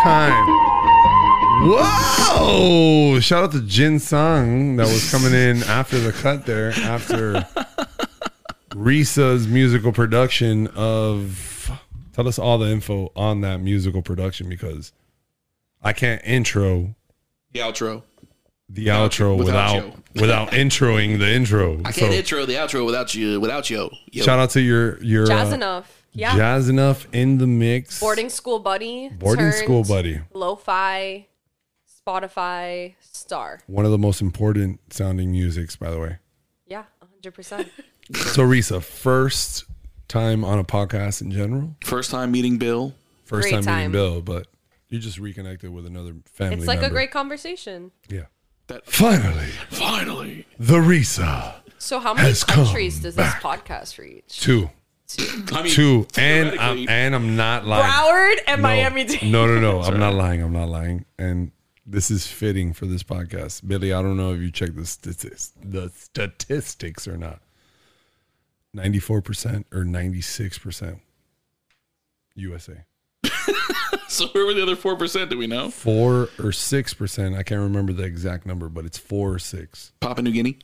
Speaker 5: time. Whoa! Shout out to Jin Song that was coming in after the cut there, after Risa's musical production of. Tell us all the info on that musical production because I can't intro
Speaker 6: The outro.
Speaker 5: the outro
Speaker 6: Without
Speaker 5: without without introing the intro.
Speaker 6: I
Speaker 5: So
Speaker 6: can't intro the outro without you. Without you. Yo.
Speaker 5: shout out to your your
Speaker 7: Jazz
Speaker 5: uh,
Speaker 7: enough. Yeah.
Speaker 5: Jazz enough in the mix.
Speaker 7: Boarding school buddy.
Speaker 5: boarding
Speaker 7: turned
Speaker 5: school buddy.
Speaker 7: Lo-fi, Spotify star.
Speaker 5: One of the most important sounding musics, by the way.
Speaker 7: Yeah, 100%.
Speaker 5: So, Risa, first time on a podcast in general.
Speaker 6: First time meeting Bill.
Speaker 5: First
Speaker 7: Great
Speaker 5: time, meeting
Speaker 7: time.
Speaker 5: Bill, but you just reconnected with another family.
Speaker 7: it's like a
Speaker 5: member.
Speaker 7: great conversation.
Speaker 5: yeah.
Speaker 6: That-
Speaker 5: Finally,
Speaker 6: Finally.
Speaker 5: the Risa
Speaker 7: So how many
Speaker 5: Has come
Speaker 7: countries does this
Speaker 5: back.
Speaker 7: podcast reach?
Speaker 5: two,
Speaker 6: I mean,
Speaker 5: two, and um, I'm
Speaker 6: theoretically-
Speaker 5: and I'm not lying.
Speaker 12: Broward and
Speaker 5: No.
Speaker 12: Miami Dade.
Speaker 5: No, no, no. I'm not lying. I'm not lying. And this is fitting for this podcast, Billy. I don't know if you checked the statistics, the statistics or not. Ninety-four percent or ninety-six percent. USA.
Speaker 6: So where were the other four percent? Do we know?
Speaker 5: four or six percent. I can't remember the exact number, but it's four or six.
Speaker 6: Papua New Guinea.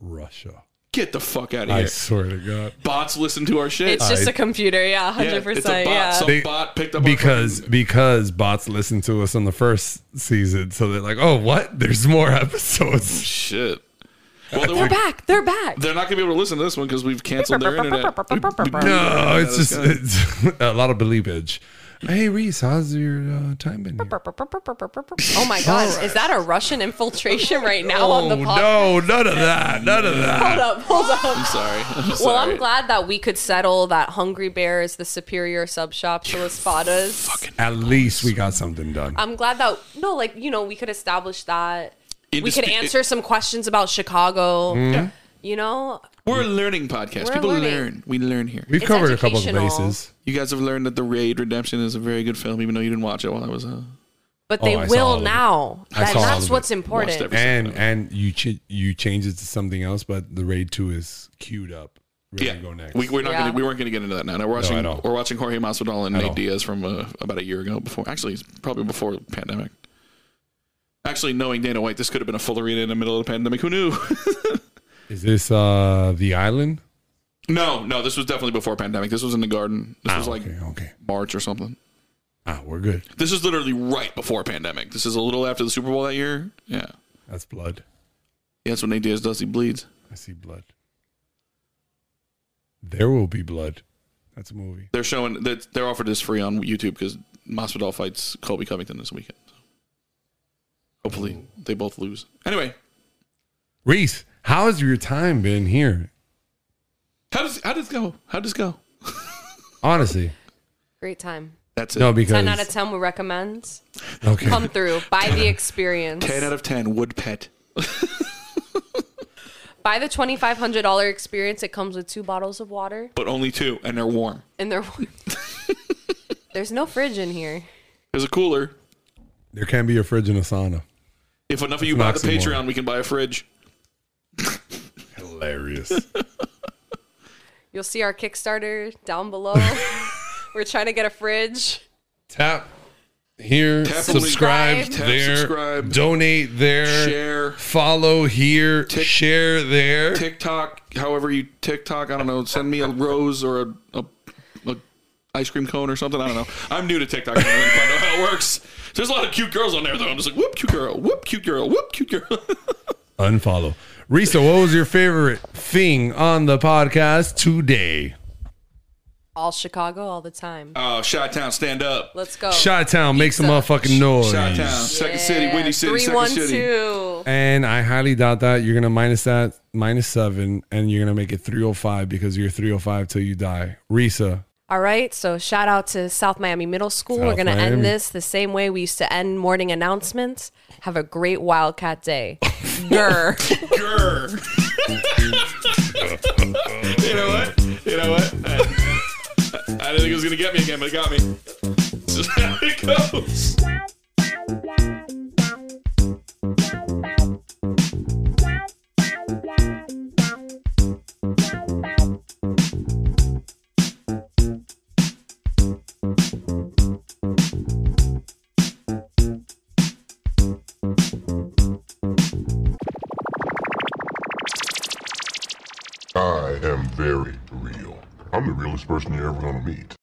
Speaker 5: Russia.
Speaker 6: Get the fuck out of
Speaker 5: I
Speaker 6: here.
Speaker 5: swear to God.
Speaker 6: Bots listen to our shit.
Speaker 12: It's just a computer, yeah,
Speaker 6: Yeah,
Speaker 12: hundred
Speaker 6: it's a
Speaker 12: percent,
Speaker 6: bot.
Speaker 12: yeah.
Speaker 6: Some
Speaker 5: They-
Speaker 6: bot picked up our
Speaker 5: Because
Speaker 6: fucking-
Speaker 5: because bots listened to us on the first season, so they're like, oh, what? There's more episodes.
Speaker 6: shit. Well,
Speaker 7: They're
Speaker 6: they're,
Speaker 7: back. They're back.
Speaker 6: they're not gonna be able to listen to this one because we've canceled their internet. We- we-
Speaker 5: No, it's just it's a lot of bleepage. Hey Reese, how's your uh, time been? Here?
Speaker 7: Oh my God! Is that a Russian infiltration right now on the
Speaker 5: Oh
Speaker 7: pod?
Speaker 5: no, none of that, none of
Speaker 7: Hold
Speaker 5: that.
Speaker 7: up! Hold up!
Speaker 6: I'm sorry. I'm
Speaker 7: Well,
Speaker 6: sorry.
Speaker 7: I'm glad that we could settle that Hungry Bear is the superior sub shop to Las Fadas.
Speaker 5: At least we got something done.
Speaker 7: I'm glad that no, like you know, we could establish that. we could
Speaker 6: Indispu-
Speaker 7: answer some questions about Chicago.
Speaker 5: Mm-hmm.
Speaker 7: You know,
Speaker 6: We're a learning podcast.
Speaker 7: We're
Speaker 6: People
Speaker 7: learning.
Speaker 6: learn. We learn here.
Speaker 5: We've
Speaker 7: It's
Speaker 5: covered a couple of
Speaker 7: educational.
Speaker 5: bases.
Speaker 6: You guys have learned that The Raid Redemption is a very good film, even though you didn't watch it while I was. Uh,
Speaker 7: but they
Speaker 5: Oh, I saw all
Speaker 7: will
Speaker 5: of it.
Speaker 7: now.
Speaker 5: I
Speaker 7: That,
Speaker 5: saw all
Speaker 7: that's
Speaker 5: of
Speaker 6: Watched
Speaker 7: what's important.
Speaker 6: every-
Speaker 5: And and you ch- you change it to something else, but the raid two is queued up. Ready
Speaker 6: yeah,
Speaker 5: to go next.
Speaker 6: we, we're not.
Speaker 7: Yeah.
Speaker 6: Gonna, we weren't going to get into that now. Now we're watching.
Speaker 5: at all.
Speaker 6: we're watching Jorge Masvidal and
Speaker 5: At
Speaker 6: Nate
Speaker 5: all.
Speaker 6: Diaz from uh, about a year ago. Before actually, it's probably before the pandemic. Actually, knowing Dana White, this could have been a full arena in the middle of the pandemic. Who knew?
Speaker 5: Is this uh the island?
Speaker 6: no, no, this was definitely before pandemic. This was in the garden. This was like
Speaker 5: Ah, Oh, okay, okay.
Speaker 6: March or something.
Speaker 5: Ah, we're good.
Speaker 6: This is literally right before pandemic. This is a little after the Super Bowl that year. Yeah,
Speaker 5: That's blood.
Speaker 6: yeah that's what Nate Diaz does. He bleeds.
Speaker 5: I see blood. There will be blood. That's a movie.
Speaker 6: They're showing that they're offered this free on YouTube because Masvidal fights Colby Covington this weekend. Hopefully, they both lose. Anyway,
Speaker 5: Reese, how has your time been here?
Speaker 6: how does how does it go? How does it go?
Speaker 5: Honestly,
Speaker 7: Great time.
Speaker 6: That's it.
Speaker 5: no, because
Speaker 7: Ten out of ten we recommend.
Speaker 5: okay,
Speaker 7: Come through. Buy the experience.
Speaker 6: ten out of ten. Wood pet.
Speaker 7: Buy the twenty five hundred dollar experience. It comes with two bottles of water
Speaker 6: but only two, and they're warm.
Speaker 7: and they're There's no fridge in here.
Speaker 6: There's a cooler.
Speaker 5: there can be a fridge and a sauna.
Speaker 6: If enough of you
Speaker 5: an
Speaker 6: buy the
Speaker 5: oxymoron.
Speaker 6: Patreon, we can buy a fridge.
Speaker 5: Hilarious.
Speaker 7: You'll see our Kickstarter down below. We're trying to get a fridge.
Speaker 5: Tap here,
Speaker 6: Tap
Speaker 5: subscribe
Speaker 7: subscribe.
Speaker 6: Tap
Speaker 5: there,
Speaker 6: subscribe.
Speaker 5: donate there,
Speaker 6: Share
Speaker 5: follow here,
Speaker 6: Tick-
Speaker 5: share there.
Speaker 6: TikTok. However you TikTok, I don't know. Send me a rose or a, a, a ice cream cone or something. I don't know. I'm new to TikTok. I don't really quite know how it works. There's a lot of cute girls on there though. I'm just like whoop cute girl, whoop cute girl, whoop cute girl.
Speaker 5: Unfollow. Risa, what was your favorite thing on the podcast today?
Speaker 7: All Chicago, all the time.
Speaker 6: Oh, Shot Town, stand up.
Speaker 7: Let's go.
Speaker 5: Shot Town, make some
Speaker 7: Pizza.
Speaker 5: motherfucking noise.
Speaker 6: Shot Oh. Town, Second City, Windy City,
Speaker 7: Three,
Speaker 6: Second
Speaker 7: one,
Speaker 6: City.
Speaker 7: two.
Speaker 5: And I highly doubt that you're gonna minus that minus seven, and you're gonna make it 305 because you're 305 till you die. Risa,
Speaker 7: All right. So shout out to South Miami Middle School. We're
Speaker 5: South
Speaker 7: going to
Speaker 5: Miami.
Speaker 7: end this the same way we used to end morning announcements. Have a great Wildcat day. Grr.
Speaker 6: Grr. you know what? You know what? I, I didn't think it was gonna get me again, but it got me. Just how it goes.
Speaker 13: I am very real. I'm the realest person you're ever gonna meet.